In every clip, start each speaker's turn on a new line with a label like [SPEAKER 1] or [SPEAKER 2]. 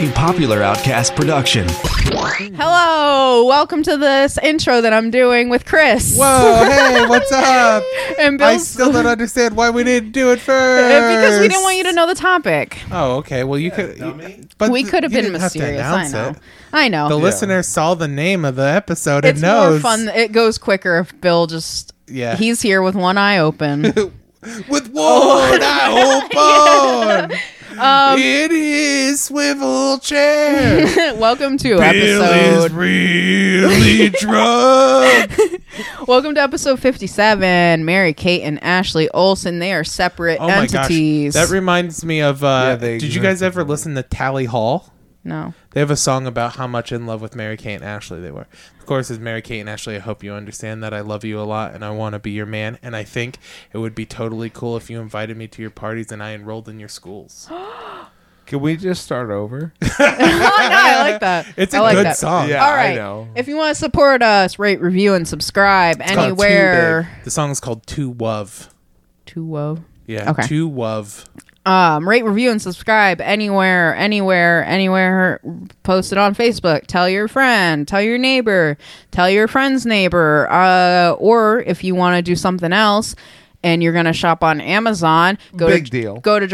[SPEAKER 1] A popular outcast production.
[SPEAKER 2] Hello, welcome to this intro that I'm doing with Chris
[SPEAKER 3] Whoa, hey, what's up?
[SPEAKER 2] and Bill.
[SPEAKER 3] I still don't understand why we didn't do it first.
[SPEAKER 2] because we didn't want you to know the topic.
[SPEAKER 3] Oh, okay. Well, you could. but
[SPEAKER 2] We
[SPEAKER 3] Uh, th-
[SPEAKER 2] could have
[SPEAKER 3] you
[SPEAKER 2] been
[SPEAKER 3] didn't to
[SPEAKER 2] mysterious. I
[SPEAKER 3] announce
[SPEAKER 2] know.
[SPEAKER 3] it.
[SPEAKER 2] I know.
[SPEAKER 3] The listener saw the name of the episode
[SPEAKER 2] it's
[SPEAKER 3] and knows.
[SPEAKER 2] more fun. It goes quicker if Bill just.
[SPEAKER 3] Yeah.
[SPEAKER 2] He's here with one eye open.
[SPEAKER 3] With
[SPEAKER 2] Oh,
[SPEAKER 3] one eye open.
[SPEAKER 2] Um,
[SPEAKER 3] it is swivel chair.
[SPEAKER 2] welcome to
[SPEAKER 3] Bill is
[SPEAKER 2] episode.
[SPEAKER 3] really drunk.
[SPEAKER 2] Welcome to episode 57. Mary Kate and Ashley Olsen. They are separate
[SPEAKER 3] Oh my
[SPEAKER 2] entities.
[SPEAKER 3] gosh, that reminds me of. Uh,
[SPEAKER 4] Yeah, they
[SPEAKER 3] did you guys ever listen to Tally Hall?
[SPEAKER 2] no.
[SPEAKER 3] They have a song about how much in love with Mary Kate and Ashley they were. Of course, as Mary Kate and Ashley, I hope you understand that I love you a lot and I want to be your man. And I think it would be totally cool if you invited me to your parties and I enrolled in your schools.
[SPEAKER 4] Can we just start over?
[SPEAKER 2] Oh, no, I like that.
[SPEAKER 3] It's
[SPEAKER 2] a
[SPEAKER 3] a good song.
[SPEAKER 4] Yeah.
[SPEAKER 2] All
[SPEAKER 4] I
[SPEAKER 2] right.
[SPEAKER 4] know.
[SPEAKER 2] If you want to support us, rate, review, and subscribe
[SPEAKER 3] It's called Too
[SPEAKER 2] anywhere.
[SPEAKER 3] Big. The song is called Too Wove.
[SPEAKER 2] Too woe.
[SPEAKER 3] Yeah.
[SPEAKER 2] Okay.
[SPEAKER 3] Too Wove.
[SPEAKER 2] Um, rate, review, and subscribe anywhere, anywhere, anywhere. Post it on Facebook. Tell your friend. Tell your neighbor. Tell your friend's neighbor. Uh, or if you want to do something else and you're going to shop on Amazon, go
[SPEAKER 4] Big
[SPEAKER 2] to
[SPEAKER 4] deal.
[SPEAKER 2] go to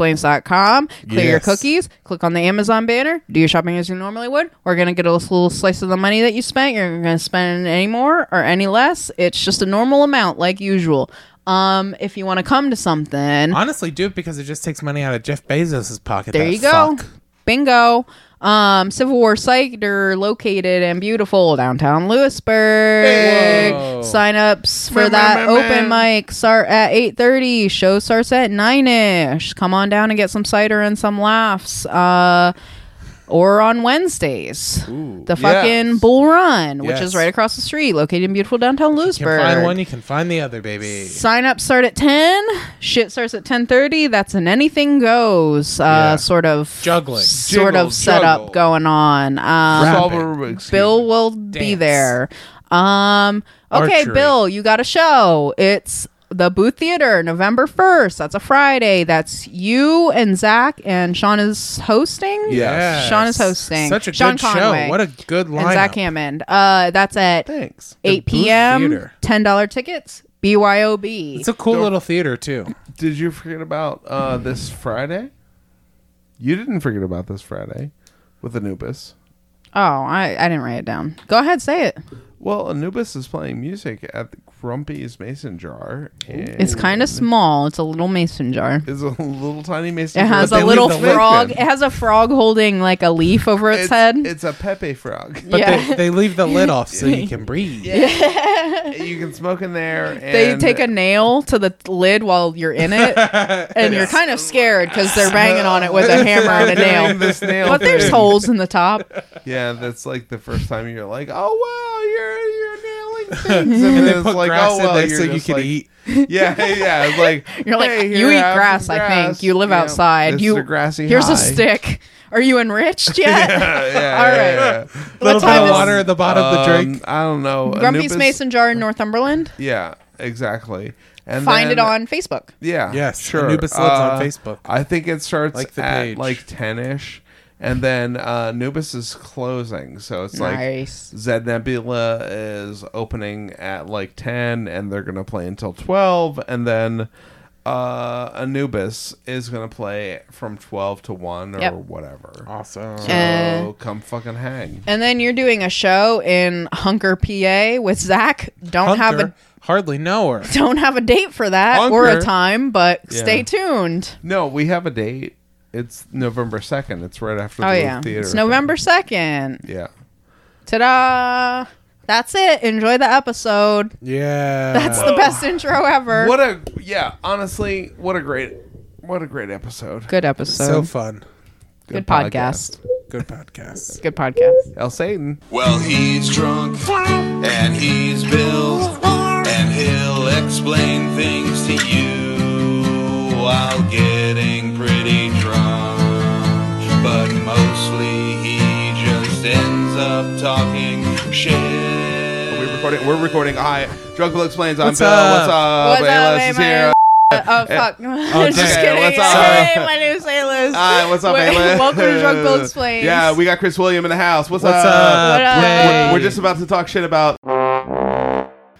[SPEAKER 2] drunkbillexplains.com, clear your
[SPEAKER 3] Yes.
[SPEAKER 2] cookies, click on the Amazon banner, do your shopping as you normally would. We're going to get a little slice of the money that you spent. You're going to spend any more or any less. It's just a normal amount like usual. Um, if you want to come to something,
[SPEAKER 3] Honestly, do it because it just takes money out of Jeff Bezos' pocket.
[SPEAKER 2] there
[SPEAKER 3] that
[SPEAKER 2] you go.
[SPEAKER 3] fuck.
[SPEAKER 2] Bingo. Um, Civil War Psych, they're located in beautiful downtown Lewisburg.
[SPEAKER 3] Hey.
[SPEAKER 2] Sign-ups for that open mic start at 8.30. Show starts at 9-ish. Come on down and get some cider and some laughs. Uh, or on Wednesdays. the fucking
[SPEAKER 4] yes.
[SPEAKER 2] Bull Run, which
[SPEAKER 3] Yes.
[SPEAKER 2] is right across the street, located in beautiful downtown
[SPEAKER 3] You
[SPEAKER 2] Lewisburg.
[SPEAKER 3] can find one, you can find the other, baby.
[SPEAKER 2] Sign up start at 10. Shit starts at 10:30. That's an anything goes uh
[SPEAKER 3] Yeah.
[SPEAKER 2] sort of
[SPEAKER 3] Juggling.
[SPEAKER 2] sort
[SPEAKER 4] Jiggle,
[SPEAKER 2] of setup
[SPEAKER 4] juggle.
[SPEAKER 2] going on. Um,
[SPEAKER 4] Solve a
[SPEAKER 3] Rapping.
[SPEAKER 4] Rubik's Cube.
[SPEAKER 2] Bill will be
[SPEAKER 3] Dance.
[SPEAKER 2] there. Um okay,
[SPEAKER 3] Archery.
[SPEAKER 2] Bill, you got a show. It's the Booth Theater, November 1st. That's a Friday. That's you and Zach and Sean is hosting.
[SPEAKER 4] Yes.
[SPEAKER 2] Sean is hosting.
[SPEAKER 3] Such a
[SPEAKER 2] Sean
[SPEAKER 3] good
[SPEAKER 2] Conway
[SPEAKER 3] show. What a good lineup.
[SPEAKER 2] and Zach Hammond. Uh, that's at
[SPEAKER 3] Thanks. The
[SPEAKER 2] 8
[SPEAKER 3] Booth
[SPEAKER 2] p.m.
[SPEAKER 3] Theater.
[SPEAKER 2] Ten dollar tickets. BYOB.
[SPEAKER 3] It's a cool little theater too.
[SPEAKER 4] Did you forget about uh, this Friday? You didn't forget about this Friday with Anubis.
[SPEAKER 2] oh, I, I didn't write it down. Go ahead, say it.
[SPEAKER 4] Well, Anubis is playing music at the Grumpy's Mason Jar. and
[SPEAKER 2] It's kind of small. It's a little mason jar.
[SPEAKER 4] It's a little tiny mason
[SPEAKER 2] It
[SPEAKER 4] jar.
[SPEAKER 2] has
[SPEAKER 4] They
[SPEAKER 2] a
[SPEAKER 4] leave
[SPEAKER 2] little
[SPEAKER 4] the lid
[SPEAKER 2] frog.
[SPEAKER 4] in.
[SPEAKER 2] It has a frog holding like a leaf over its,
[SPEAKER 4] It's,
[SPEAKER 2] head.
[SPEAKER 4] it's a Pepe frog.
[SPEAKER 3] But
[SPEAKER 2] yeah.
[SPEAKER 3] they, they leave the lid off so you can breathe.
[SPEAKER 4] you can smoke in there. And
[SPEAKER 2] they take a nail to the lid while you're in it, and you're kind of scared because they're banging on it with a hammer and a
[SPEAKER 4] Doing
[SPEAKER 2] nail.
[SPEAKER 4] This nail
[SPEAKER 2] But there's
[SPEAKER 4] thing.
[SPEAKER 2] holes in the top.
[SPEAKER 4] Yeah, that's like the first time you're like, oh wow, you're you're nailing things, and, then
[SPEAKER 3] They
[SPEAKER 4] it's
[SPEAKER 3] put
[SPEAKER 4] like,
[SPEAKER 3] grass
[SPEAKER 4] oh
[SPEAKER 3] in
[SPEAKER 4] well,
[SPEAKER 3] there
[SPEAKER 4] you're
[SPEAKER 3] so you
[SPEAKER 4] just
[SPEAKER 3] can
[SPEAKER 4] like-
[SPEAKER 3] eat.
[SPEAKER 4] Yeah, yeah. It's like
[SPEAKER 2] You're like,
[SPEAKER 4] "Hey,
[SPEAKER 2] you
[SPEAKER 4] here,
[SPEAKER 2] eat
[SPEAKER 4] have
[SPEAKER 2] grass,
[SPEAKER 4] some
[SPEAKER 2] I think.
[SPEAKER 4] grass."
[SPEAKER 2] You live
[SPEAKER 4] Yeah.
[SPEAKER 2] outside.
[SPEAKER 4] This
[SPEAKER 2] you
[SPEAKER 4] is a grassy.
[SPEAKER 2] Here's
[SPEAKER 4] high.
[SPEAKER 2] a stick. Are you enriched yet?
[SPEAKER 4] Yeah, yeah,
[SPEAKER 2] All
[SPEAKER 4] yeah,
[SPEAKER 2] right.
[SPEAKER 4] yeah.
[SPEAKER 3] little bit
[SPEAKER 2] time
[SPEAKER 3] of
[SPEAKER 2] is-
[SPEAKER 3] water at the bottom of the drink.
[SPEAKER 4] Um, I don't know.
[SPEAKER 2] Grumpy's
[SPEAKER 4] Anubis-
[SPEAKER 2] Mason Jar in Northumberland.
[SPEAKER 4] Yeah, exactly. And
[SPEAKER 2] Find it
[SPEAKER 4] then-
[SPEAKER 2] on Facebook.
[SPEAKER 4] Yeah.
[SPEAKER 3] Yes,
[SPEAKER 4] Sure. Uh,
[SPEAKER 3] Anubis Lives on Facebook.
[SPEAKER 4] I think it starts
[SPEAKER 3] Like the
[SPEAKER 4] at
[SPEAKER 3] page.
[SPEAKER 4] like ten ish, and then uh, Anubis is closing, so it's like
[SPEAKER 2] nice.
[SPEAKER 4] Zed Nebula is opening at like 10 and they're going to play until 12 and then uh Anubis is going to play from 12 to 1 or
[SPEAKER 2] Yep.
[SPEAKER 4] whatever.
[SPEAKER 3] Um, Awesome.
[SPEAKER 4] So
[SPEAKER 2] Uh,
[SPEAKER 4] come fucking hang.
[SPEAKER 2] And then you're doing a show in Hunker, PA, with Zach. Don't
[SPEAKER 3] Hunter,
[SPEAKER 2] have a
[SPEAKER 3] hardly know her.
[SPEAKER 2] don't have a date for that or a
[SPEAKER 4] Hunker.
[SPEAKER 2] time, but
[SPEAKER 4] Yeah.
[SPEAKER 2] stay tuned.
[SPEAKER 4] No, we have a date. It's November 2nd. It's right after
[SPEAKER 2] Oh
[SPEAKER 4] the
[SPEAKER 2] yeah,
[SPEAKER 4] theater.
[SPEAKER 2] it's
[SPEAKER 4] thing.
[SPEAKER 2] November second.
[SPEAKER 4] Yeah.
[SPEAKER 2] Ta-da! That's it. Enjoy the episode.
[SPEAKER 3] Yeah.
[SPEAKER 2] That's the best intro ever.
[SPEAKER 4] What a yeah, honestly, what a great what a great episode.
[SPEAKER 2] good
[SPEAKER 3] so
[SPEAKER 2] episode.
[SPEAKER 3] fun.
[SPEAKER 2] good, podcast.
[SPEAKER 3] Good podcast.
[SPEAKER 2] Good podcast.
[SPEAKER 4] El Satan.
[SPEAKER 5] Well, he's drunk, and he's Bill, and he'll explain things to you while getting pretty drunk. But mostly he just ends up talking shit.
[SPEAKER 4] We're recording. We're recording. Hi, Drunk Bill explains. I'm
[SPEAKER 3] What's
[SPEAKER 4] Bill.
[SPEAKER 3] up?
[SPEAKER 4] What's up?
[SPEAKER 2] What's up,
[SPEAKER 4] ALS Uh, is
[SPEAKER 2] Amos?
[SPEAKER 4] here.
[SPEAKER 2] Oh fuck! Just
[SPEAKER 4] okay,
[SPEAKER 2] kidding.
[SPEAKER 4] what's up?
[SPEAKER 2] Hey, my name is A-List.
[SPEAKER 4] Hi, what's up,
[SPEAKER 2] Wait,
[SPEAKER 4] Ayla?
[SPEAKER 2] Welcome to Drunk Bill Explains.
[SPEAKER 4] Yeah, we got Chris William in the house. What's,
[SPEAKER 3] What's up?
[SPEAKER 2] What up?
[SPEAKER 3] Hey.
[SPEAKER 4] Uh, We're just about to talk shit about.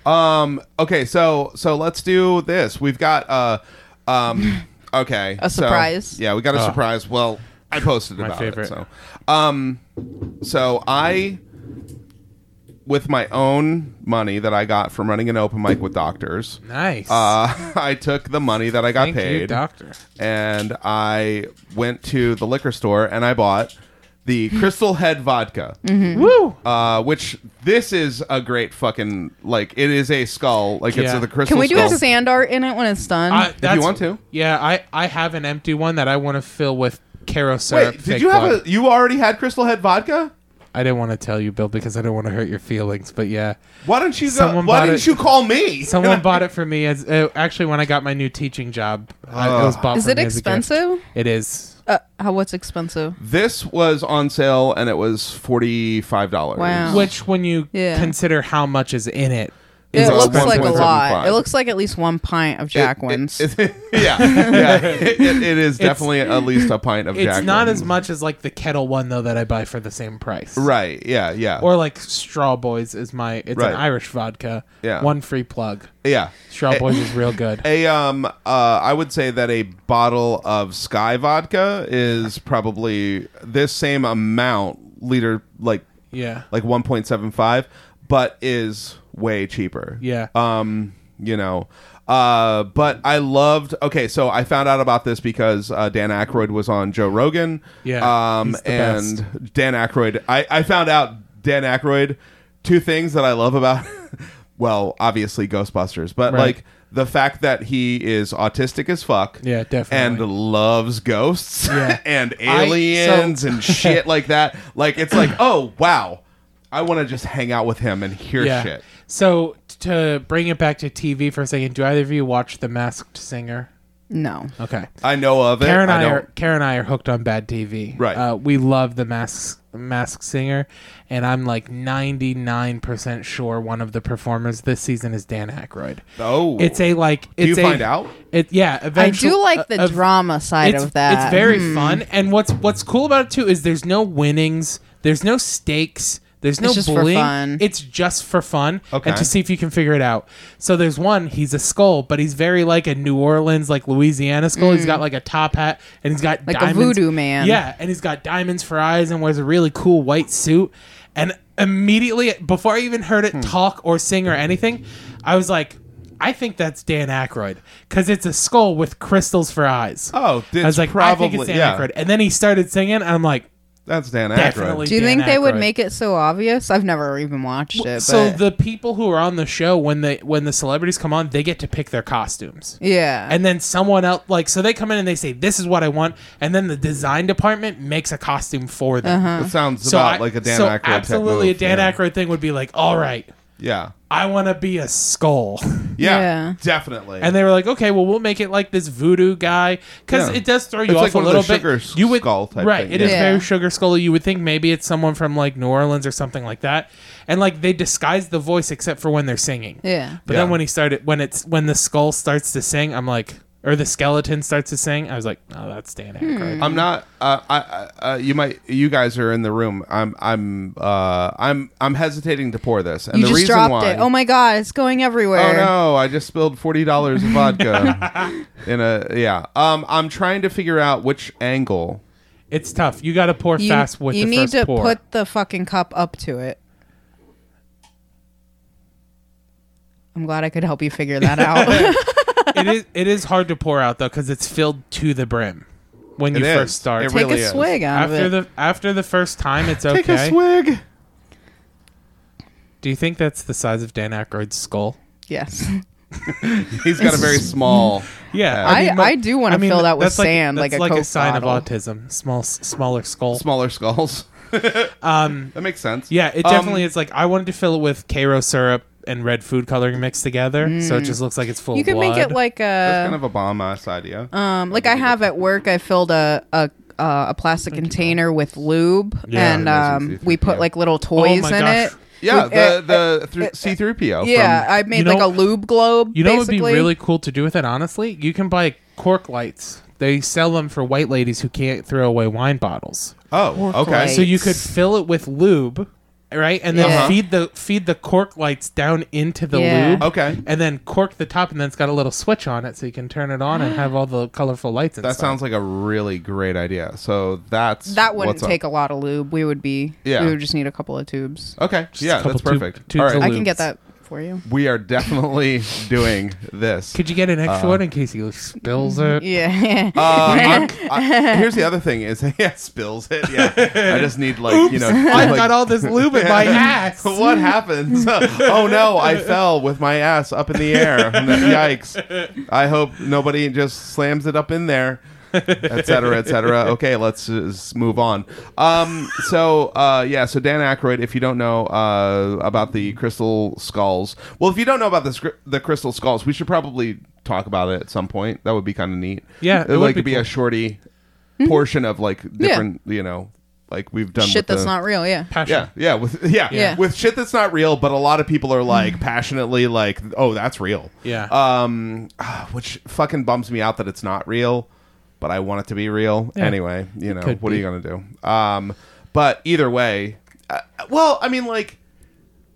[SPEAKER 4] Um. Okay. So so let's do this. We've got uh. Um. Okay.
[SPEAKER 2] A
[SPEAKER 4] so-
[SPEAKER 2] surprise.
[SPEAKER 4] yeah, we got a
[SPEAKER 3] Oh.
[SPEAKER 4] surprise. Well, I posted
[SPEAKER 3] My
[SPEAKER 4] about
[SPEAKER 3] favorite.
[SPEAKER 4] it. So, um, so I, with my own money that I got from running an open mic with doctors,
[SPEAKER 3] nice.
[SPEAKER 4] uh, I took the money that I got
[SPEAKER 3] Thank
[SPEAKER 4] paid
[SPEAKER 3] you, doctor.
[SPEAKER 4] and I went to the liquor store and I bought the Crystal Head vodka.
[SPEAKER 3] Woo!
[SPEAKER 4] Uh, which this is a great fucking like it is a skull like it's
[SPEAKER 3] Yeah.
[SPEAKER 4] the crystal.
[SPEAKER 2] Can we do
[SPEAKER 4] skull.
[SPEAKER 2] a sand art in it when it's done?
[SPEAKER 3] I, that's,
[SPEAKER 4] want to.
[SPEAKER 3] Yeah, I, I have an empty one that I want to fill with caro syrup.
[SPEAKER 4] Wait, did you have a? You already had Crystal Head vodka?
[SPEAKER 3] I didn't want to tell you, Bill, because I don't want to hurt your feelings. But yeah,
[SPEAKER 4] Why don't you? Go,
[SPEAKER 3] Someone
[SPEAKER 4] why
[SPEAKER 3] bought
[SPEAKER 4] didn't
[SPEAKER 3] it-
[SPEAKER 4] you call me?
[SPEAKER 3] someone bought it for me as uh, actually when I got my new teaching job. I, it
[SPEAKER 4] Oh.
[SPEAKER 3] was bought
[SPEAKER 2] is
[SPEAKER 3] for
[SPEAKER 2] it
[SPEAKER 3] me as a gift.
[SPEAKER 2] expensive?
[SPEAKER 3] It is.
[SPEAKER 2] Uh, how what's expensive?
[SPEAKER 4] This was on sale and it was forty five dollars.
[SPEAKER 2] Wow.
[SPEAKER 3] Which, when you
[SPEAKER 2] Oh. Yeah.
[SPEAKER 3] consider how much is in it,
[SPEAKER 2] It
[SPEAKER 3] is
[SPEAKER 4] It's
[SPEAKER 2] looks like a
[SPEAKER 4] 1.75.
[SPEAKER 2] lot. It looks like at least one pint of Jack Wins.
[SPEAKER 4] yeah, yeah. It, it- it is definitely at least a pint of
[SPEAKER 3] It's
[SPEAKER 4] Jack.
[SPEAKER 3] not
[SPEAKER 4] Daniels.
[SPEAKER 3] as much as like the kettle one though that I buy for the same price.
[SPEAKER 4] Right. Yeah. Yeah.
[SPEAKER 3] Or like Straw Boys is my it's
[SPEAKER 4] Right.
[SPEAKER 3] an Irish vodka.
[SPEAKER 4] Yeah. Eh.
[SPEAKER 3] One free plug.
[SPEAKER 4] yeah.
[SPEAKER 3] Straw Boys is real good.
[SPEAKER 4] A um uh I would say that a bottle of Sky vodka is probably this same amount liter like
[SPEAKER 3] Yeah.
[SPEAKER 4] like 1.75 but is way cheaper.
[SPEAKER 3] Yeah.
[SPEAKER 4] Um you know uh, but I loved. Okay, so I found out about this because uh, Dan Aykroyd was on Joe Rogan.
[SPEAKER 3] Yeah,
[SPEAKER 4] Um,
[SPEAKER 3] he's the
[SPEAKER 4] and Dan Aykroyd. I, I found out Dan Aykroyd two things that I love about. well, obviously Ghostbusters, but
[SPEAKER 3] Right.
[SPEAKER 4] like the fact that he is autistic as fuck.
[SPEAKER 3] Yeah, definitely.
[SPEAKER 4] And loves ghosts
[SPEAKER 3] Yeah.
[SPEAKER 4] and
[SPEAKER 3] I- so-
[SPEAKER 4] aliens and shit like that. Like it's like, oh wow, I want to just hang out with him and hear
[SPEAKER 3] yeah.
[SPEAKER 4] shit.
[SPEAKER 3] So to bring it back to TV for a second, do either of you watch The Masked Singer?
[SPEAKER 2] no.
[SPEAKER 3] Okay.
[SPEAKER 4] I know of it.
[SPEAKER 3] Karen and
[SPEAKER 4] I
[SPEAKER 3] I,
[SPEAKER 4] don't-
[SPEAKER 3] are Karen and I are hooked on bad TV.
[SPEAKER 4] Right.
[SPEAKER 3] Uh, we love the Mask Mask Singer, and I'm like 99 percent sure one of the performers this season is Dan Aykroyd.
[SPEAKER 4] Oh.
[SPEAKER 3] it's a like. It's
[SPEAKER 4] Do you
[SPEAKER 3] a-
[SPEAKER 4] find out?
[SPEAKER 3] It yeah.
[SPEAKER 2] I
[SPEAKER 3] Eventually,
[SPEAKER 2] do like the
[SPEAKER 3] uh, of-
[SPEAKER 2] drama side
[SPEAKER 3] it's,
[SPEAKER 2] of that. Mm.
[SPEAKER 3] It's very fun, and what's what's cool about it too is there's no winnings, there's no stakes, there's no
[SPEAKER 2] just for
[SPEAKER 3] bullying.
[SPEAKER 2] fun.
[SPEAKER 3] It's just for fun,
[SPEAKER 4] Okay.
[SPEAKER 3] and to see if you can figure it out. So there's one. He's a skull, but he's very like a New Orleans, like Louisiana skull. He's got like a top hat, and he's got
[SPEAKER 2] Hmm. Like a
[SPEAKER 3] diamonds.
[SPEAKER 2] voodoo man.
[SPEAKER 3] Yeah, and he's got diamonds for eyes, and wears a really cool white suit. And immediately, before I even heard it talk or sing or anything, I was like. I think that's Dan Aykroyd because it's a skull with crystals for eyes.
[SPEAKER 4] Oh, it's
[SPEAKER 3] I was like,
[SPEAKER 4] probably
[SPEAKER 3] I think it's Dan
[SPEAKER 4] yeah.
[SPEAKER 3] Aykroyd. And then he started singing, and I'm like,
[SPEAKER 4] That's Dan Aykroyd.
[SPEAKER 3] definitely.
[SPEAKER 2] Do you
[SPEAKER 3] Dan
[SPEAKER 2] think they would
[SPEAKER 3] Aykroyd.
[SPEAKER 2] make it so obvious? I've never even watched it.
[SPEAKER 3] So
[SPEAKER 2] but-
[SPEAKER 3] the people who are on the show when they when the celebrities come on, they get to pick their costumes.
[SPEAKER 2] yeah,
[SPEAKER 3] And then someone else, like, so they come in and they say, "This is what I want," and then the design department makes a costume for them.
[SPEAKER 4] It sounds
[SPEAKER 3] So
[SPEAKER 4] Uh-huh. about
[SPEAKER 3] I-
[SPEAKER 4] like a Dan
[SPEAKER 3] so
[SPEAKER 4] Aykroyd. type
[SPEAKER 3] absolutely,
[SPEAKER 4] move,
[SPEAKER 3] a Dan
[SPEAKER 4] yeah.
[SPEAKER 3] Aykroyd thing would be like, "All right,
[SPEAKER 4] Yeah.
[SPEAKER 3] I want to be a skull."
[SPEAKER 4] yeah,
[SPEAKER 2] Yeah.
[SPEAKER 4] definitely.
[SPEAKER 3] And they were like, okay, well, we'll make it like this voodoo guy because
[SPEAKER 4] Yeah.
[SPEAKER 3] it does throw you
[SPEAKER 4] It's
[SPEAKER 3] off
[SPEAKER 4] like
[SPEAKER 3] a
[SPEAKER 4] one of
[SPEAKER 3] little
[SPEAKER 4] those
[SPEAKER 3] bit.
[SPEAKER 4] sugar s-
[SPEAKER 3] you would
[SPEAKER 4] skull type
[SPEAKER 3] right?
[SPEAKER 4] thing,
[SPEAKER 3] It is
[SPEAKER 2] yeah. Yeah.
[SPEAKER 3] very sugar skull. You would think maybe it's someone from like New Orleans or something like that. And like they disguise the voice except for when they're singing.
[SPEAKER 2] yeah.
[SPEAKER 3] But
[SPEAKER 4] Yeah.
[SPEAKER 3] then when he started, when it's when the skull starts to sing, I'm like, or the skeleton starts to sing, I was like, oh, that's Dan Aykroyd.
[SPEAKER 2] Hmm.
[SPEAKER 4] I'm not. Uh, I, I. Uh, you might. You guys are in the room. I'm. I'm. Uh, I'm. I'm hesitating to pour this, and
[SPEAKER 2] You
[SPEAKER 4] the
[SPEAKER 2] just
[SPEAKER 4] reason
[SPEAKER 2] dropped
[SPEAKER 4] why.
[SPEAKER 2] it. Oh my god, it's going
[SPEAKER 4] Oh
[SPEAKER 2] everywhere.
[SPEAKER 4] no! I just spilled forty dollars of vodka in a yeah. Um, I'm trying to figure out which angle.
[SPEAKER 3] It's tough. You got to pour
[SPEAKER 2] You,
[SPEAKER 3] fast with
[SPEAKER 2] you
[SPEAKER 3] the
[SPEAKER 2] need
[SPEAKER 3] first
[SPEAKER 2] to
[SPEAKER 3] pour.
[SPEAKER 2] put the fucking cup up to it. I'm glad I could help you figure that out.
[SPEAKER 3] it is it is hard to pour out though because it's filled to the brim when
[SPEAKER 4] It
[SPEAKER 3] you
[SPEAKER 4] is.
[SPEAKER 3] first start.
[SPEAKER 4] It
[SPEAKER 2] Take
[SPEAKER 4] really
[SPEAKER 2] a
[SPEAKER 4] is.
[SPEAKER 2] swig out
[SPEAKER 3] after
[SPEAKER 2] of it.
[SPEAKER 3] the after the first time, it's okay.
[SPEAKER 4] Take a swig.
[SPEAKER 3] Do you think that's the size of Dan Aykroyd's skull?
[SPEAKER 2] yes,
[SPEAKER 4] He's got a very small.
[SPEAKER 3] Yeah,
[SPEAKER 2] I- I do wanna fill that with
[SPEAKER 3] that's
[SPEAKER 2] sand,
[SPEAKER 3] Like,
[SPEAKER 2] like a
[SPEAKER 3] that's like a
[SPEAKER 2] Coke
[SPEAKER 3] sign of
[SPEAKER 2] bottle.
[SPEAKER 3] autism. Small, s- smaller skull.
[SPEAKER 4] smaller skulls. um, that makes sense.
[SPEAKER 3] Yeah, it
[SPEAKER 4] Um,
[SPEAKER 3] definitely is. Like I wanted to fill it with Cairo syrup and red food coloring mixed together, so it just looks like it's full.
[SPEAKER 2] Mm. you
[SPEAKER 3] of
[SPEAKER 2] could make it
[SPEAKER 3] blood.
[SPEAKER 2] like uh, a
[SPEAKER 4] That's kind of a bomb ass idea.
[SPEAKER 2] Um, like I have at work, I filled a a, uh, a plastic container with lube,
[SPEAKER 3] Yeah.
[SPEAKER 2] and
[SPEAKER 4] Yeah, those
[SPEAKER 2] um,
[SPEAKER 4] easy
[SPEAKER 2] we
[SPEAKER 4] for-
[SPEAKER 2] put
[SPEAKER 4] yeah.
[SPEAKER 2] like little toys
[SPEAKER 3] Oh my
[SPEAKER 2] in
[SPEAKER 3] gosh.
[SPEAKER 2] it.
[SPEAKER 4] Yeah,
[SPEAKER 2] With- uh,
[SPEAKER 4] the the through C3PO.
[SPEAKER 2] yeah,
[SPEAKER 4] from-
[SPEAKER 2] I made
[SPEAKER 3] You know-
[SPEAKER 2] like a lube globe.
[SPEAKER 3] You know what would be
[SPEAKER 2] basically.
[SPEAKER 3] really cool to do with it, honestly? You can buy cork lights. They sell them for white ladies who can't throw away wine bottles.
[SPEAKER 4] oh, okay.
[SPEAKER 2] light.
[SPEAKER 3] So you could fill it with lube, right? And then
[SPEAKER 2] Yeah.
[SPEAKER 3] feed the feed the cork lights down into the
[SPEAKER 2] Yeah.
[SPEAKER 3] lube.
[SPEAKER 4] Okay.
[SPEAKER 3] And then cork the top and then it's got a little switch on it so you can turn it on and have all the colorful lights inside.
[SPEAKER 4] That sounds like a really great idea. So that's
[SPEAKER 2] that wouldn't
[SPEAKER 4] what's up.
[SPEAKER 2] take a lot of lube. We would be.
[SPEAKER 4] Yeah.
[SPEAKER 2] We would just need a couple of tubes.
[SPEAKER 4] Okay, yeah,
[SPEAKER 3] couple
[SPEAKER 4] that's
[SPEAKER 3] tube-
[SPEAKER 4] perfect.
[SPEAKER 3] tubes
[SPEAKER 4] All right,
[SPEAKER 3] of
[SPEAKER 2] I
[SPEAKER 3] lube.
[SPEAKER 2] can get
[SPEAKER 3] lubes.
[SPEAKER 2] that for you.
[SPEAKER 4] we are definitely doing this.
[SPEAKER 3] Could you get an
[SPEAKER 4] Uh-huh.
[SPEAKER 3] extra one in case he spills it?
[SPEAKER 2] Yeah.
[SPEAKER 4] Uh, I'm- I- here's the other thing: is yeah, spills it. Yeah, I just need like you know.
[SPEAKER 3] I've
[SPEAKER 4] like-
[SPEAKER 3] got all this lube in my ass.
[SPEAKER 4] What happens? oh no, I fell with my ass up in the air. Yikes! I hope nobody just slams it up in there, etc., cetera, etc. Cetera. Okay, let's just move on. Um, so uh, yeah, so Dan Aykroyd, if you don't know uh, about the crystal skulls, well, if you don't know about the scr- the crystal skulls, we should probably talk about it at some point. That would be kind of neat.
[SPEAKER 3] Yeah,
[SPEAKER 4] it
[SPEAKER 3] it would
[SPEAKER 4] like
[SPEAKER 3] be
[SPEAKER 4] to be
[SPEAKER 3] cool.
[SPEAKER 4] a shorty portion of like different, you know. Like we've done
[SPEAKER 2] Mm-hmm. Shit
[SPEAKER 4] with
[SPEAKER 2] that's
[SPEAKER 4] the-
[SPEAKER 2] not real. Yeah.
[SPEAKER 3] Passion.
[SPEAKER 4] yeah, yeah, with yeah,
[SPEAKER 2] Yeah.
[SPEAKER 4] with shit that's not real, but a lot of people are like passionately like, oh, that's real.
[SPEAKER 3] Mm. Yeah.
[SPEAKER 4] Um, ah, which fucking bums me out that it's not real, but I want it to be real
[SPEAKER 3] Yeah.
[SPEAKER 4] anyway. You know,
[SPEAKER 3] could
[SPEAKER 4] what
[SPEAKER 3] be.
[SPEAKER 4] are you gonna do? Um, but either way, uh, well, I mean, like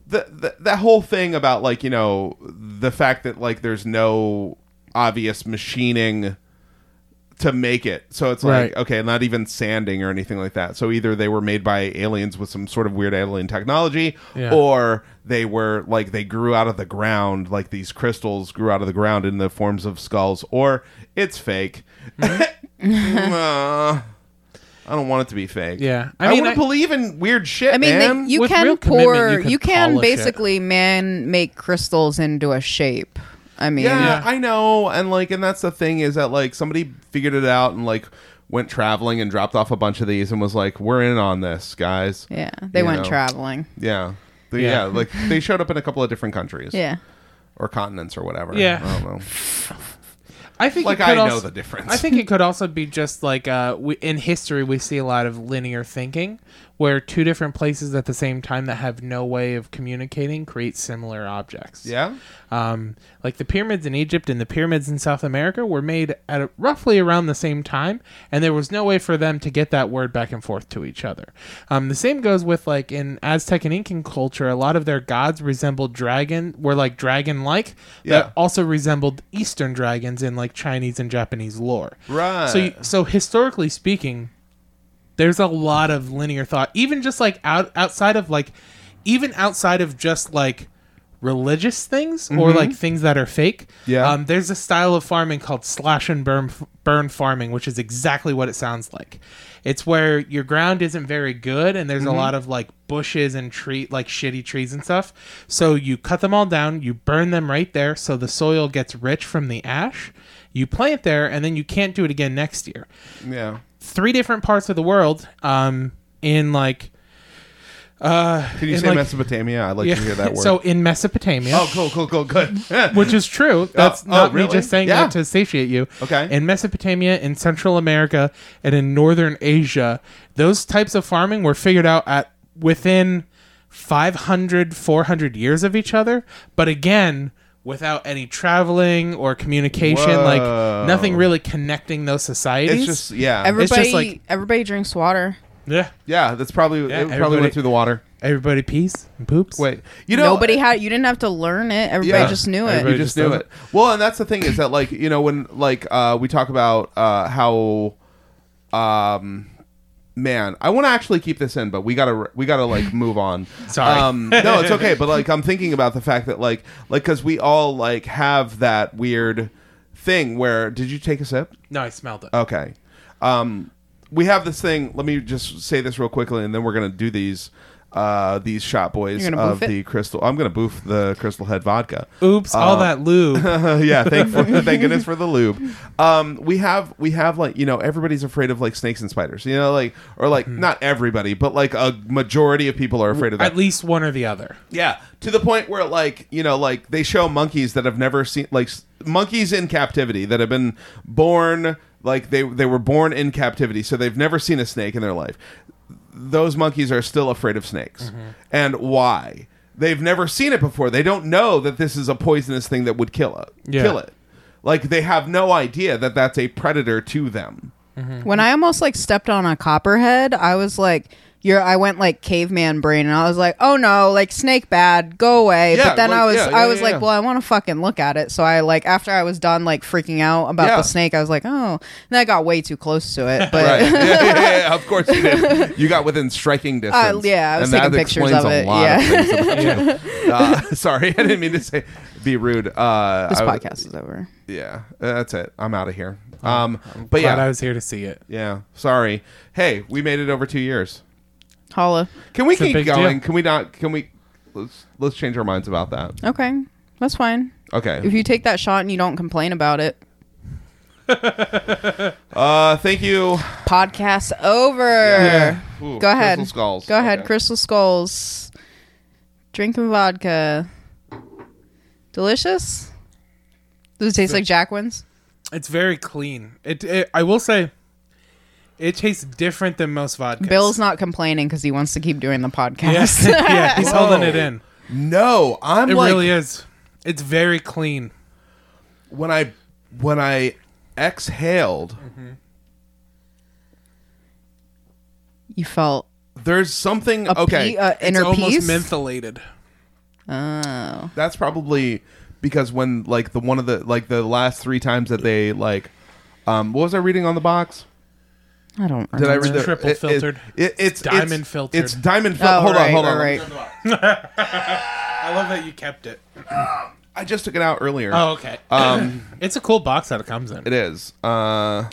[SPEAKER 4] the, the that whole thing about like you know the fact that like there's no obvious machining to make it so it's like
[SPEAKER 3] Right.
[SPEAKER 4] okay not even sanding or anything like that so either they were made by aliens with some sort of weird alien technology
[SPEAKER 3] Yeah.
[SPEAKER 4] or they were like they grew out of the ground like these crystals grew out of the ground in the forms of skulls or it's fake Uh, i don't want it to be fake
[SPEAKER 3] Mm-hmm. Yeah. I
[SPEAKER 4] i,
[SPEAKER 3] mean,
[SPEAKER 4] want
[SPEAKER 3] I-
[SPEAKER 4] to believe in weird shit
[SPEAKER 2] I mean,
[SPEAKER 4] man.
[SPEAKER 2] they, you
[SPEAKER 3] with
[SPEAKER 2] can
[SPEAKER 3] real commitment,
[SPEAKER 2] pour. You
[SPEAKER 3] you
[SPEAKER 2] can,
[SPEAKER 3] can polish it.
[SPEAKER 2] basically man make crystals into a shape. I mean,
[SPEAKER 4] Yeah,
[SPEAKER 3] Yeah.
[SPEAKER 4] I know, and like, and that's the thing is that like somebody figured it out and like went traveling and dropped off a bunch of these and was like, "We're in on this, guys."
[SPEAKER 2] yeah. They
[SPEAKER 4] You
[SPEAKER 2] went
[SPEAKER 4] know.
[SPEAKER 2] traveling.
[SPEAKER 4] Yeah, The- yeah.
[SPEAKER 3] Yeah.
[SPEAKER 4] Like they showed up in a couple of different countries,
[SPEAKER 2] Yeah.
[SPEAKER 4] or continents or whatever.
[SPEAKER 3] Yeah.
[SPEAKER 4] I don't know.
[SPEAKER 3] I think
[SPEAKER 4] Like
[SPEAKER 3] it could
[SPEAKER 4] I know
[SPEAKER 3] also-
[SPEAKER 4] the difference.
[SPEAKER 3] I think it could also be just like uh, we, in history we see a lot of linear thinking, where two different places at the same time that have no way of communicating create similar objects.
[SPEAKER 4] Yeah,
[SPEAKER 3] Um, like the pyramids in Egypt and the pyramids in South America were made at a, roughly around the same time, and there was no way for them to get that word back and forth to each other. Um, the same goes with like in Aztec and Incan culture, a lot of their gods resembled dragon, were like dragon-like,
[SPEAKER 4] Yeah.
[SPEAKER 3] that also resembled Eastern dragons in like Chinese and Japanese lore.
[SPEAKER 4] Right.
[SPEAKER 3] So, you, so historically speaking, there's a lot of linear thought even just like out outside of like even outside of just like religious things or like things that are fake
[SPEAKER 4] Yeah.
[SPEAKER 3] um, there's a style of farming called slash and burn burn farming which is exactly what it sounds like it's where your ground isn't very good and there's a lot of like bushes and tree like shitty trees and stuff so you cut them all down you burn them right there so the soil gets rich from the ash you plant there and then you can't do it again next year
[SPEAKER 4] yeah.
[SPEAKER 3] three different parts of the world um in like
[SPEAKER 4] Can you
[SPEAKER 3] And,
[SPEAKER 4] say
[SPEAKER 3] like-
[SPEAKER 4] Mesopotamia? I'd like to hear that word.
[SPEAKER 3] so in mesopotamia
[SPEAKER 4] oh, cool, cool, cool, good.
[SPEAKER 3] which is true that's
[SPEAKER 4] oh,
[SPEAKER 3] not
[SPEAKER 4] really?
[SPEAKER 3] me just saying
[SPEAKER 4] Yeah.
[SPEAKER 3] that to satiate you
[SPEAKER 4] Okay.
[SPEAKER 3] in mesopotamia in central america and in northern asia those types of farming were figured out at within 500 400 years of each other but again without any traveling or communication
[SPEAKER 4] Whoa.
[SPEAKER 3] like nothing really connecting those societies
[SPEAKER 4] it's just yeah,
[SPEAKER 2] Everybody.
[SPEAKER 3] like-
[SPEAKER 2] everybody drinks water.
[SPEAKER 3] yeah
[SPEAKER 4] yeah. That's probably
[SPEAKER 3] Yeah,
[SPEAKER 4] it. Probably
[SPEAKER 3] everybody-
[SPEAKER 4] went through the water.
[SPEAKER 3] everybody pees and poops
[SPEAKER 4] Wait, you know
[SPEAKER 2] Nobody had. You didn't have to learn it. Everybody
[SPEAKER 4] Yeah.
[SPEAKER 2] just knew it.
[SPEAKER 3] Everybody
[SPEAKER 4] you
[SPEAKER 3] just
[SPEAKER 4] just knew
[SPEAKER 3] does
[SPEAKER 4] it. Well, and that's the thing is that like you know when like uh, we talk about uh, how, um, man, I want to actually keep this in, but we gotta we gotta like move on.
[SPEAKER 3] Sorry.
[SPEAKER 4] um, no, it's okay. But like I'm thinking about the fact that like like because we all like have that weird thing where did you take a sip?
[SPEAKER 3] no i smelled it
[SPEAKER 4] Okay. Um, we have this thing. Let me just say this real quickly, and then we're gonna do these. Uh, these shot boys
[SPEAKER 2] You're gonna
[SPEAKER 4] of
[SPEAKER 2] boof it?
[SPEAKER 4] the crystal. I'm gonna boof the crystal head vodka.
[SPEAKER 3] Oops, all that
[SPEAKER 4] Um,
[SPEAKER 3] lube.
[SPEAKER 4] yeah, thank for, thank goodness for the lube. Um, we have we have like you know everybody's afraid of like snakes and spiders. You know, like or like not everybody, but like a majority of people are afraid of that.
[SPEAKER 3] At least one or the other.
[SPEAKER 4] Yeah, to the point where like you know like they show monkeys that have never seen like s- monkeys in captivity that have been born like they they were born in captivity, so they've never seen a snake in their life. Those monkeys are still afraid of snakes, and why? they've never seen it before. They don't know that this is a poisonous thing that would kill it.
[SPEAKER 3] Yeah.
[SPEAKER 4] Kill it. Like they have no idea that that's a predator to them.
[SPEAKER 2] When I almost like stepped on a copperhead, I was like, "You're." I went like caveman brain, and I was like, "Oh no, like snake bad, go away."
[SPEAKER 4] Yeah,
[SPEAKER 2] but then
[SPEAKER 4] like-
[SPEAKER 2] I was,
[SPEAKER 4] yeah, yeah,
[SPEAKER 2] I was
[SPEAKER 4] yeah,
[SPEAKER 2] like,
[SPEAKER 4] yeah.
[SPEAKER 2] "Well, I want to fucking look at it." So I like after I was done like freaking out about
[SPEAKER 4] Yeah.
[SPEAKER 2] the snake, I was like, "Oh," and then I got way too close to it, but.
[SPEAKER 4] Right. yeah, yeah, yeah, yeah. Of course you did. You got within striking distance.
[SPEAKER 2] Uh, yeah, I was
[SPEAKER 4] and
[SPEAKER 2] taking
[SPEAKER 4] that
[SPEAKER 2] pictures
[SPEAKER 4] explains
[SPEAKER 2] of
[SPEAKER 4] a
[SPEAKER 2] it,
[SPEAKER 4] lot
[SPEAKER 2] yeah.
[SPEAKER 4] of things about you. Uh, sorry, I didn't mean to say be rude. Uh,
[SPEAKER 2] This
[SPEAKER 4] I was-
[SPEAKER 2] podcast is over.
[SPEAKER 4] Yeah, that's it. I'm out of here. Um, but
[SPEAKER 3] Oh, Glad
[SPEAKER 4] yeah,
[SPEAKER 3] I was here to see it.
[SPEAKER 4] yeah. Sorry. Hey, we made it over two years.
[SPEAKER 2] Holla.
[SPEAKER 4] Can we
[SPEAKER 3] a
[SPEAKER 4] keep
[SPEAKER 3] big deal.
[SPEAKER 4] going? Can we not? Can we? Let's let's change our minds about that.
[SPEAKER 2] Okay, that's fine. If
[SPEAKER 4] Okay.
[SPEAKER 2] you take that shot and you don't complain about it,
[SPEAKER 4] Uh, thank you.
[SPEAKER 2] podcast over.
[SPEAKER 4] Ooh,
[SPEAKER 2] Go ahead.
[SPEAKER 4] Crystal Skulls.
[SPEAKER 2] Go ahead,
[SPEAKER 4] Okay.
[SPEAKER 2] Crystal Skulls. Drinking vodka. Delicious? Does it taste like Jacquelin's?
[SPEAKER 3] It's very clean. It, it I will say, it tastes different than most vodka.
[SPEAKER 2] Bill's not complaining because he wants to keep doing the podcast.
[SPEAKER 3] Yes, yeah, he's holding it in.
[SPEAKER 4] No, I'm
[SPEAKER 3] It
[SPEAKER 4] like
[SPEAKER 3] really is. It's very clean.
[SPEAKER 4] when I when I exhaled.
[SPEAKER 2] you felt
[SPEAKER 4] There's something.
[SPEAKER 2] a uh,
[SPEAKER 4] okay,
[SPEAKER 2] pe- a
[SPEAKER 3] It's
[SPEAKER 2] inner
[SPEAKER 3] almost
[SPEAKER 2] peace.
[SPEAKER 3] mentholated.
[SPEAKER 2] oh.
[SPEAKER 4] that's probably because when like the one of the like the last three times that they like, um, what was I reading on the box?
[SPEAKER 2] I don't remember.
[SPEAKER 4] Did I read the
[SPEAKER 3] Triple
[SPEAKER 4] it- it-
[SPEAKER 3] filtered.
[SPEAKER 4] It, it's
[SPEAKER 3] Diamond
[SPEAKER 4] it's-
[SPEAKER 3] filtered.
[SPEAKER 4] It's diamond
[SPEAKER 2] Oh,
[SPEAKER 4] filtered. hold
[SPEAKER 2] right,
[SPEAKER 4] on, hold
[SPEAKER 2] right,
[SPEAKER 4] on.
[SPEAKER 2] right.
[SPEAKER 3] I love that you kept it.
[SPEAKER 4] I just took it out earlier.
[SPEAKER 3] Oh, okay. Um, it's a cool box that it comes in.
[SPEAKER 4] It is. Uh,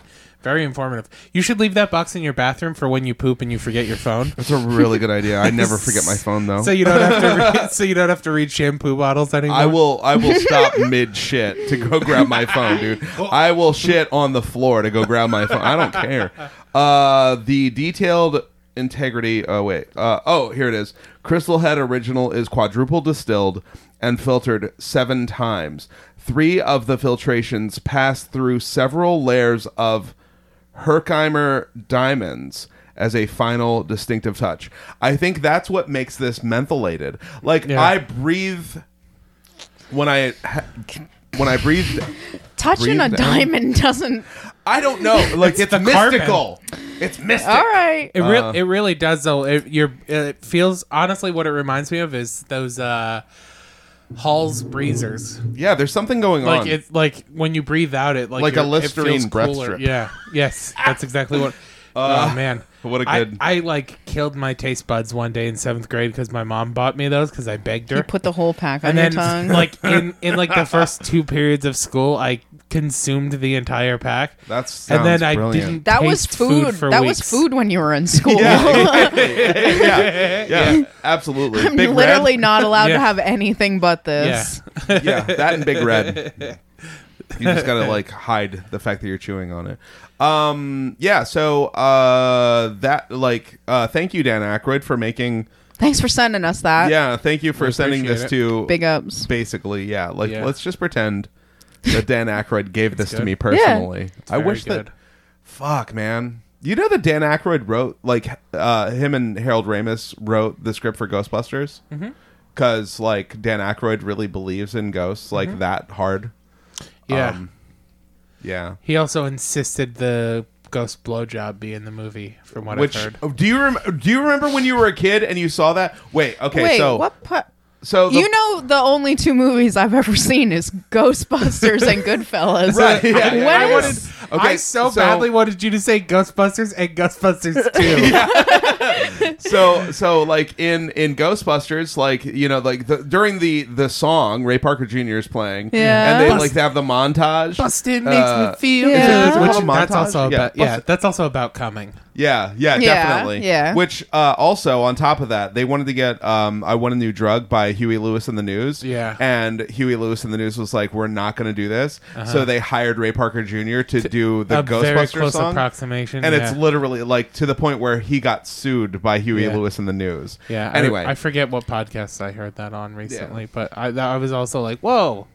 [SPEAKER 3] Very informative. You should leave that box in your bathroom for when you poop and you forget your phone.
[SPEAKER 4] that's a really good idea. I never forget my phone though.
[SPEAKER 3] So you don't have to. Read, so you don't have to read shampoo bottles anymore.
[SPEAKER 4] I will. I will stop mid shit to go grab my phone, dude. I will shit on the floor to go grab my phone. I don't care. Uh, the detailed integrity. Oh wait. Uh, oh, here it is. Crystal Head Original is quadruple distilled and filtered seven times. Three of the filtrations pass through several layers of Herkimer diamonds as a final distinctive touch. I think that's what makes this mentholated. Like
[SPEAKER 3] Yeah.
[SPEAKER 4] I breathe when I ha- when I breathe,
[SPEAKER 2] Touching a
[SPEAKER 4] Breathe out.
[SPEAKER 2] diamond doesn't.
[SPEAKER 4] I don't know. Like it's,
[SPEAKER 3] the carbon.
[SPEAKER 4] mystical. It's mystic.
[SPEAKER 2] All right.
[SPEAKER 3] It,
[SPEAKER 4] Uh,
[SPEAKER 3] real it really does though. It, you're, it feels honestly what it reminds me of is those uh, Hall's breezers.
[SPEAKER 4] Yeah, there's something going
[SPEAKER 3] Like
[SPEAKER 4] on.
[SPEAKER 3] it's like when you breathe out, it like
[SPEAKER 4] Oh, Like a
[SPEAKER 3] you're- it feels
[SPEAKER 4] Listerine breath
[SPEAKER 3] cooler.
[SPEAKER 4] strip. Uh,
[SPEAKER 3] Yeah. Yes, that's exactly what. oh man,
[SPEAKER 4] what a
[SPEAKER 3] I-
[SPEAKER 4] good-
[SPEAKER 3] I, like killed my taste buds one day in seventh grade because my mom bought me those because I begged her.
[SPEAKER 2] You put the whole pack on
[SPEAKER 3] and
[SPEAKER 2] your
[SPEAKER 3] then
[SPEAKER 2] tongue.
[SPEAKER 3] like in in like the first two periods of school, I consumed the entire pack.
[SPEAKER 4] That's
[SPEAKER 3] and then I
[SPEAKER 4] brilliant.
[SPEAKER 3] didn't.
[SPEAKER 2] that was
[SPEAKER 3] taste food.
[SPEAKER 2] food.
[SPEAKER 3] for
[SPEAKER 2] that was
[SPEAKER 3] weeks.
[SPEAKER 2] food when you were in school.
[SPEAKER 4] yeah, yeah, absolutely.
[SPEAKER 2] I'm
[SPEAKER 4] Big
[SPEAKER 2] literally not allowed
[SPEAKER 3] Yeah.
[SPEAKER 2] to have anything but
[SPEAKER 3] Yeah.
[SPEAKER 2] this.
[SPEAKER 4] red. Yeah, that and big red. You just gotta like hide the fact that you're chewing on it. Um, yeah. So uh, that like uh, thank you Dan Aykroyd for making.
[SPEAKER 2] Thanks for sending us that.
[SPEAKER 4] Yeah, thank you for sending this
[SPEAKER 3] appreciate
[SPEAKER 4] to
[SPEAKER 2] Uh, Big ups.
[SPEAKER 4] basically, yeah. Like,
[SPEAKER 3] Yeah.
[SPEAKER 4] let's just pretend that Dan Aykroyd gave this to
[SPEAKER 3] good.
[SPEAKER 4] me personally. I
[SPEAKER 3] very
[SPEAKER 4] wish
[SPEAKER 3] good.
[SPEAKER 4] that. Fuck, man. You know that Dan Aykroyd wrote, like, uh, him and Harold Ramis wrote the script for Ghostbusters?
[SPEAKER 3] Mm-hmm.
[SPEAKER 4] Because, like, Dan Aykroyd really believes in ghosts,
[SPEAKER 3] Mm-hmm.
[SPEAKER 4] like, that hard.
[SPEAKER 3] Yeah.
[SPEAKER 4] Um, Yeah.
[SPEAKER 3] He also insisted the ghost blowjob be in the movie, from what
[SPEAKER 4] Which
[SPEAKER 3] I've heard.
[SPEAKER 4] oh, do you rem- do you remember when you were a kid and you saw that? Wait, okay,
[SPEAKER 2] Wait,
[SPEAKER 4] so
[SPEAKER 2] what part?
[SPEAKER 4] so the-
[SPEAKER 2] you know, the only two movies I've ever seen is Ghostbusters and Goodfellas.
[SPEAKER 4] Right, yeah,
[SPEAKER 2] What
[SPEAKER 4] yeah, I
[SPEAKER 2] is-
[SPEAKER 4] wanted- Okay,
[SPEAKER 3] I so,
[SPEAKER 4] so-
[SPEAKER 3] badly wanted you to say Ghostbusters and Ghostbusters 2.
[SPEAKER 4] so so like in in ghostbusters like you know like the, during the the song ray parker jr is playing
[SPEAKER 2] Yeah.
[SPEAKER 4] and they
[SPEAKER 2] Bust-
[SPEAKER 4] like they have the montage
[SPEAKER 3] Busted makes
[SPEAKER 4] Uh,
[SPEAKER 3] me feel.
[SPEAKER 2] is it- is it
[SPEAKER 3] Which-
[SPEAKER 4] called a
[SPEAKER 3] that's
[SPEAKER 4] montage?
[SPEAKER 3] also
[SPEAKER 4] Yeah,
[SPEAKER 3] about yeah,
[SPEAKER 4] busted.
[SPEAKER 3] that's also about coming.
[SPEAKER 4] yeah yeah
[SPEAKER 2] Yeah,
[SPEAKER 4] definitely
[SPEAKER 2] yeah.
[SPEAKER 4] which uh also on top of that they wanted to get um i want a new drug by huey lewis in the news
[SPEAKER 3] Yeah.
[SPEAKER 4] and huey lewis in the news was like we're not gonna do this so they hired ray parker jr to do the
[SPEAKER 3] Uh-huh. a very
[SPEAKER 4] ghostbusters
[SPEAKER 3] close
[SPEAKER 4] song
[SPEAKER 3] approximation.
[SPEAKER 4] and
[SPEAKER 3] yeah.
[SPEAKER 4] it's literally like to the point where he got sued by huey
[SPEAKER 3] Yeah.
[SPEAKER 4] lewis in the news
[SPEAKER 3] yeah. I-
[SPEAKER 4] anyway
[SPEAKER 3] I, forget what podcast I heard that on recently, but I, I was also like, "Whoa,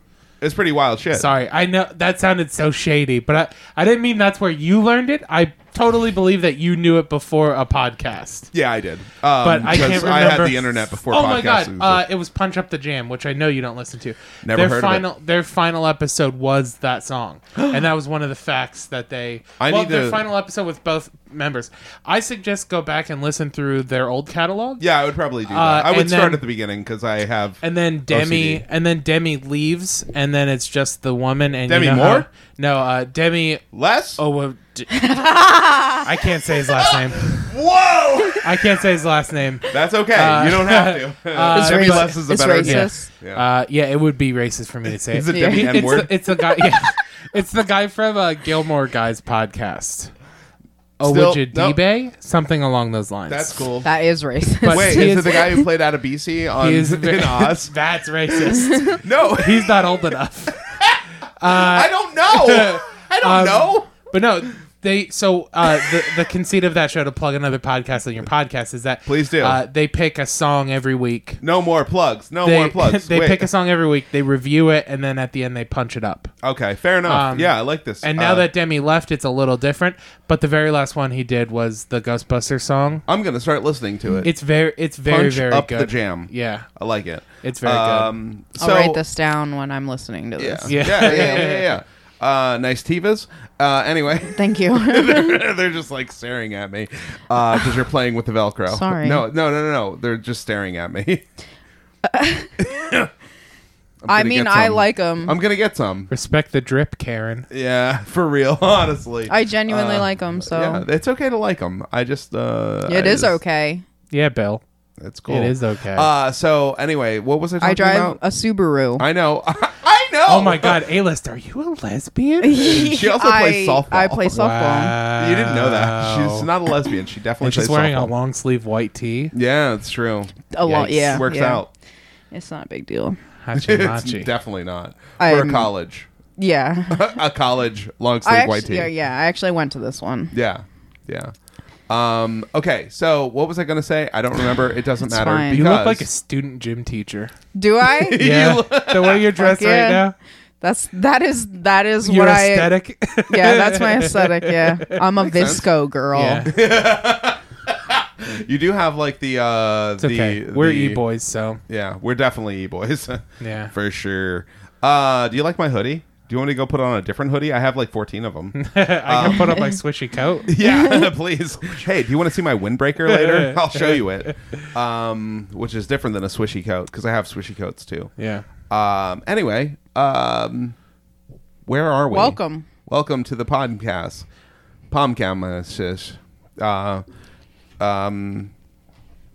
[SPEAKER 4] it's pretty wild shit
[SPEAKER 3] sorry." I know that sounded so shady, but I, I didn't mean that's where you learned it. I totally believe that you knew it before a podcast.
[SPEAKER 4] Yeah, I did. Um,
[SPEAKER 3] But I can't
[SPEAKER 4] because I had
[SPEAKER 3] remember-
[SPEAKER 4] the internet before
[SPEAKER 3] oh my
[SPEAKER 4] podcasts.
[SPEAKER 3] god! Uh, it was Punch Up the Jam, which I know you don't listen to.
[SPEAKER 4] Never
[SPEAKER 3] their
[SPEAKER 4] heard of it.
[SPEAKER 3] final, Their final episode was that song, and that was one of the facts that they.
[SPEAKER 4] I
[SPEAKER 3] well,
[SPEAKER 4] need
[SPEAKER 3] their
[SPEAKER 4] to-
[SPEAKER 3] final episode with both members. I suggest go back and listen through their old catalog.
[SPEAKER 4] yeah, I would probably do that.
[SPEAKER 3] Uh,
[SPEAKER 4] I would
[SPEAKER 3] and then-
[SPEAKER 4] start at the beginning because I have.
[SPEAKER 3] And then Demi,
[SPEAKER 4] OCD.
[SPEAKER 3] and then Demi leaves, and then it's just the woman and you
[SPEAKER 4] Demi
[SPEAKER 3] know
[SPEAKER 4] Moore?
[SPEAKER 3] how- no, uh, Demi.
[SPEAKER 4] less.
[SPEAKER 3] Oh, well, d- I can't say his last name.
[SPEAKER 4] Whoa,
[SPEAKER 3] I can't say his last name.
[SPEAKER 4] that's okay. you don't have to.
[SPEAKER 2] It's
[SPEAKER 4] Debbie
[SPEAKER 2] raci-
[SPEAKER 4] uh, less is a
[SPEAKER 2] it's
[SPEAKER 4] better
[SPEAKER 2] racist.
[SPEAKER 4] name. Yeah.
[SPEAKER 3] Uh, Uh, yeah, it would be racist for me to say.
[SPEAKER 4] Is it
[SPEAKER 3] it.
[SPEAKER 2] Yeah.
[SPEAKER 4] Debbie
[SPEAKER 3] It's,
[SPEAKER 4] N-word?
[SPEAKER 3] the, it's the guy. Yeah, it's the guy from uh, Gilmore Guys podcast. Oh,
[SPEAKER 4] Still-
[SPEAKER 3] would you
[SPEAKER 4] no.
[SPEAKER 3] d-bay? Something along those lines.
[SPEAKER 4] That's cool.
[SPEAKER 2] That is racist.
[SPEAKER 3] But-
[SPEAKER 4] Wait,
[SPEAKER 3] He
[SPEAKER 4] is
[SPEAKER 3] is-
[SPEAKER 4] it the guy who played out of BC on
[SPEAKER 3] He is
[SPEAKER 4] in Oz?
[SPEAKER 3] That's racist.
[SPEAKER 4] No,
[SPEAKER 3] He's not old enough.
[SPEAKER 4] I don't know. I don't
[SPEAKER 3] Um,
[SPEAKER 4] know.
[SPEAKER 3] But no, they so uh, the the conceit of that show to plug another podcast on your podcast is that
[SPEAKER 4] Please do.
[SPEAKER 3] uh, they pick a song every week.
[SPEAKER 4] No more plugs. No
[SPEAKER 3] They,
[SPEAKER 4] more plugs.
[SPEAKER 3] they
[SPEAKER 4] Wait.
[SPEAKER 3] pick a song every week. They review it, and then at the end they punch it up.
[SPEAKER 4] Okay, fair enough.
[SPEAKER 3] Um,
[SPEAKER 4] yeah, I like this.
[SPEAKER 3] And now
[SPEAKER 4] Uh,
[SPEAKER 3] that Demi left, it's a little different. But the very last one he did was the Ghostbuster song.
[SPEAKER 4] I'm gonna start listening to it.
[SPEAKER 3] It's very, it's very,
[SPEAKER 4] Punch
[SPEAKER 3] very
[SPEAKER 4] up
[SPEAKER 3] good.
[SPEAKER 4] the jam. Um,
[SPEAKER 3] Yeah,
[SPEAKER 4] I like it.
[SPEAKER 3] It's very good.
[SPEAKER 4] good.
[SPEAKER 2] I'll write this down when I'm listening to
[SPEAKER 4] Yeah,
[SPEAKER 2] this.
[SPEAKER 4] yeah,
[SPEAKER 3] Yeah.
[SPEAKER 4] yeah, yeah. yeah, yeah. Uh, nice tivas. Uh, anyway,
[SPEAKER 2] Thank you.
[SPEAKER 4] they're, they're just like staring at me because you're playing with the Velcro.
[SPEAKER 2] Sorry.
[SPEAKER 4] No, no, no, no, no. They're just staring at me. I'm
[SPEAKER 2] I
[SPEAKER 4] gonna
[SPEAKER 2] mean,
[SPEAKER 4] get
[SPEAKER 2] I
[SPEAKER 4] some.
[SPEAKER 2] like them.
[SPEAKER 4] I'm gonna get some.
[SPEAKER 3] respect the drip, Karen.
[SPEAKER 4] Yeah, for real. Honestly,
[SPEAKER 2] I genuinely like 'em, like them. So
[SPEAKER 4] uh, yeah, it's okay to like them. I just uh,
[SPEAKER 2] it
[SPEAKER 4] I
[SPEAKER 2] is
[SPEAKER 4] just-
[SPEAKER 2] okay.
[SPEAKER 3] Yeah, Bill.
[SPEAKER 4] It's cool.
[SPEAKER 3] It is okay.
[SPEAKER 4] Uh, so anyway, what was I talking
[SPEAKER 2] I drive
[SPEAKER 4] about?
[SPEAKER 2] a Subaru.
[SPEAKER 4] I know. I know.
[SPEAKER 3] oh my God, A list, are you a lesbian?
[SPEAKER 4] She also
[SPEAKER 2] I,
[SPEAKER 4] plays softball.
[SPEAKER 2] I play softball.
[SPEAKER 4] You didn't know that. She's not a lesbian. She definitely
[SPEAKER 3] And she's
[SPEAKER 4] plays
[SPEAKER 3] wearing
[SPEAKER 4] softball.
[SPEAKER 3] a long sleeve white tee.
[SPEAKER 4] Yeah, it's true.
[SPEAKER 2] A lot.
[SPEAKER 3] Yikes.
[SPEAKER 2] Yeah.
[SPEAKER 4] Works
[SPEAKER 2] yeah.
[SPEAKER 4] out.
[SPEAKER 2] It's not a big deal.
[SPEAKER 4] It's
[SPEAKER 3] Hachimachi.
[SPEAKER 4] definitely not. For a
[SPEAKER 2] I'm-
[SPEAKER 4] college.
[SPEAKER 2] Yeah.
[SPEAKER 4] a college long
[SPEAKER 2] I
[SPEAKER 4] sleeve
[SPEAKER 2] actually,
[SPEAKER 4] white tee.
[SPEAKER 2] Yeah, yeah. I actually went to this one.
[SPEAKER 4] Yeah. Yeah. Um, okay, so what was I going to say? I don't remember. It doesn't matter.
[SPEAKER 2] fine.
[SPEAKER 4] Because
[SPEAKER 3] you look like a student gym teacher.
[SPEAKER 2] Do I?
[SPEAKER 3] Yeah, the way you're dressed
[SPEAKER 2] Fuck yeah.
[SPEAKER 3] right now,
[SPEAKER 2] That's that is that is
[SPEAKER 3] your
[SPEAKER 2] what
[SPEAKER 3] aesthetic.
[SPEAKER 2] I. Yeah, that's my aesthetic. Yeah, I'm a visco
[SPEAKER 4] Oh,
[SPEAKER 2] girl.
[SPEAKER 3] yeah,
[SPEAKER 4] you do have like the uh
[SPEAKER 3] it's okay.
[SPEAKER 4] the
[SPEAKER 3] We're
[SPEAKER 4] the-
[SPEAKER 3] e boys, so
[SPEAKER 4] Yeah, we're definitely e boys.
[SPEAKER 3] Yeah.
[SPEAKER 4] for sure. Uh, do you like my hoodie? Do you want me to go put on a different hoodie? I have like fourteen of them.
[SPEAKER 3] I can put on my
[SPEAKER 4] Um,
[SPEAKER 3] swishy coat.
[SPEAKER 4] yeah, please. Hey, do you want to see my windbreaker later? I'll show you it. Um, which is different than a swishy coat because I have swishy coats too.
[SPEAKER 3] Yeah.
[SPEAKER 4] Um, anyway, um, where are we?
[SPEAKER 2] Welcome.
[SPEAKER 4] welcome to the podcast. Pomcam shish. Uh, um,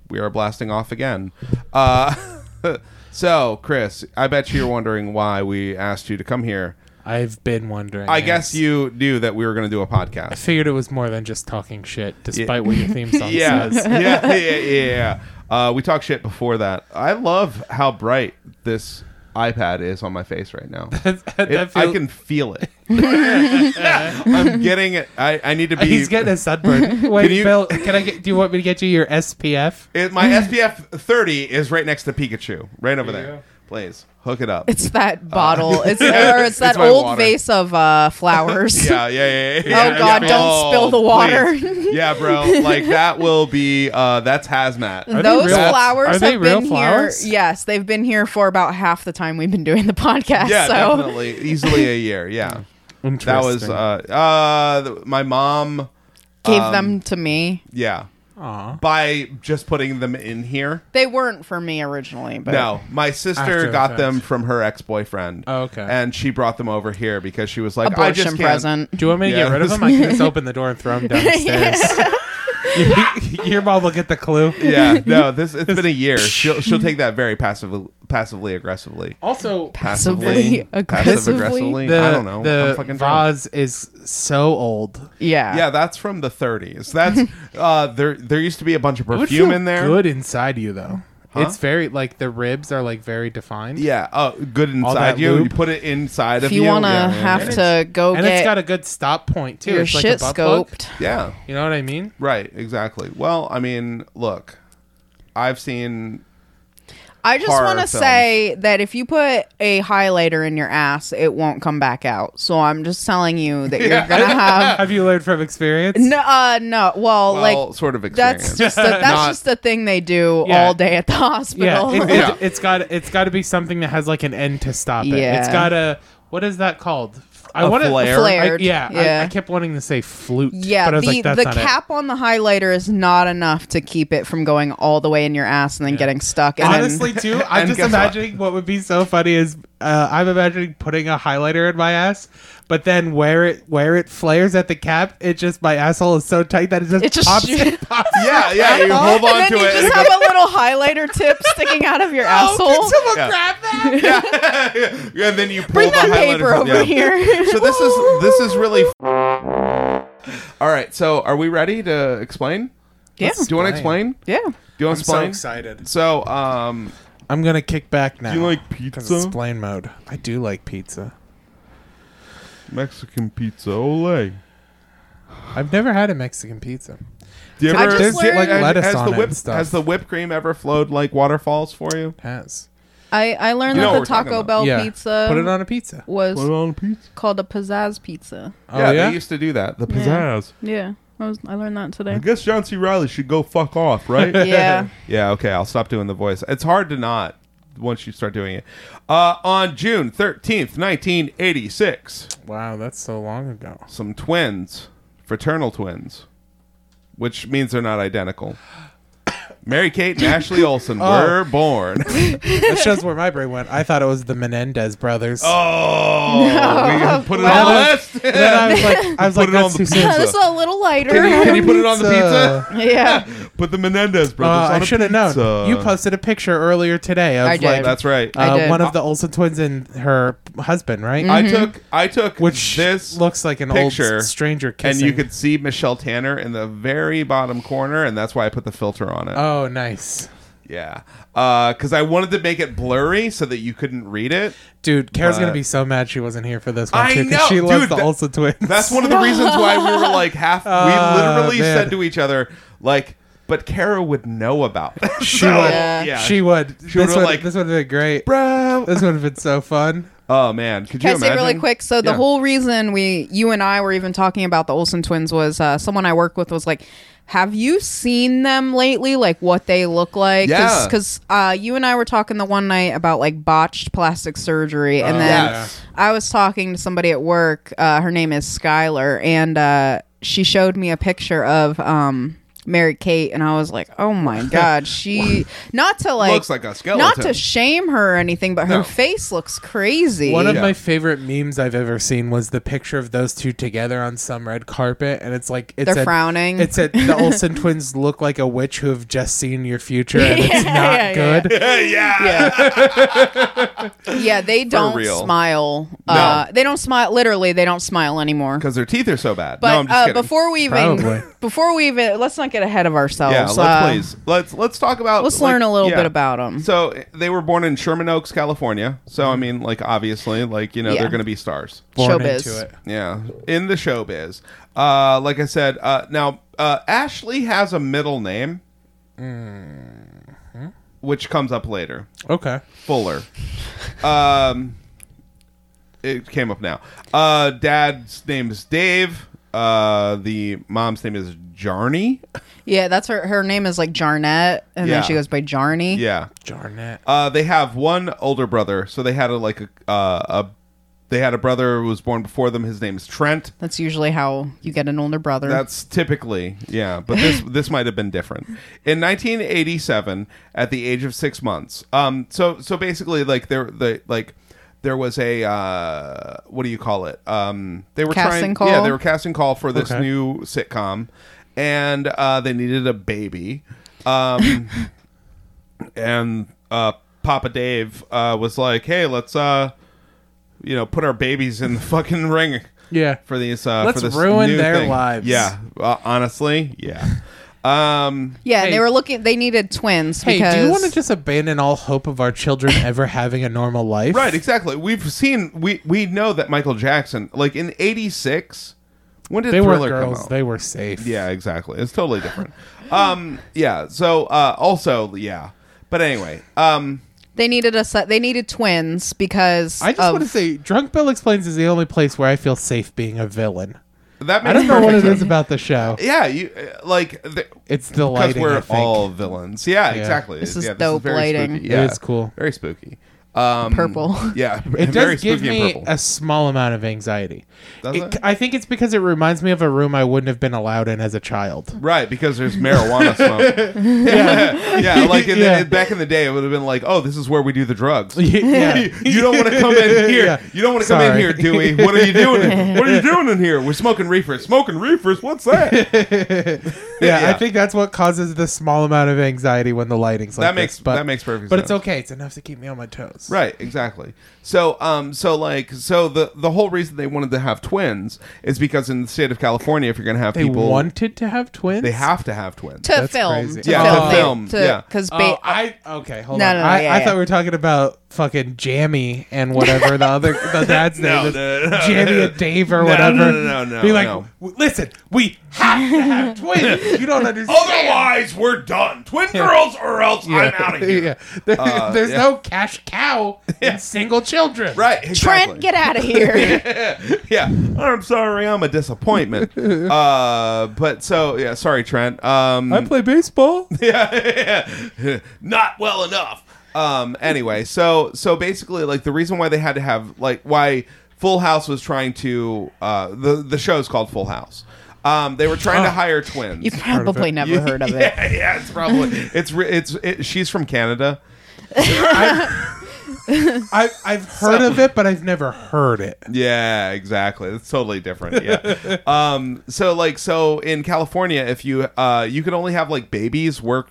[SPEAKER 4] we are blasting off again. Uh, so, Chris, I bet you're wondering why we asked you to come here.
[SPEAKER 3] I've been wondering.
[SPEAKER 4] I
[SPEAKER 3] yes.
[SPEAKER 4] guess you knew that we were going to do a podcast.
[SPEAKER 3] figured it was more than just talking shit, despite what your theme song
[SPEAKER 4] yeah,
[SPEAKER 3] says.
[SPEAKER 4] yeah, yeah, yeah. yeah. Uh, we talked shit before that. I love how bright this iPad is on my face right now.
[SPEAKER 3] That
[SPEAKER 4] It- I
[SPEAKER 3] feel-
[SPEAKER 4] can feel it. I'm getting it. I, I need to be.
[SPEAKER 3] He's getting a sunburn. Wait,
[SPEAKER 4] Can you-
[SPEAKER 3] Bill, can I get? Do you want me to get you your SPF?
[SPEAKER 4] it, my SPF 30 is right next to Pikachu, right over
[SPEAKER 3] There you
[SPEAKER 4] there.
[SPEAKER 3] go.
[SPEAKER 4] Please hook it up.
[SPEAKER 2] It's
[SPEAKER 3] Uh,
[SPEAKER 2] that bottle. It's or it's that
[SPEAKER 4] my
[SPEAKER 2] old
[SPEAKER 4] water.
[SPEAKER 2] vase of uh, flowers.
[SPEAKER 4] yeah, yeah, yeah, yeah,
[SPEAKER 2] Oh,
[SPEAKER 4] yeah,
[SPEAKER 2] God,
[SPEAKER 4] yeah.
[SPEAKER 2] don't
[SPEAKER 4] Oh,
[SPEAKER 2] spill the water.
[SPEAKER 4] please. yeah, bro. Like that will be. Uh, that's hazmat.
[SPEAKER 3] Are they
[SPEAKER 2] Those
[SPEAKER 3] real-
[SPEAKER 2] flowers
[SPEAKER 3] are they
[SPEAKER 2] have
[SPEAKER 3] real
[SPEAKER 2] been
[SPEAKER 3] flowers?
[SPEAKER 2] here. Yes, they've been here for about half the time we've been doing the podcast.
[SPEAKER 4] yeah,
[SPEAKER 2] so
[SPEAKER 4] definitely, easily a year. Yeah, that was uh, uh, th- my mom.
[SPEAKER 2] gave
[SPEAKER 3] Um,
[SPEAKER 2] them to me.
[SPEAKER 4] Yeah,
[SPEAKER 3] Aw.
[SPEAKER 4] by just putting them in here.
[SPEAKER 2] They weren't for me originally, but
[SPEAKER 4] No, my
[SPEAKER 3] After
[SPEAKER 4] sister
[SPEAKER 3] the
[SPEAKER 4] got
[SPEAKER 3] fact.
[SPEAKER 4] them from her ex boyfriend.
[SPEAKER 3] Oh, okay.
[SPEAKER 4] and she brought them over here because she was like, I just
[SPEAKER 2] abortion
[SPEAKER 4] can't.
[SPEAKER 2] present.
[SPEAKER 3] Do you want me to
[SPEAKER 4] Yeah.
[SPEAKER 3] get rid of them? I can just open the door and throw them downstairs. your mom will get the clue.
[SPEAKER 4] Yeah, no, this it's been a year. She'll she'll take that very passively, passively aggressively.
[SPEAKER 3] Also,
[SPEAKER 2] Passively aggressively?
[SPEAKER 4] aggressively?
[SPEAKER 3] the,
[SPEAKER 4] I don't know. I'm
[SPEAKER 3] The
[SPEAKER 4] fucking drunk.
[SPEAKER 3] vase is so old.
[SPEAKER 2] Yeah.
[SPEAKER 4] Yeah, that's from the 30s. That's uh, there. There used to be a bunch of
[SPEAKER 3] It would
[SPEAKER 4] perfume
[SPEAKER 3] feel
[SPEAKER 4] in there.
[SPEAKER 3] Good inside you though. It's very like the ribs are like very defined.
[SPEAKER 4] Yeah, oh, good inside
[SPEAKER 3] that
[SPEAKER 4] you. You
[SPEAKER 3] loop.
[SPEAKER 4] put it inside
[SPEAKER 2] If
[SPEAKER 4] of
[SPEAKER 2] you
[SPEAKER 4] you.
[SPEAKER 2] want to
[SPEAKER 4] yeah, yeah,
[SPEAKER 2] have
[SPEAKER 4] yeah.
[SPEAKER 2] to go
[SPEAKER 3] and it's
[SPEAKER 2] get
[SPEAKER 3] got a good stop point too.
[SPEAKER 2] your
[SPEAKER 3] it's like
[SPEAKER 2] shit
[SPEAKER 3] a butt plug.
[SPEAKER 2] scoped,
[SPEAKER 4] yeah,
[SPEAKER 3] You know what I mean?
[SPEAKER 4] right, exactly. Well, I mean, look, I've seen
[SPEAKER 2] I just
[SPEAKER 4] horror
[SPEAKER 2] want to
[SPEAKER 4] films.
[SPEAKER 2] say that if you put a highlighter in your ass, it won't come back out. So I'm just telling you that you're gonna have
[SPEAKER 3] Have you learned from experience?
[SPEAKER 2] no, uh, no. Well,
[SPEAKER 4] well,
[SPEAKER 2] like
[SPEAKER 4] sort of experience.
[SPEAKER 2] that's just the, that's
[SPEAKER 4] Not-
[SPEAKER 2] just the thing they do
[SPEAKER 3] Yeah.
[SPEAKER 2] all day at the hospital.
[SPEAKER 3] Yeah, it,
[SPEAKER 4] Yeah.
[SPEAKER 3] It, has got it's got to be something that has like an end to stop it.
[SPEAKER 2] Yeah.
[SPEAKER 3] It's got to what is that called? I
[SPEAKER 4] A
[SPEAKER 3] wanna-
[SPEAKER 4] flare?
[SPEAKER 2] Flared,
[SPEAKER 3] I- yeah, I-
[SPEAKER 2] yeah.
[SPEAKER 3] I, kept wanting to say flute.
[SPEAKER 2] Yeah,
[SPEAKER 3] but I was
[SPEAKER 2] the
[SPEAKER 3] like, that's
[SPEAKER 2] the
[SPEAKER 3] not
[SPEAKER 2] cap on the highlighter is not enough to keep it from going all the way in your ass and then getting stuck.
[SPEAKER 3] It.
[SPEAKER 2] And then-
[SPEAKER 3] Honestly, too, I'm
[SPEAKER 4] And
[SPEAKER 3] just
[SPEAKER 4] guess what?
[SPEAKER 3] imagining what? would be so funny is uh, I'm imagining putting a highlighter in my ass, but then where it where it flares at the cap, it just my asshole is so tight that it just
[SPEAKER 2] It just
[SPEAKER 3] pops.
[SPEAKER 2] shoots.
[SPEAKER 3] It pops.
[SPEAKER 4] yeah, yeah. You hold on
[SPEAKER 2] and
[SPEAKER 4] to
[SPEAKER 2] then you
[SPEAKER 4] it. and
[SPEAKER 2] just
[SPEAKER 4] it
[SPEAKER 2] have
[SPEAKER 4] goes-
[SPEAKER 2] a little highlighter tip sticking out of your
[SPEAKER 3] Oh, can
[SPEAKER 2] asshole.
[SPEAKER 3] someone
[SPEAKER 4] Yeah.
[SPEAKER 3] grab that?
[SPEAKER 4] and then you pull
[SPEAKER 2] Bring
[SPEAKER 4] the
[SPEAKER 2] that
[SPEAKER 4] highlighter
[SPEAKER 2] paper
[SPEAKER 4] from-
[SPEAKER 2] over
[SPEAKER 4] yeah.
[SPEAKER 2] here.
[SPEAKER 4] So this is this is really. All right, so are we ready to explain?
[SPEAKER 2] yeah,
[SPEAKER 4] Do you want to explain? Do
[SPEAKER 2] yeah.
[SPEAKER 4] you want to explain?
[SPEAKER 3] excited.
[SPEAKER 4] So, um,
[SPEAKER 3] I'm gonna kick back now.
[SPEAKER 4] you like
[SPEAKER 3] 'cause
[SPEAKER 4] pizza?
[SPEAKER 3] It's plain mode. I do like pizza.
[SPEAKER 4] Mexican pizza, ole.
[SPEAKER 3] I've never had a Mexican pizza.
[SPEAKER 4] Do you
[SPEAKER 2] I
[SPEAKER 4] ever,
[SPEAKER 2] just
[SPEAKER 4] do-
[SPEAKER 2] learned-
[SPEAKER 3] Like lettuce
[SPEAKER 4] has
[SPEAKER 3] on
[SPEAKER 4] the
[SPEAKER 3] it
[SPEAKER 4] whip,
[SPEAKER 3] and stuff.
[SPEAKER 4] Has the whipped cream ever flowed like waterfalls for you?
[SPEAKER 3] Has.
[SPEAKER 2] I I learned
[SPEAKER 4] You know
[SPEAKER 2] that the
[SPEAKER 4] what we're talking
[SPEAKER 2] Taco
[SPEAKER 4] about.
[SPEAKER 2] Bell
[SPEAKER 3] yeah.
[SPEAKER 2] Oh, pizza
[SPEAKER 3] Put it on a pizza.
[SPEAKER 2] was
[SPEAKER 4] on pizza.
[SPEAKER 2] called a pizzazz pizza.
[SPEAKER 3] Oh
[SPEAKER 4] yeah,
[SPEAKER 3] yeah.
[SPEAKER 4] they used to do that. The
[SPEAKER 2] Yeah.
[SPEAKER 4] pizzazz.
[SPEAKER 2] Yeah, I was I learned that today.
[SPEAKER 4] guess John C. Riley should go fuck off, right?
[SPEAKER 2] Yeah,
[SPEAKER 4] Yeah, okay, I'll stop doing the voice. It's hard to not once you start doing it. Uh, on June 13th, 1986,
[SPEAKER 3] wow, that's so long ago.
[SPEAKER 4] some twins, fraternal twins, which means they're not identical. Mary Kate and Ashley
[SPEAKER 3] Oh.
[SPEAKER 4] Olsen were born.
[SPEAKER 3] that shows where my brain went. I thought it was the Menendez brothers. Oh,
[SPEAKER 4] Oh, we put it
[SPEAKER 3] Now
[SPEAKER 4] on the
[SPEAKER 3] that-
[SPEAKER 4] list.
[SPEAKER 3] then I was like, I was
[SPEAKER 4] Put
[SPEAKER 3] like,
[SPEAKER 4] it
[SPEAKER 3] that's
[SPEAKER 4] on
[SPEAKER 3] too
[SPEAKER 4] the
[SPEAKER 3] soon.
[SPEAKER 4] pizza.
[SPEAKER 2] this is a little lighter.
[SPEAKER 4] Can you, can you put it on the
[SPEAKER 3] Pizza.
[SPEAKER 4] pizza?
[SPEAKER 2] yeah,
[SPEAKER 4] Put the Menendez
[SPEAKER 3] Uh,
[SPEAKER 4] brothers on
[SPEAKER 3] I
[SPEAKER 4] a
[SPEAKER 3] should have known.
[SPEAKER 4] pizza.
[SPEAKER 3] You posted a picture earlier today of
[SPEAKER 2] I did.
[SPEAKER 3] like
[SPEAKER 4] That's right.
[SPEAKER 2] I
[SPEAKER 3] uh,
[SPEAKER 2] did. Mm-hmm.
[SPEAKER 3] one of the Olsen twins and her husband, right?
[SPEAKER 4] I took I took
[SPEAKER 3] Which
[SPEAKER 4] this
[SPEAKER 3] looks like an
[SPEAKER 4] picture,
[SPEAKER 3] old stranger
[SPEAKER 4] and
[SPEAKER 3] kissing.
[SPEAKER 4] you could see Michelle Tanner in the very bottom corner, and that's why I put the filter on it.
[SPEAKER 2] Uh,
[SPEAKER 3] Oh, nice.
[SPEAKER 4] yeah, because I wanted to make it blurry so that you couldn't read it.
[SPEAKER 3] Dude, Kara's
[SPEAKER 4] But-
[SPEAKER 3] gonna be so mad she wasn't here for this one
[SPEAKER 4] I
[SPEAKER 3] too, 'cause
[SPEAKER 4] know,
[SPEAKER 3] she loves
[SPEAKER 4] dude,
[SPEAKER 3] the
[SPEAKER 4] that-
[SPEAKER 3] Olsen twins.
[SPEAKER 4] That's one of the reasons why we were like half.
[SPEAKER 2] Uh,
[SPEAKER 3] Ah,
[SPEAKER 4] we literally
[SPEAKER 3] man.
[SPEAKER 4] said to each other like, "But Kara would know about this."
[SPEAKER 3] she would.
[SPEAKER 2] Yeah.
[SPEAKER 4] yeah.
[SPEAKER 3] She would.
[SPEAKER 4] She
[SPEAKER 3] this
[SPEAKER 4] would've,
[SPEAKER 3] would
[SPEAKER 4] like-
[SPEAKER 3] this would have been great.
[SPEAKER 4] Bro,
[SPEAKER 3] This would have been so fun.
[SPEAKER 4] oh man, could
[SPEAKER 2] Can
[SPEAKER 4] you
[SPEAKER 2] I say
[SPEAKER 4] imagine?
[SPEAKER 2] really quick? So the
[SPEAKER 4] Yeah.
[SPEAKER 2] whole reason we, you and I, were even talking about the Olsen twins was uh, someone I work with was like, "Have you seen them lately? Like what they look like?"
[SPEAKER 4] Yeah.
[SPEAKER 2] Because uh, you and I were talking the one night about like botched plastic surgery,
[SPEAKER 4] Oh,
[SPEAKER 2] and then
[SPEAKER 4] Yes.
[SPEAKER 2] I was talking to somebody at work. Uh, her name is Skylar, and uh, she showed me a picture of. Um, Mary Kate and I was like, oh my god, she not to like
[SPEAKER 4] Looks like a
[SPEAKER 2] not
[SPEAKER 4] skeleton.
[SPEAKER 2] to shame her or anything, but her
[SPEAKER 4] No.
[SPEAKER 2] face looks crazy.
[SPEAKER 3] One of
[SPEAKER 4] Yeah.
[SPEAKER 3] my favorite memes I've ever seen was the picture of those two together on some red carpet, and it's like it's
[SPEAKER 2] They're frowning.
[SPEAKER 3] It said the Olsen twins look like a witch who have just seen your future, and it's
[SPEAKER 2] Yeah,
[SPEAKER 3] not
[SPEAKER 2] yeah, yeah.
[SPEAKER 3] good.
[SPEAKER 2] yeah. yeah, they don't
[SPEAKER 4] real.
[SPEAKER 2] smile. Uh, they don't smile. Literally, they don't smile anymore.
[SPEAKER 4] Because their teeth are so bad. no,
[SPEAKER 2] But
[SPEAKER 4] I'm just
[SPEAKER 2] uh,
[SPEAKER 4] kidding.
[SPEAKER 2] before we even,
[SPEAKER 3] Probably.
[SPEAKER 2] before we even, let's not get ahead of ourselves.
[SPEAKER 4] yeah, let's
[SPEAKER 2] Uh,
[SPEAKER 4] please let's let's talk about.
[SPEAKER 2] Let's
[SPEAKER 4] like,
[SPEAKER 2] learn a little
[SPEAKER 4] yeah.
[SPEAKER 2] bit about them.
[SPEAKER 4] So eh, they were born in Sherman Oaks, California. So I mean, like obviously, like you know,
[SPEAKER 2] Yeah.
[SPEAKER 4] they're going to be stars.
[SPEAKER 3] Born
[SPEAKER 2] Showbiz.
[SPEAKER 3] into it.
[SPEAKER 4] Yeah, in the showbiz. Uh, like I said, uh, now uh, Ashley has a middle name, which comes up later.
[SPEAKER 3] Okay.
[SPEAKER 4] Fuller. um, it came up now. Uh, dad's name is Dave. Uh, the mom's name is Jarny.
[SPEAKER 2] Yeah, that's her. Her name is like Jarnette, and
[SPEAKER 4] Yeah.
[SPEAKER 2] then she goes by Jarny.
[SPEAKER 4] Yeah.
[SPEAKER 3] Jarnett.
[SPEAKER 4] Uh, they have one older brother, so they had a like a, uh, a they had a brother who was born before them. His name is Trent.
[SPEAKER 2] That's usually how you get an older brother.
[SPEAKER 4] That's typically yeah, but this this might have been different. In 1987, at the age of six months, um, so so basically like there the like there was a uh, what do you call it? Um, they were
[SPEAKER 2] Casting
[SPEAKER 4] trying
[SPEAKER 2] call?
[SPEAKER 4] yeah they were casting call for this
[SPEAKER 3] Okay.
[SPEAKER 4] new sitcom, and uh, they needed a baby. Um, and uh, Papa Dave uh, was like, "Hey, let's uh, you know, put our babies in the fucking ring."
[SPEAKER 3] Yeah.
[SPEAKER 4] for these. Uh,
[SPEAKER 3] Let's
[SPEAKER 4] for this
[SPEAKER 3] ruin
[SPEAKER 4] new
[SPEAKER 3] their
[SPEAKER 4] thing.
[SPEAKER 3] lives.
[SPEAKER 4] Yeah, uh, honestly, yeah. Um,
[SPEAKER 2] yeah, and
[SPEAKER 3] hey.
[SPEAKER 2] they were looking. They needed twins.
[SPEAKER 3] Hey,
[SPEAKER 2] because
[SPEAKER 3] do you want to just abandon all hope of our children ever having a normal life?
[SPEAKER 4] right, exactly. We've seen we we know that Michael Jackson, like in '86, when did
[SPEAKER 3] They were
[SPEAKER 4] Thriller
[SPEAKER 3] girls.
[SPEAKER 4] come out?
[SPEAKER 3] They were safe.
[SPEAKER 4] yeah, exactly. It's totally different. um, yeah. So uh, also, yeah. But anyway, um,
[SPEAKER 2] They needed a se- they needed twins because
[SPEAKER 3] I just
[SPEAKER 2] of-
[SPEAKER 3] want to say, Drunk Bill Explains is the only place where I feel safe being a villain.
[SPEAKER 4] That
[SPEAKER 3] I don't
[SPEAKER 4] makes
[SPEAKER 3] know what
[SPEAKER 4] perfect
[SPEAKER 3] it
[SPEAKER 4] sense.
[SPEAKER 3] is about the show.
[SPEAKER 4] Yeah, you uh, like the,
[SPEAKER 3] It's the
[SPEAKER 4] because
[SPEAKER 3] lighting. I
[SPEAKER 4] we're
[SPEAKER 3] think.
[SPEAKER 4] all villains. Yeah,
[SPEAKER 3] Yeah.
[SPEAKER 4] exactly.
[SPEAKER 2] This is
[SPEAKER 4] yeah,
[SPEAKER 2] dope
[SPEAKER 4] very
[SPEAKER 2] lighting.
[SPEAKER 4] spooky.
[SPEAKER 3] It
[SPEAKER 4] Yeah,
[SPEAKER 3] is cool.
[SPEAKER 4] Very spooky. Um,
[SPEAKER 2] Purple.
[SPEAKER 4] Yeah,
[SPEAKER 3] It
[SPEAKER 4] very
[SPEAKER 3] does give
[SPEAKER 4] spooky and
[SPEAKER 3] me
[SPEAKER 4] purple.
[SPEAKER 3] a small amount of anxiety.
[SPEAKER 4] Does
[SPEAKER 3] It-
[SPEAKER 4] it?
[SPEAKER 3] I think it's because it reminds me of a room I wouldn't have been allowed in as a child.
[SPEAKER 4] Right, because there's marijuana smoke. yeah, yeah. Like in
[SPEAKER 3] Yeah.
[SPEAKER 4] The, back in the day, it would have been like, oh, this is where we do the drugs.
[SPEAKER 3] yeah.
[SPEAKER 4] you don't want to come in here.
[SPEAKER 3] Yeah.
[SPEAKER 4] You don't want to come in
[SPEAKER 3] Sorry.
[SPEAKER 4] here, Dewey. What are you doing? what are you doing in here? We're smoking reefers. Smoking reefers. What's that?
[SPEAKER 3] yeah, I
[SPEAKER 4] Yeah.
[SPEAKER 3] think that's what causes the small amount of anxiety when the lighting's like
[SPEAKER 4] That makes-
[SPEAKER 3] this, but,
[SPEAKER 4] that makes perfect
[SPEAKER 3] But it's
[SPEAKER 4] sense.
[SPEAKER 3] okay; it's enough to keep me on my toes.
[SPEAKER 4] right. Exactly. So, um, so like, so the the whole reason they wanted to have twins is because in the state of California, if you're going to have
[SPEAKER 3] They
[SPEAKER 4] people,
[SPEAKER 3] wanted to have twins.
[SPEAKER 4] they have to have twins.
[SPEAKER 2] to film,
[SPEAKER 3] crazy.
[SPEAKER 2] to
[SPEAKER 4] Yeah,
[SPEAKER 2] film,
[SPEAKER 4] to
[SPEAKER 2] they-
[SPEAKER 4] film,
[SPEAKER 2] to,
[SPEAKER 4] yeah.
[SPEAKER 2] Because
[SPEAKER 3] Oh,
[SPEAKER 2] ba-
[SPEAKER 3] I okay. Hold
[SPEAKER 2] No,
[SPEAKER 3] on.
[SPEAKER 2] no, no,
[SPEAKER 3] I,
[SPEAKER 2] yeah,
[SPEAKER 3] I
[SPEAKER 2] yeah.
[SPEAKER 3] thought we were talking about fucking Jammy and whatever the other the dad's name is.
[SPEAKER 4] no, no,
[SPEAKER 3] Jammy
[SPEAKER 4] no.
[SPEAKER 3] and Dave or
[SPEAKER 4] No,
[SPEAKER 3] whatever.
[SPEAKER 4] no, no, no, no,
[SPEAKER 3] Be like,
[SPEAKER 4] no.
[SPEAKER 3] "W- listen, we have to have twins. You don't understand.
[SPEAKER 4] Otherwise, we're done. Twin girls, or else I'm out of
[SPEAKER 3] Yeah. There- there's
[SPEAKER 4] yeah.
[SPEAKER 3] no cash cow in single children.
[SPEAKER 4] Right. Exactly.
[SPEAKER 2] Trent, get out of here.
[SPEAKER 4] yeah. I'm sorry, I'm a disappointment. uh, but so yeah, sorry, Trent. Um,
[SPEAKER 3] I play baseball.
[SPEAKER 4] yeah, not well enough. Um, anyway, so so basically, like the reason why they had to have like why Full House was trying to uh, the the show's called Full House. Um, they were trying to hire twins.
[SPEAKER 2] you probably never heard of it.
[SPEAKER 4] yeah, yeah, it's probably it's re- it's it, she's from Canada.
[SPEAKER 3] I, I've heard of it, but I've never heard it.
[SPEAKER 4] Yeah, exactly. It's totally different. Yeah. um. So like, so in California, if you uh, you can only have like babies work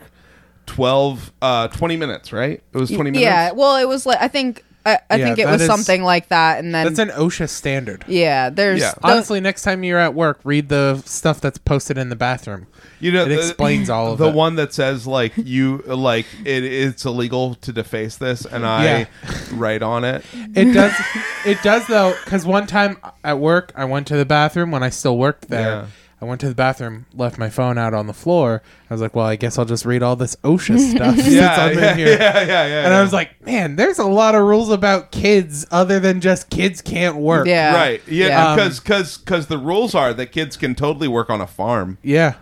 [SPEAKER 4] 12, uh, 20 minutes, right? It was twenty minutes.
[SPEAKER 2] Yeah. Well, it was like I think I, I
[SPEAKER 3] Yeah,
[SPEAKER 2] think it
[SPEAKER 3] that
[SPEAKER 2] was
[SPEAKER 3] is-
[SPEAKER 2] something like that, and then
[SPEAKER 3] That's an OSHA standard.
[SPEAKER 2] yeah, there's
[SPEAKER 4] Yeah.
[SPEAKER 2] the-
[SPEAKER 3] Honestly, next time you're at work, read the stuff that's posted in the bathroom.
[SPEAKER 4] You know,
[SPEAKER 3] it
[SPEAKER 4] the-
[SPEAKER 3] explains all of
[SPEAKER 4] the
[SPEAKER 3] it.
[SPEAKER 4] one that says like you like it, it's illegal to deface this, and I
[SPEAKER 3] Yeah.
[SPEAKER 4] write on it.
[SPEAKER 3] It does. it does though, because one time at work, I went to the bathroom when I still worked there.
[SPEAKER 4] Yeah.
[SPEAKER 3] I went to the bathroom, left my phone out on the floor. I was like, "Well, I guess I'll just read all this OSHA stuff since I'm
[SPEAKER 4] yeah,
[SPEAKER 3] in here."
[SPEAKER 4] yeah, yeah, yeah.
[SPEAKER 3] And
[SPEAKER 4] yeah.
[SPEAKER 3] I was like, "Man, there's a lot of rules about kids other than just kids can't work."
[SPEAKER 2] yeah,
[SPEAKER 4] right, yeah,
[SPEAKER 2] yeah.
[SPEAKER 3] Um,
[SPEAKER 4] because because because the rules are that kids can totally work on a farm.
[SPEAKER 3] Yeah.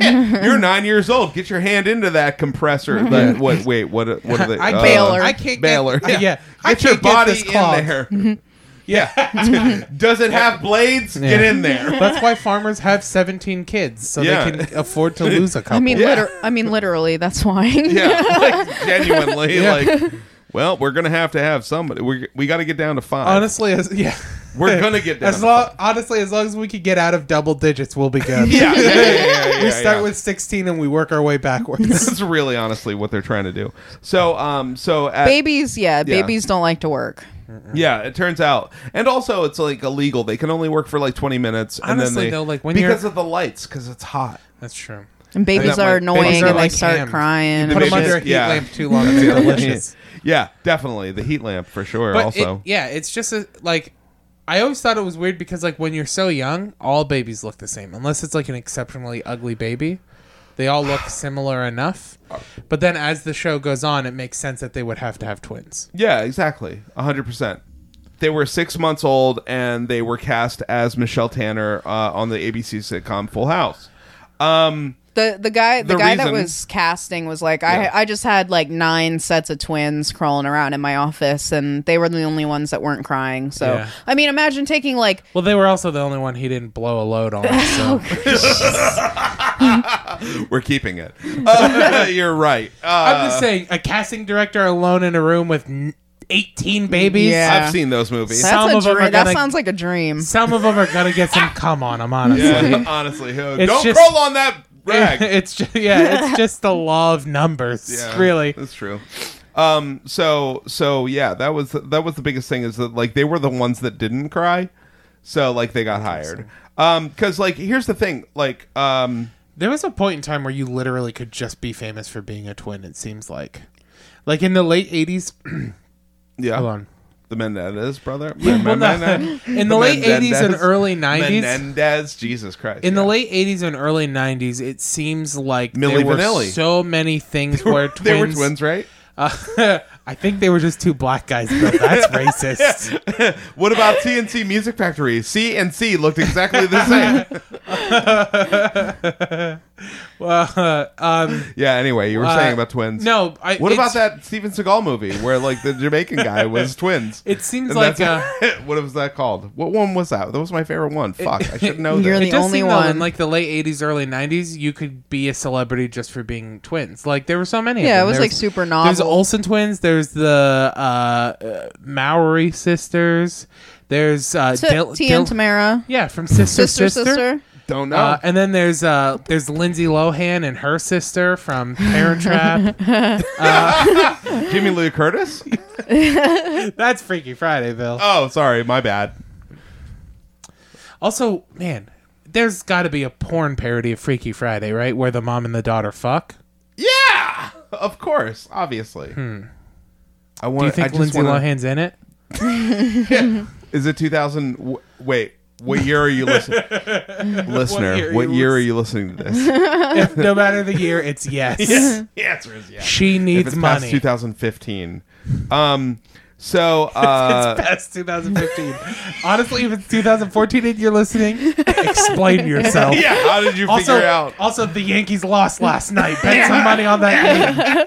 [SPEAKER 4] You're nine years old. Get your hand into that compressor. That, what? Wait, what? What are they?
[SPEAKER 3] I
[SPEAKER 4] uh,
[SPEAKER 3] can't-
[SPEAKER 2] Baylor.
[SPEAKER 3] Mm-hmm. I can't.
[SPEAKER 4] Baylor.
[SPEAKER 3] Get, yeah. yeah. I
[SPEAKER 4] Get your
[SPEAKER 3] can't get
[SPEAKER 4] body
[SPEAKER 3] this
[SPEAKER 4] in
[SPEAKER 3] clogged. Mm-hmm.
[SPEAKER 4] there.
[SPEAKER 3] Yeah.
[SPEAKER 4] Does it have blades? Get in there.
[SPEAKER 3] That's why farmers have 17 kids, so
[SPEAKER 4] Yeah.
[SPEAKER 3] they can afford to lose a couple.
[SPEAKER 2] I mean,
[SPEAKER 4] Yeah.
[SPEAKER 2] liter- I mean, literally, that's why.
[SPEAKER 4] Yeah, like genuinely,
[SPEAKER 3] Yeah.
[SPEAKER 4] like. Well, we're gonna have to have somebody. We we got to get down to five.
[SPEAKER 3] honestly, as, yeah.
[SPEAKER 4] We're gonna get down
[SPEAKER 3] As
[SPEAKER 4] to
[SPEAKER 3] long, honestly, as long as we can get out of double digits, we'll be good.
[SPEAKER 4] yeah, yeah, yeah, yeah, yeah,
[SPEAKER 3] we start
[SPEAKER 4] yeah.
[SPEAKER 3] with 16 and we work our way backwards.
[SPEAKER 4] That's really honestly what they're trying to do. So, um, so at,
[SPEAKER 2] Babies, yeah, babies don't like to work.
[SPEAKER 4] yeah, it turns out, and also it's like illegal. They can only work for like twenty minutes. And
[SPEAKER 3] Honestly,
[SPEAKER 4] then they,
[SPEAKER 3] though, like, when you're-
[SPEAKER 4] because of the lights, because it's hot.
[SPEAKER 3] That's true.
[SPEAKER 2] And babies
[SPEAKER 4] that
[SPEAKER 2] are
[SPEAKER 4] like-
[SPEAKER 2] annoying,
[SPEAKER 4] babies are
[SPEAKER 2] and
[SPEAKER 3] like
[SPEAKER 2] they start
[SPEAKER 3] hams.
[SPEAKER 2] crying.
[SPEAKER 3] Put
[SPEAKER 2] and
[SPEAKER 4] Maybe
[SPEAKER 3] them under a
[SPEAKER 4] just-
[SPEAKER 3] heat
[SPEAKER 4] yeah.
[SPEAKER 3] lamp too long. They're delicious.
[SPEAKER 4] Yeah, definitely the heat lamp for sure.
[SPEAKER 3] But
[SPEAKER 4] also,
[SPEAKER 3] it- yeah, it's just a, like I always thought it was weird because like when you're so young, all babies look the same unless it's like an exceptionally ugly baby. They all look similar enough.
[SPEAKER 4] Uh.
[SPEAKER 3] But then as the show goes on, it makes sense that they would have to have twins.
[SPEAKER 4] Yeah, exactly. 100%. They were six months old and they were cast as Michelle Tanner uh, on the ABC sitcom Full House. Um,
[SPEAKER 2] the the guy the,
[SPEAKER 4] The
[SPEAKER 2] guy that
[SPEAKER 4] reason-
[SPEAKER 2] was casting was like
[SPEAKER 4] Yeah.
[SPEAKER 2] I I just had like nine sets of twins crawling around in my office and they were the only ones that weren't crying. So
[SPEAKER 3] Yeah.
[SPEAKER 2] I mean imagine taking like
[SPEAKER 3] Well, they were also the only one he didn't blow a load on. So
[SPEAKER 4] we're keeping it. Uh, you're right. Uh,
[SPEAKER 3] I'm just saying, a casting director alone in a room with n- 18 babies.
[SPEAKER 2] Yeah.
[SPEAKER 4] I've seen those movies.
[SPEAKER 2] that's
[SPEAKER 3] Some
[SPEAKER 2] a
[SPEAKER 3] of them are
[SPEAKER 2] dream. That
[SPEAKER 3] gonna-
[SPEAKER 2] sounds like a dream.
[SPEAKER 3] Some of them are gonna get some cum on them, honestly.
[SPEAKER 4] Yeah, honestly, who-
[SPEAKER 3] It's
[SPEAKER 4] don't
[SPEAKER 3] just-
[SPEAKER 4] roll on that rag.
[SPEAKER 3] it's just, yeah, it's just the law of numbers,
[SPEAKER 4] Yeah,
[SPEAKER 3] really.
[SPEAKER 4] that's true. Um, so so yeah, that was that was the biggest thing is that like they were the ones that didn't cry, so like they got hired. Um, because like here's the thing, like um,
[SPEAKER 3] There was a point in time where you literally could just be famous for being a twin. It seems like, like in the late '80s.
[SPEAKER 4] yeah,
[SPEAKER 3] Hold on.
[SPEAKER 4] The Menendez brother?
[SPEAKER 3] Well, no. in the late '80s and early '90s.
[SPEAKER 4] Menendez, Jesus Christ.
[SPEAKER 3] In the
[SPEAKER 4] yeah.
[SPEAKER 3] late '80s and early '90s, it seems like
[SPEAKER 4] Milli
[SPEAKER 3] there were
[SPEAKER 4] Vanilli.
[SPEAKER 3] so many things where twins.
[SPEAKER 4] They were twins, right?
[SPEAKER 3] Uh, I think they were just two black guys. Bill. That's racist.
[SPEAKER 4] What about TNT Music Factory? C and C looked exactly the same.
[SPEAKER 3] Well, uh, um,
[SPEAKER 4] yeah. Anyway, you were
[SPEAKER 3] Uh,
[SPEAKER 4] saying about twins.
[SPEAKER 3] no, I-
[SPEAKER 4] what about
[SPEAKER 3] it's-
[SPEAKER 4] that Steven Seagal movie where like the Jamaican guy was twins?
[SPEAKER 3] it seems
[SPEAKER 4] And
[SPEAKER 3] like uh,
[SPEAKER 4] that's- what was that called? What one was that? That was my favorite one. Fuck, I should know
[SPEAKER 2] You're
[SPEAKER 4] that.
[SPEAKER 2] the
[SPEAKER 3] it does
[SPEAKER 2] only
[SPEAKER 3] seem though, in
[SPEAKER 2] one.
[SPEAKER 3] like the late '80s, early '90s, you could be a celebrity just for being twins. Like there were so many. of
[SPEAKER 2] Yeah, it
[SPEAKER 3] them.
[SPEAKER 2] was,
[SPEAKER 3] There
[SPEAKER 2] like, super
[SPEAKER 3] There's
[SPEAKER 2] novel.
[SPEAKER 3] Olsen twins. There's the uh, uh, Maori sisters. There's uh,
[SPEAKER 2] T-
[SPEAKER 3] Dil-
[SPEAKER 2] T
[SPEAKER 3] Dil-
[SPEAKER 2] and Tamara.
[SPEAKER 3] Yeah, from Sister
[SPEAKER 2] Sister, sister.
[SPEAKER 4] Don't know.
[SPEAKER 3] Uh, and then there's uh, there's Lindsay Lohan and her sister from Parent Trap.
[SPEAKER 4] Jimmy Lee Curtis.
[SPEAKER 3] That's Freaky Friday, Bill.
[SPEAKER 4] Oh, sorry, my bad.
[SPEAKER 3] Also, man, there's got to be a porn parody of Freaky Friday, right? Where the mom and the daughter fuck.
[SPEAKER 4] Yeah, of course, obviously. I want.
[SPEAKER 3] Hmm. Do you think
[SPEAKER 4] I
[SPEAKER 3] Lindsay
[SPEAKER 4] want
[SPEAKER 3] Lohan's in it?
[SPEAKER 4] Is it 2000? W- wait, what year are you listening?
[SPEAKER 3] What year
[SPEAKER 4] Listener,
[SPEAKER 3] are
[SPEAKER 4] what
[SPEAKER 3] you
[SPEAKER 4] year are you listening to this?
[SPEAKER 3] If- no matter the year, it's yes.
[SPEAKER 4] the answer is yes.
[SPEAKER 3] She
[SPEAKER 4] If
[SPEAKER 3] needs
[SPEAKER 4] it's past
[SPEAKER 3] money.
[SPEAKER 4] 2015. Um. So, uh,
[SPEAKER 3] That's 2015. Honestly, if it's 2014 and you're listening, explain yourself.
[SPEAKER 4] yeah. How did you
[SPEAKER 3] Also,
[SPEAKER 4] figure out?
[SPEAKER 3] also, the Yankees lost last night. Bet some money on that game.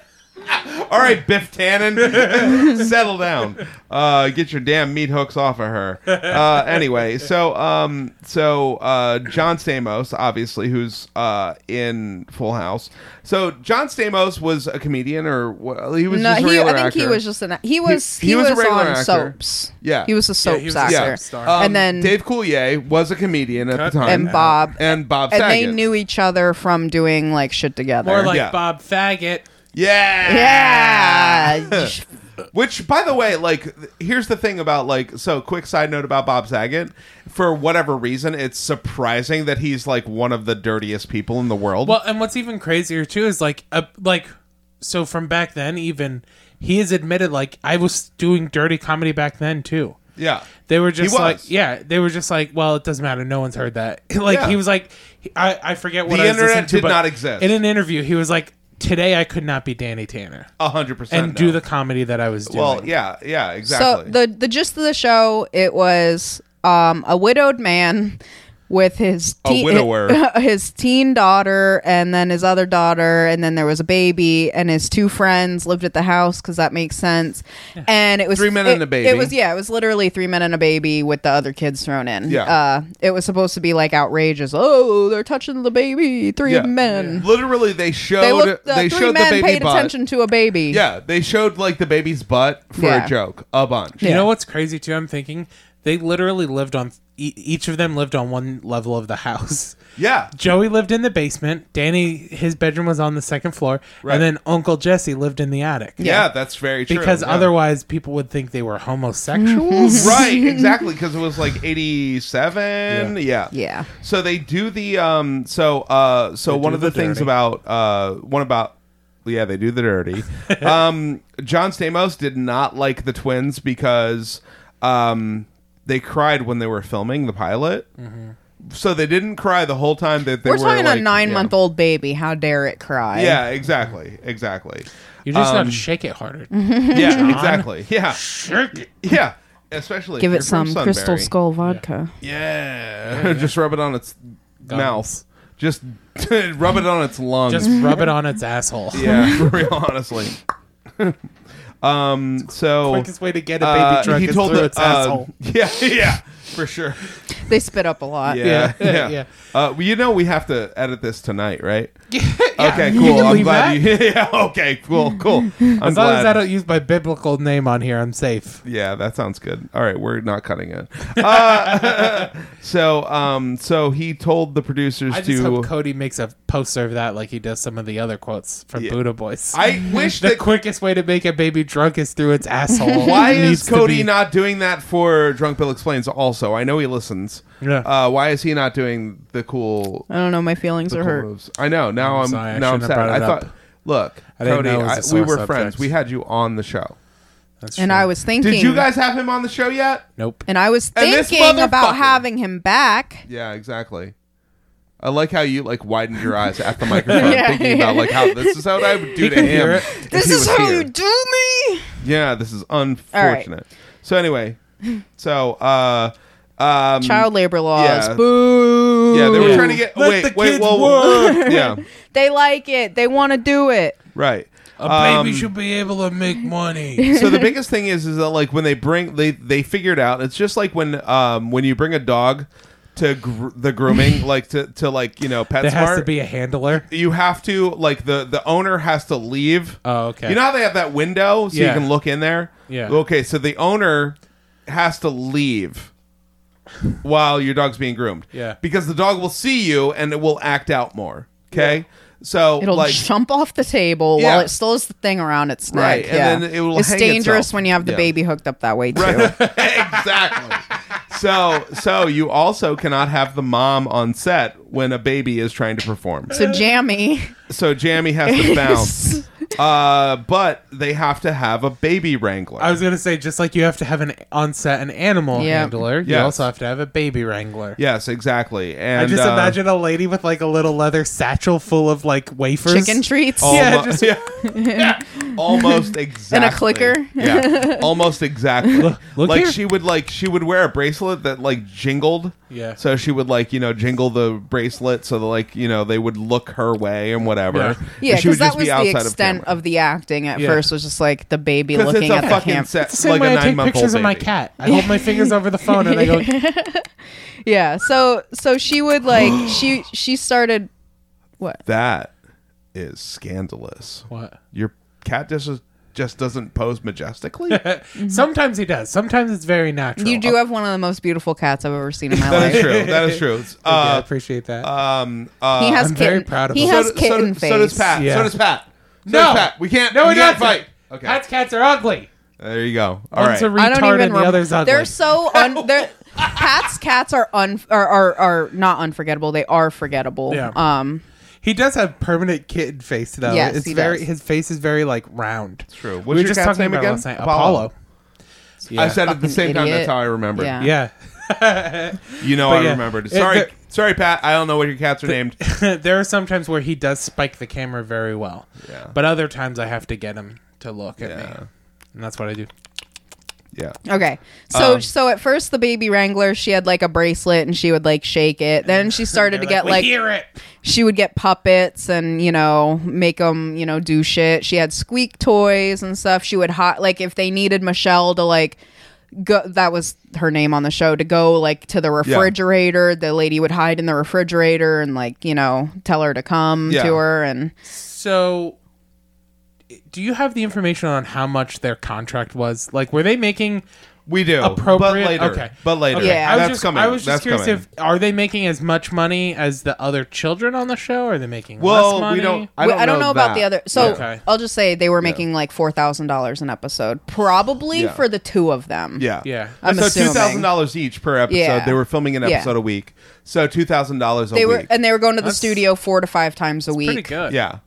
[SPEAKER 4] All right, Biff Tannen, settle down. Uh, get your damn meat hooks off of her. Uh, anyway, so um, so uh, John Stamos, obviously, who's uh, in Full House. So John Stamos was a comedian, or wha- he was
[SPEAKER 2] No,
[SPEAKER 4] just a
[SPEAKER 2] he, I
[SPEAKER 4] regular
[SPEAKER 2] think he
[SPEAKER 4] actor.
[SPEAKER 2] was just an. He was. He,
[SPEAKER 4] he was
[SPEAKER 2] was,
[SPEAKER 4] a regular
[SPEAKER 2] on
[SPEAKER 4] actor.
[SPEAKER 2] soaps.
[SPEAKER 4] Yeah.
[SPEAKER 2] he was a
[SPEAKER 3] Yeah,
[SPEAKER 2] soaps
[SPEAKER 3] he was a
[SPEAKER 2] actor.
[SPEAKER 3] soap star.
[SPEAKER 4] Um,
[SPEAKER 2] and then
[SPEAKER 4] Dave Coulier was a comedian at
[SPEAKER 3] Cut
[SPEAKER 4] the time,
[SPEAKER 2] and Bob
[SPEAKER 4] and Bob,
[SPEAKER 2] and they
[SPEAKER 4] Saget.
[SPEAKER 2] knew each other from doing like shit together.
[SPEAKER 3] More like
[SPEAKER 4] Yeah.
[SPEAKER 3] Bob Faggot.
[SPEAKER 4] yeah,
[SPEAKER 2] yeah.
[SPEAKER 4] Which, by the way, like, th- here's the thing about like, so quick side note about Bob Saget. For whatever reason, it's surprising that he's like one of the dirtiest people in the world.
[SPEAKER 3] Well, and what's even crazier too is like, uh, like, so from back then, even he has admitted like I was doing dirty comedy back then too.
[SPEAKER 4] yeah,
[SPEAKER 3] They were just
[SPEAKER 4] was.
[SPEAKER 3] like, yeah, they were just like, well, it doesn't matter. No one's heard that. like
[SPEAKER 4] Yeah.
[SPEAKER 3] he was like, he- I, I forget what
[SPEAKER 4] The
[SPEAKER 3] I was
[SPEAKER 4] internet
[SPEAKER 3] listening to,
[SPEAKER 4] did
[SPEAKER 3] but
[SPEAKER 4] not exist.
[SPEAKER 3] In an interview, he was like, today I could not be Danny Tanner
[SPEAKER 4] a hundred percent.
[SPEAKER 3] and
[SPEAKER 4] Oh, no.
[SPEAKER 3] do the comedy that I was doing.
[SPEAKER 4] well, yeah, yeah, exactly.
[SPEAKER 2] So the the gist of the show it was um, a widowed man with his
[SPEAKER 4] A widower.
[SPEAKER 2] his teen daughter, and then his other daughter, and then there was a baby, and his two friends lived at the house because that makes sense. And it was
[SPEAKER 4] Three men
[SPEAKER 2] it-
[SPEAKER 4] and a baby.
[SPEAKER 2] It was yeah, it was literally three men and a baby with the other kids thrown in.
[SPEAKER 4] Yeah.
[SPEAKER 2] uh, it was supposed to be like outrageous. Oh, they're touching the baby. Three
[SPEAKER 4] Yeah.
[SPEAKER 2] men.
[SPEAKER 4] Literally, they showed
[SPEAKER 2] They
[SPEAKER 4] they,
[SPEAKER 2] looked. Uh, three
[SPEAKER 4] showed the
[SPEAKER 2] men
[SPEAKER 4] baby
[SPEAKER 2] paid
[SPEAKER 4] butt.
[SPEAKER 2] attention to a baby.
[SPEAKER 4] Yeah, they showed like the baby's butt for
[SPEAKER 2] Yeah.
[SPEAKER 4] a joke a bunch.
[SPEAKER 3] You
[SPEAKER 2] Yeah.
[SPEAKER 3] know what's crazy too? I'm thinking they literally lived on e- each of them lived on one level of the house.
[SPEAKER 4] Yeah,
[SPEAKER 3] Joey lived in the basement. Danny, his bedroom was on the second floor,
[SPEAKER 4] Right.
[SPEAKER 3] and then Uncle Jesse lived in the attic.
[SPEAKER 4] yeah, that's very true.
[SPEAKER 3] because
[SPEAKER 4] yeah.
[SPEAKER 3] otherwise people would think they were homosexuals.
[SPEAKER 4] right exactly because it was like 87 yeah. yeah
[SPEAKER 2] Yeah.
[SPEAKER 4] so they do the um so uh so one
[SPEAKER 3] do
[SPEAKER 4] of the,
[SPEAKER 3] the
[SPEAKER 4] things
[SPEAKER 3] dirty.
[SPEAKER 4] about uh one about yeah they do the dirty um john stamos did not like the twins because um they cried when they were filming the pilot so they didn't cry the whole time that they
[SPEAKER 2] We're
[SPEAKER 4] were
[SPEAKER 2] talking
[SPEAKER 4] like,
[SPEAKER 2] a nine
[SPEAKER 4] yeah.
[SPEAKER 2] month old baby. How dare it cry?
[SPEAKER 4] yeah exactly exactly
[SPEAKER 3] You just
[SPEAKER 4] Um,
[SPEAKER 3] gotta shake it harder.
[SPEAKER 4] mm-hmm. yeah exactly yeah
[SPEAKER 3] shake it.
[SPEAKER 4] yeah especially if
[SPEAKER 2] Give
[SPEAKER 4] you're
[SPEAKER 2] it
[SPEAKER 4] from
[SPEAKER 2] some Crystal
[SPEAKER 4] Sunbury.
[SPEAKER 2] Skull vodka.
[SPEAKER 4] Yeah. just rub it on its mouth.
[SPEAKER 3] Gums.
[SPEAKER 4] Just rub it on its lungs.
[SPEAKER 3] Just rub it on its asshole.
[SPEAKER 4] yeah, for real, honestly. um. So
[SPEAKER 3] Quickest way to get a baby
[SPEAKER 4] uh,
[SPEAKER 3] drunk
[SPEAKER 4] he
[SPEAKER 3] is
[SPEAKER 4] told
[SPEAKER 3] through
[SPEAKER 4] the-
[SPEAKER 3] its
[SPEAKER 4] uh,
[SPEAKER 3] asshole.
[SPEAKER 4] Yeah, yeah, for sure.
[SPEAKER 2] They spit up a lot.
[SPEAKER 4] Yeah,
[SPEAKER 3] Yeah,
[SPEAKER 4] yeah.
[SPEAKER 3] yeah.
[SPEAKER 4] Uh, well, you know we have to edit this tonight, right?
[SPEAKER 3] Yeah,
[SPEAKER 4] Okay,
[SPEAKER 3] you
[SPEAKER 4] cool.
[SPEAKER 3] can
[SPEAKER 4] I'm
[SPEAKER 3] leave
[SPEAKER 4] glad
[SPEAKER 3] that.
[SPEAKER 4] you. yeah. Okay, cool, cool. I'm
[SPEAKER 3] As long
[SPEAKER 4] glad.
[SPEAKER 3] as I don't use my biblical name on here, I'm safe.
[SPEAKER 4] Yeah, that sounds good. All right, we're not cutting it. Uh, so, um, so he told the producers
[SPEAKER 3] I
[SPEAKER 4] to.
[SPEAKER 3] just hope Cody makes a poster of that like he does some of the other quotes from
[SPEAKER 4] Yeah.
[SPEAKER 3] Buddha Boys.
[SPEAKER 4] I wish
[SPEAKER 3] the
[SPEAKER 4] that
[SPEAKER 3] quickest way to make a baby drunk is through its asshole.
[SPEAKER 4] Why is
[SPEAKER 3] Needs to
[SPEAKER 4] Cody
[SPEAKER 3] be-
[SPEAKER 4] not doing that for Drunk Bill Explains? Also, I know he listens.
[SPEAKER 3] Yeah.
[SPEAKER 4] Uh, why is he not doing the cool?
[SPEAKER 2] I don't know. My feelings
[SPEAKER 4] the
[SPEAKER 2] are
[SPEAKER 4] cool
[SPEAKER 2] hurt.
[SPEAKER 4] moves? I know. Now I'm,
[SPEAKER 3] sorry, I
[SPEAKER 4] now I'm
[SPEAKER 3] shouldn't have
[SPEAKER 4] sad.
[SPEAKER 3] brought
[SPEAKER 4] I
[SPEAKER 3] it
[SPEAKER 4] thought.
[SPEAKER 3] up.
[SPEAKER 4] Look,
[SPEAKER 3] I didn't
[SPEAKER 4] Cody,
[SPEAKER 3] know it was a
[SPEAKER 4] I, we
[SPEAKER 3] sore
[SPEAKER 4] were
[SPEAKER 3] subject.
[SPEAKER 4] friends. We had you on the show.
[SPEAKER 3] That's
[SPEAKER 2] And
[SPEAKER 3] true.
[SPEAKER 2] I was thinking.
[SPEAKER 4] Did you guys have him on the show yet?
[SPEAKER 3] Nope.
[SPEAKER 2] And I was
[SPEAKER 4] And this
[SPEAKER 2] thinking
[SPEAKER 4] motherfucker.
[SPEAKER 2] about having him back.
[SPEAKER 4] Yeah, exactly. I like how you like widened your eyes at the microphone,
[SPEAKER 2] Yeah.
[SPEAKER 4] thinking about like how this is how I would do
[SPEAKER 3] He
[SPEAKER 4] to
[SPEAKER 3] can
[SPEAKER 4] him.
[SPEAKER 3] hear it.
[SPEAKER 4] if
[SPEAKER 2] This
[SPEAKER 4] he
[SPEAKER 2] is
[SPEAKER 4] was
[SPEAKER 2] how
[SPEAKER 4] here.
[SPEAKER 2] you do me.
[SPEAKER 4] Yeah, this is
[SPEAKER 2] right.
[SPEAKER 4] unfortunate. So anyway, so uh, um,
[SPEAKER 2] Child labor laws.
[SPEAKER 4] yeah.
[SPEAKER 2] Boo.
[SPEAKER 4] Yeah, they were
[SPEAKER 3] Yeah.
[SPEAKER 4] trying to get.
[SPEAKER 3] Let
[SPEAKER 4] wait,
[SPEAKER 3] the
[SPEAKER 4] wait,
[SPEAKER 3] kids
[SPEAKER 4] whoa, whoa.
[SPEAKER 3] work.
[SPEAKER 4] yeah,
[SPEAKER 2] They like it. They want to do it.
[SPEAKER 4] right.
[SPEAKER 3] A baby
[SPEAKER 4] Um,
[SPEAKER 3] should be able to make money.
[SPEAKER 4] so the biggest thing is is that like when they bring they they figured out it's just like when um when you bring a dog to gr- the grooming like to to like you know PetSmart
[SPEAKER 3] There has to be a handler.
[SPEAKER 4] you have to like the the owner has to leave.
[SPEAKER 3] Oh, okay.
[SPEAKER 4] You know how they have that window so
[SPEAKER 3] Yeah.
[SPEAKER 4] you can look in there.
[SPEAKER 3] Yeah.
[SPEAKER 4] Okay, so the owner has to leave while your dog's being groomed.
[SPEAKER 3] Yeah.
[SPEAKER 4] Because the dog will see you and it will act out more. Okay. So
[SPEAKER 2] It'll
[SPEAKER 4] like
[SPEAKER 2] jump off the table
[SPEAKER 4] Yeah.
[SPEAKER 2] while it still has the thing around its neck.
[SPEAKER 4] Right, and
[SPEAKER 2] yeah.
[SPEAKER 4] then it will
[SPEAKER 2] it's
[SPEAKER 4] hang
[SPEAKER 2] dangerous
[SPEAKER 4] itself.
[SPEAKER 2] when you have the
[SPEAKER 4] Yeah.
[SPEAKER 2] baby hooked up that way too.
[SPEAKER 4] exactly. So so you also cannot have the mom on set when a baby is trying to perform.
[SPEAKER 2] So jammy.
[SPEAKER 4] So Jammy has to bounce. Uh, but they have to have a baby wrangler.
[SPEAKER 3] I was gonna say just like you have to have an on set an animal
[SPEAKER 2] Yeah.
[SPEAKER 3] handler, you
[SPEAKER 4] Yes.
[SPEAKER 3] also have to have a baby wrangler.
[SPEAKER 4] Yes, exactly. And
[SPEAKER 3] I just
[SPEAKER 4] uh,
[SPEAKER 3] imagine a lady with like a little leather satchel full of like wafers,
[SPEAKER 2] Chicken treats.
[SPEAKER 4] almo-
[SPEAKER 3] yeah, just-
[SPEAKER 4] yeah. Yeah, almost exactly,
[SPEAKER 2] clicker.
[SPEAKER 4] Yeah, almost exactly.
[SPEAKER 3] look
[SPEAKER 4] like
[SPEAKER 3] here.
[SPEAKER 4] she would like she would wear a bracelet that like jingled.
[SPEAKER 3] Yeah.
[SPEAKER 4] So she would like you know jingle the bracelet so that like you know they would look her way and whatever.
[SPEAKER 3] Yeah.
[SPEAKER 2] Yeah,
[SPEAKER 4] And she would
[SPEAKER 2] because that
[SPEAKER 4] just
[SPEAKER 2] was
[SPEAKER 4] be
[SPEAKER 2] the
[SPEAKER 4] outside of
[SPEAKER 2] extent
[SPEAKER 4] camera.
[SPEAKER 2] of, the acting at
[SPEAKER 3] Yeah.
[SPEAKER 2] first was just like the baby
[SPEAKER 4] 'Cause
[SPEAKER 2] looking
[SPEAKER 4] it's a
[SPEAKER 2] at the
[SPEAKER 4] fucking
[SPEAKER 2] camp.
[SPEAKER 4] set,
[SPEAKER 3] Same
[SPEAKER 4] like
[SPEAKER 3] way
[SPEAKER 4] a
[SPEAKER 3] I
[SPEAKER 4] nine
[SPEAKER 3] take
[SPEAKER 4] month
[SPEAKER 3] pictures
[SPEAKER 4] old
[SPEAKER 3] of my cat. I hold my fingers over the phone and I go,
[SPEAKER 2] Yeah. So so she would like she she started
[SPEAKER 4] That is scandalous.
[SPEAKER 3] "What?"
[SPEAKER 4] Your cat just just doesn't pose majestically.
[SPEAKER 3] Sometimes he does. Sometimes it's very natural.
[SPEAKER 2] you do have one of the most beautiful cats I've ever seen in my
[SPEAKER 4] that is
[SPEAKER 2] life.
[SPEAKER 4] true. That is true.
[SPEAKER 3] Yeah, I
[SPEAKER 4] Uh,
[SPEAKER 3] appreciate that.
[SPEAKER 4] um, uh,
[SPEAKER 2] He has
[SPEAKER 3] I'm
[SPEAKER 2] kitten.
[SPEAKER 3] very proud of
[SPEAKER 2] he
[SPEAKER 3] him.
[SPEAKER 2] has
[SPEAKER 4] so, do-
[SPEAKER 2] kitten
[SPEAKER 4] so,
[SPEAKER 2] face.
[SPEAKER 4] so does Pat.
[SPEAKER 3] Yeah.
[SPEAKER 4] So does Pat. So
[SPEAKER 3] No.
[SPEAKER 4] does Pat. We can't.
[SPEAKER 3] no,
[SPEAKER 4] we
[SPEAKER 3] it doesn't.
[SPEAKER 4] can't fight. Okay.
[SPEAKER 3] Pat's cats are ugly.
[SPEAKER 4] there you go. All
[SPEAKER 3] One's
[SPEAKER 4] right.
[SPEAKER 3] a retard
[SPEAKER 2] I don't even
[SPEAKER 3] and the
[SPEAKER 2] rem-
[SPEAKER 3] other's ugly.
[SPEAKER 2] They're so un. They're, Pat's cats are un are, are are not unforgettable. They are forgettable.
[SPEAKER 3] Yeah.
[SPEAKER 2] Um.
[SPEAKER 3] He does have permanent kitten face though.
[SPEAKER 2] Yes,
[SPEAKER 3] it's
[SPEAKER 2] he
[SPEAKER 3] very
[SPEAKER 2] does.
[SPEAKER 3] his face is very like round.
[SPEAKER 4] true. What's
[SPEAKER 3] we were
[SPEAKER 4] your
[SPEAKER 3] just
[SPEAKER 4] cat's
[SPEAKER 3] talking
[SPEAKER 4] name
[SPEAKER 3] about
[SPEAKER 4] again?
[SPEAKER 3] it last night.
[SPEAKER 4] Apollo.
[SPEAKER 3] Apollo. Yeah.
[SPEAKER 4] I said it at the
[SPEAKER 2] Fucking
[SPEAKER 4] same time.
[SPEAKER 2] idiot.
[SPEAKER 4] That's how I remember.
[SPEAKER 2] Yeah.
[SPEAKER 3] yeah.
[SPEAKER 4] You know,
[SPEAKER 3] But
[SPEAKER 4] I
[SPEAKER 3] yeah.
[SPEAKER 4] remembered.
[SPEAKER 3] It-
[SPEAKER 4] Sorry,
[SPEAKER 3] the-
[SPEAKER 4] sorry, Pat. I don't know what your cats are named.
[SPEAKER 3] there are sometimes where he does spike the camera very well.
[SPEAKER 4] Yeah.
[SPEAKER 3] But other times I have to get him to look at
[SPEAKER 4] Yeah.
[SPEAKER 3] me. And that's what I do.
[SPEAKER 4] Yeah.
[SPEAKER 2] Okay. So
[SPEAKER 4] Um,
[SPEAKER 2] so at first the baby wrangler she had like a bracelet and she would like shake it. Then she started to
[SPEAKER 3] They're
[SPEAKER 2] get like
[SPEAKER 3] "We hear it.
[SPEAKER 2] she would get puppets and you know make them you know do shit she had squeak toys and stuff she would hot like if they needed michelle to like go that was her name on the show to go like to the refrigerator the lady would hide in the refrigerator and like you know tell her to come
[SPEAKER 4] Yeah.
[SPEAKER 2] to her and
[SPEAKER 3] So do you have the information on how much their contract was? Like were they making
[SPEAKER 4] We do.
[SPEAKER 3] appropriate.
[SPEAKER 4] Oh, But later.
[SPEAKER 3] Okay.
[SPEAKER 4] But later.
[SPEAKER 3] Okay.
[SPEAKER 2] Yeah.
[SPEAKER 3] I was
[SPEAKER 4] That's
[SPEAKER 3] just,
[SPEAKER 4] coming.
[SPEAKER 3] I was just
[SPEAKER 4] That's
[SPEAKER 3] curious
[SPEAKER 4] coming.
[SPEAKER 3] if are they making as much money as the other children on the show? Or are they making less
[SPEAKER 4] well,
[SPEAKER 3] money?
[SPEAKER 4] we don't. I
[SPEAKER 2] Wait,
[SPEAKER 4] don't,
[SPEAKER 2] I don't know, about
[SPEAKER 4] that.
[SPEAKER 2] the other. So
[SPEAKER 3] Okay.
[SPEAKER 2] I'll just say they were making like four thousand dollars an episode, probably
[SPEAKER 4] Yeah.
[SPEAKER 2] for the two of them.
[SPEAKER 4] Yeah.
[SPEAKER 3] Yeah.
[SPEAKER 2] I'm
[SPEAKER 4] so
[SPEAKER 2] assuming.
[SPEAKER 4] two thousand dollars each per episode.
[SPEAKER 2] Yeah.
[SPEAKER 4] They were filming an
[SPEAKER 2] Yeah.
[SPEAKER 4] episode a week. So two thousand dollars a
[SPEAKER 2] they were
[SPEAKER 4] week.
[SPEAKER 2] and they were going to the
[SPEAKER 3] That's-
[SPEAKER 2] studio four to five times a week.
[SPEAKER 3] Pretty good.
[SPEAKER 4] yeah.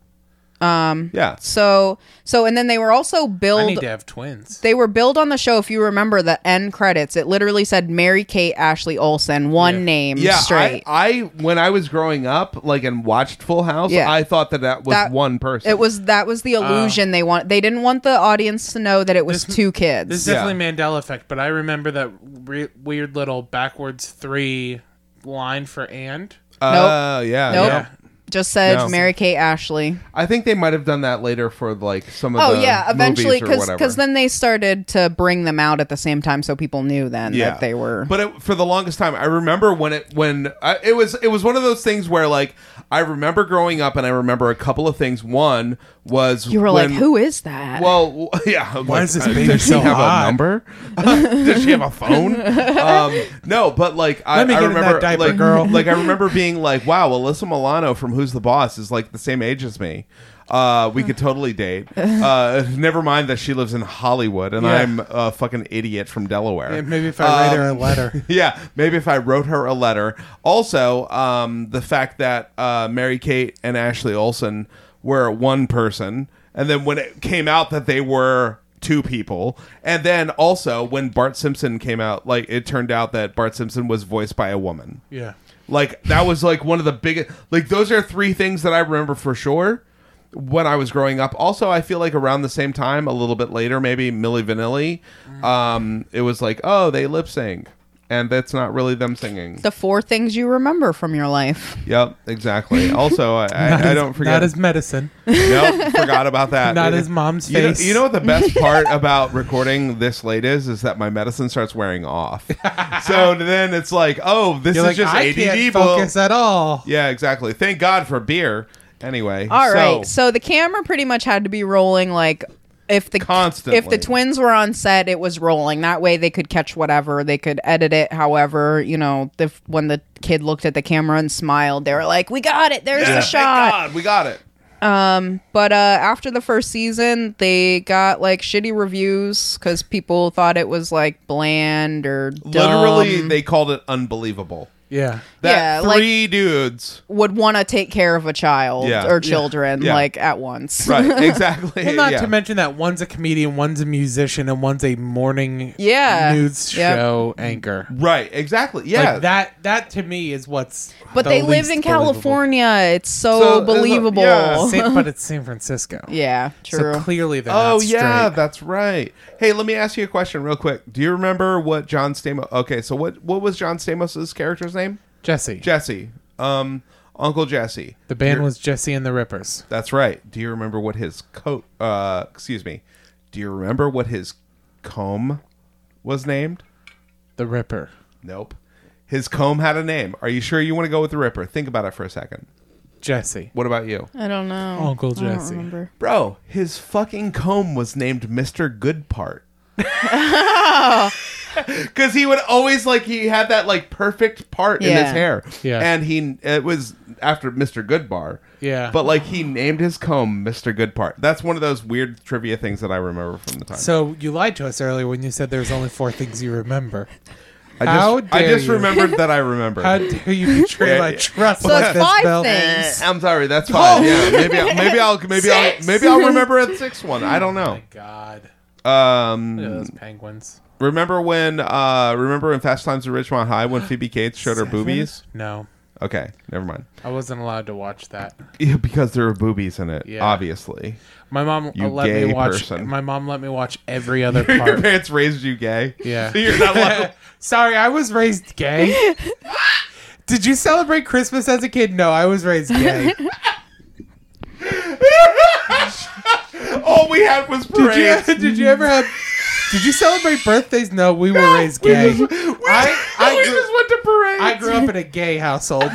[SPEAKER 4] Um. Yeah.
[SPEAKER 2] So so and then they were also
[SPEAKER 3] I need
[SPEAKER 2] billed
[SPEAKER 3] to have twins.
[SPEAKER 2] they were billed on the show if you remember the end credits. It literally said Mary Kate Ashley Olsen, one
[SPEAKER 3] Yeah.
[SPEAKER 2] name
[SPEAKER 4] Yeah,
[SPEAKER 2] straight.
[SPEAKER 4] I, I when I was growing up, like and watched Full House,
[SPEAKER 2] Yeah.
[SPEAKER 4] I thought that that was
[SPEAKER 2] That-
[SPEAKER 4] one person.
[SPEAKER 2] it was that was
[SPEAKER 4] Oh.
[SPEAKER 2] the illusion they want they didn't want the audience to know that it was
[SPEAKER 3] This-
[SPEAKER 2] two kids.
[SPEAKER 3] This is
[SPEAKER 4] Yeah.
[SPEAKER 3] definitely Mandela effect, but I remember that re- weird little backwards three line for and.
[SPEAKER 4] Uh, yeah,
[SPEAKER 2] nope.
[SPEAKER 4] yeah.
[SPEAKER 2] Just said
[SPEAKER 4] No.
[SPEAKER 2] Mary Kate Ashley.
[SPEAKER 4] I think they might have done that later for like some of
[SPEAKER 2] Oh
[SPEAKER 4] the
[SPEAKER 2] yeah, eventually
[SPEAKER 4] movies or
[SPEAKER 2] because
[SPEAKER 4] whatever.
[SPEAKER 2] then they started to bring them out at the same time, so people knew then
[SPEAKER 4] yeah,
[SPEAKER 2] that they were.
[SPEAKER 4] But it, for the longest time, I remember when it when I, it was it was one of those things where like I remember growing up and I remember a couple of things. One was
[SPEAKER 2] you were like,
[SPEAKER 4] when-
[SPEAKER 2] "Who is that?"
[SPEAKER 4] Well, w- yeah. I'm
[SPEAKER 3] Why
[SPEAKER 4] like,
[SPEAKER 3] is this
[SPEAKER 4] uh,
[SPEAKER 3] baby
[SPEAKER 4] does she
[SPEAKER 3] so
[SPEAKER 4] have
[SPEAKER 3] hot?
[SPEAKER 4] a number? does she have a phone? Um, no, but like I,
[SPEAKER 3] Let me
[SPEAKER 4] I
[SPEAKER 3] get in that
[SPEAKER 4] remember,
[SPEAKER 3] diaper,
[SPEAKER 4] like,
[SPEAKER 3] girl.
[SPEAKER 4] like I remember being like, wow, Alyssa Milano from Who's the Boss is like the same age as me. Uh, we could totally date. Uh, never mind that she lives in Hollywood and
[SPEAKER 3] Yeah.
[SPEAKER 4] I'm a fucking idiot from Delaware.
[SPEAKER 3] And maybe if I write her a
[SPEAKER 4] Um,
[SPEAKER 3] letter.
[SPEAKER 4] yeah, maybe if I wrote her a letter. Also, um, the fact that uh, Mary Kate and Ashley Olsen were one person, and then when it came out that they were two people, and then also when Bart Simpson came out, like it turned out that Bart Simpson was voiced by a woman.
[SPEAKER 3] yeah.
[SPEAKER 4] Like that was like one of the biggest. Like those are three things that I remember for sure when I was growing up. Also, I feel like around the same time, a little bit later, maybe Millie Vanilli. Um, it was like, oh, they lip sync, and that's not really them singing.
[SPEAKER 2] The four things you remember from your life.
[SPEAKER 4] Yep, exactly. Also, I, I, I don't forget.
[SPEAKER 3] Not as medicine.
[SPEAKER 4] Nope, forgot about that.
[SPEAKER 3] Not his mom's
[SPEAKER 4] You know,
[SPEAKER 3] face.
[SPEAKER 4] you know what the best part about recording this late is? Is that my medicine starts wearing off. so then it's like, oh, this
[SPEAKER 3] You're like,
[SPEAKER 4] is just
[SPEAKER 3] I
[SPEAKER 4] ADD.
[SPEAKER 3] can't
[SPEAKER 4] bull-"
[SPEAKER 3] focus at all.
[SPEAKER 4] Yeah, exactly. Thank God for beer. Anyway,
[SPEAKER 2] All right,
[SPEAKER 4] so,
[SPEAKER 2] so, the camera pretty much had to be rolling like if the
[SPEAKER 4] Constantly.
[SPEAKER 2] if the twins were on set, it was rolling. That way they could catch whatever, they could edit it. However, you know, the, when the kid looked at the camera and smiled, they were like, "We got it. There's the
[SPEAKER 4] Yeah,
[SPEAKER 2] shot."
[SPEAKER 4] Thank God, we got it.
[SPEAKER 2] But uh, after the first season, they got like shitty reviews because people thought it was like bland or dumb.
[SPEAKER 4] Literally, they called it unbelievable.
[SPEAKER 3] Yeah.
[SPEAKER 4] That
[SPEAKER 2] Yeah, like-
[SPEAKER 4] three dudes.
[SPEAKER 2] would want to take care of a child
[SPEAKER 4] Yeah.
[SPEAKER 2] or
[SPEAKER 4] Yeah.
[SPEAKER 2] children
[SPEAKER 4] Yeah.
[SPEAKER 2] like at once.
[SPEAKER 4] Right, exactly.
[SPEAKER 3] Well, not
[SPEAKER 4] yeah.
[SPEAKER 3] to mention that one's a comedian, one's a musician, and one's a morning
[SPEAKER 2] Yeah.
[SPEAKER 3] news
[SPEAKER 2] Yep.
[SPEAKER 3] show anchor.
[SPEAKER 4] Right, exactly. Yeah.
[SPEAKER 3] Like that that to me is what's
[SPEAKER 2] But
[SPEAKER 3] the
[SPEAKER 2] they live
[SPEAKER 3] least
[SPEAKER 2] in
[SPEAKER 3] believable.
[SPEAKER 2] California. It's so,
[SPEAKER 4] So, uh,
[SPEAKER 2] believable.
[SPEAKER 4] yeah,
[SPEAKER 2] Yeah,
[SPEAKER 3] Sa- but it's San Francisco.
[SPEAKER 2] true.
[SPEAKER 3] So clearly they're
[SPEAKER 4] Oh
[SPEAKER 3] not
[SPEAKER 4] yeah,
[SPEAKER 3] straight.
[SPEAKER 4] that's right. Hey, let me ask you a question real quick. Do you remember what John Stamos? Okay, so what what was John Stamos's character's name?
[SPEAKER 3] Jesse.
[SPEAKER 4] Jesse. Um, Uncle Jesse.
[SPEAKER 3] the band was Jesse and the Rippers.
[SPEAKER 4] That's right. Do you remember what his coat? Uh, excuse me. Do you remember what his comb was named?
[SPEAKER 3] The Ripper.
[SPEAKER 4] Nope. His comb had a name. Are you sure you want to go with the Ripper? Think about it for a second.
[SPEAKER 3] Jesse.
[SPEAKER 4] What about you,
[SPEAKER 2] I don't know.
[SPEAKER 3] Uncle
[SPEAKER 2] I don't
[SPEAKER 3] Jesse.
[SPEAKER 2] remember.
[SPEAKER 4] bro? His fucking comb was named Mister Goodpart. Because he would always like he had that like perfect part in his
[SPEAKER 2] Yeah.
[SPEAKER 4] hair,
[SPEAKER 3] Yeah.
[SPEAKER 4] And he it was after Mister Goodbar,
[SPEAKER 3] Yeah.
[SPEAKER 4] But like he named his comb Mister Goodpart. That's one of those weird trivia things that I remember from the time.
[SPEAKER 3] So you lied to us earlier when you said there's only four things you remember.
[SPEAKER 4] I just,
[SPEAKER 3] how
[SPEAKER 4] I
[SPEAKER 3] dare
[SPEAKER 4] just
[SPEAKER 3] you.
[SPEAKER 4] remembered that I remember.
[SPEAKER 3] How dare you betray my
[SPEAKER 4] Yeah.
[SPEAKER 3] trust?
[SPEAKER 2] So
[SPEAKER 3] like
[SPEAKER 2] it's
[SPEAKER 3] this,
[SPEAKER 2] five
[SPEAKER 3] Bill?
[SPEAKER 2] things.
[SPEAKER 4] Eh, I'm sorry, that's fine. Yeah, maybe I'll, maybe I'll maybe I'll
[SPEAKER 2] Six.
[SPEAKER 4] maybe I'll remember a sixth one. I don't know.
[SPEAKER 3] Oh God.
[SPEAKER 4] Um,
[SPEAKER 3] Look at those penguins.
[SPEAKER 4] Remember when? Uh, remember in Fast Times at Richmond High when Phoebe Cates showed her boobies?
[SPEAKER 3] No.
[SPEAKER 4] Okay, never mind.
[SPEAKER 3] I wasn't allowed to watch that.
[SPEAKER 4] Yeah, because there were boobies in it,
[SPEAKER 3] Yeah.
[SPEAKER 4] obviously.
[SPEAKER 3] My mom
[SPEAKER 4] You
[SPEAKER 3] let
[SPEAKER 4] gay
[SPEAKER 3] me watch.
[SPEAKER 4] person.
[SPEAKER 3] My mom let me watch every other
[SPEAKER 4] Your
[SPEAKER 3] part.
[SPEAKER 4] parents raised you gay.
[SPEAKER 3] Yeah.
[SPEAKER 4] So you're not allowed.
[SPEAKER 3] Sorry, I was raised gay. Did you celebrate Christmas as a kid? No, I was raised gay.
[SPEAKER 4] All we had was
[SPEAKER 3] Did
[SPEAKER 4] parades.
[SPEAKER 3] you, did you ever have? Did you celebrate birthdays? No, we were raised gay. I, I,
[SPEAKER 4] we
[SPEAKER 3] grew,
[SPEAKER 4] just went to parades.
[SPEAKER 3] I grew up in a gay household.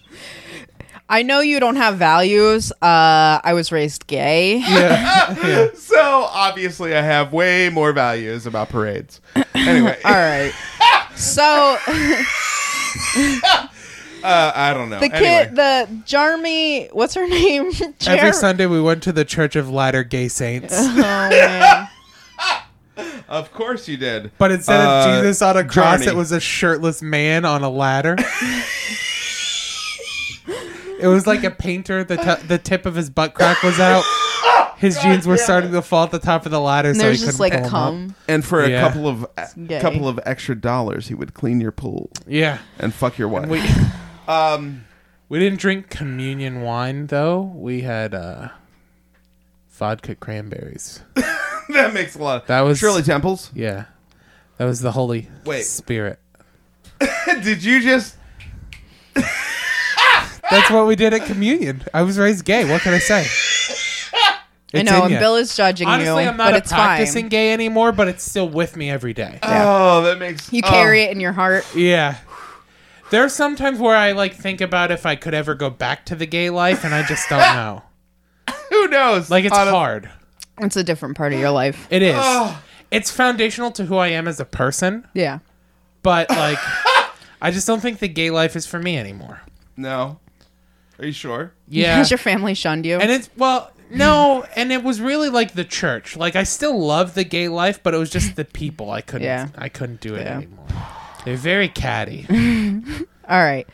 [SPEAKER 2] I know you don't have values. Uh, I was raised gay.
[SPEAKER 4] so obviously, I have way more values about parades. Anyway,
[SPEAKER 2] All right. So
[SPEAKER 4] uh, I don't know.
[SPEAKER 2] the
[SPEAKER 4] anyway.
[SPEAKER 2] kid, the Jarmy, what's her name?
[SPEAKER 3] Every
[SPEAKER 2] Jer-
[SPEAKER 3] Sunday we went to the Church of Latter Gay Saints,
[SPEAKER 2] oh man.
[SPEAKER 4] of course you did.
[SPEAKER 3] but instead
[SPEAKER 4] Uh,
[SPEAKER 3] of Jesus on a cross,
[SPEAKER 4] Journey.
[SPEAKER 3] it was a shirtless man on a ladder. it was like a painter. the t- The tip of his butt crack was out. His jeans were starting to fall at the top of the ladder,
[SPEAKER 2] And
[SPEAKER 3] so he
[SPEAKER 2] there's
[SPEAKER 3] couldn't
[SPEAKER 2] just like
[SPEAKER 3] pull 'em up.
[SPEAKER 2] cum.
[SPEAKER 4] and for a
[SPEAKER 3] Yeah.
[SPEAKER 4] couple of
[SPEAKER 2] gay.
[SPEAKER 4] couple of extra dollars, he would clean your pool
[SPEAKER 3] Yeah,
[SPEAKER 4] and fuck your wife.
[SPEAKER 3] we
[SPEAKER 4] um,
[SPEAKER 3] we didn't drink communion wine though. We had uh, vodka cranberries.
[SPEAKER 4] that makes a lot.
[SPEAKER 3] That was-
[SPEAKER 4] Shirley Temples.
[SPEAKER 3] Yeah, that was the Holy
[SPEAKER 4] Wait.
[SPEAKER 3] Spirit.
[SPEAKER 4] Did you just?
[SPEAKER 3] That's what we did at communion. I was raised gay. What can I say?
[SPEAKER 2] I
[SPEAKER 3] It's
[SPEAKER 2] know,
[SPEAKER 3] in
[SPEAKER 2] and
[SPEAKER 3] ya.
[SPEAKER 2] Bill is judging
[SPEAKER 3] Honestly,
[SPEAKER 2] you,
[SPEAKER 3] I'm not
[SPEAKER 2] but
[SPEAKER 3] a
[SPEAKER 2] it's
[SPEAKER 3] practicing
[SPEAKER 2] fine.
[SPEAKER 3] gay anymore, but it's still with me every day.
[SPEAKER 4] Oh, that makes
[SPEAKER 2] You carry
[SPEAKER 3] Oh.
[SPEAKER 2] it in your heart.
[SPEAKER 3] yeah. There are some times where I like think about if I could ever go back to the gay life, and I just don't know.
[SPEAKER 4] Who knows?
[SPEAKER 3] Like it's
[SPEAKER 4] On a-
[SPEAKER 3] hard.
[SPEAKER 2] It's a different part of your life.
[SPEAKER 3] It is.
[SPEAKER 4] Ugh.
[SPEAKER 3] It's foundational to who I am as a person,
[SPEAKER 2] Yeah.
[SPEAKER 3] but like, I just don't think the gay life is for me anymore.
[SPEAKER 4] No. Are you sure?
[SPEAKER 3] Yeah.
[SPEAKER 2] Has your family shunned you?
[SPEAKER 3] And it's well, no, and it was really like the church. Like I still love the gay life, but it was just the people. I couldn't
[SPEAKER 2] Yeah.
[SPEAKER 3] I couldn't do it
[SPEAKER 2] Yeah.
[SPEAKER 3] anymore. They're very catty.
[SPEAKER 2] All right.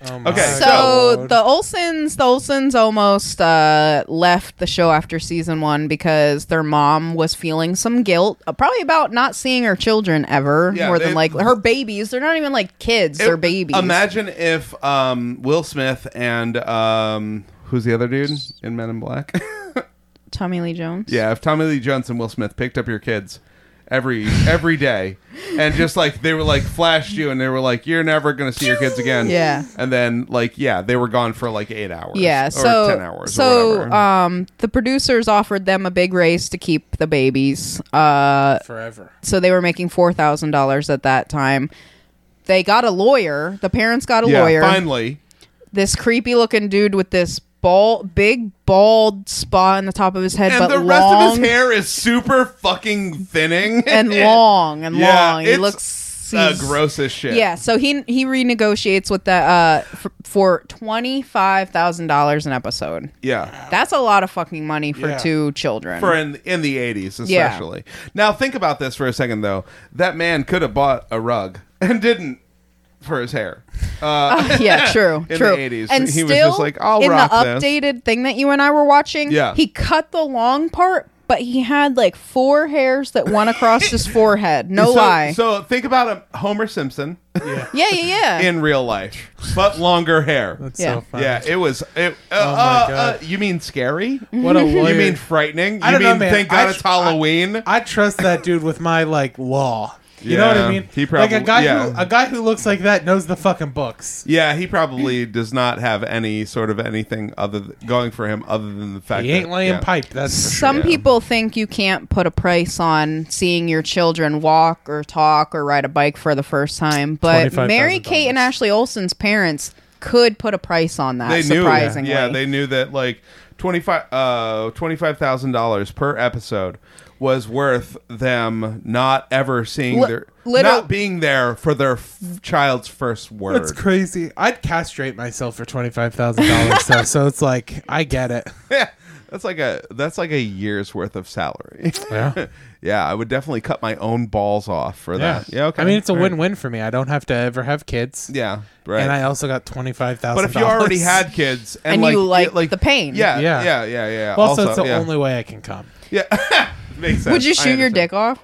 [SPEAKER 3] Oh my
[SPEAKER 4] Okay,
[SPEAKER 2] so
[SPEAKER 3] Lord.
[SPEAKER 2] the Olsons, the Olsons almost uh, left the show after season one because their mom was feeling some guilt, uh, probably about not seeing her children ever.
[SPEAKER 4] Yeah,
[SPEAKER 2] more than
[SPEAKER 4] they-
[SPEAKER 2] like her babies. They're not even like kids; they're
[SPEAKER 4] It-
[SPEAKER 2] babies.
[SPEAKER 4] Imagine if um, Will Smith and um, who's the other dude in Men in Black?
[SPEAKER 2] Tommy Lee Jones.
[SPEAKER 4] yeah, if Tommy Lee Jones and Will Smith picked up your kids every every day, and just like they were like flashed you, and they were like, "You're never gonna see your kids again."
[SPEAKER 2] Yeah.
[SPEAKER 4] and then like yeah, they were gone for like eight hours.
[SPEAKER 2] Yeah,
[SPEAKER 4] or
[SPEAKER 2] so
[SPEAKER 4] ten hours. or
[SPEAKER 2] so
[SPEAKER 4] whatever.
[SPEAKER 2] um, the producers offered them a big raise to keep the babies. Uh,
[SPEAKER 3] forever.
[SPEAKER 2] so they were making four thousand dollars at that time. They got a lawyer. The parents got a
[SPEAKER 4] yeah,
[SPEAKER 2] lawyer.
[SPEAKER 4] finally.
[SPEAKER 2] This creepy looking dude with this bald, big bald spot on the top of his head, but
[SPEAKER 4] And the rest
[SPEAKER 2] long
[SPEAKER 4] of his hair is super fucking thinning
[SPEAKER 2] and long and
[SPEAKER 4] Yeah,
[SPEAKER 2] long. He
[SPEAKER 4] it's,
[SPEAKER 2] looks
[SPEAKER 4] uh,
[SPEAKER 2] he's-
[SPEAKER 4] gross as shit.
[SPEAKER 2] Yeah, so he he renegotiates with the uh, f- for twenty five thousand dollars an episode.
[SPEAKER 4] yeah.
[SPEAKER 2] That's a lot of fucking money for
[SPEAKER 3] Yeah.
[SPEAKER 2] two children.
[SPEAKER 4] for in in the eighties,
[SPEAKER 2] Yeah.
[SPEAKER 4] especially. Now think about this for a second, though. That man could have bought a rug and didn't for his hair.
[SPEAKER 2] yeah, true,
[SPEAKER 4] In
[SPEAKER 2] true.
[SPEAKER 4] the 80s,
[SPEAKER 2] and
[SPEAKER 4] he
[SPEAKER 2] still,
[SPEAKER 4] was just like, "I'll
[SPEAKER 2] in
[SPEAKER 4] rock
[SPEAKER 2] the
[SPEAKER 4] this."
[SPEAKER 2] updated thing that you and I were watching,
[SPEAKER 4] Yeah.
[SPEAKER 2] he cut the long part, but he had like four hairs that went across his forehead. No
[SPEAKER 3] Oh,
[SPEAKER 4] so,
[SPEAKER 2] lie.
[SPEAKER 4] So think about a Homer Simpson
[SPEAKER 2] yeah, yeah, yeah.
[SPEAKER 4] in real life, but longer hair.
[SPEAKER 3] That's
[SPEAKER 2] Yeah.
[SPEAKER 3] so funny. Oh
[SPEAKER 4] yeah, it was. It, uh, uh,
[SPEAKER 3] God.
[SPEAKER 4] uh, you mean scary?
[SPEAKER 3] What a lawyer.
[SPEAKER 4] You mean frightening? You
[SPEAKER 3] Mm-hmm. I don't
[SPEAKER 4] mean
[SPEAKER 3] know, man.
[SPEAKER 4] thank
[SPEAKER 3] I
[SPEAKER 4] God
[SPEAKER 3] tr-
[SPEAKER 4] it's Halloween?
[SPEAKER 3] I trust that dude with my like law. You know what
[SPEAKER 4] Yeah,
[SPEAKER 3] I mean?
[SPEAKER 4] he
[SPEAKER 3] like
[SPEAKER 4] probably-
[SPEAKER 3] a guy
[SPEAKER 4] yeah.
[SPEAKER 3] who a guy who looks like that knows the fucking books.
[SPEAKER 4] yeah, he probably does not have any sort of anything other th- going for him other than the fact
[SPEAKER 3] He ain't
[SPEAKER 4] that-
[SPEAKER 3] laying
[SPEAKER 4] yeah.
[SPEAKER 3] pipe. That's for sure.
[SPEAKER 2] Some people think you can't put a price on seeing your children walk or talk or ride a bike for the first time, but
[SPEAKER 3] $25,000.
[SPEAKER 2] Mary Kate and Ashley Olsen's parents could put a price on that.
[SPEAKER 4] they knew
[SPEAKER 2] surprisingly,
[SPEAKER 4] yeah they knew that like 25 uh 25000 dollars per episode was worth them not ever seeing
[SPEAKER 2] Li-
[SPEAKER 4] their
[SPEAKER 2] little-
[SPEAKER 4] not being there for their f- child's first word
[SPEAKER 3] That's crazy. I'd castrate myself for twenty five thousand dollars. so, so it's like I get it.
[SPEAKER 4] that's like a that's like a year's worth of salary
[SPEAKER 3] Yeah.
[SPEAKER 4] yeah i would definitely cut my own balls off for
[SPEAKER 3] Yeah.
[SPEAKER 4] that yeah okay
[SPEAKER 3] I mean, it's a
[SPEAKER 4] All right.
[SPEAKER 3] win win for me. I don't have to ever have kids.
[SPEAKER 4] yeah right
[SPEAKER 3] And I also got twenty five thousand.
[SPEAKER 4] but if you already had kids and,
[SPEAKER 2] And
[SPEAKER 4] like,
[SPEAKER 2] you like
[SPEAKER 4] it- like
[SPEAKER 2] the pain.
[SPEAKER 4] yeah yeah
[SPEAKER 3] Yeah.
[SPEAKER 4] yeah yeah, yeah.
[SPEAKER 3] also, it's the
[SPEAKER 4] yeah.
[SPEAKER 3] only way I can come.
[SPEAKER 4] yeah makes sense
[SPEAKER 2] Would you
[SPEAKER 4] I
[SPEAKER 2] shoot your
[SPEAKER 4] understand.
[SPEAKER 2] dick off?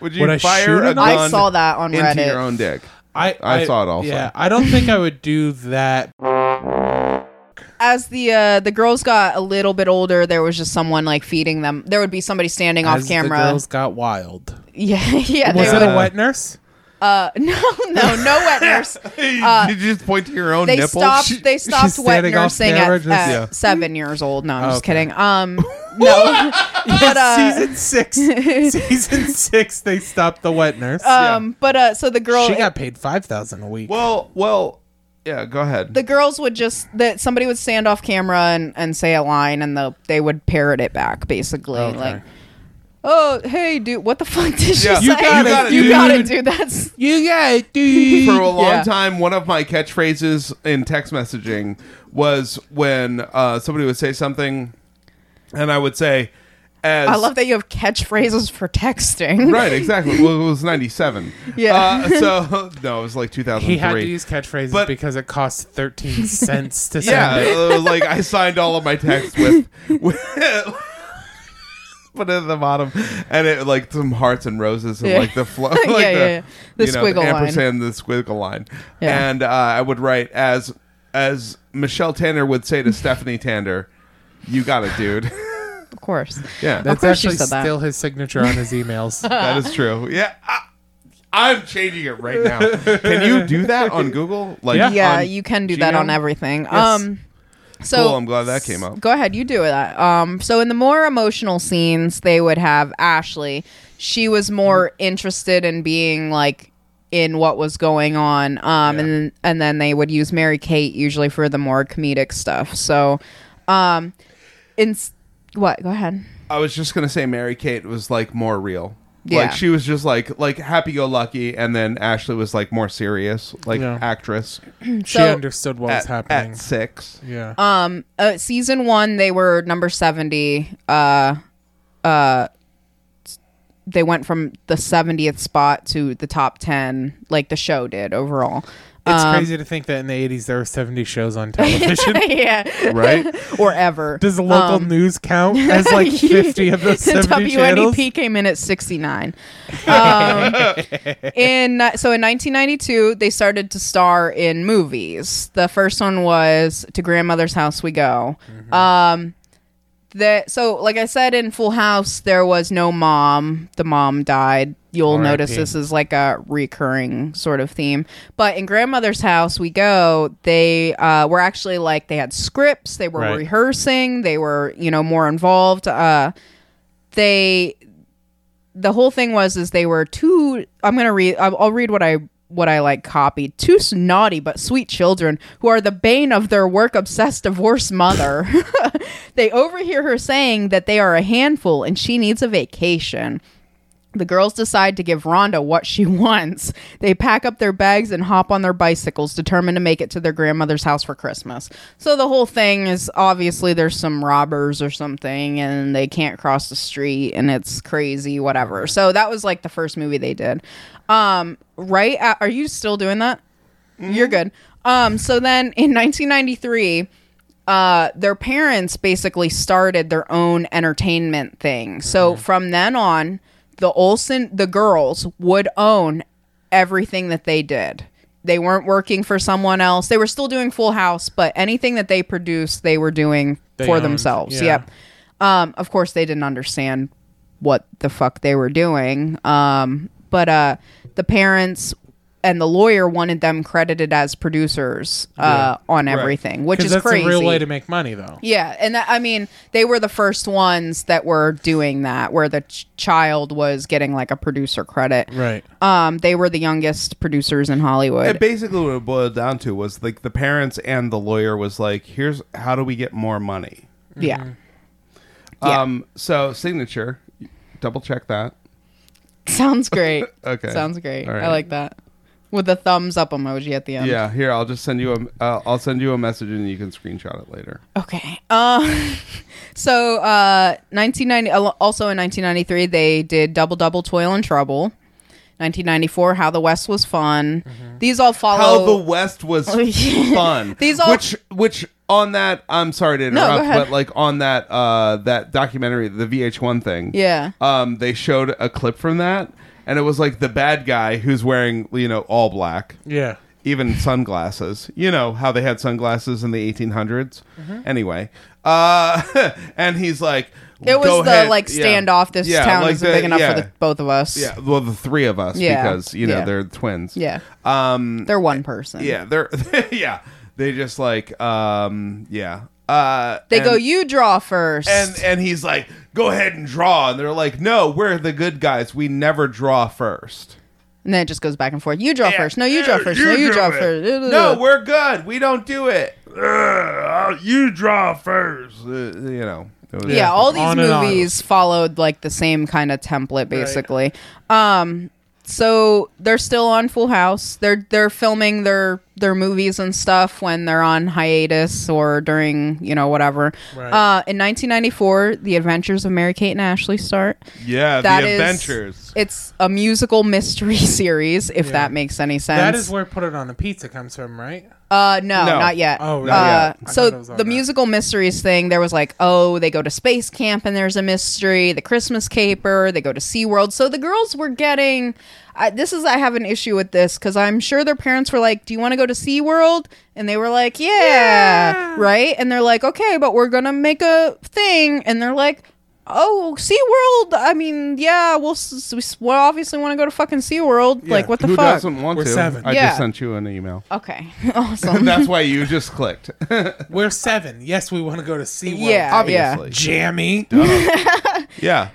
[SPEAKER 4] would you
[SPEAKER 3] Would I
[SPEAKER 4] fire
[SPEAKER 3] shoot
[SPEAKER 4] a
[SPEAKER 3] it?
[SPEAKER 4] gun
[SPEAKER 2] I saw that on
[SPEAKER 4] into
[SPEAKER 2] Reddit.
[SPEAKER 4] your own dick
[SPEAKER 3] I,
[SPEAKER 4] I saw it also.
[SPEAKER 3] Yeah, I don't think I would do that.
[SPEAKER 2] as the uh, the girls got a little bit older, there was just someone like feeding them. There would be somebody standing
[SPEAKER 3] as
[SPEAKER 2] off
[SPEAKER 3] the
[SPEAKER 2] camera.
[SPEAKER 3] girls got wild.
[SPEAKER 2] Yeah, yeah.
[SPEAKER 3] Was
[SPEAKER 2] they
[SPEAKER 3] it
[SPEAKER 2] would,
[SPEAKER 3] a wet nurse?
[SPEAKER 2] uh, no, no, no wet nurse.
[SPEAKER 4] Did you just point to your own
[SPEAKER 2] Uh, They
[SPEAKER 4] nipple?
[SPEAKER 2] stopped. They stopped wet
[SPEAKER 3] standing off
[SPEAKER 2] nursing at,
[SPEAKER 3] camera,
[SPEAKER 2] at
[SPEAKER 3] just- Yeah.
[SPEAKER 2] seven years old. No, I'm just
[SPEAKER 3] Okay.
[SPEAKER 2] kidding. Um, no, but uh,
[SPEAKER 3] season six. season six. They stopped the wet nurse.
[SPEAKER 2] um, but uh, so the girl,
[SPEAKER 3] she got paid five thousand a week.
[SPEAKER 4] well, well, yeah. Go ahead.
[SPEAKER 2] the girls would just that somebody would stand off camera and, and say a line, and the they would parrot it back, basically
[SPEAKER 3] Okay.
[SPEAKER 2] like. Oh hey dude! What the fuck did she
[SPEAKER 4] Yeah.
[SPEAKER 2] say?
[SPEAKER 4] You
[SPEAKER 3] got
[SPEAKER 4] it,
[SPEAKER 2] you gotta
[SPEAKER 3] dude.
[SPEAKER 2] do that.
[SPEAKER 3] you got it, dude.
[SPEAKER 4] For a long
[SPEAKER 2] yeah.
[SPEAKER 4] time, one of my catchphrases in text messaging was when uh, somebody would say something, and I would say, "As
[SPEAKER 2] I love that you have catchphrases for texting.
[SPEAKER 4] right, exactly." well, it was ninety-seven.
[SPEAKER 2] Yeah.
[SPEAKER 4] Uh, so no, it was like two thousand three.
[SPEAKER 3] He had to use catchphrases
[SPEAKER 4] But-
[SPEAKER 3] because it costs thirteen cents to
[SPEAKER 4] Yeah,
[SPEAKER 3] send it.
[SPEAKER 4] uh, like I signed all of my texts with, with put it at the bottom, and it like some hearts and roses and
[SPEAKER 2] Yeah.
[SPEAKER 4] like the flow, like
[SPEAKER 2] Yeah, yeah, yeah. The
[SPEAKER 4] you know,
[SPEAKER 2] squiggle line.
[SPEAKER 4] ampersand, the squiggle line,
[SPEAKER 2] Yeah.
[SPEAKER 4] and uh, I would write as as Michelle Tanner would say to Stephanie Tanner, "You got it, dude."
[SPEAKER 2] Of course.
[SPEAKER 4] yeah,
[SPEAKER 3] That's
[SPEAKER 2] course she
[SPEAKER 3] actually
[SPEAKER 2] said that.
[SPEAKER 3] still his signature on his emails.
[SPEAKER 4] that is true. Yeah. I- I'm changing it right now. Can you do that on Google? Like,
[SPEAKER 3] Yeah.
[SPEAKER 2] Yeah,
[SPEAKER 4] on
[SPEAKER 2] you can do that
[SPEAKER 4] Gmail?
[SPEAKER 2] on everything. Um so
[SPEAKER 4] Cool. I'm glad that came up.
[SPEAKER 2] Go ahead, you do that. Um so in the more emotional scenes, they would have Ashley. She was more
[SPEAKER 4] Mm-hmm.
[SPEAKER 2] interested in being like in what was going on. Um and and then they would use Mary Kate usually for the more comedic stuff. So um in what? Go ahead.
[SPEAKER 4] I was just gonna say Mary Kate was like more real.
[SPEAKER 2] Yeah.
[SPEAKER 4] Like she was just like like happy go lucky, and then Ashley was like more serious, like
[SPEAKER 3] Yeah.
[SPEAKER 4] actress
[SPEAKER 3] she
[SPEAKER 2] So-
[SPEAKER 3] understood what was
[SPEAKER 4] at,
[SPEAKER 3] happening.
[SPEAKER 4] at six.
[SPEAKER 3] yeah.
[SPEAKER 2] uh, season one they were number 70 uh uh they went from the 70th spot to the top 10 like the show did overall
[SPEAKER 3] It's crazy to think that in the 80s there were 70 shows on television.
[SPEAKER 2] yeah,
[SPEAKER 4] right?
[SPEAKER 2] or ever.
[SPEAKER 3] Does the local
[SPEAKER 2] Um,
[SPEAKER 3] news count as like 50 of those 70
[SPEAKER 2] WNEP
[SPEAKER 3] channels?
[SPEAKER 2] E came in at 69. Um, in so in 1992, they started to star in movies. The first one was "To Grandmother's House We Go."
[SPEAKER 3] Mm-hmm.
[SPEAKER 2] Um, the so like I said in Full House, there was no mom. The mom died. You'll
[SPEAKER 3] R.I.P.
[SPEAKER 2] notice this is like a recurring sort of theme. But in Grandmother's House We Go, they uh, were actually like they had scripts. They were
[SPEAKER 3] Right.
[SPEAKER 2] rehearsing. They were you know more involved. Uh, they the whole thing was is they were two i'm gonna read i'll I'll read what i what i like copied two s- naughty but sweet children who are the bane of their work obsessed divorced mother they overhear her saying that they are a handful and she needs a vacation the girls decide to give Rhonda what she wants. They pack up their bags and hop on their bicycles, determined to make it to their grandmother's house for Christmas. So the whole thing is obviously there's some robbers or something, and they can't cross the street, and it's crazy, whatever. So that was like the first movie they did. Um, right? At, are you still doing that?
[SPEAKER 3] Mm-hmm.
[SPEAKER 2] You're good. Um, so then in 1993 uh, their parents basically started their own entertainment thing.
[SPEAKER 3] Mm-hmm.
[SPEAKER 2] So from then on, the Olsen, the girls would own everything that they did. They weren't working for someone else. They were still doing Full House, but anything that they produced, they were doing
[SPEAKER 3] They
[SPEAKER 2] for
[SPEAKER 3] owned,
[SPEAKER 2] themselves.
[SPEAKER 3] yeah.
[SPEAKER 2] Yep. Um, of course, they didn't understand what the fuck they were doing. Um, but uh, the parents and the lawyer wanted them credited as producers uh, on
[SPEAKER 3] Right.
[SPEAKER 2] everything, which
[SPEAKER 3] 'Cause
[SPEAKER 2] is
[SPEAKER 3] that's
[SPEAKER 2] crazy.
[SPEAKER 3] a real way to make money, though.
[SPEAKER 2] Yeah, and that, I mean, they were the first ones that were doing that, where the ch- child was getting like a producer credit.
[SPEAKER 3] Right.
[SPEAKER 2] Um, they were the youngest producers in Hollywood.
[SPEAKER 4] And basically, what it boiled down to was like the parents and the lawyer was like, "Here's how do we get more money."
[SPEAKER 3] mm-hmm.
[SPEAKER 2] yeah, Yeah.
[SPEAKER 4] Um, so signature, double check that.
[SPEAKER 2] sounds great.
[SPEAKER 4] Okay.
[SPEAKER 2] sounds great.
[SPEAKER 4] All right.
[SPEAKER 2] I like that with the thumbs up emoji at the end.
[SPEAKER 4] Yeah, here I'll just send you a uh, I'll send you a message and you can screenshot it later.
[SPEAKER 2] Okay. Uh, so, uh, 1990, al- also in 1993, they did Double Double Toil and Trouble. 1994, How the West Was Fun. These all
[SPEAKER 4] Mm-hmm. How the
[SPEAKER 2] follow.
[SPEAKER 4] West was
[SPEAKER 2] Oh. yeah.
[SPEAKER 4] fun.
[SPEAKER 2] These all-
[SPEAKER 4] which which on that I'm sorry to
[SPEAKER 2] go
[SPEAKER 4] interrupt,
[SPEAKER 2] ahead.
[SPEAKER 4] but like on that uh that documentary, the VH1 thing.
[SPEAKER 2] yeah.
[SPEAKER 4] Um, they showed a clip from that, and it was like the bad guy who's wearing you know all black.
[SPEAKER 3] Yeah.
[SPEAKER 4] even sunglasses. You know how they had sunglasses in the 1800s.
[SPEAKER 2] Mm-hmm.
[SPEAKER 4] Anyway, uh, and he's like,
[SPEAKER 2] It was the
[SPEAKER 4] "Go ahead."
[SPEAKER 2] like
[SPEAKER 4] Yeah.
[SPEAKER 2] standoff. This
[SPEAKER 4] Yeah,
[SPEAKER 2] town
[SPEAKER 4] like
[SPEAKER 2] isn't
[SPEAKER 4] the-
[SPEAKER 2] big enough
[SPEAKER 4] yeah.
[SPEAKER 2] for the both of us.
[SPEAKER 4] yeah, well, the three of us
[SPEAKER 2] Yeah.
[SPEAKER 4] because you know
[SPEAKER 2] Yeah.
[SPEAKER 4] they're twins.
[SPEAKER 2] yeah. Um, they're one person.
[SPEAKER 4] yeah, they're yeah, they just like um, yeah. Uh,
[SPEAKER 2] they
[SPEAKER 4] and-
[SPEAKER 2] go. You draw first.
[SPEAKER 4] and and he's like, go ahead and draw, and they're like, no, we're the good guys. We never draw first.
[SPEAKER 2] And then it just goes back and forth. You draw first. No, you draw
[SPEAKER 4] Yeah,
[SPEAKER 2] first. no, you
[SPEAKER 4] do
[SPEAKER 2] draw
[SPEAKER 4] it.
[SPEAKER 2] first.
[SPEAKER 4] No, we're good. We don't do it. Ugh, you draw first. Uh, you know. it was-
[SPEAKER 2] yeah, all these
[SPEAKER 3] On and on.
[SPEAKER 2] movies followed like the same kind of template basically um so they're still on full house they're they're filming their their movies and stuff when they're on hiatus or during you know whatever
[SPEAKER 3] Right.
[SPEAKER 2] uh in 1994 the adventures of mary kate and ashley start
[SPEAKER 4] yeah.
[SPEAKER 2] That
[SPEAKER 4] the
[SPEAKER 2] is,
[SPEAKER 4] adventures.
[SPEAKER 2] it's a musical mystery series if that makes any sense
[SPEAKER 3] That is where Put It On a Pizza comes from, right?
[SPEAKER 2] Uh, no,
[SPEAKER 4] No.
[SPEAKER 2] not yet.
[SPEAKER 3] Oh,
[SPEAKER 4] Not
[SPEAKER 2] uh,
[SPEAKER 4] yet.
[SPEAKER 3] I
[SPEAKER 2] So
[SPEAKER 3] thought it was on
[SPEAKER 2] the
[SPEAKER 3] that.
[SPEAKER 2] musical mysteries thing, there was like, oh, they go to space camp and there's a mystery. The Christmas Caper, they go to SeaWorld. So the girls were getting. I, this is I have an issue with this because I'm sure their parents were like, "Do you want to go to SeaWorld?" And they were like, "Yeah, right." And they're like, "Okay, but we're gonna make a thing," and they're like. Oh, SeaWorld. I mean, yeah, we'll, s- we s- we'll obviously want to go to fucking SeaWorld. Like, what the
[SPEAKER 4] Who
[SPEAKER 2] fuck?
[SPEAKER 4] doesn't want
[SPEAKER 3] We're
[SPEAKER 4] to?
[SPEAKER 3] seven.
[SPEAKER 4] I
[SPEAKER 2] Yeah. Oh.
[SPEAKER 4] just sent you an email.
[SPEAKER 2] Okay. Awesome.
[SPEAKER 4] That's why you just clicked.
[SPEAKER 3] We're seven. Yes, we want to go to SeaWorld.
[SPEAKER 2] yeah. Yeah.
[SPEAKER 4] Obviously.
[SPEAKER 3] Jammy.
[SPEAKER 4] Yeah.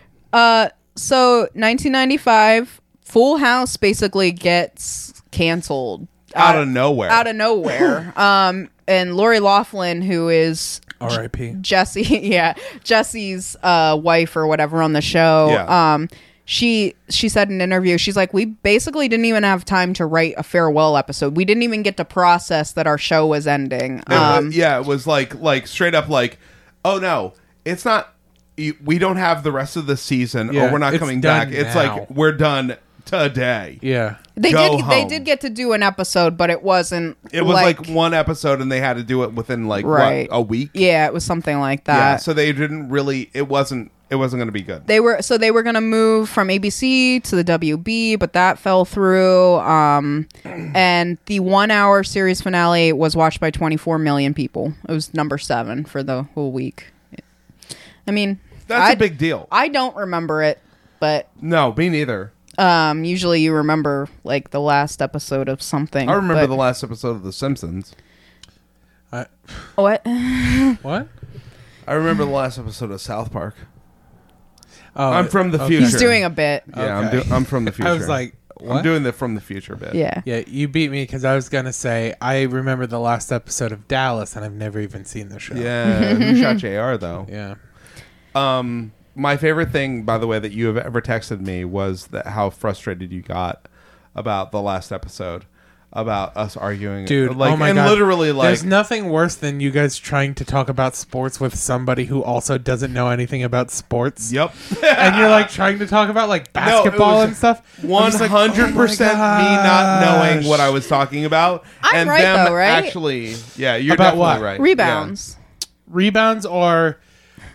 [SPEAKER 2] so 1995 full house basically gets canceled
[SPEAKER 4] Out of nowhere.
[SPEAKER 2] Uh, out of nowhere um and lori laughlin who is
[SPEAKER 3] R.I.P.
[SPEAKER 2] jesse yeah jesse's uh wife or whatever on the show
[SPEAKER 4] Yeah.
[SPEAKER 2] um she she said in an interview she's like we basically didn't even have time to write a farewell episode we didn't even get to process that our show was ending
[SPEAKER 4] It was-
[SPEAKER 2] um
[SPEAKER 4] yeah, it was like like straight up like, oh no, it's not. you- We don't have the rest of the season,
[SPEAKER 3] Yeah,
[SPEAKER 4] or we're not
[SPEAKER 3] it's
[SPEAKER 4] coming
[SPEAKER 3] done
[SPEAKER 4] back. It's
[SPEAKER 3] now.
[SPEAKER 4] like we're done today.
[SPEAKER 3] Yeah.
[SPEAKER 2] They
[SPEAKER 4] Go
[SPEAKER 2] did. They
[SPEAKER 4] home.
[SPEAKER 2] did get to do an episode, but it wasn't.
[SPEAKER 4] It was like, one episode, and they had to do it within like
[SPEAKER 2] Right.
[SPEAKER 4] what, a week.
[SPEAKER 2] yeah, it was something like that.
[SPEAKER 4] Yeah, so they didn't really. It wasn't. It wasn't going to be good.
[SPEAKER 2] they were so they were going to move from ABC to the WB, but that fell through. Um, and the one-hour series finale was watched by 24 million people. It was number seven for the whole week. I mean,
[SPEAKER 4] That's
[SPEAKER 2] I-
[SPEAKER 4] a big deal.
[SPEAKER 2] I don't remember it, but
[SPEAKER 4] no, me neither.
[SPEAKER 2] um, usually you remember like the last episode of something.
[SPEAKER 4] I remember
[SPEAKER 2] but-
[SPEAKER 4] the last episode of The Simpsons.
[SPEAKER 3] I,
[SPEAKER 2] Oh, what?
[SPEAKER 3] what?
[SPEAKER 4] I remember the last episode of South Park.
[SPEAKER 3] Oh,
[SPEAKER 4] I'm from the future.
[SPEAKER 2] He's doing a bit.
[SPEAKER 4] Yeah,
[SPEAKER 3] Okay.
[SPEAKER 4] I'm, do- I'm from the future.
[SPEAKER 3] I was like, what?
[SPEAKER 4] I'm doing the from the future bit.
[SPEAKER 2] Yeah.
[SPEAKER 3] yeah, you beat me because I was gonna say I remember the last episode of Dallas and I've never even seen the show.
[SPEAKER 4] Yeah, who shot JR though?
[SPEAKER 3] yeah.
[SPEAKER 4] Um, my favorite thing, by the way, that you have ever texted me was that how frustrated you got about the last episode, about us arguing,
[SPEAKER 3] dude.
[SPEAKER 4] Like,
[SPEAKER 3] oh my
[SPEAKER 4] and
[SPEAKER 3] God.
[SPEAKER 4] literally, like,
[SPEAKER 3] there's nothing worse than you guys trying to talk about sports with somebody who also doesn't know anything about sports.
[SPEAKER 4] yep,
[SPEAKER 3] and you're like trying to talk about like
[SPEAKER 4] No, it
[SPEAKER 3] basketball
[SPEAKER 4] was
[SPEAKER 3] and stuff. I'm
[SPEAKER 4] one
[SPEAKER 3] just like, oh
[SPEAKER 4] hundred percent me
[SPEAKER 3] my
[SPEAKER 4] not knowing what I
[SPEAKER 3] gosh.
[SPEAKER 4] was talking about,
[SPEAKER 2] I'm
[SPEAKER 4] and
[SPEAKER 2] right,
[SPEAKER 4] them
[SPEAKER 2] though, right?
[SPEAKER 4] actually, yeah, you're
[SPEAKER 3] About
[SPEAKER 4] definitely
[SPEAKER 3] what?
[SPEAKER 4] right.
[SPEAKER 2] Rebounds.
[SPEAKER 3] rebounds are.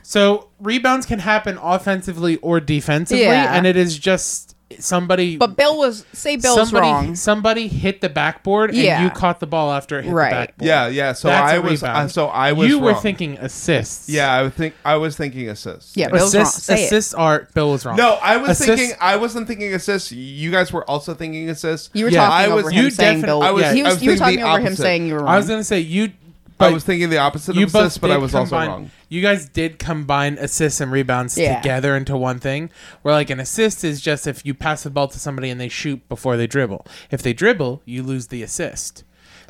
[SPEAKER 3] So rebounds can happen offensively or defensively,
[SPEAKER 2] Yeah.
[SPEAKER 3] and it is just somebody.
[SPEAKER 2] But Bill was say Bill's
[SPEAKER 3] somebody,
[SPEAKER 2] wrong.
[SPEAKER 3] somebody hit the backboard, and
[SPEAKER 2] Yeah.
[SPEAKER 3] you caught the ball after it hit
[SPEAKER 2] Right.
[SPEAKER 3] the backboard.
[SPEAKER 4] Yeah, yeah. yeah. So
[SPEAKER 3] That's
[SPEAKER 4] I
[SPEAKER 3] a
[SPEAKER 4] was,
[SPEAKER 3] rebound.
[SPEAKER 4] uh, so I was.
[SPEAKER 3] you were
[SPEAKER 4] wrong.
[SPEAKER 3] thinking assists.
[SPEAKER 4] Yeah, I would think I was thinking assists.
[SPEAKER 2] Yeah, Bill's wrong.
[SPEAKER 3] assists.
[SPEAKER 2] Say it.
[SPEAKER 3] Assists are Bill was wrong.
[SPEAKER 4] No, I was
[SPEAKER 3] Assists-
[SPEAKER 4] thinking. I wasn't thinking assists. You guys were also thinking assists.
[SPEAKER 2] You were
[SPEAKER 3] Yeah.
[SPEAKER 2] talking
[SPEAKER 4] I was-
[SPEAKER 2] over him
[SPEAKER 3] you
[SPEAKER 2] saying
[SPEAKER 3] defin-
[SPEAKER 2] Bill.
[SPEAKER 3] I was-
[SPEAKER 2] yeah,
[SPEAKER 3] I
[SPEAKER 2] he was,
[SPEAKER 4] was
[SPEAKER 2] you were
[SPEAKER 4] thinking
[SPEAKER 2] talking
[SPEAKER 4] the
[SPEAKER 2] over him
[SPEAKER 4] opposite.
[SPEAKER 2] saying you were wrong.
[SPEAKER 3] I was gonna say you.
[SPEAKER 4] I
[SPEAKER 3] but
[SPEAKER 4] was thinking the opposite
[SPEAKER 3] you
[SPEAKER 4] of assists,
[SPEAKER 3] both,
[SPEAKER 4] but
[SPEAKER 3] did
[SPEAKER 4] I was also
[SPEAKER 3] combine-
[SPEAKER 4] wrong.
[SPEAKER 3] You guys did combine assists and rebounds
[SPEAKER 2] Yeah.
[SPEAKER 3] together into one thing. Where like an assist is just if you pass the ball to somebody and they shoot before they dribble. If they dribble, you lose the assist.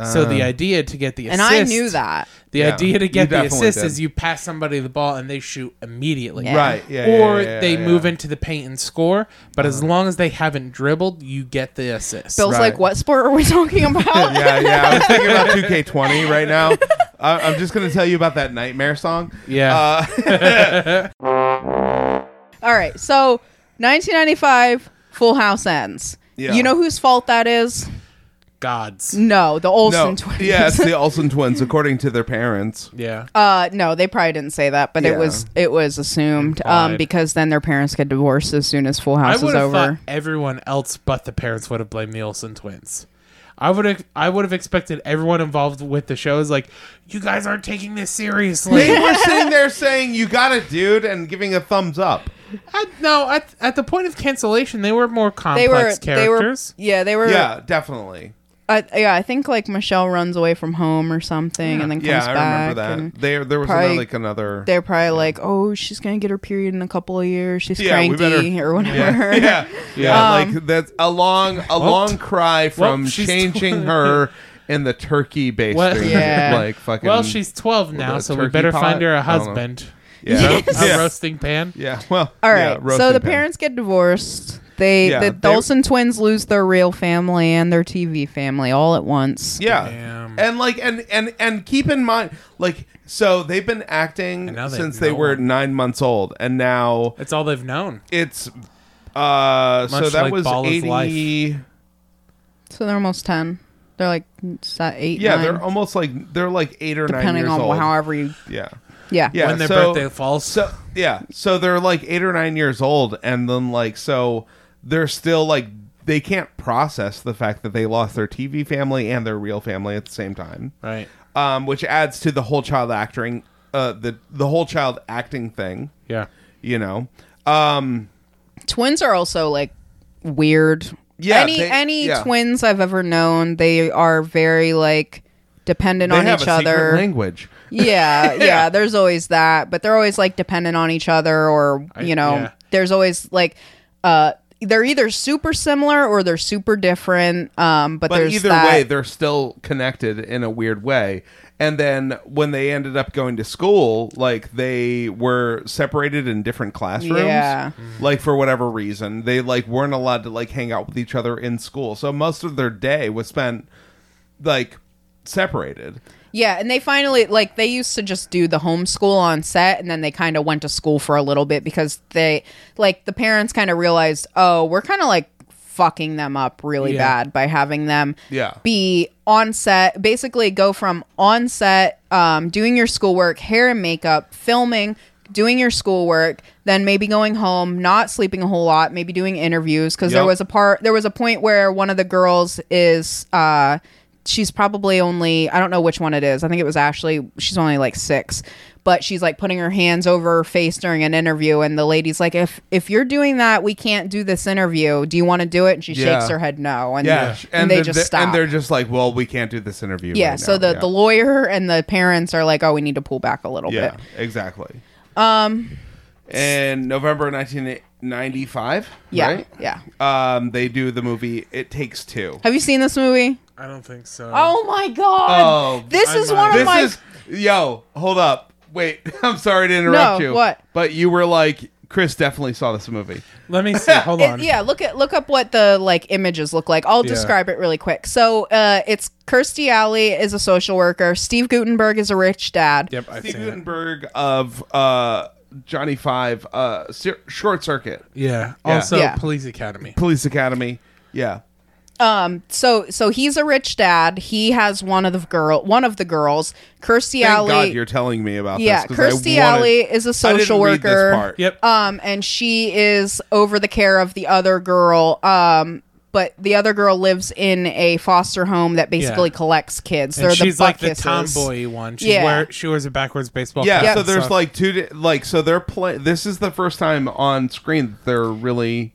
[SPEAKER 3] so the idea to get the
[SPEAKER 2] and
[SPEAKER 3] assist,
[SPEAKER 2] I knew that.
[SPEAKER 3] The
[SPEAKER 4] Ah. Yeah,
[SPEAKER 3] idea to
[SPEAKER 4] you
[SPEAKER 3] get the
[SPEAKER 4] definitely
[SPEAKER 3] assist
[SPEAKER 4] did.
[SPEAKER 3] is you pass somebody the ball and they shoot immediately.
[SPEAKER 2] Yeah.
[SPEAKER 4] Right. Yeah. yeah,
[SPEAKER 3] or
[SPEAKER 4] yeah, yeah,
[SPEAKER 3] they
[SPEAKER 4] yeah. Uh-huh.
[SPEAKER 3] move into the paint and score, but as long as they haven't dribbled, you get the assist.
[SPEAKER 2] Bill's
[SPEAKER 4] Right.
[SPEAKER 2] like, "What sport are we talking about?"
[SPEAKER 4] Yeah, yeah. I was thinking about 2K20 right now. I, I'm just gonna tell you about that nightmare song.
[SPEAKER 3] Yeah.
[SPEAKER 4] Uh,
[SPEAKER 2] All right. So, 1995, Full House ends.
[SPEAKER 4] Yeah.
[SPEAKER 2] You know whose fault that is?
[SPEAKER 3] Gods.
[SPEAKER 2] No, the Olsen
[SPEAKER 4] no.
[SPEAKER 2] twins.
[SPEAKER 4] Yeah, it's the Olsen twins, according to their parents.
[SPEAKER 3] Yeah.
[SPEAKER 2] Uh, no, they probably didn't say that, but
[SPEAKER 4] Yeah.
[SPEAKER 2] it was it was assumed um,
[SPEAKER 3] Implied.
[SPEAKER 2] because then their parents get divorced as soon as Full
[SPEAKER 3] I
[SPEAKER 2] House is
[SPEAKER 3] would have
[SPEAKER 2] over.
[SPEAKER 3] thought everyone else but the parents would have blamed the Olsen twins. I would have I would have expected everyone involved with the show is like, you guys aren't taking this seriously.
[SPEAKER 4] They were sitting there saying, "You got it, dude," and giving a thumbs up.
[SPEAKER 3] I, no, at, at the point of cancellation, they were more complex
[SPEAKER 2] they were they were
[SPEAKER 3] characters.
[SPEAKER 2] yeah they were
[SPEAKER 4] Yeah, definitely.
[SPEAKER 2] I, yeah I think like Michelle runs away from home or something and then comes
[SPEAKER 4] Yeah, I
[SPEAKER 2] back
[SPEAKER 4] remember that.
[SPEAKER 2] and
[SPEAKER 4] There, there was
[SPEAKER 2] probably-
[SPEAKER 4] another, like another.
[SPEAKER 2] they're probably like oh she's gonna get her period in a couple of years she's
[SPEAKER 4] Yeah, we
[SPEAKER 2] cranky
[SPEAKER 4] better-
[SPEAKER 2] or whatever
[SPEAKER 4] yeah, yeah.
[SPEAKER 2] Um,
[SPEAKER 4] like that's a long, a long cry from
[SPEAKER 3] well, she's
[SPEAKER 4] changing
[SPEAKER 3] tw-
[SPEAKER 4] her in the turkey based
[SPEAKER 3] Well,
[SPEAKER 2] yeah.
[SPEAKER 4] like fucking.
[SPEAKER 3] well, she's twelve now,
[SPEAKER 4] the
[SPEAKER 3] so we
[SPEAKER 4] turkey
[SPEAKER 3] better
[SPEAKER 4] pot?
[SPEAKER 3] find her a
[SPEAKER 4] I don't know.
[SPEAKER 3] husband.
[SPEAKER 4] yeah,
[SPEAKER 3] A
[SPEAKER 4] yeah.
[SPEAKER 3] roasting pan.
[SPEAKER 4] yeah. Well,
[SPEAKER 2] All
[SPEAKER 4] yeah,
[SPEAKER 2] right. so
[SPEAKER 4] roasting
[SPEAKER 2] the
[SPEAKER 4] pan.
[SPEAKER 2] parents get divorced. They
[SPEAKER 4] Yeah,
[SPEAKER 2] the
[SPEAKER 4] they-
[SPEAKER 2] Dolson twins lose their real family and their TV family all at once.
[SPEAKER 4] Yeah,
[SPEAKER 3] Damn.
[SPEAKER 4] and like and and and keep in mind, like, so they've been acting
[SPEAKER 3] And now they
[SPEAKER 4] since they
[SPEAKER 3] know
[SPEAKER 4] were
[SPEAKER 3] them.
[SPEAKER 4] nine months old, and now
[SPEAKER 3] That's all they've known.
[SPEAKER 4] it's. Uh, so
[SPEAKER 3] Much
[SPEAKER 4] that
[SPEAKER 3] like
[SPEAKER 4] was
[SPEAKER 3] Ball is Life.
[SPEAKER 4] eighty.
[SPEAKER 2] So they're almost ten. They're like s- uh, eight.
[SPEAKER 4] Yeah,
[SPEAKER 2] nine,
[SPEAKER 4] they're almost like they're like eight or nine
[SPEAKER 2] depending
[SPEAKER 4] years
[SPEAKER 2] on
[SPEAKER 4] old.
[SPEAKER 2] however you.
[SPEAKER 4] yeah,
[SPEAKER 2] Yeah.
[SPEAKER 4] yeah.
[SPEAKER 3] when their
[SPEAKER 4] so-
[SPEAKER 3] birthday falls.
[SPEAKER 4] So yeah, so they're like eight or nine years old, and then like so they're still like they can't process the fact that they lost their TV family and their real family at the same time,
[SPEAKER 3] right.
[SPEAKER 4] um, which adds to the whole child acting, uh, the the whole child acting thing,
[SPEAKER 3] Yeah.
[SPEAKER 4] you know. Um,
[SPEAKER 2] Twins are also like weird.
[SPEAKER 4] Yeah,
[SPEAKER 2] Any
[SPEAKER 4] they-
[SPEAKER 2] any
[SPEAKER 4] yeah.
[SPEAKER 2] twins I've ever known, they are very like dependent
[SPEAKER 4] they
[SPEAKER 2] on
[SPEAKER 4] have
[SPEAKER 2] each
[SPEAKER 4] a secret
[SPEAKER 2] other.
[SPEAKER 4] language.
[SPEAKER 2] yeah, yeah, There's always that, but they're always like dependent on each other, or you know,
[SPEAKER 3] yeah.
[SPEAKER 2] there's always like, uh, they're either super similar or they're super different. Um, but,
[SPEAKER 4] But
[SPEAKER 2] there's
[SPEAKER 4] either
[SPEAKER 2] that-
[SPEAKER 4] way, they're still connected in a weird way. And then when they ended up going to school, like they were separated in different classrooms.
[SPEAKER 2] Yeah.
[SPEAKER 4] Like for whatever reason, they like weren't allowed to like hang out with each other in school. So most of their day was spent like separated.
[SPEAKER 2] yeah, and they finally like they used to just do the homeschool on set, and then they kind of went to school for a little bit because they like the parents kind of realized, oh, we're kind of like fucking them up really
[SPEAKER 3] Yeah.
[SPEAKER 2] bad by having them
[SPEAKER 4] Yeah.
[SPEAKER 2] be on set basically go from on set um, doing your schoolwork hair and makeup filming doing your schoolwork then maybe going home not sleeping a whole lot maybe doing interviews because there
[SPEAKER 4] Yep.
[SPEAKER 2] was a part there was a point where one of the girls is uh she's probably only i don't know which one it is i think it was ashley she's only like six but she's like putting her hands over her face during an interview and the lady's like if if you're doing that we can't do this interview do you want to do it and she
[SPEAKER 4] Yeah.
[SPEAKER 2] shakes her head no and,
[SPEAKER 4] Yeah,
[SPEAKER 2] and, they
[SPEAKER 4] the-
[SPEAKER 2] just
[SPEAKER 4] the-
[SPEAKER 2] stop
[SPEAKER 4] And they're just like, well, we can't do this interview.
[SPEAKER 2] yeah
[SPEAKER 4] right
[SPEAKER 2] so
[SPEAKER 4] now.
[SPEAKER 2] the
[SPEAKER 4] yeah.
[SPEAKER 2] the lawyer and the parents are like oh we need to pull back a little
[SPEAKER 4] yeah,
[SPEAKER 2] bit
[SPEAKER 4] exactly. Um, in November 1995,
[SPEAKER 2] yeah
[SPEAKER 4] right?
[SPEAKER 2] yeah
[SPEAKER 4] Um, they do the movie It Takes Two.
[SPEAKER 2] have you seen this movie
[SPEAKER 3] I don't think so.
[SPEAKER 2] oh my god
[SPEAKER 4] Oh,
[SPEAKER 2] this
[SPEAKER 3] I
[SPEAKER 2] is
[SPEAKER 3] might-
[SPEAKER 2] one of
[SPEAKER 4] This
[SPEAKER 2] my
[SPEAKER 4] is yo. Hold up. Wait. I'm sorry to interrupt
[SPEAKER 2] No,
[SPEAKER 4] you.
[SPEAKER 2] what?
[SPEAKER 4] But you were like, Chris definitely saw this movie.
[SPEAKER 3] Let me see. Hold
[SPEAKER 2] It-
[SPEAKER 3] on.
[SPEAKER 2] yeah, look at look up what the like images look like. I'll
[SPEAKER 3] Yeah.
[SPEAKER 2] describe it really quick. So uh, it's Kirstie Alley is a social worker. Steve Gutenberg is a rich dad.
[SPEAKER 3] Yep, I've
[SPEAKER 4] Steve
[SPEAKER 3] seen it.
[SPEAKER 4] Gutenberg of uh, Johnny Five, uh, Sir- Short Circuit,
[SPEAKER 3] Yeah.
[SPEAKER 4] Yeah.
[SPEAKER 3] Also,
[SPEAKER 2] Yeah.
[SPEAKER 3] Police Academy.
[SPEAKER 4] Police Academy. Yeah.
[SPEAKER 2] So so he's a rich dad. He has one of the girl one of the girls. Kirstie
[SPEAKER 4] Thank
[SPEAKER 2] Alley.
[SPEAKER 4] God you're telling me about
[SPEAKER 2] yeah,
[SPEAKER 4] this. 'cause I
[SPEAKER 2] Kirstie
[SPEAKER 4] wanted-
[SPEAKER 2] Alley is a
[SPEAKER 4] I didn't
[SPEAKER 2] social
[SPEAKER 4] read this
[SPEAKER 2] worker.
[SPEAKER 4] part.
[SPEAKER 3] Yep.
[SPEAKER 2] Um, and she is over the care of the other girl. Um, but the other girl lives in a foster home that basically
[SPEAKER 3] Yeah.
[SPEAKER 2] collects kids. They're
[SPEAKER 3] and she's
[SPEAKER 2] the
[SPEAKER 3] like
[SPEAKER 2] butt
[SPEAKER 3] the
[SPEAKER 2] kisses.
[SPEAKER 3] tomboy one. She
[SPEAKER 2] Yeah.
[SPEAKER 3] wear she wears a backwards baseball
[SPEAKER 4] Yeah,
[SPEAKER 3] cap.
[SPEAKER 4] so
[SPEAKER 3] and
[SPEAKER 4] there's
[SPEAKER 3] stuff.
[SPEAKER 4] like two, di- like so they're play. This is the first time on screen that they're really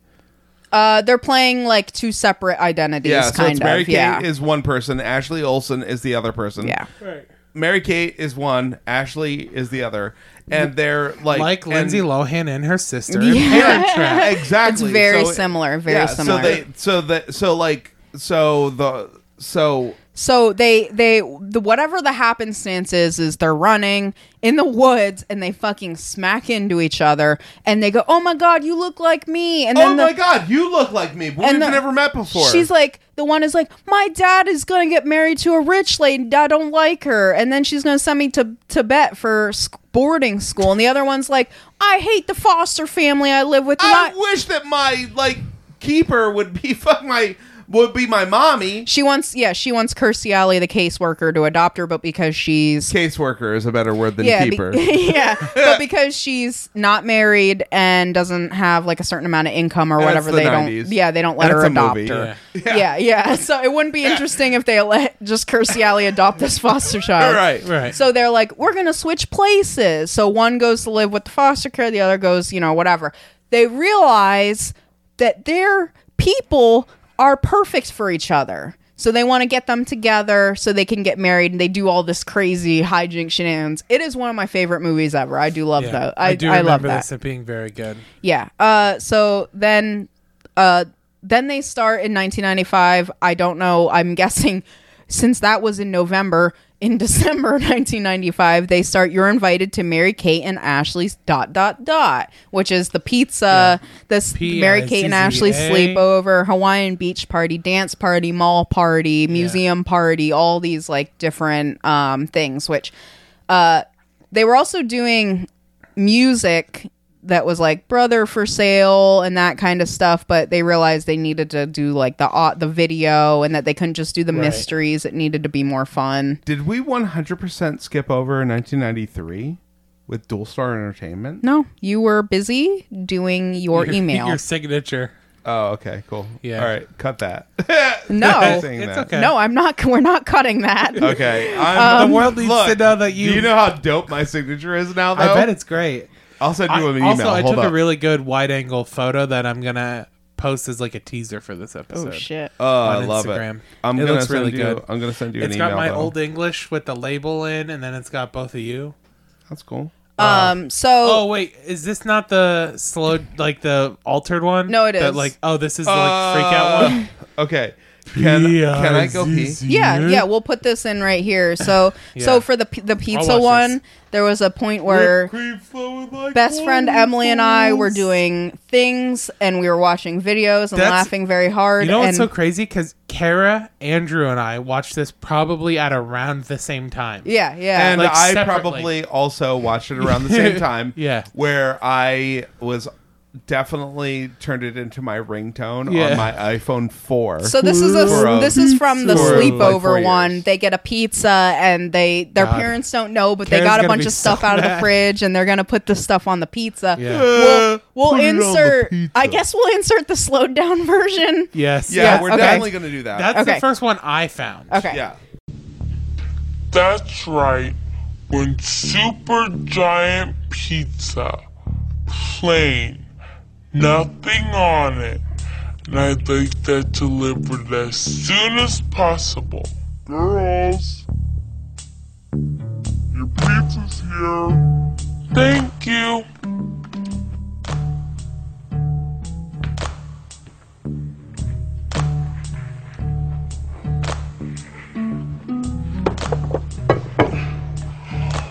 [SPEAKER 2] Uh, they're playing like two separate identities,
[SPEAKER 4] yeah. So
[SPEAKER 2] kind
[SPEAKER 4] it's
[SPEAKER 2] of.
[SPEAKER 4] Mary Kate
[SPEAKER 2] yeah.
[SPEAKER 4] is one person, Ashley Olsen is the other person.
[SPEAKER 2] yeah.
[SPEAKER 3] Right.
[SPEAKER 4] Mary Kate is one, Ashley is the other, and they're like
[SPEAKER 3] like
[SPEAKER 4] and-
[SPEAKER 3] Lindsay Lohan and her sister.
[SPEAKER 2] Yeah.
[SPEAKER 3] In Parent Trap.
[SPEAKER 4] Yeah, exactly.
[SPEAKER 2] It's very
[SPEAKER 4] So it-
[SPEAKER 2] similar, very
[SPEAKER 4] yeah,
[SPEAKER 2] similar.
[SPEAKER 4] So they, so that, so like, so the, so
[SPEAKER 2] So they they the whatever the happenstance is is they're running in the woods and they fucking smack into each other and they go, "Oh my god, you look like me!" And
[SPEAKER 4] oh
[SPEAKER 2] then
[SPEAKER 4] my
[SPEAKER 2] the,
[SPEAKER 4] god, you look like me. but We've
[SPEAKER 2] and the-
[SPEAKER 4] never met before.
[SPEAKER 2] She's like the one is like, my dad is gonna get married to a rich lady. I don't like her, and then she's gonna send me to Tibet for sc- boarding school. And the other one's like, I hate the foster family I live with. and
[SPEAKER 4] I wish that my like keeper would be fuck my would be my mommy.
[SPEAKER 2] She wants, yeah, she wants Kirstie Alley, the caseworker, to adopt her, but because she's
[SPEAKER 4] Caseworker is a better word than
[SPEAKER 2] yeah, be-
[SPEAKER 4] keeper.
[SPEAKER 2] yeah, but because she's not married and doesn't have like a certain amount of income or
[SPEAKER 4] That's
[SPEAKER 2] whatever,
[SPEAKER 4] the
[SPEAKER 2] they
[SPEAKER 4] 90s.
[SPEAKER 2] don't, yeah, they don't let
[SPEAKER 4] That's
[SPEAKER 2] her
[SPEAKER 4] a
[SPEAKER 2] adopt
[SPEAKER 4] movie.
[SPEAKER 2] her. Yeah. yeah, So it wouldn't be interesting if they let just Kirstie Alley adopt this foster
[SPEAKER 4] All
[SPEAKER 2] child.
[SPEAKER 4] right.
[SPEAKER 3] Right.
[SPEAKER 2] So they're like, we're going to switch places. So one goes to live with the foster care, the other goes, you know, whatever. They realize that their people are perfect for each other. So they want to get them together so they can get married and they do all this crazy hijink shenanigans. It is one of my favorite movies ever. I do love
[SPEAKER 3] Yeah.
[SPEAKER 2] that. I, I,
[SPEAKER 3] do
[SPEAKER 2] love
[SPEAKER 3] remember
[SPEAKER 2] that.
[SPEAKER 3] this as being very good.
[SPEAKER 2] Yeah. Uh, so then, uh, then they start in 1995. I don't know. I'm guessing since that was in November, in December 1995, they start. You're invited to Mary Kate and Ashley's dot dot dot, which is the pizza, this
[SPEAKER 3] P
[SPEAKER 2] Mary
[SPEAKER 3] I
[SPEAKER 2] Kate and
[SPEAKER 3] C
[SPEAKER 2] Ashley
[SPEAKER 3] C A.
[SPEAKER 2] sleepover, Hawaiian beach party, dance party, mall party, museum party, all these like different um, things. Which uh, they were also doing music that was like brother for sale and that kind of stuff but they realized they needed to do like the au- the video and that they couldn't just do the mysteries it needed to be more fun
[SPEAKER 4] Did we 100% skip over 1993 with Dual Star Entertainment?
[SPEAKER 2] no you were busy doing your email
[SPEAKER 3] Your signature.
[SPEAKER 4] Oh, okay, cool.
[SPEAKER 3] Yeah.
[SPEAKER 4] All right, cut that.
[SPEAKER 2] no
[SPEAKER 4] Saying
[SPEAKER 3] It's
[SPEAKER 4] that.
[SPEAKER 3] okay.
[SPEAKER 2] no i'm not we're not cutting that
[SPEAKER 3] Oh,
[SPEAKER 4] Okay. I'm,
[SPEAKER 3] the world needs
[SPEAKER 4] Um, look,
[SPEAKER 3] to know that you.
[SPEAKER 4] Do you know how dope my signature is now, though?
[SPEAKER 3] I bet it's great.
[SPEAKER 4] I'll send you
[SPEAKER 3] I-
[SPEAKER 4] an email.
[SPEAKER 3] also, I
[SPEAKER 4] Hold
[SPEAKER 3] took
[SPEAKER 4] up.
[SPEAKER 3] a really good wide angle photo that I'm gonna post as like a teaser for this episode.
[SPEAKER 2] oh shit
[SPEAKER 4] Oh, I
[SPEAKER 3] on
[SPEAKER 4] love
[SPEAKER 3] Instagram.
[SPEAKER 4] it. I'm
[SPEAKER 3] It
[SPEAKER 4] gonna
[SPEAKER 3] looks
[SPEAKER 4] send
[SPEAKER 3] really
[SPEAKER 4] you,
[SPEAKER 3] good.
[SPEAKER 4] I'm gonna send you
[SPEAKER 3] It's
[SPEAKER 4] an
[SPEAKER 3] got
[SPEAKER 4] email.
[SPEAKER 3] my
[SPEAKER 4] though.
[SPEAKER 3] old English with the label in, and then it's got both of you.
[SPEAKER 4] That's cool.
[SPEAKER 2] um so
[SPEAKER 3] Oh wait, is this not the slow, like the altered one?
[SPEAKER 2] No, it
[SPEAKER 3] it is.
[SPEAKER 2] is.
[SPEAKER 3] like, oh, this is the like freak
[SPEAKER 4] Uh,
[SPEAKER 3] out one.
[SPEAKER 4] Okay. Can, can I go pee?
[SPEAKER 2] yeah yeah we'll put this in right here so
[SPEAKER 3] Yeah.
[SPEAKER 2] so for the p- the pizza
[SPEAKER 3] watch
[SPEAKER 2] one
[SPEAKER 3] this.
[SPEAKER 2] there was a point where best friend Emily and I were doing things and we were watching videos and
[SPEAKER 3] That's-
[SPEAKER 2] laughing very hard.
[SPEAKER 3] You know
[SPEAKER 2] and
[SPEAKER 3] what's so crazy? Because Kara, Andrew, and I watched this probably at around the same time.
[SPEAKER 2] yeah, yeah.
[SPEAKER 4] And
[SPEAKER 3] Like,
[SPEAKER 4] I
[SPEAKER 3] separately.
[SPEAKER 4] probably also watched it around the same time.
[SPEAKER 3] Yeah.
[SPEAKER 4] Where I was definitely turned it into my ringtone
[SPEAKER 3] Yeah.
[SPEAKER 4] on my iPhone 4.
[SPEAKER 2] So this is a
[SPEAKER 4] For a-
[SPEAKER 2] this is from the
[SPEAKER 4] for like
[SPEAKER 2] sleepover
[SPEAKER 4] four years.
[SPEAKER 2] one. They get a pizza and they their
[SPEAKER 3] God.
[SPEAKER 2] parents don't know, but they
[SPEAKER 3] Karen's
[SPEAKER 2] got a
[SPEAKER 3] gonna
[SPEAKER 2] bunch
[SPEAKER 3] be
[SPEAKER 2] of stuff
[SPEAKER 3] so
[SPEAKER 2] out of the
[SPEAKER 3] mad.
[SPEAKER 2] fridge and they're gonna put the stuff on the pizza.
[SPEAKER 3] Yeah.
[SPEAKER 2] We'll, we'll
[SPEAKER 4] Uh, Put it on the
[SPEAKER 2] insert.
[SPEAKER 4] pizza.
[SPEAKER 2] I guess we'll insert the slowed down version.
[SPEAKER 3] Yes.
[SPEAKER 4] yeah,
[SPEAKER 2] yeah,
[SPEAKER 4] we're
[SPEAKER 2] okay.
[SPEAKER 4] definitely going to do that.
[SPEAKER 3] That's
[SPEAKER 2] Okay.
[SPEAKER 3] the first one I found.
[SPEAKER 2] Okay.
[SPEAKER 4] yeah.
[SPEAKER 6] That's right. When Super Giant Pizza, plain, nothing on it, and I'd like that delivered as soon as possible. Girls, your pizza's here. Thank you.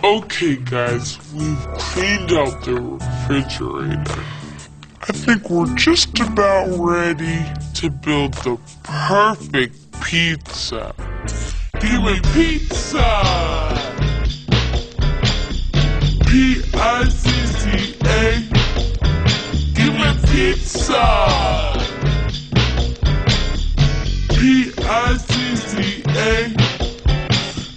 [SPEAKER 6] Okay, guys, we've cleaned out the refrigerator. I think we're just about ready to build the perfect pizza. Human pizza! P I C C A. Human pizza! P I C C A.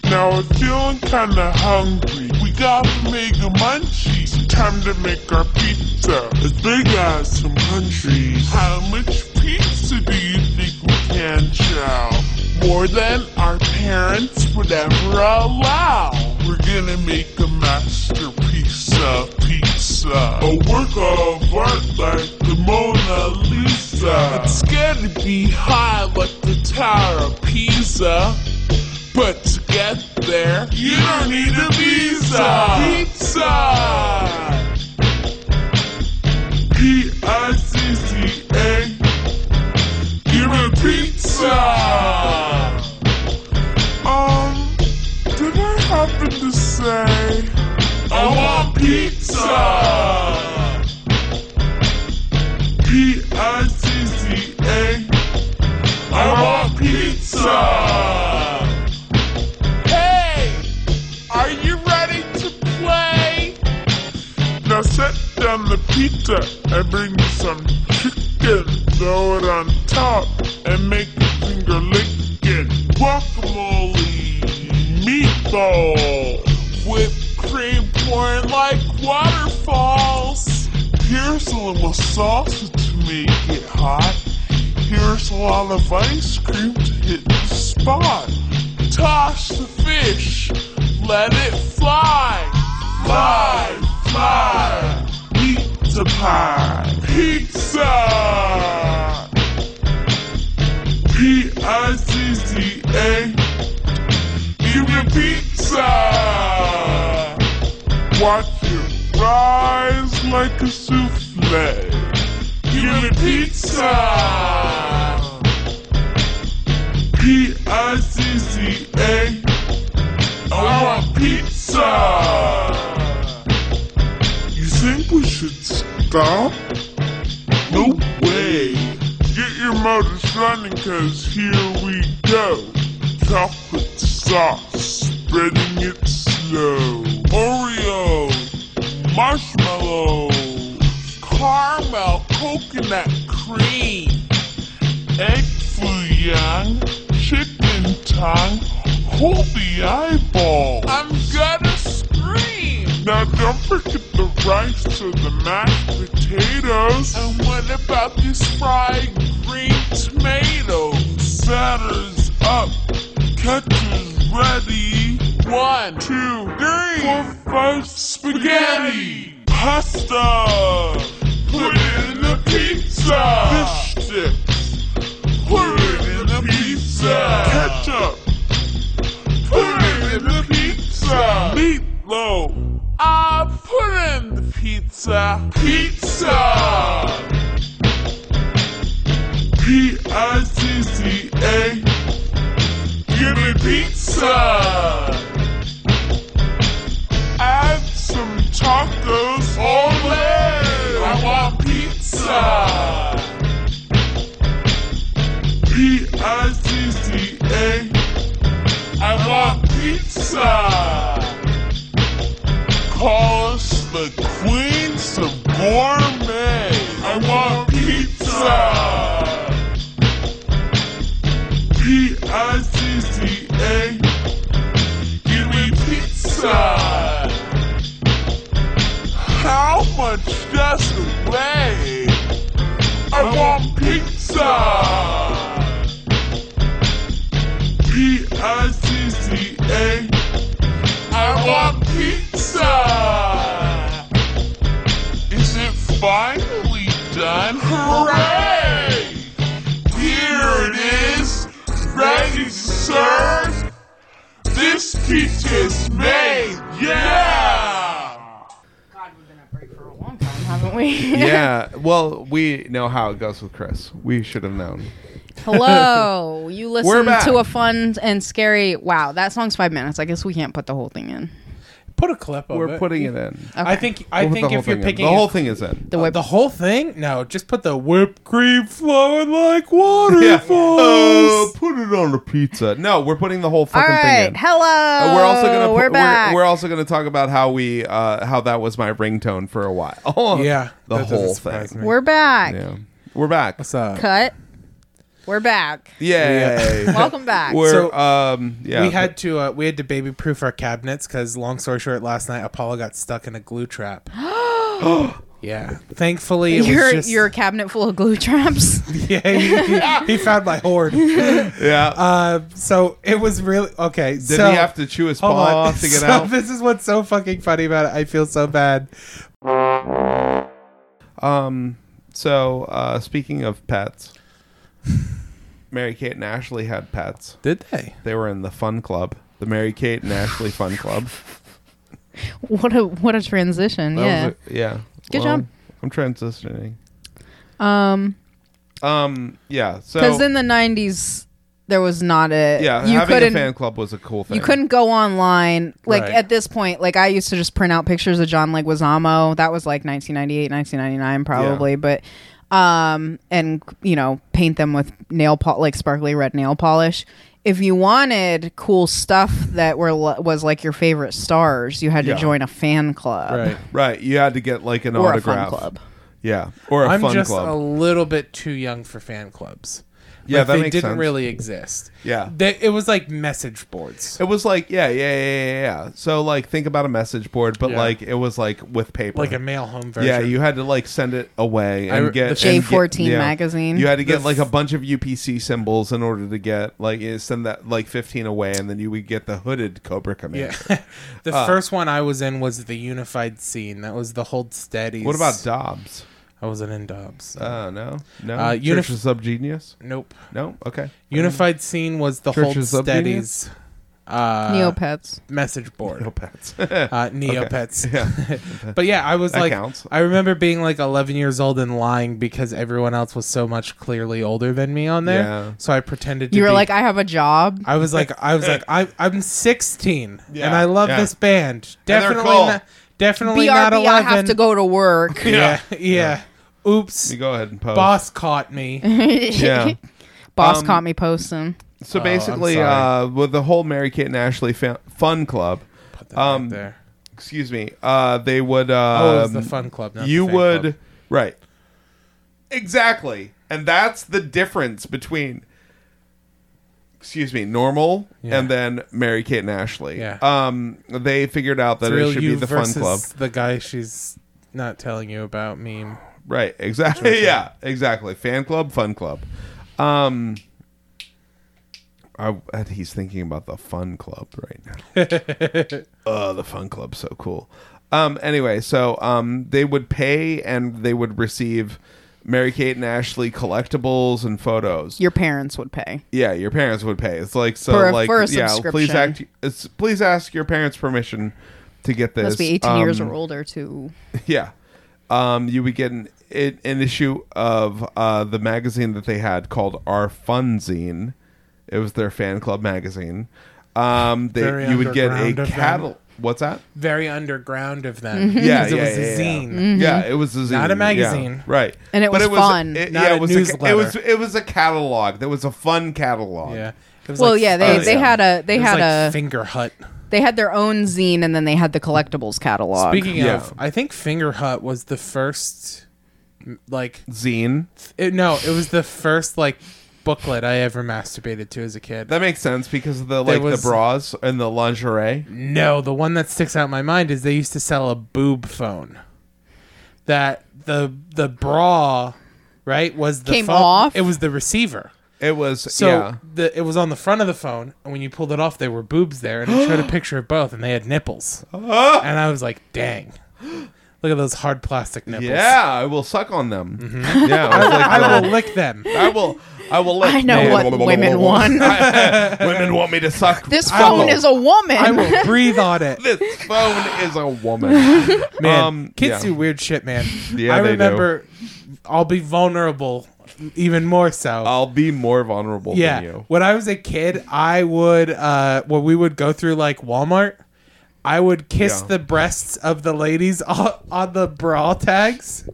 [SPEAKER 6] Now we're feeling kinda hungry. We got mega munchies. Time to make our pizza as big as some countries. How much pizza do you think we can chow? More than our parents would ever allow. We're gonna make a masterpiece of pizza. A work of art like the Mona Lisa. It's gonna be high like the Tower of Pisa. But to get there, you don't need a visa. Pizza. P I C C A. Give me pizza. Um, did I happen to say I want pizza? P I C C A. I want pizza. Hey, are you ready to play? Now set down the pizza and bring me some chicken. Throw it on top and make a finger licking. Guacamole, meatball, whipped cream pouring like waterfalls. Here's a little salsa to make it hot. Here's a lot of ice cream to hit the spot. Toss the fish, let it fly, fly, fly. Pizza pie, pizza. P I C C A. Give me pizza. Watch it rise like a souffle. Give me pizza. P I C C A. I want pizza. You think we should stop? No way. Get your motors running, cause here we go. Chocolate sauce, spreading it slow. Oreo, marshmallows, caramel, coconut cream, egg foo young, chicken tongue, hold the eyeball. I'm gonna scream. Now don't forget the rice or the mashed potatoes. And what about these fried green tomatoes? Satter's up, ketchup's ready. One, two, three, four, five, spaghetti, pasta, put it in the pizza, fish sticks. Put it in the pizza. Ketchup. Put it in the pizza. Meatloaf. I put it in the pizza. Pizza. P I C C A. Give me pizza. Add some tacos. Ole! I want pizza. P I C C A. I want pizza. Call us the queens of gourmet. I I want pizza. P I C C A. Give me pizza. How much does it weigh? I want pizza. P I C C A. I want pizza. Is it finally done? Hooray! Here it is, ready served. This pizza is made, yeah!
[SPEAKER 2] God, we've been at break for a long time, haven't we?
[SPEAKER 4] yeah. Well, we know how it goes with Chris. We should have known.
[SPEAKER 2] Hello. You
[SPEAKER 4] We're
[SPEAKER 2] listen
[SPEAKER 4] back.
[SPEAKER 2] to a fun and scary. Wow, that song's five minutes. I guess we can't put the whole thing in.
[SPEAKER 3] Put a clip of
[SPEAKER 4] We're
[SPEAKER 3] it.
[SPEAKER 4] putting it in.
[SPEAKER 3] Oh, I think. I
[SPEAKER 4] We'll put
[SPEAKER 3] think
[SPEAKER 4] the whole
[SPEAKER 3] if you're
[SPEAKER 4] thing in.
[SPEAKER 3] picking
[SPEAKER 4] the
[SPEAKER 3] it-
[SPEAKER 4] whole thing is in.
[SPEAKER 2] The whip.
[SPEAKER 3] the whole thing, no, just put the whipped cream flowing like waterfalls.
[SPEAKER 4] Oh, put it on a pizza. No, we're putting the whole
[SPEAKER 2] All
[SPEAKER 4] fucking thing
[SPEAKER 2] right.
[SPEAKER 4] in.
[SPEAKER 2] Hello.
[SPEAKER 4] And we're also gonna put-
[SPEAKER 2] We're back.
[SPEAKER 4] We're, also gonna talk about how we uh, how that was my ringtone for a while.
[SPEAKER 3] Yeah,
[SPEAKER 4] the
[SPEAKER 3] that doesn't
[SPEAKER 4] whole
[SPEAKER 3] surprise
[SPEAKER 4] thing.
[SPEAKER 3] me.
[SPEAKER 2] We're back.
[SPEAKER 4] Yeah, we're back.
[SPEAKER 3] What's up?
[SPEAKER 2] Cut. We're back.
[SPEAKER 4] Yay!
[SPEAKER 2] Welcome back.
[SPEAKER 4] We're
[SPEAKER 3] So,
[SPEAKER 4] um yeah.
[SPEAKER 3] we had to uh, we had to baby proof our cabinets because long story short last night apollo got stuck in a glue trap yeah thankfully it
[SPEAKER 2] your
[SPEAKER 3] was just
[SPEAKER 2] your cabinet full of glue traps.
[SPEAKER 3] yeah he- he, he found my hoard
[SPEAKER 4] yeah.
[SPEAKER 3] uh, so it was really okay
[SPEAKER 4] Did
[SPEAKER 3] so
[SPEAKER 4] he have to chew his
[SPEAKER 3] hold
[SPEAKER 4] paw
[SPEAKER 3] on.
[SPEAKER 4] to get
[SPEAKER 3] So
[SPEAKER 4] out?
[SPEAKER 3] this is what's so fucking funny about it i feel so bad
[SPEAKER 4] Um. So uh, speaking of pets, Mary Kate and Ashley had pets.
[SPEAKER 3] did they
[SPEAKER 4] They were in the fun club, the Mary Kate and Ashley Fun Club.
[SPEAKER 2] what a what a transition.
[SPEAKER 4] That
[SPEAKER 2] yeah.
[SPEAKER 4] was a- yeah.
[SPEAKER 2] Good job.
[SPEAKER 4] I'm transitioning.
[SPEAKER 2] Um,
[SPEAKER 4] Um. Yeah. So.
[SPEAKER 2] because in the '90s there was not a
[SPEAKER 4] yeah,
[SPEAKER 2] You
[SPEAKER 4] having a
[SPEAKER 2] couldn't
[SPEAKER 4] fan club was a cool thing.
[SPEAKER 2] you couldn't go online like
[SPEAKER 3] Right.
[SPEAKER 2] at this point. Like I used to just print out pictures of John Leguizamo. That was like 1998, 1999, probably. But um, and you know, paint them with nail pol like sparkly red nail polish. If you wanted cool stuff that were li- was like your favorite stars, you had
[SPEAKER 4] Yeah.
[SPEAKER 2] to join a fan club
[SPEAKER 3] right
[SPEAKER 4] Right, you had to get like an
[SPEAKER 2] or a
[SPEAKER 4] autograph.
[SPEAKER 2] fun club.
[SPEAKER 4] Yeah, or a
[SPEAKER 3] i'm
[SPEAKER 4] fun
[SPEAKER 3] just a
[SPEAKER 4] club.
[SPEAKER 3] little bit too young for fan clubs
[SPEAKER 4] Yeah,
[SPEAKER 3] Like,
[SPEAKER 4] that
[SPEAKER 3] they
[SPEAKER 4] makes
[SPEAKER 3] didn't
[SPEAKER 4] sense.
[SPEAKER 3] really exist
[SPEAKER 4] Yeah.
[SPEAKER 3] they, it was like message boards
[SPEAKER 4] It was like yeah, yeah, yeah, yeah, yeah. So like think about a message board, but
[SPEAKER 3] Yeah.
[SPEAKER 4] like it was like with paper,
[SPEAKER 3] like a mail home version
[SPEAKER 4] Yeah, you had to like send it away and
[SPEAKER 3] re-
[SPEAKER 4] get
[SPEAKER 3] the
[SPEAKER 4] and get-
[SPEAKER 2] J14 magazine.
[SPEAKER 4] You had to get
[SPEAKER 3] The
[SPEAKER 4] like a bunch of UPC symbols in order to get like eh, send that like 15 away, and then you would get the hooded Cobra Commander.
[SPEAKER 3] Yeah. the
[SPEAKER 4] Uh,
[SPEAKER 3] first one I was in was the unified scene. That was the hold steady.
[SPEAKER 4] What about Dobbs?
[SPEAKER 3] I wasn't in Dobbs.
[SPEAKER 4] Uh, no, no.
[SPEAKER 3] Uh,
[SPEAKER 4] Church
[SPEAKER 3] unif-
[SPEAKER 4] of Subgenius.
[SPEAKER 3] nope.
[SPEAKER 4] No, okay.
[SPEAKER 3] Unified scene was the
[SPEAKER 4] Church
[SPEAKER 3] hold
[SPEAKER 4] of Subunion?
[SPEAKER 3] steadies uh,
[SPEAKER 2] Neopets.
[SPEAKER 3] message board.
[SPEAKER 4] No pets.
[SPEAKER 3] Uh, Neopets.
[SPEAKER 4] yeah,
[SPEAKER 3] but yeah, I was
[SPEAKER 4] That
[SPEAKER 3] like,
[SPEAKER 4] counts.
[SPEAKER 3] I remember being like 11 years old and lying because everyone else was so much clearly older than me on there.
[SPEAKER 4] Yeah.
[SPEAKER 3] So I pretended to
[SPEAKER 2] You were
[SPEAKER 3] be-
[SPEAKER 2] like, I have a job.
[SPEAKER 3] I was like, I was like, I, I'm 16
[SPEAKER 4] Yeah.
[SPEAKER 3] and I love
[SPEAKER 4] Yeah.
[SPEAKER 3] this band.
[SPEAKER 4] And they're
[SPEAKER 3] Definitely
[SPEAKER 4] cool.
[SPEAKER 3] not. Definitely not
[SPEAKER 2] BRB,
[SPEAKER 3] 11.
[SPEAKER 2] I have to go to work.
[SPEAKER 3] Yeah, yeah. Oops.
[SPEAKER 4] you go ahead and post.
[SPEAKER 3] Boss caught me.
[SPEAKER 4] Yeah.
[SPEAKER 2] Boss
[SPEAKER 4] Um,
[SPEAKER 2] caught me posting.
[SPEAKER 4] So
[SPEAKER 3] Oh, I'm
[SPEAKER 4] basically,
[SPEAKER 3] sorry.
[SPEAKER 4] uh, with the whole Mary Kate and Ashley fa- Fun Club,
[SPEAKER 3] Put that
[SPEAKER 4] Um,
[SPEAKER 3] right there.
[SPEAKER 4] excuse me, uh, they would. Uh,
[SPEAKER 3] Oh, it was the fun club. Not
[SPEAKER 4] you
[SPEAKER 3] the fan
[SPEAKER 4] would
[SPEAKER 3] club.
[SPEAKER 4] right exactly and that's the difference between excuse me normal
[SPEAKER 3] Yeah.
[SPEAKER 4] and then mary kate and ashley
[SPEAKER 3] Yeah.
[SPEAKER 4] um they figured out that
[SPEAKER 3] Real
[SPEAKER 4] it should
[SPEAKER 3] you
[SPEAKER 4] be the fun
[SPEAKER 3] versus
[SPEAKER 4] club
[SPEAKER 3] The guy she's not telling you about meme.
[SPEAKER 4] right exactly yeah exactly fan club fun club um I, and he's thinking about the fun club right now. oh, the fun club's so cool. Um, anyway, so um, they would pay and they would receive Mary Kate and Ashley collectibles and photos.
[SPEAKER 2] Your parents would pay.
[SPEAKER 4] yeah, your parents would pay. It's like so,
[SPEAKER 2] For a-
[SPEAKER 4] like
[SPEAKER 2] for a
[SPEAKER 4] yeah. Please
[SPEAKER 2] subscription.
[SPEAKER 4] act. It's, please ask your parents' permission to get this.
[SPEAKER 2] Must be 18 years
[SPEAKER 4] Um,
[SPEAKER 2] or older to
[SPEAKER 4] yeah. Um, you would get an, it, an issue of uh, the magazine that they had called Our Funzine. It was their fan club magazine. Um, they,
[SPEAKER 3] Very
[SPEAKER 4] you would get a
[SPEAKER 3] underground of
[SPEAKER 4] catalog.
[SPEAKER 3] them.
[SPEAKER 4] What's that?
[SPEAKER 3] Very underground of them.
[SPEAKER 4] Yeah,
[SPEAKER 3] 'Cause it
[SPEAKER 4] yeah,
[SPEAKER 3] was
[SPEAKER 4] yeah,
[SPEAKER 3] a
[SPEAKER 4] yeah. Mm.
[SPEAKER 3] zine.
[SPEAKER 4] Yeah, it was a zine.
[SPEAKER 3] Not a
[SPEAKER 4] yeah,
[SPEAKER 3] magazine.
[SPEAKER 4] right?
[SPEAKER 2] And it was fun,
[SPEAKER 4] It,
[SPEAKER 3] not
[SPEAKER 4] yeah,
[SPEAKER 3] a
[SPEAKER 4] it was a, ca- it
[SPEAKER 3] newsletter.
[SPEAKER 4] was it was a catalog. That was a fun catalog.
[SPEAKER 3] Yeah. It was
[SPEAKER 2] well
[SPEAKER 3] like-
[SPEAKER 2] yeah they,
[SPEAKER 4] uh,
[SPEAKER 2] they
[SPEAKER 4] yeah.
[SPEAKER 2] had a they
[SPEAKER 3] it was
[SPEAKER 2] had
[SPEAKER 3] like
[SPEAKER 2] a
[SPEAKER 3] Finger Hut.
[SPEAKER 2] they had their own zine and then they had the collectibles catalog
[SPEAKER 3] Speaking
[SPEAKER 4] Yeah.
[SPEAKER 3] of, I think Finger Hut was the first like
[SPEAKER 4] Zine.
[SPEAKER 3] it, no, it was the first like booklet I ever masturbated to as a kid.
[SPEAKER 4] That makes sense because of the like
[SPEAKER 3] was-
[SPEAKER 4] the bras and the lingerie.
[SPEAKER 3] No, the one that sticks out in my mind is they used to sell a boob phone. That the the bra, right, was the
[SPEAKER 2] Came
[SPEAKER 3] phone.
[SPEAKER 2] off?
[SPEAKER 3] It was the receiver.
[SPEAKER 4] It was
[SPEAKER 3] So
[SPEAKER 4] yeah.
[SPEAKER 3] the it was on the front of the phone, and when you pulled it off, there were boobs there, and it showed a picture of both, and they had nipples. and I was like, dang. Look at those hard plastic nipples.
[SPEAKER 4] Yeah, I will suck on them. Yeah, I was like,
[SPEAKER 3] Mm-hmm.
[SPEAKER 4] uh, "Oh."
[SPEAKER 3] I will lick them.
[SPEAKER 4] I will. I will. Let
[SPEAKER 2] I know
[SPEAKER 4] Yeah.
[SPEAKER 2] what women want.
[SPEAKER 4] women want me to suck.
[SPEAKER 2] This
[SPEAKER 4] I
[SPEAKER 2] phone
[SPEAKER 4] will-
[SPEAKER 2] is a woman.
[SPEAKER 3] I will breathe on it.
[SPEAKER 4] This phone is a woman.
[SPEAKER 3] Man,
[SPEAKER 4] Um,
[SPEAKER 3] kids
[SPEAKER 4] yeah.
[SPEAKER 3] do weird shit, man.
[SPEAKER 4] Yeah,
[SPEAKER 3] I
[SPEAKER 4] they do.
[SPEAKER 3] remember. I'll be vulnerable, even more so.
[SPEAKER 4] I'll be more vulnerable
[SPEAKER 3] yeah,
[SPEAKER 4] than you.
[SPEAKER 3] when I was a kid, I would uh, when we would go through like Walmart, I would kiss
[SPEAKER 4] Yeah.
[SPEAKER 3] the breasts of the ladies on, on the bra tags.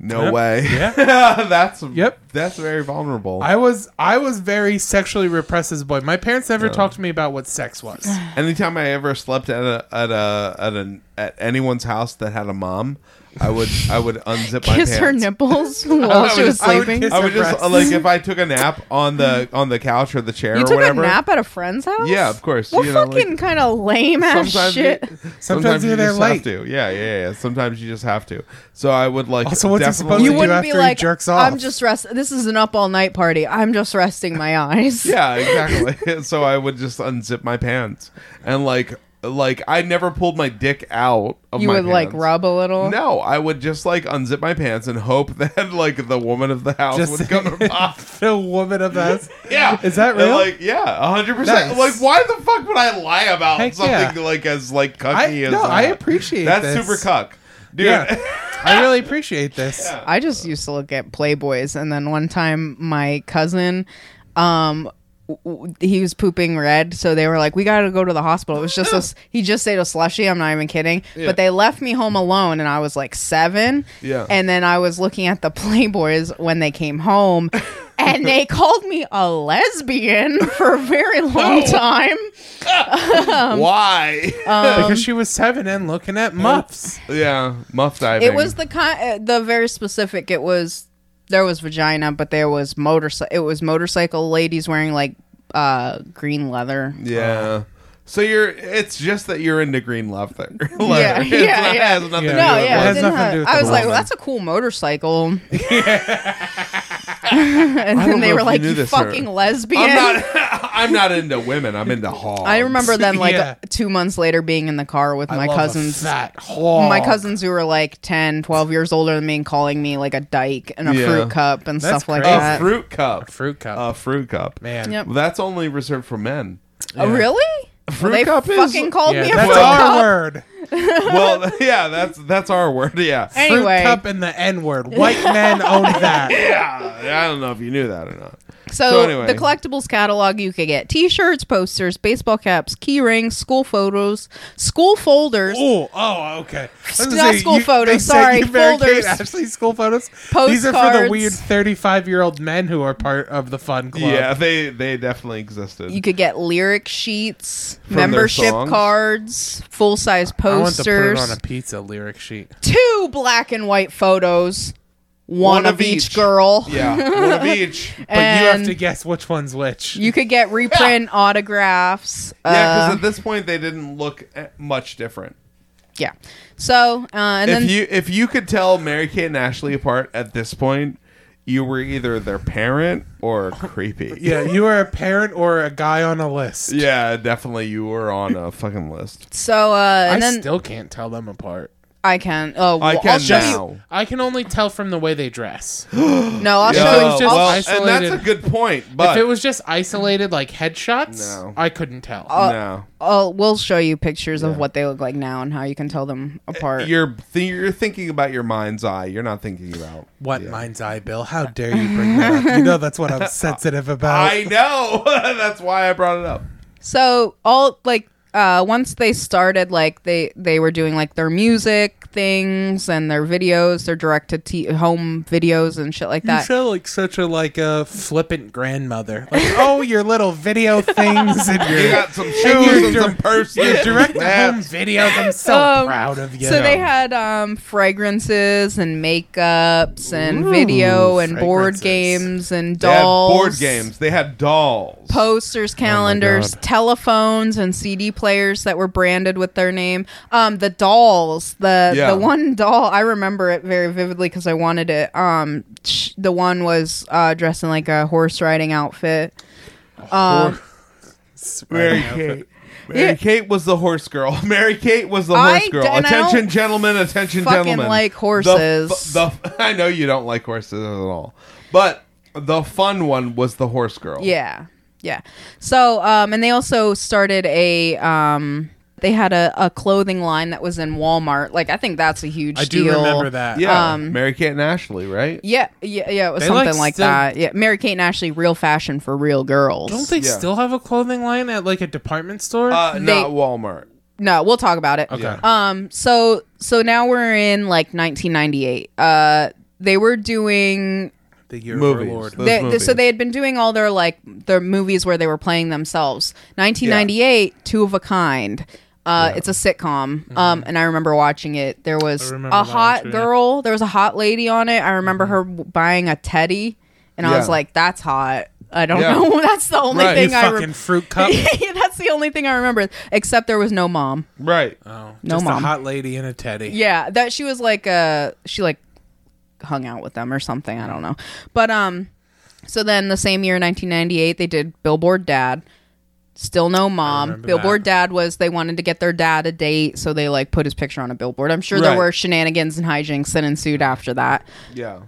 [SPEAKER 4] No way.
[SPEAKER 3] Yeah,
[SPEAKER 4] that's
[SPEAKER 3] Yep.
[SPEAKER 4] That's very vulnerable.
[SPEAKER 3] I was I was very sexually repressed as a boy. My parents never talked to me about what sex was.
[SPEAKER 4] Anytime I ever slept at a at a at an at anyone's house that had a mom, I would I would unzip my pants.
[SPEAKER 2] kiss her nipples while
[SPEAKER 4] I
[SPEAKER 2] she
[SPEAKER 4] would-
[SPEAKER 2] was
[SPEAKER 3] I would
[SPEAKER 2] sleeping.
[SPEAKER 3] kiss-
[SPEAKER 4] I would just
[SPEAKER 3] breasts.
[SPEAKER 4] like if I took a nap on the on the couch or the chair
[SPEAKER 2] Oh, You
[SPEAKER 4] or
[SPEAKER 2] took
[SPEAKER 4] whatever.
[SPEAKER 2] a nap at a friend's house?
[SPEAKER 4] Yeah, of course.
[SPEAKER 2] What
[SPEAKER 4] you know, like,
[SPEAKER 2] fucking kind of lame ass
[SPEAKER 4] sometimes you-
[SPEAKER 2] Ah, shit?
[SPEAKER 3] Sometimes
[SPEAKER 4] you
[SPEAKER 3] you're there
[SPEAKER 4] just
[SPEAKER 3] late.
[SPEAKER 4] have to. Yeah, yeah, yeah. Sometimes you just have to. So I would like.
[SPEAKER 3] Also, what's he
[SPEAKER 4] definitely-
[SPEAKER 3] supposed
[SPEAKER 2] you
[SPEAKER 3] do
[SPEAKER 2] wouldn't be
[SPEAKER 3] after he
[SPEAKER 2] like,
[SPEAKER 3] jerks off.
[SPEAKER 2] I'm just rest. This is an up all night party. I'm just resting my eyes.
[SPEAKER 4] Yeah, exactly. so I would just unzip my pants and like like I never pulled my dick out of
[SPEAKER 2] you
[SPEAKER 4] my
[SPEAKER 2] would like
[SPEAKER 4] pants.
[SPEAKER 2] rub a little.
[SPEAKER 4] No, I would just like unzip my pants and hope that like the woman of the house
[SPEAKER 3] Just
[SPEAKER 4] would come and pop.
[SPEAKER 3] the woman of us.
[SPEAKER 4] Yeah,
[SPEAKER 3] Is that
[SPEAKER 4] And,
[SPEAKER 3] real?
[SPEAKER 4] Like, yeah, hundred percent.
[SPEAKER 3] Nice.
[SPEAKER 4] Like, why the fuck would I lie about
[SPEAKER 3] Heck
[SPEAKER 4] something like as like cucky
[SPEAKER 3] I,
[SPEAKER 4] as
[SPEAKER 3] no,
[SPEAKER 4] that?
[SPEAKER 3] I appreciate
[SPEAKER 4] that's
[SPEAKER 3] this.
[SPEAKER 4] super cuck, dude.
[SPEAKER 3] Yeah. I really appreciate this.
[SPEAKER 2] I just used to look at Playboys, and then one time my cousin, um, w- w- he was pooping red, so they were like, "We gotta go to the hospital." It was just a s he just ate a slushy. I'm not even kidding. But they left me home alone, and I was like seven.
[SPEAKER 4] Yeah.
[SPEAKER 2] And then I was looking at the Playboys when they came home. And they called me a lesbian for a very long time.
[SPEAKER 4] why?
[SPEAKER 2] Um,
[SPEAKER 3] because she was seven and looking at muffs.
[SPEAKER 4] yeah, muff diving.
[SPEAKER 2] It was the kind, the very specific. It was there was vagina, but there was motorcycle. It was motorcycle ladies wearing like uh green leather.
[SPEAKER 4] yeah. So you're. It's just that you're into green leather. leather.
[SPEAKER 2] Yeah,
[SPEAKER 4] It's
[SPEAKER 2] yeah,
[SPEAKER 4] not-
[SPEAKER 2] yeah.
[SPEAKER 4] It has nothing
[SPEAKER 3] Yeah.
[SPEAKER 4] to
[SPEAKER 2] No,
[SPEAKER 4] do
[SPEAKER 2] yeah,
[SPEAKER 4] with
[SPEAKER 3] It
[SPEAKER 2] it
[SPEAKER 3] has
[SPEAKER 2] didn't
[SPEAKER 3] nothing to
[SPEAKER 2] have-
[SPEAKER 3] do with
[SPEAKER 2] I
[SPEAKER 3] the
[SPEAKER 2] was like, well,
[SPEAKER 3] woman.
[SPEAKER 2] that's a cool motorcycle. and
[SPEAKER 4] don't
[SPEAKER 2] then
[SPEAKER 4] know
[SPEAKER 2] they were
[SPEAKER 4] if you
[SPEAKER 2] like,
[SPEAKER 4] knew
[SPEAKER 2] you,
[SPEAKER 4] this or-
[SPEAKER 2] fucking lesbian.
[SPEAKER 4] I'm not. I'm not into women. I'm into hogs.
[SPEAKER 2] I remember then, like
[SPEAKER 3] Yeah.
[SPEAKER 2] two months later, being in the car with my cousins.
[SPEAKER 3] That
[SPEAKER 4] Oh.
[SPEAKER 2] My cousins who were like 10, 12 years older than me and calling me like a dyke and a
[SPEAKER 4] Yeah.
[SPEAKER 2] fruit cup and
[SPEAKER 3] That's
[SPEAKER 2] stuff like
[SPEAKER 3] crazy.
[SPEAKER 4] a
[SPEAKER 2] that.
[SPEAKER 4] fruit cup.
[SPEAKER 3] fruit cup.
[SPEAKER 4] A fruit cup.
[SPEAKER 3] Man,
[SPEAKER 2] Yep.
[SPEAKER 4] Well, that's only reserved for men.
[SPEAKER 2] Oh,
[SPEAKER 3] Yeah.
[SPEAKER 2] really?
[SPEAKER 4] Fruit
[SPEAKER 2] they
[SPEAKER 4] cup is-
[SPEAKER 2] fucking called
[SPEAKER 3] yeah,
[SPEAKER 2] me a
[SPEAKER 3] that's
[SPEAKER 2] fruit
[SPEAKER 3] our
[SPEAKER 2] cup.
[SPEAKER 3] word.
[SPEAKER 4] well, yeah, that's that's our word. Yeah.
[SPEAKER 2] Anyway,
[SPEAKER 3] Fruit cup and the N word. White men own that.
[SPEAKER 4] Yeah. Ah, I don't know if you knew that or not.
[SPEAKER 2] so,
[SPEAKER 4] so anyway.
[SPEAKER 2] the collectibles catalog you could get T-shirts, posters, baseball caps, key rings, school photos, school folders,
[SPEAKER 3] Oh, oh, okay. I was gonna
[SPEAKER 2] Not school
[SPEAKER 3] you-
[SPEAKER 2] photos,
[SPEAKER 3] they sent
[SPEAKER 2] sorry,
[SPEAKER 3] you Mary Kate
[SPEAKER 2] folders.
[SPEAKER 3] Ashley school photos. These are for the
[SPEAKER 2] Postcards.
[SPEAKER 3] weird thirty-five-year-old men who are part of the fun club.
[SPEAKER 4] Yeah, they they definitely existed.
[SPEAKER 2] You could get lyric sheets,
[SPEAKER 4] their
[SPEAKER 2] membership
[SPEAKER 4] songs?
[SPEAKER 2] cards, full size
[SPEAKER 3] I want to put
[SPEAKER 2] posters,
[SPEAKER 3] it on a pizza lyric sheet.
[SPEAKER 2] two black and white photos, one, of, each, girl.
[SPEAKER 4] yeah, one of each.
[SPEAKER 3] But you have
[SPEAKER 2] And
[SPEAKER 3] to guess which one's which.
[SPEAKER 2] you could get reprint autographs.
[SPEAKER 4] Yeah, because
[SPEAKER 2] uh,
[SPEAKER 4] at this point they didn't look eh, much different.
[SPEAKER 2] yeah. So, uh, and then
[SPEAKER 4] if you if you could tell Mary Kate and Ashley apart at this point, you were either their parent or creepy.
[SPEAKER 3] yeah, you are a parent or a guy on a list.
[SPEAKER 4] Yeah, definitely you were on a fucking list.
[SPEAKER 2] so uh, and
[SPEAKER 3] I
[SPEAKER 2] then
[SPEAKER 3] still can't tell them apart.
[SPEAKER 2] I can. Oh, well,
[SPEAKER 4] I
[SPEAKER 2] I'll
[SPEAKER 4] can
[SPEAKER 2] show you-
[SPEAKER 4] now.
[SPEAKER 3] I can only tell from the way they dress.
[SPEAKER 2] No, I'll
[SPEAKER 3] Yeah.
[SPEAKER 2] show you.
[SPEAKER 3] it's just
[SPEAKER 4] Oh, well,
[SPEAKER 3] isolated.
[SPEAKER 4] and that's a good point, but
[SPEAKER 3] if it was just isolated like headshots,
[SPEAKER 4] No.
[SPEAKER 3] I couldn't tell.
[SPEAKER 4] no.
[SPEAKER 2] I'll, we'll show you pictures of what they look like now and how you can tell them apart.
[SPEAKER 4] You're th- you're thinking about your mind's eye. You're not thinking about
[SPEAKER 3] what mind's eye, Bill? How dare you bring that up? You know that's what I'm sensitive about.
[SPEAKER 4] I know. That's why I brought it up.
[SPEAKER 2] so all like uh, once they started, like they they were doing like their music, things and their videos, their direct to t- home videos and shit like
[SPEAKER 3] You
[SPEAKER 2] that.
[SPEAKER 3] sound like such a like a flippant grandmother. Like, oh, your little video things and your
[SPEAKER 4] You got some shoes
[SPEAKER 3] And you're
[SPEAKER 4] and
[SPEAKER 3] dir-
[SPEAKER 4] some purses.
[SPEAKER 3] your direct to home
[SPEAKER 4] That's-
[SPEAKER 3] videos. I'm so
[SPEAKER 2] Um,
[SPEAKER 3] proud of you.
[SPEAKER 2] So they had um, fragrances and makeups and video and board
[SPEAKER 3] fragrances.
[SPEAKER 2] games and
[SPEAKER 4] They had
[SPEAKER 2] dolls.
[SPEAKER 4] board games. They had dolls.
[SPEAKER 3] Oh
[SPEAKER 2] posters, calendars, telephones, and CD players that were branded with their name. Um, the dolls, the
[SPEAKER 4] Yeah.
[SPEAKER 2] the one doll I remember it very vividly because I wanted it. Um, sh- the one was uh, dressed in like a horse riding outfit. Um,
[SPEAKER 4] Mary Kate. Mary
[SPEAKER 2] Yeah.
[SPEAKER 4] Kate was the horse girl. Mary Kate was the
[SPEAKER 2] I
[SPEAKER 4] horse girl.
[SPEAKER 2] d- and I
[SPEAKER 4] attention,
[SPEAKER 2] don't
[SPEAKER 4] gentlemen. Attention,
[SPEAKER 2] fucking
[SPEAKER 4] gentlemen.
[SPEAKER 2] like
[SPEAKER 4] The fu-
[SPEAKER 2] horses.
[SPEAKER 4] The, f- I know you don't like horses at all, but the fun one was the horse girl.
[SPEAKER 2] Yeah. Yeah. So, um, and they also started a, um, they had a, a clothing line that was in Walmart. Like, I think that's a huge
[SPEAKER 3] I do
[SPEAKER 2] deal.
[SPEAKER 3] remember that.
[SPEAKER 4] yeah.
[SPEAKER 2] Um,
[SPEAKER 4] Mary Kate and Ashley, right?
[SPEAKER 2] Yeah, yeah, yeah. It was
[SPEAKER 3] They, like,
[SPEAKER 2] something like
[SPEAKER 3] still-
[SPEAKER 2] that. Yeah, Mary Kate and Ashley, real fashion for real girls.
[SPEAKER 3] Don't they
[SPEAKER 4] Yeah.
[SPEAKER 3] still have a clothing line at like a department store?
[SPEAKER 4] Uh,
[SPEAKER 2] They-
[SPEAKER 4] not Walmart.
[SPEAKER 2] no, we'll talk about it.
[SPEAKER 3] okay.
[SPEAKER 2] Um. So so now we're in like 1998. Uh, they were doing
[SPEAKER 3] the year of our
[SPEAKER 4] Movies.
[SPEAKER 3] Lord.
[SPEAKER 2] they,
[SPEAKER 4] Those
[SPEAKER 2] they-
[SPEAKER 4] movies.
[SPEAKER 2] so they had been doing all their like their movies where they were playing themselves 1998 two of a kind uh, It's a sitcom,
[SPEAKER 4] Mm-hmm.
[SPEAKER 2] um, and I remember watching it. There was
[SPEAKER 3] remember
[SPEAKER 2] a
[SPEAKER 3] that one,
[SPEAKER 2] hot
[SPEAKER 3] too.
[SPEAKER 2] girl. There was a hot lady on it. I remember her w- buying a teddy, and I
[SPEAKER 4] Mm-hmm. Yeah.
[SPEAKER 2] was like, "That's hot." I don't
[SPEAKER 4] Yeah.
[SPEAKER 2] know. That's the only
[SPEAKER 4] Right.
[SPEAKER 2] thing
[SPEAKER 4] You
[SPEAKER 2] I
[SPEAKER 3] Fucking
[SPEAKER 2] remember.
[SPEAKER 3] fruit cup.
[SPEAKER 2] That's the only thing I remember. Except there was no mom.
[SPEAKER 4] Right.
[SPEAKER 3] Oh,
[SPEAKER 2] No,
[SPEAKER 3] just a
[SPEAKER 2] Mom.
[SPEAKER 3] hot lady and a teddy.
[SPEAKER 2] Yeah, that she was like uh she like hung out with them or something, I don't know. But um so then the same year 1998 they did Billboard Dad. Still no mom.
[SPEAKER 3] remember
[SPEAKER 2] Billboard
[SPEAKER 3] that.
[SPEAKER 2] Dad was they wanted to get their dad a date, so they like put his picture on a billboard. I'm sure
[SPEAKER 4] Right.
[SPEAKER 2] there were shenanigans and hijinks that ensued after that.
[SPEAKER 4] Yeah.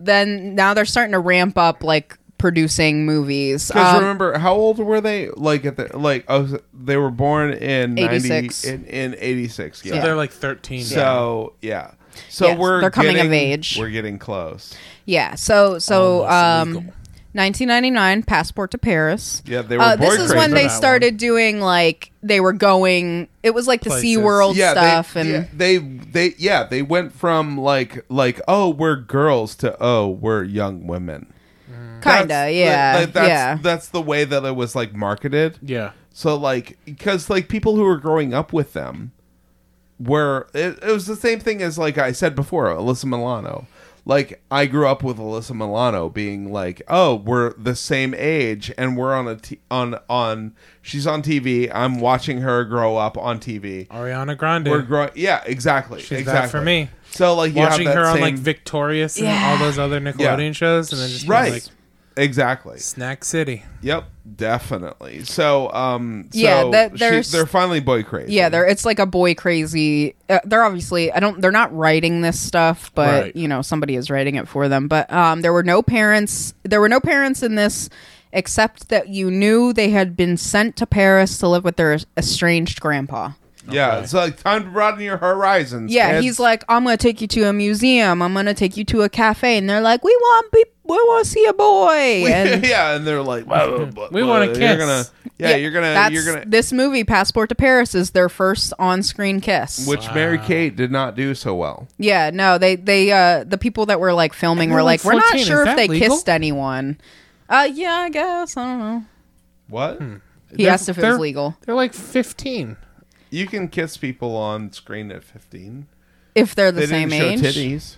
[SPEAKER 2] Then now they're starting to ramp up like producing movies.
[SPEAKER 4] Because
[SPEAKER 2] Um,
[SPEAKER 4] remember, how old were they? Like at the like, I was, they were born in
[SPEAKER 2] 86.
[SPEAKER 4] 90, in, in eighty six. Yeah.
[SPEAKER 3] So they're like 13.
[SPEAKER 4] So yeah. So
[SPEAKER 2] Yes,
[SPEAKER 4] we're
[SPEAKER 2] they're coming of
[SPEAKER 4] getting-
[SPEAKER 2] age.
[SPEAKER 4] We're getting close.
[SPEAKER 2] yeah, so so
[SPEAKER 3] Almost
[SPEAKER 2] um
[SPEAKER 3] legal.
[SPEAKER 2] 1999 Passport to Paris.
[SPEAKER 4] Yeah, they were
[SPEAKER 2] Uh,
[SPEAKER 4] boy
[SPEAKER 2] this is
[SPEAKER 4] crazy.
[SPEAKER 2] when they
[SPEAKER 3] that one.
[SPEAKER 2] started doing like they were going. It was like the
[SPEAKER 3] Places.
[SPEAKER 2] Sea World
[SPEAKER 4] yeah,
[SPEAKER 2] stuff,
[SPEAKER 4] they,
[SPEAKER 2] and
[SPEAKER 4] yeah, they they yeah they went from like like oh we're girls to oh we're young women.
[SPEAKER 2] kinda,
[SPEAKER 4] That's-
[SPEAKER 2] yeah,
[SPEAKER 4] like, that's,
[SPEAKER 2] yeah.
[SPEAKER 4] That's the way that it was like marketed.
[SPEAKER 3] Yeah.
[SPEAKER 4] So like because like people who were growing up with them were it, it was the same thing as like I said before Alyssa Milano. Like I grew up with Alyssa Milano being like, "Oh, we're the same age and we're on a t- on on she's on TV. I'm watching her grow up on TV."
[SPEAKER 3] Ariana Grande.
[SPEAKER 4] We're growing. Yeah, exactly.
[SPEAKER 3] She's
[SPEAKER 4] exactly.
[SPEAKER 3] that for me.
[SPEAKER 4] So like you have
[SPEAKER 3] Watching
[SPEAKER 4] that
[SPEAKER 3] her on
[SPEAKER 4] same-
[SPEAKER 3] like Victorious and
[SPEAKER 2] Yeah.
[SPEAKER 3] all those other Nickelodeon
[SPEAKER 4] Yeah.
[SPEAKER 3] shows, and then just being
[SPEAKER 4] right.
[SPEAKER 3] like
[SPEAKER 4] exactly.
[SPEAKER 3] Snack City.
[SPEAKER 4] Yep. Definitely. So um. So
[SPEAKER 2] Yeah, that-
[SPEAKER 4] she-
[SPEAKER 2] there's-
[SPEAKER 4] they're finally boy crazy.
[SPEAKER 2] yeah, they're it's like a boy crazy. Uh, they're obviously I don't they're not writing this stuff, but
[SPEAKER 3] Right.
[SPEAKER 2] you know somebody is writing it for them. But um, there were no parents. There were no parents in this, except that you knew they had been sent to Paris to live with their estranged grandpa.
[SPEAKER 4] Yeah. It's like time to broaden your horizons.
[SPEAKER 2] Yeah,
[SPEAKER 4] kids.
[SPEAKER 2] he's like, I'm gonna take you to a museum. I'm gonna take you to a cafe, and they're like, we want be- we want to see a boy. And
[SPEAKER 4] yeah, and they're like, "Whoa, but-
[SPEAKER 3] We
[SPEAKER 4] but
[SPEAKER 3] wanna
[SPEAKER 4] You're
[SPEAKER 3] kiss."
[SPEAKER 4] gonna, yeah, you're gonna,
[SPEAKER 2] That's,
[SPEAKER 4] you're gonna.
[SPEAKER 2] This movie, Passport to Paris, is their first on-screen kiss.
[SPEAKER 4] Which Mary Kate did not do so well.
[SPEAKER 2] yeah, no, they they uh the people that were like filming
[SPEAKER 3] And
[SPEAKER 2] were
[SPEAKER 3] they're,
[SPEAKER 2] like,
[SPEAKER 3] like,
[SPEAKER 2] we're not
[SPEAKER 3] 14.
[SPEAKER 2] sure
[SPEAKER 3] Is
[SPEAKER 2] if
[SPEAKER 3] that
[SPEAKER 2] they
[SPEAKER 3] legal?"
[SPEAKER 2] kissed anyone. Uh, yeah, I guess I don't know.
[SPEAKER 4] What?
[SPEAKER 2] He asked if it was
[SPEAKER 3] They're-
[SPEAKER 2] legal.
[SPEAKER 3] They're like 15.
[SPEAKER 4] You can kiss people on screen at fifteen.
[SPEAKER 2] If they're the
[SPEAKER 4] they
[SPEAKER 2] same
[SPEAKER 4] didn't show
[SPEAKER 2] age,
[SPEAKER 4] titties.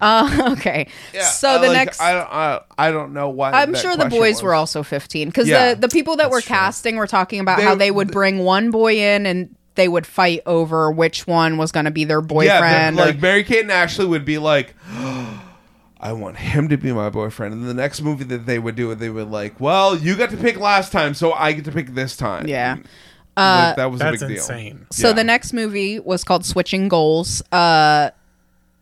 [SPEAKER 2] uh, okay.
[SPEAKER 4] Yeah,
[SPEAKER 2] so
[SPEAKER 4] I
[SPEAKER 2] the
[SPEAKER 4] like-
[SPEAKER 2] next,
[SPEAKER 4] I don't, I, I don't know why.
[SPEAKER 2] I'm
[SPEAKER 4] that
[SPEAKER 2] sure the
[SPEAKER 4] question
[SPEAKER 2] boys
[SPEAKER 4] was.
[SPEAKER 2] were also 15 because
[SPEAKER 4] Yeah,
[SPEAKER 2] the, the people that were
[SPEAKER 3] true.
[SPEAKER 2] casting were talking about
[SPEAKER 4] They-
[SPEAKER 2] how they would
[SPEAKER 4] th-
[SPEAKER 2] bring one boy in and they would fight over which one was going to be their boyfriend.
[SPEAKER 4] Yeah,
[SPEAKER 2] or-
[SPEAKER 4] they're- like Mary Kate and Ashley would be like, I want him to be my boyfriend. And the next movie that they would do, they would like, well, you got to pick last time, so I get to pick this time.
[SPEAKER 2] yeah. Uh,
[SPEAKER 4] Like, that was a
[SPEAKER 3] That's
[SPEAKER 4] big deal.
[SPEAKER 3] insane.
[SPEAKER 2] So
[SPEAKER 4] Yeah.
[SPEAKER 2] the next movie was called Switching Goals. Uh,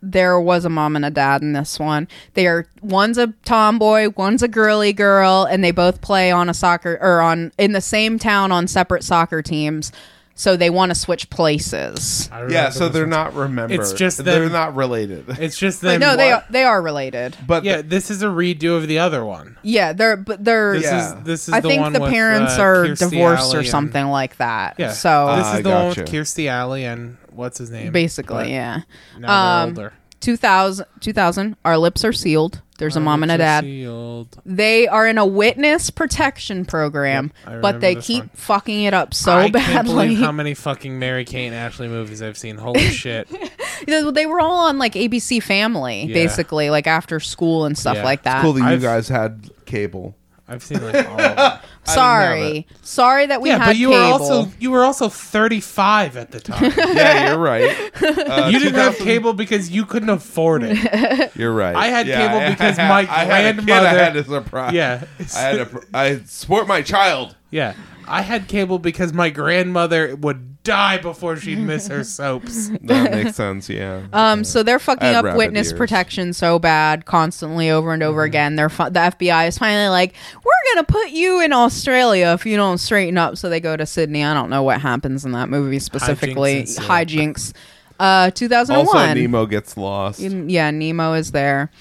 [SPEAKER 2] there was a mom and a dad in this one. They are one's a tomboy, one's a girly girl, and they both play on a soccer or on in the same town on separate soccer teams. so they want to switch places.
[SPEAKER 3] I
[SPEAKER 4] Yeah,
[SPEAKER 3] remember
[SPEAKER 4] so
[SPEAKER 3] this
[SPEAKER 4] they're
[SPEAKER 3] one.
[SPEAKER 4] not remembered.
[SPEAKER 3] It's just
[SPEAKER 4] they're
[SPEAKER 3] them-
[SPEAKER 4] not related.
[SPEAKER 3] It's just
[SPEAKER 2] But
[SPEAKER 3] them.
[SPEAKER 2] no, they
[SPEAKER 3] wa-
[SPEAKER 2] are, they are related.
[SPEAKER 4] But
[SPEAKER 3] Yeah, this is a redo of the other one.
[SPEAKER 2] Yeah, they're but they're.
[SPEAKER 3] This
[SPEAKER 4] Yeah.
[SPEAKER 3] is this is.
[SPEAKER 2] I
[SPEAKER 3] the
[SPEAKER 2] think
[SPEAKER 3] one
[SPEAKER 2] the
[SPEAKER 3] with,
[SPEAKER 2] parents
[SPEAKER 3] uh,
[SPEAKER 2] are
[SPEAKER 3] Kirstie
[SPEAKER 2] divorced
[SPEAKER 3] Alley
[SPEAKER 2] or
[SPEAKER 3] and-
[SPEAKER 2] something like that.
[SPEAKER 3] yeah.
[SPEAKER 2] So
[SPEAKER 3] this
[SPEAKER 4] I
[SPEAKER 3] is the one with
[SPEAKER 4] gotcha.
[SPEAKER 3] Kirstie Alley and what's his name?
[SPEAKER 2] basically,
[SPEAKER 3] But
[SPEAKER 2] yeah.
[SPEAKER 3] Now
[SPEAKER 2] Um,
[SPEAKER 3] they're older.
[SPEAKER 2] 2000, 2000, Our lips are sealed. There's a mom and a
[SPEAKER 3] Richard
[SPEAKER 2] dad.
[SPEAKER 3] Shield.
[SPEAKER 2] They are in a witness protection program,
[SPEAKER 3] Yep, I
[SPEAKER 2] but they
[SPEAKER 3] remember this
[SPEAKER 2] keep
[SPEAKER 3] one.
[SPEAKER 2] fucking it up so
[SPEAKER 3] I can't
[SPEAKER 2] badly.
[SPEAKER 3] believe how many fucking Mary Kate and Ashley movies I've seen. Holy shit!
[SPEAKER 2] they they were all on like ABC Family,
[SPEAKER 3] Yeah.
[SPEAKER 2] basically, like after school and stuff
[SPEAKER 3] Yeah.
[SPEAKER 2] like that.
[SPEAKER 4] cool that you
[SPEAKER 3] I've-
[SPEAKER 4] guys had cable.
[SPEAKER 3] I've seen like all. Of them.
[SPEAKER 4] have
[SPEAKER 2] Sorry, sorry that we
[SPEAKER 3] yeah,
[SPEAKER 2] had
[SPEAKER 3] but you
[SPEAKER 2] cable.
[SPEAKER 3] were also you were also 35 at the time.
[SPEAKER 4] Yeah, you're right. Uh,
[SPEAKER 3] you didn't have cable because you couldn't afford it.
[SPEAKER 4] You're right.
[SPEAKER 3] I had cable because
[SPEAKER 4] had-
[SPEAKER 3] my
[SPEAKER 4] I had a kid, I
[SPEAKER 3] grandmother-
[SPEAKER 4] had a surprise.
[SPEAKER 3] yeah.
[SPEAKER 4] I had a. pr- I support my child.
[SPEAKER 3] Yeah. I had cable because my grandmother would die before she'd miss her soaps.
[SPEAKER 4] That makes sense. Yeah.
[SPEAKER 2] Um, so they're fucking
[SPEAKER 4] had
[SPEAKER 2] up
[SPEAKER 4] rabbit
[SPEAKER 2] witness
[SPEAKER 4] ears.
[SPEAKER 2] protection so bad, constantly over and
[SPEAKER 3] Mm-hmm.
[SPEAKER 2] over again. They're fi- the FBI is finally like, "We're gonna put you in Australia if you don't straighten up." So they go to Sydney. I don't know what happens in that movie specifically.
[SPEAKER 3] Hijinks ensue.
[SPEAKER 2] Hijinks. Uh, two thousand and
[SPEAKER 4] also,
[SPEAKER 2] one.
[SPEAKER 4] Nemo gets lost.
[SPEAKER 2] Yeah, Nemo is there.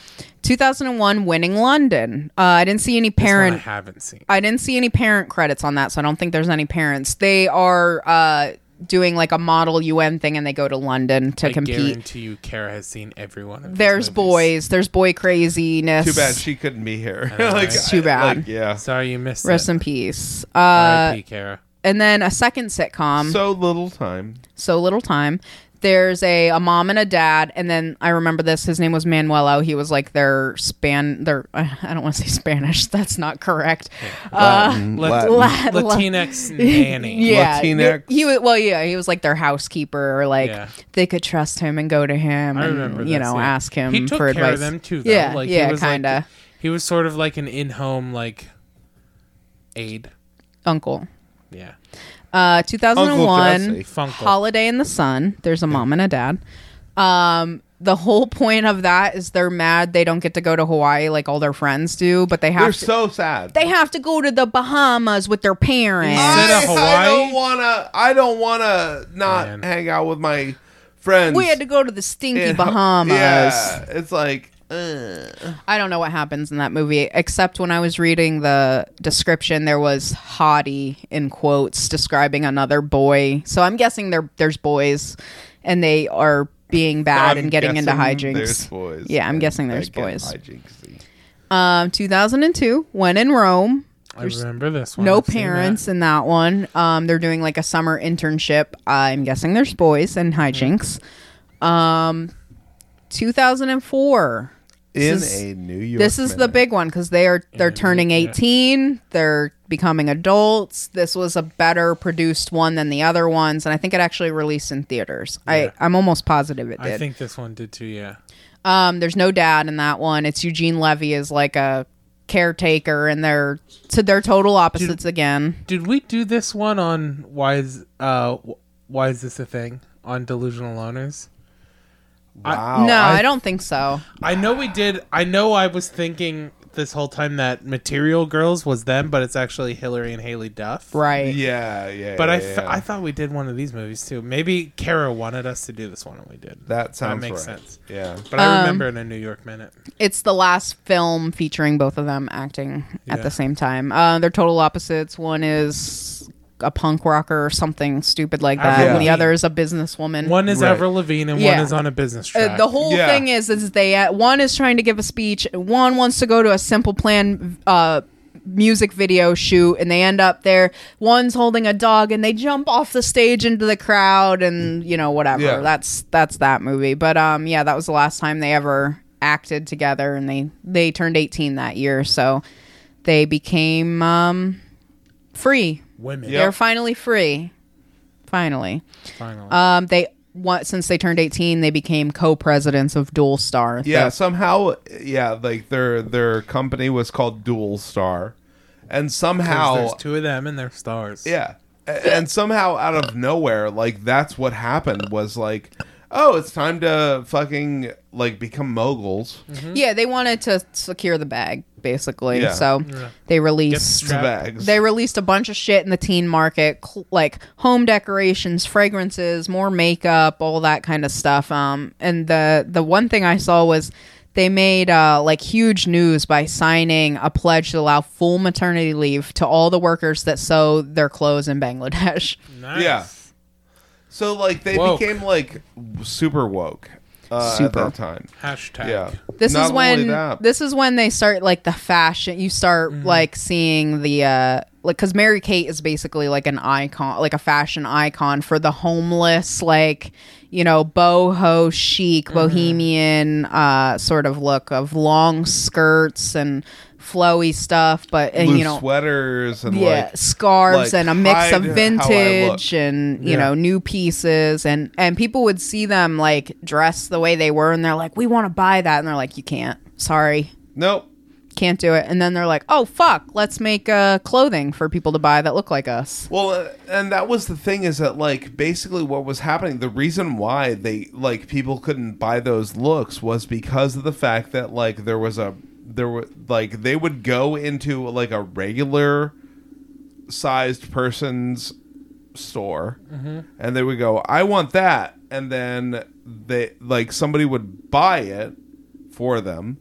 [SPEAKER 2] Two thousand and one, winning London. Uh, I didn't see any
[SPEAKER 3] One
[SPEAKER 2] parent.
[SPEAKER 3] I haven't seen.
[SPEAKER 2] I didn't see any parent credits on that, so I don't think there's any parents. They are uh, doing like a model UN thing, and they go to London to
[SPEAKER 3] I
[SPEAKER 2] compete.
[SPEAKER 3] guarantee you Kara has seen every one of these
[SPEAKER 2] There's
[SPEAKER 3] movies.
[SPEAKER 2] boys. There's boy craziness.
[SPEAKER 4] Too bad she couldn't be here.
[SPEAKER 3] Alright.
[SPEAKER 4] like,
[SPEAKER 3] It's
[SPEAKER 2] too
[SPEAKER 4] I-
[SPEAKER 2] bad.
[SPEAKER 4] like, yeah.
[SPEAKER 3] Sorry you missed
[SPEAKER 2] Rest
[SPEAKER 3] it.
[SPEAKER 2] in peace. Uh,
[SPEAKER 3] R.I.P., Kara.
[SPEAKER 2] and then a second sitcom, so,
[SPEAKER 4] So little time.
[SPEAKER 2] little time. There's a, a mom and a dad, and then I remember this. His name was Manuelo. He was like their span. Their I don't want to say Spanish. That's not correct.
[SPEAKER 4] Latin,
[SPEAKER 3] Lat-
[SPEAKER 4] Mm, Latin.
[SPEAKER 2] Lat-
[SPEAKER 3] Latinx nanny.
[SPEAKER 2] yeah,
[SPEAKER 4] Latinx.
[SPEAKER 2] He, was well. Yeah, he was like their housekeeper, or like
[SPEAKER 3] Yeah.
[SPEAKER 2] they could trust him and go to him,
[SPEAKER 3] I
[SPEAKER 2] and
[SPEAKER 3] remember
[SPEAKER 2] you
[SPEAKER 3] this,
[SPEAKER 2] know,
[SPEAKER 3] yeah.
[SPEAKER 2] ask him
[SPEAKER 3] He took
[SPEAKER 2] for
[SPEAKER 3] care
[SPEAKER 2] advice.
[SPEAKER 3] of them too though.
[SPEAKER 2] Yeah,
[SPEAKER 3] like,
[SPEAKER 2] yeah,
[SPEAKER 3] he was like-
[SPEAKER 2] kinda.
[SPEAKER 3] he was sort of like an in-home like aide.
[SPEAKER 2] Uncle.
[SPEAKER 3] Yeah.
[SPEAKER 2] Uh, 2001
[SPEAKER 4] Jesse.
[SPEAKER 3] Funkle.
[SPEAKER 2] Holiday in the Sun. There's a mom and a dad. Um, the whole point of that is they're mad they don't get to go to Hawaii like all their friends do, but they have
[SPEAKER 4] They're
[SPEAKER 2] to,
[SPEAKER 4] so sad.
[SPEAKER 2] they have to go to the Bahamas with their parents.
[SPEAKER 3] Instead
[SPEAKER 4] I,
[SPEAKER 3] of
[SPEAKER 4] I don't
[SPEAKER 3] Hawaii?
[SPEAKER 4] wanna. I don't wanna not
[SPEAKER 3] Man.
[SPEAKER 4] hang out with my friends.
[SPEAKER 2] we had to go to the stinky
[SPEAKER 4] in-
[SPEAKER 2] Bahamas.
[SPEAKER 4] Yeah, it's like. ugh.
[SPEAKER 2] I don't know what happens in that movie, except when I was reading the description, there was hottie in quotes describing another boy. So I'm guessing there there's boys, and they are being bad
[SPEAKER 4] I'm
[SPEAKER 2] and getting into
[SPEAKER 4] guessing There's
[SPEAKER 2] hijinks.
[SPEAKER 4] boys.
[SPEAKER 2] Yeah, I'm
[SPEAKER 4] and
[SPEAKER 2] guessing
[SPEAKER 4] they
[SPEAKER 2] there's
[SPEAKER 4] get
[SPEAKER 2] boys.
[SPEAKER 4] hijinksy.
[SPEAKER 2] Um, 2002, when in Rome.
[SPEAKER 3] I remember this one.
[SPEAKER 2] No
[SPEAKER 3] I've seen that.
[SPEAKER 2] parents in that one. Um, they're doing like a summer internship. I'm guessing there's boys and hijinks.
[SPEAKER 4] Mm.
[SPEAKER 2] Um, 2004.
[SPEAKER 4] In
[SPEAKER 2] This is-
[SPEAKER 4] a New York.
[SPEAKER 2] This is the
[SPEAKER 4] minute.
[SPEAKER 2] big one because they are they're
[SPEAKER 3] Yeah,
[SPEAKER 2] turning
[SPEAKER 3] yeah.
[SPEAKER 2] 18. They're becoming adults. This was a better produced one than the other ones, and I think it actually released in theaters.
[SPEAKER 3] Yeah.
[SPEAKER 2] I I'm almost positive it did.
[SPEAKER 3] I think this one did too, yeah.
[SPEAKER 2] Um, there's no dad in that one. It's Eugene Levy is like a caretaker, and they're to their total opposites again.
[SPEAKER 3] Did we do this one on why is uh wh- why is this a thing on delusional loners? oh,
[SPEAKER 4] Wow.
[SPEAKER 2] no,
[SPEAKER 4] I
[SPEAKER 2] I, don't think so.
[SPEAKER 3] I know we did. I know I was thinking this whole time that Material Girls was them, but it's actually Hillary and Haley Duff.
[SPEAKER 2] Right.
[SPEAKER 4] Yeah, yeah.
[SPEAKER 3] But
[SPEAKER 4] yeah,
[SPEAKER 3] I, th-
[SPEAKER 4] yeah.
[SPEAKER 3] I thought we did one of these movies too. Maybe Kara wanted us to do this one, and we did.
[SPEAKER 4] that sounds
[SPEAKER 3] makes
[SPEAKER 4] right.
[SPEAKER 3] sense.
[SPEAKER 4] Yeah.
[SPEAKER 3] But
[SPEAKER 2] Um,
[SPEAKER 3] I remember in a New York minute.
[SPEAKER 2] It's the last film featuring both of them acting at
[SPEAKER 3] Yeah.
[SPEAKER 2] the same time. Uh, they're total opposites. One is a punk rocker or something stupid like that,
[SPEAKER 3] Avril
[SPEAKER 2] and the
[SPEAKER 3] Lavigne.
[SPEAKER 2] other is a businesswoman.
[SPEAKER 3] One is
[SPEAKER 4] Right.
[SPEAKER 3] Avril Lavigne and
[SPEAKER 2] Yeah.
[SPEAKER 3] one is on a business
[SPEAKER 2] Uh,
[SPEAKER 3] track.
[SPEAKER 2] the whole
[SPEAKER 4] Yeah.
[SPEAKER 2] thing is is they uh, one is trying to give a speech one wants to go to a simple plan uh music video shoot and they end up there one's holding a dog and they jump off the stage into the crowd and you know whatever
[SPEAKER 4] Yeah.
[SPEAKER 2] that's that's that movie but um yeah that was the last time they ever acted together and they they turned 18 that year so they became um free
[SPEAKER 3] women.
[SPEAKER 4] Yep.
[SPEAKER 2] they're finally free finally
[SPEAKER 3] Finally.
[SPEAKER 2] um, they what since they turned eighteen, they became co-presidents of Dual Star.
[SPEAKER 4] Yeah,
[SPEAKER 2] The-
[SPEAKER 4] somehow yeah, like their their company was called Dual Star. And
[SPEAKER 3] 'Cause
[SPEAKER 4] somehow
[SPEAKER 3] There's two of them and they're stars.
[SPEAKER 4] yeah. A- And somehow out of nowhere, like that's what happened was like oh, it's time to fucking like become moguls.
[SPEAKER 2] Yeah, they wanted to secure the bag basically.
[SPEAKER 4] Yeah.
[SPEAKER 2] So they released
[SPEAKER 3] Strap.
[SPEAKER 4] Bags.
[SPEAKER 2] they released a bunch of shit in the teen market, cl- like home decorations, fragrances, more makeup, all that kind of stuff. Um, and the the one thing I saw was they made uh, like huge news by signing a pledge to allow full maternity leave to all the workers that sew their clothes in Bangladesh.
[SPEAKER 3] Nice.
[SPEAKER 4] Yeah. so like they
[SPEAKER 3] Woke.
[SPEAKER 4] became like super woke uh,
[SPEAKER 2] Super.
[SPEAKER 4] at that time.
[SPEAKER 3] Hashtag.
[SPEAKER 4] Yeah.
[SPEAKER 2] This
[SPEAKER 4] Not
[SPEAKER 2] is
[SPEAKER 4] only
[SPEAKER 2] when
[SPEAKER 4] that-
[SPEAKER 2] this is when they start like the fashion. You start like seeing the uh like because Mary Kate is basically like an icon, like a fashion icon for the homeless, like you know boho chic, bohemian uh sort of look of long skirts and flowy stuff, but and
[SPEAKER 4] Loose
[SPEAKER 2] you know
[SPEAKER 4] sweaters and
[SPEAKER 2] yeah
[SPEAKER 4] like
[SPEAKER 2] scarves
[SPEAKER 4] like,
[SPEAKER 2] and a mix of
[SPEAKER 4] hide how I
[SPEAKER 2] vintage
[SPEAKER 4] look.
[SPEAKER 2] and you
[SPEAKER 3] Yeah.
[SPEAKER 2] know new pieces and and people would see them like dressed the way they were and they're like we want to buy that and they're like you can't sorry
[SPEAKER 4] nope.
[SPEAKER 2] can't do it and then they're like oh fuck let's make uh clothing for people to buy that look like us
[SPEAKER 4] Well, uh, and that was the thing is that like basically what was happening, the reason why they like people couldn't buy those looks was because of the fact that like there was a there were like they would go into like a regular sized person's store
[SPEAKER 2] Mm-hmm.
[SPEAKER 4] and they would go, "I want that." And then they like somebody would buy it for them.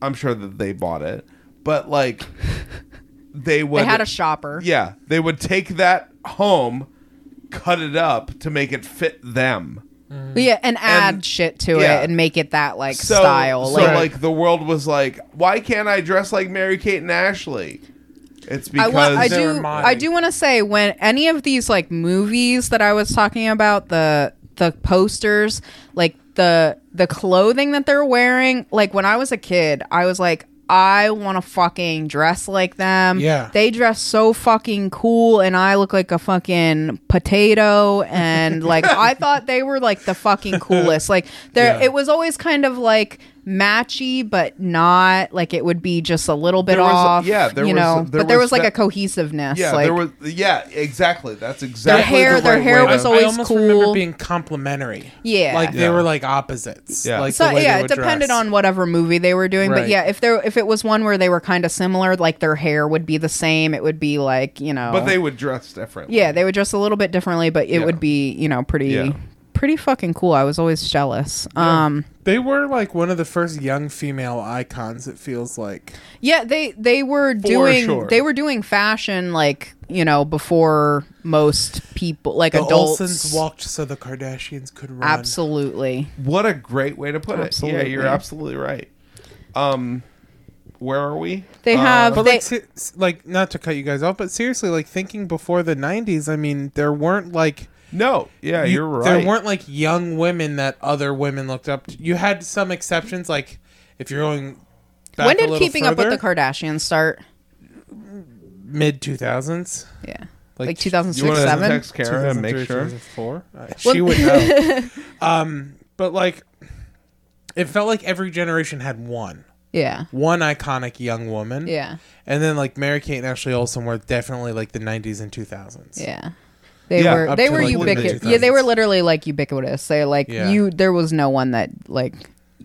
[SPEAKER 4] I'm sure that they bought it, but like they would
[SPEAKER 2] they had a shopper
[SPEAKER 4] yeah, they would take that home, cut it up to make it fit them.
[SPEAKER 2] yeah and add
[SPEAKER 4] And-
[SPEAKER 2] shit to
[SPEAKER 4] yeah.
[SPEAKER 2] it and make it that like
[SPEAKER 4] So,
[SPEAKER 2] style
[SPEAKER 4] so
[SPEAKER 2] like,
[SPEAKER 4] like, the world was like, why can't I dress like Mary Kate and Ashley? It's
[SPEAKER 2] I
[SPEAKER 4] because
[SPEAKER 2] want. I
[SPEAKER 3] They're
[SPEAKER 2] do.
[SPEAKER 3] mine.
[SPEAKER 2] I do want to say when any of these like movies that I was talking about, the the posters, like the the clothing that they're wearing. Like when I was a kid, I was like. I want to fucking dress like them.
[SPEAKER 3] Yeah.
[SPEAKER 2] They dress so fucking cool, and I look like a fucking potato. And like, I thought they were like the fucking coolest. Like, there,
[SPEAKER 3] Yeah.
[SPEAKER 2] it was always kind of like matchy, but not like it would be just a little bit
[SPEAKER 4] There was-
[SPEAKER 2] off.
[SPEAKER 4] yeah, there
[SPEAKER 2] you
[SPEAKER 4] was-
[SPEAKER 2] know,
[SPEAKER 4] there
[SPEAKER 2] but there
[SPEAKER 4] was
[SPEAKER 2] was, like
[SPEAKER 4] that-
[SPEAKER 2] a cohesiveness.
[SPEAKER 4] yeah,
[SPEAKER 2] like
[SPEAKER 4] there was yeah, exactly. That's exactly
[SPEAKER 2] hair-
[SPEAKER 4] the
[SPEAKER 2] their
[SPEAKER 4] right
[SPEAKER 2] hair
[SPEAKER 4] way
[SPEAKER 2] was
[SPEAKER 4] to-
[SPEAKER 2] all- always
[SPEAKER 3] I almost remember
[SPEAKER 2] cool.
[SPEAKER 3] being complimentary.
[SPEAKER 2] Yeah.
[SPEAKER 3] Like they
[SPEAKER 4] Yeah.
[SPEAKER 3] were like opposites.
[SPEAKER 4] Yeah.
[SPEAKER 3] Like
[SPEAKER 2] so
[SPEAKER 3] the way
[SPEAKER 2] yeah,
[SPEAKER 3] they
[SPEAKER 2] it
[SPEAKER 3] were
[SPEAKER 2] depended
[SPEAKER 3] dressed.
[SPEAKER 2] on whatever movie they were doing.
[SPEAKER 3] Right.
[SPEAKER 2] But yeah, if there if it was one where they were kind of similar, like their hair would be the same. It would be like you know,
[SPEAKER 4] but they would dress differently.
[SPEAKER 2] yeah they would dress a little bit differently, but it
[SPEAKER 4] Yeah.
[SPEAKER 2] would be you know pretty
[SPEAKER 4] Yeah.
[SPEAKER 2] pretty fucking cool. I was always jealous. Um,
[SPEAKER 3] They were like one of the first young female icons. It feels like.
[SPEAKER 2] yeah, they they were doing
[SPEAKER 4] sure.
[SPEAKER 2] they were doing fashion like you know before most people like
[SPEAKER 3] The
[SPEAKER 2] adults.
[SPEAKER 3] Olsons walked so the Kardashians could run.
[SPEAKER 2] Absolutely.
[SPEAKER 4] What a great way to put it.
[SPEAKER 2] Absolutely.
[SPEAKER 4] Yeah, you're absolutely right. Um where are we?
[SPEAKER 2] They have
[SPEAKER 3] But
[SPEAKER 2] they,
[SPEAKER 3] like, se- s- like not to cut you guys off, but seriously, like thinking before the '90s, I mean, there weren't like
[SPEAKER 4] No. Yeah,
[SPEAKER 3] you-
[SPEAKER 4] you, are right.
[SPEAKER 3] There weren't like young women that other women looked up to. You had some exceptions, like if you're going. Back
[SPEAKER 2] when
[SPEAKER 3] a
[SPEAKER 2] did
[SPEAKER 3] little
[SPEAKER 2] keeping up with
[SPEAKER 3] further,
[SPEAKER 2] the Kardashians start?
[SPEAKER 3] mid 2000s?
[SPEAKER 2] Yeah. Like,
[SPEAKER 3] Like, like
[SPEAKER 4] you want
[SPEAKER 2] 2006,
[SPEAKER 4] to
[SPEAKER 2] 7?
[SPEAKER 4] text Kara and make
[SPEAKER 3] 2004?
[SPEAKER 4] sure?
[SPEAKER 3] Uh, she would know. um, but like, it felt like every generation had one,
[SPEAKER 2] Yeah.
[SPEAKER 3] one iconic young woman.
[SPEAKER 2] Yeah.
[SPEAKER 3] And then like Mary Kate and Ashley Olsen were definitely like the 90s and 2000s.
[SPEAKER 2] Yeah. They
[SPEAKER 4] Yeah,
[SPEAKER 2] were
[SPEAKER 3] up
[SPEAKER 2] they
[SPEAKER 3] to,
[SPEAKER 2] were
[SPEAKER 3] like, the
[SPEAKER 2] ubiquitous.
[SPEAKER 3] mid-2000s.
[SPEAKER 2] Yeah, they were literally like ubiquitous. They like
[SPEAKER 3] Yeah.
[SPEAKER 2] you there was no one that like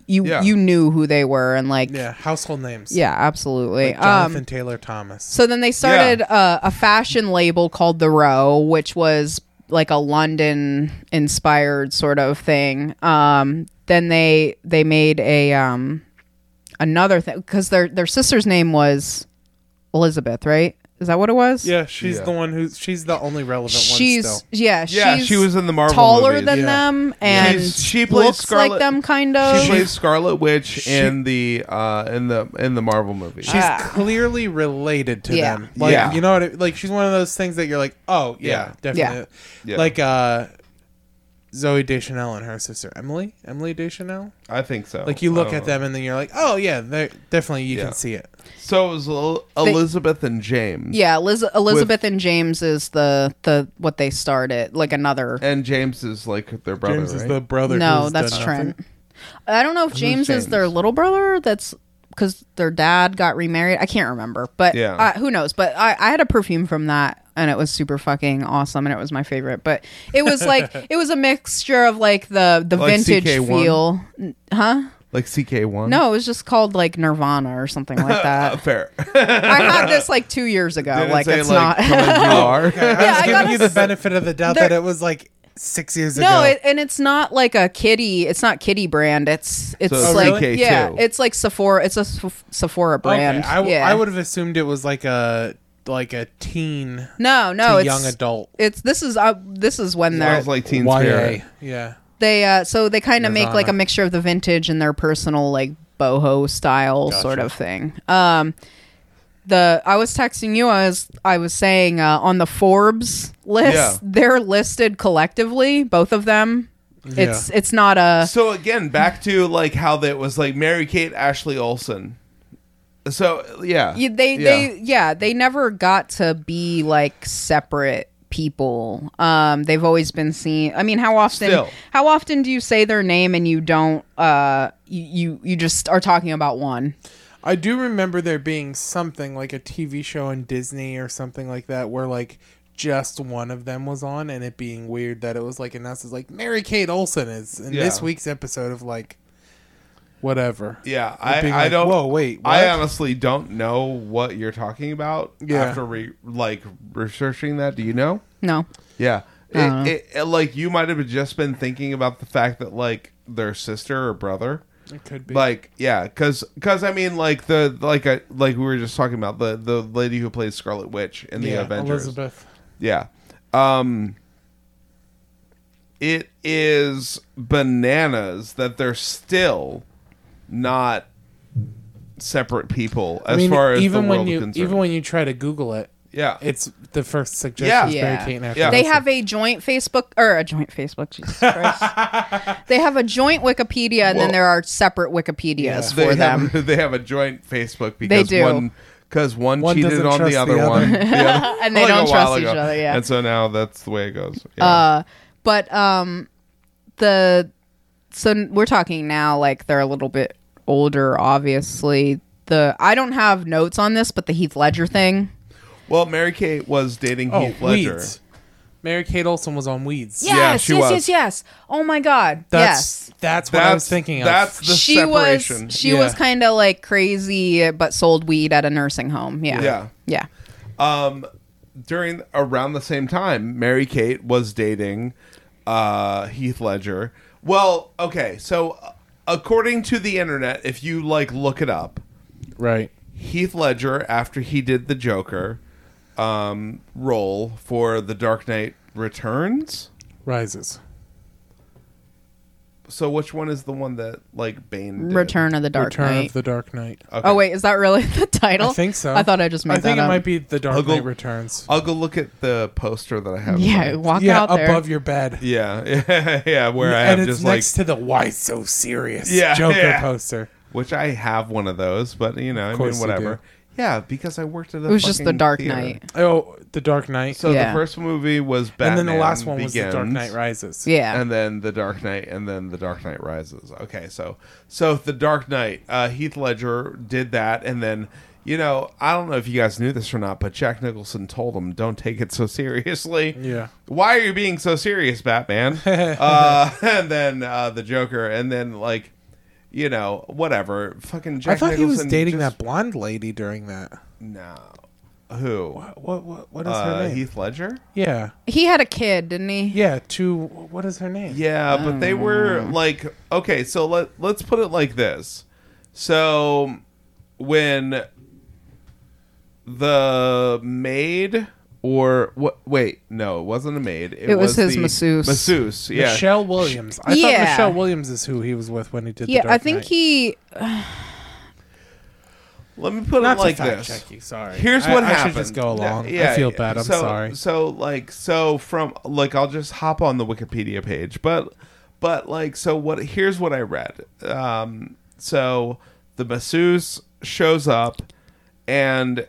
[SPEAKER 2] you
[SPEAKER 4] Yeah.
[SPEAKER 2] you knew who they were and like
[SPEAKER 3] Yeah, household names.
[SPEAKER 2] yeah, absolutely.
[SPEAKER 3] Jonathan
[SPEAKER 2] um
[SPEAKER 3] Taylor Thomas.
[SPEAKER 2] so then they started uh, a fashion label called The Row, which was like a London inspired sort of thing. Um then they they made a um another thing cuz their their sister's name was Elizabeth, right? Is that what it was?
[SPEAKER 3] Yeah, she's
[SPEAKER 4] Yeah.
[SPEAKER 3] the one who's she's the only relevant
[SPEAKER 2] she's
[SPEAKER 3] one still.
[SPEAKER 2] yeah,
[SPEAKER 4] Yeah,
[SPEAKER 2] she's
[SPEAKER 4] she was in the Marvel
[SPEAKER 2] taller
[SPEAKER 4] movies.
[SPEAKER 2] than
[SPEAKER 3] Yeah.
[SPEAKER 2] them and
[SPEAKER 4] She's- she plays
[SPEAKER 2] looks
[SPEAKER 4] Scarlet-
[SPEAKER 2] like them kind of
[SPEAKER 4] She plays Scarlet Witch in the uh, in the in the Marvel movie.
[SPEAKER 3] She's clearly related to
[SPEAKER 2] Ah. Yeah.
[SPEAKER 3] them. Like
[SPEAKER 4] Yeah.
[SPEAKER 3] you know what I, like she's one of those things that you're like, "Oh, yeah,
[SPEAKER 4] Yeah.
[SPEAKER 3] definitely."
[SPEAKER 4] Yeah.
[SPEAKER 3] Like uh Zoe Deschanel and her sister Emily, Emily Deschanel.
[SPEAKER 4] I think so.
[SPEAKER 3] Like you
[SPEAKER 4] I
[SPEAKER 3] look
[SPEAKER 4] don't
[SPEAKER 3] at
[SPEAKER 4] know.
[SPEAKER 3] them and then you're like, "Oh yeah, they definitely you
[SPEAKER 4] Yeah.
[SPEAKER 3] can see it."
[SPEAKER 4] So it was El- Elizabeth and James.
[SPEAKER 2] yeah Eliz- elizabeth and james is the the what they started like another
[SPEAKER 4] And James is like their brother.
[SPEAKER 3] James is
[SPEAKER 4] right?
[SPEAKER 3] the brother.
[SPEAKER 2] no
[SPEAKER 3] who's
[SPEAKER 2] that's
[SPEAKER 3] done nothing.
[SPEAKER 2] trent i don't know if james, is their
[SPEAKER 4] James?
[SPEAKER 2] little brother that's because their dad got remarried i can't remember but
[SPEAKER 4] Yeah.
[SPEAKER 2] uh, who knows but I, I had a perfume from that and it was super fucking awesome and it was my favorite. But it was like it was a mixture of like the the
[SPEAKER 4] Like
[SPEAKER 2] vintage
[SPEAKER 4] CK1?
[SPEAKER 2] feel. Huh?
[SPEAKER 4] Like CK1.
[SPEAKER 2] No, it was just called like Nirvana or something like that.
[SPEAKER 4] Fair.
[SPEAKER 2] I had this like 2 years ago.
[SPEAKER 4] Didn't
[SPEAKER 2] like
[SPEAKER 4] say,
[SPEAKER 2] it's
[SPEAKER 4] like,
[SPEAKER 2] not
[SPEAKER 4] come as you are.
[SPEAKER 3] I was
[SPEAKER 2] I
[SPEAKER 3] giving
[SPEAKER 2] gotta
[SPEAKER 3] you the
[SPEAKER 2] s-
[SPEAKER 3] benefit of the doubt
[SPEAKER 2] there-
[SPEAKER 3] that it was like six years ago.
[SPEAKER 2] No, it, and it's not like a kitty. It's not kitty brand. It's it's
[SPEAKER 4] it's
[SPEAKER 2] like
[SPEAKER 4] CK2.
[SPEAKER 2] yeah, it's like Sephora. It's a Seph- Sephora brand.
[SPEAKER 3] Okay, I, w-
[SPEAKER 2] yeah.
[SPEAKER 3] I would have assumed it was like a like a teen
[SPEAKER 2] no,
[SPEAKER 3] to
[SPEAKER 2] no, it's
[SPEAKER 3] young adult.
[SPEAKER 2] It's this is uh, this is when they're
[SPEAKER 4] Sounds like Teen
[SPEAKER 3] YA.
[SPEAKER 4] Spirit.
[SPEAKER 3] Yeah.
[SPEAKER 2] they uh so they kind of make like
[SPEAKER 3] Nirvana.
[SPEAKER 2] a mixture of the vintage and their personal like boho style sort of thing um the i was texting you i was i was saying uh, on the forbes list
[SPEAKER 4] Yeah.
[SPEAKER 2] they're listed collectively both of them it's it's not a
[SPEAKER 4] So again, back to like how that was like Mary Kate Ashley Olsen. So yeah,
[SPEAKER 2] you- they they yeah they never got to be like separate people um they've always been seen i mean how often
[SPEAKER 4] Still.
[SPEAKER 2] how often do you say their name and you don't uh you you, you just are talking about one
[SPEAKER 3] I do remember there being something like a TV show in Disney or something like that where like just one of them was on and it being weird that it was like announced as like Mary Kate Olsen is in this
[SPEAKER 4] Yeah.
[SPEAKER 3] week's episode of like whatever.
[SPEAKER 4] yeah.
[SPEAKER 3] It
[SPEAKER 4] I,
[SPEAKER 3] being
[SPEAKER 4] I
[SPEAKER 3] like,
[SPEAKER 4] don't.
[SPEAKER 3] Whoa, wait. What?
[SPEAKER 4] I honestly don't know what you're talking about
[SPEAKER 3] Yeah.
[SPEAKER 4] after re- like researching that. Do you know?
[SPEAKER 2] no
[SPEAKER 4] Yeah.
[SPEAKER 2] Uh-huh.
[SPEAKER 4] It, it, it- like you might have just been thinking about the fact that like their sister or brother.
[SPEAKER 3] It could be.
[SPEAKER 4] Like yeah, because I mean like the like I like we were just talking about the the lady who plays Scarlet Witch in the
[SPEAKER 3] yeah,
[SPEAKER 4] Avengers.
[SPEAKER 3] Elizabeth.
[SPEAKER 4] Yeah. Um it is bananas that they're still not separate people as
[SPEAKER 3] I mean,
[SPEAKER 4] far as
[SPEAKER 3] even
[SPEAKER 4] the
[SPEAKER 3] when
[SPEAKER 4] world
[SPEAKER 3] you
[SPEAKER 4] is concerned.
[SPEAKER 3] even when you try to Google it,
[SPEAKER 4] yeah.
[SPEAKER 3] it's the first suggestion
[SPEAKER 4] Yeah.
[SPEAKER 3] is Mary
[SPEAKER 2] Yeah.
[SPEAKER 3] Kate and Ashley
[SPEAKER 4] Yeah.
[SPEAKER 2] They
[SPEAKER 3] Olsen.
[SPEAKER 2] have a joint Facebook or a joint Facebook. Jesus Christ! they have a joint Wikipedia, and
[SPEAKER 4] Well-
[SPEAKER 2] then there are separate Wikipedias for
[SPEAKER 4] they
[SPEAKER 2] them.
[SPEAKER 4] Have, they have a joint Facebook because
[SPEAKER 2] do.
[SPEAKER 4] one because one,
[SPEAKER 3] One
[SPEAKER 4] cheated
[SPEAKER 3] doesn't
[SPEAKER 4] on the
[SPEAKER 3] trust
[SPEAKER 4] other,
[SPEAKER 3] the other.
[SPEAKER 4] one, The other-
[SPEAKER 2] And they
[SPEAKER 4] like a
[SPEAKER 2] don't
[SPEAKER 4] while
[SPEAKER 2] trust each
[SPEAKER 4] ago.
[SPEAKER 2] other, yeah. Uh,
[SPEAKER 4] and so now that's the way it goes. Yeah.
[SPEAKER 2] but um, the so n- we're talking now like they're a little bit older, obviously. The I don't have notes on this, but the Heath Ledger thing.
[SPEAKER 4] well, Mary Kate was dating
[SPEAKER 3] oh,
[SPEAKER 4] Heath Ledger.
[SPEAKER 3] Weeds. Mary Kate Olsen was on Weeds.
[SPEAKER 4] Yeah, she was.
[SPEAKER 2] yes. Oh my God!
[SPEAKER 3] That's that's what I was
[SPEAKER 4] That's-
[SPEAKER 3] thinking of.
[SPEAKER 4] That's the
[SPEAKER 2] she
[SPEAKER 4] separation.
[SPEAKER 2] was she
[SPEAKER 3] Yeah.
[SPEAKER 2] was kind of like crazy, but sold weed at a nursing home. Yeah,
[SPEAKER 4] Yeah.
[SPEAKER 2] yeah.
[SPEAKER 4] during around the same time, Mary Kate was dating uh, Heath Ledger. Well, okay, so uh, according to the internet, if you like look it up,
[SPEAKER 3] right.
[SPEAKER 4] Heath Ledger after he did the Joker um, role for The Dark Knight Returns.
[SPEAKER 3] Rises.
[SPEAKER 4] So which one is the one that like Bane? Did?
[SPEAKER 2] Return of the Dark
[SPEAKER 3] Return
[SPEAKER 2] Knight.
[SPEAKER 3] of the Dark Knight.
[SPEAKER 4] Okay.
[SPEAKER 2] Oh wait, is that really the title?
[SPEAKER 3] I think so.
[SPEAKER 2] I thought I just made
[SPEAKER 3] I think
[SPEAKER 2] that
[SPEAKER 3] it
[SPEAKER 2] up.
[SPEAKER 3] might be the Dark
[SPEAKER 4] I'll go-
[SPEAKER 3] Knight Returns.
[SPEAKER 4] I'll go look at the poster that I have.
[SPEAKER 2] yeah,
[SPEAKER 4] mine.
[SPEAKER 2] walk
[SPEAKER 3] yeah,
[SPEAKER 2] out there.
[SPEAKER 3] above your bed.
[SPEAKER 4] yeah, yeah, yeah. Where I have
[SPEAKER 3] and it's
[SPEAKER 4] just like,
[SPEAKER 3] next to the "Why So Serious"
[SPEAKER 4] Yeah,
[SPEAKER 3] Joker
[SPEAKER 4] yeah.
[SPEAKER 3] poster.
[SPEAKER 4] which I have one of those, but you know, I
[SPEAKER 3] course
[SPEAKER 4] mean,
[SPEAKER 3] you
[SPEAKER 4] whatever.
[SPEAKER 3] do.
[SPEAKER 4] Yeah, because I worked at. A
[SPEAKER 2] it was just the
[SPEAKER 4] fucking
[SPEAKER 2] Dark
[SPEAKER 4] theater.
[SPEAKER 2] Knight.
[SPEAKER 3] Oh, the Dark Knight.
[SPEAKER 4] So
[SPEAKER 2] Yeah.
[SPEAKER 4] the first movie was
[SPEAKER 3] and
[SPEAKER 4] Batman,
[SPEAKER 3] then the last one was the Dark
[SPEAKER 4] Begins,
[SPEAKER 3] Knight Rises.
[SPEAKER 2] Yeah.
[SPEAKER 4] and then the Dark Knight, and then the Dark Knight Rises. Okay, so so the Dark Knight, uh, Heath Ledger did that, and then you know I don't know if you guys knew this or not, but Jack Nicholson told him, "Don't take it so seriously."
[SPEAKER 3] Yeah.
[SPEAKER 4] why are you being so serious, Batman? uh, and then uh, the Joker, and then like you know whatever, fucking. Jack
[SPEAKER 3] I thought he was
[SPEAKER 4] Nicholson
[SPEAKER 3] dating
[SPEAKER 4] just-
[SPEAKER 3] that blonde lady during that.
[SPEAKER 4] No, who?
[SPEAKER 3] What? What? What is her
[SPEAKER 4] Uh,
[SPEAKER 3] name?
[SPEAKER 4] Heath Ledger.
[SPEAKER 3] yeah,
[SPEAKER 2] He had a kid, didn't he?
[SPEAKER 3] yeah. Two. What is her name?
[SPEAKER 4] Yeah, but they were
[SPEAKER 2] Mm.
[SPEAKER 4] like okay, so let let's put it like this. So when the maid or what wait, no, it wasn't a maid.
[SPEAKER 2] It was his
[SPEAKER 4] the
[SPEAKER 2] masseuse.
[SPEAKER 4] Masseuse, yeah.
[SPEAKER 3] Michelle Williams. I
[SPEAKER 2] Yeah.
[SPEAKER 3] thought Michelle Williams is who he was with when he did.
[SPEAKER 2] Yeah,
[SPEAKER 3] the Dark
[SPEAKER 2] I think
[SPEAKER 3] Knight.
[SPEAKER 2] he.
[SPEAKER 4] Let me put
[SPEAKER 3] Not
[SPEAKER 4] it like
[SPEAKER 3] to fact
[SPEAKER 4] this.
[SPEAKER 3] check you. Sorry.
[SPEAKER 4] Here's
[SPEAKER 3] I-
[SPEAKER 4] what
[SPEAKER 3] I
[SPEAKER 4] happened.
[SPEAKER 3] should just go along.
[SPEAKER 4] Yeah,
[SPEAKER 3] I feel
[SPEAKER 4] yeah.
[SPEAKER 3] bad. I'm
[SPEAKER 4] so,
[SPEAKER 3] sorry.
[SPEAKER 4] So like so from like I'll just hop on the Wikipedia page, but but like so what here's what I read. Um so the masseuse shows up and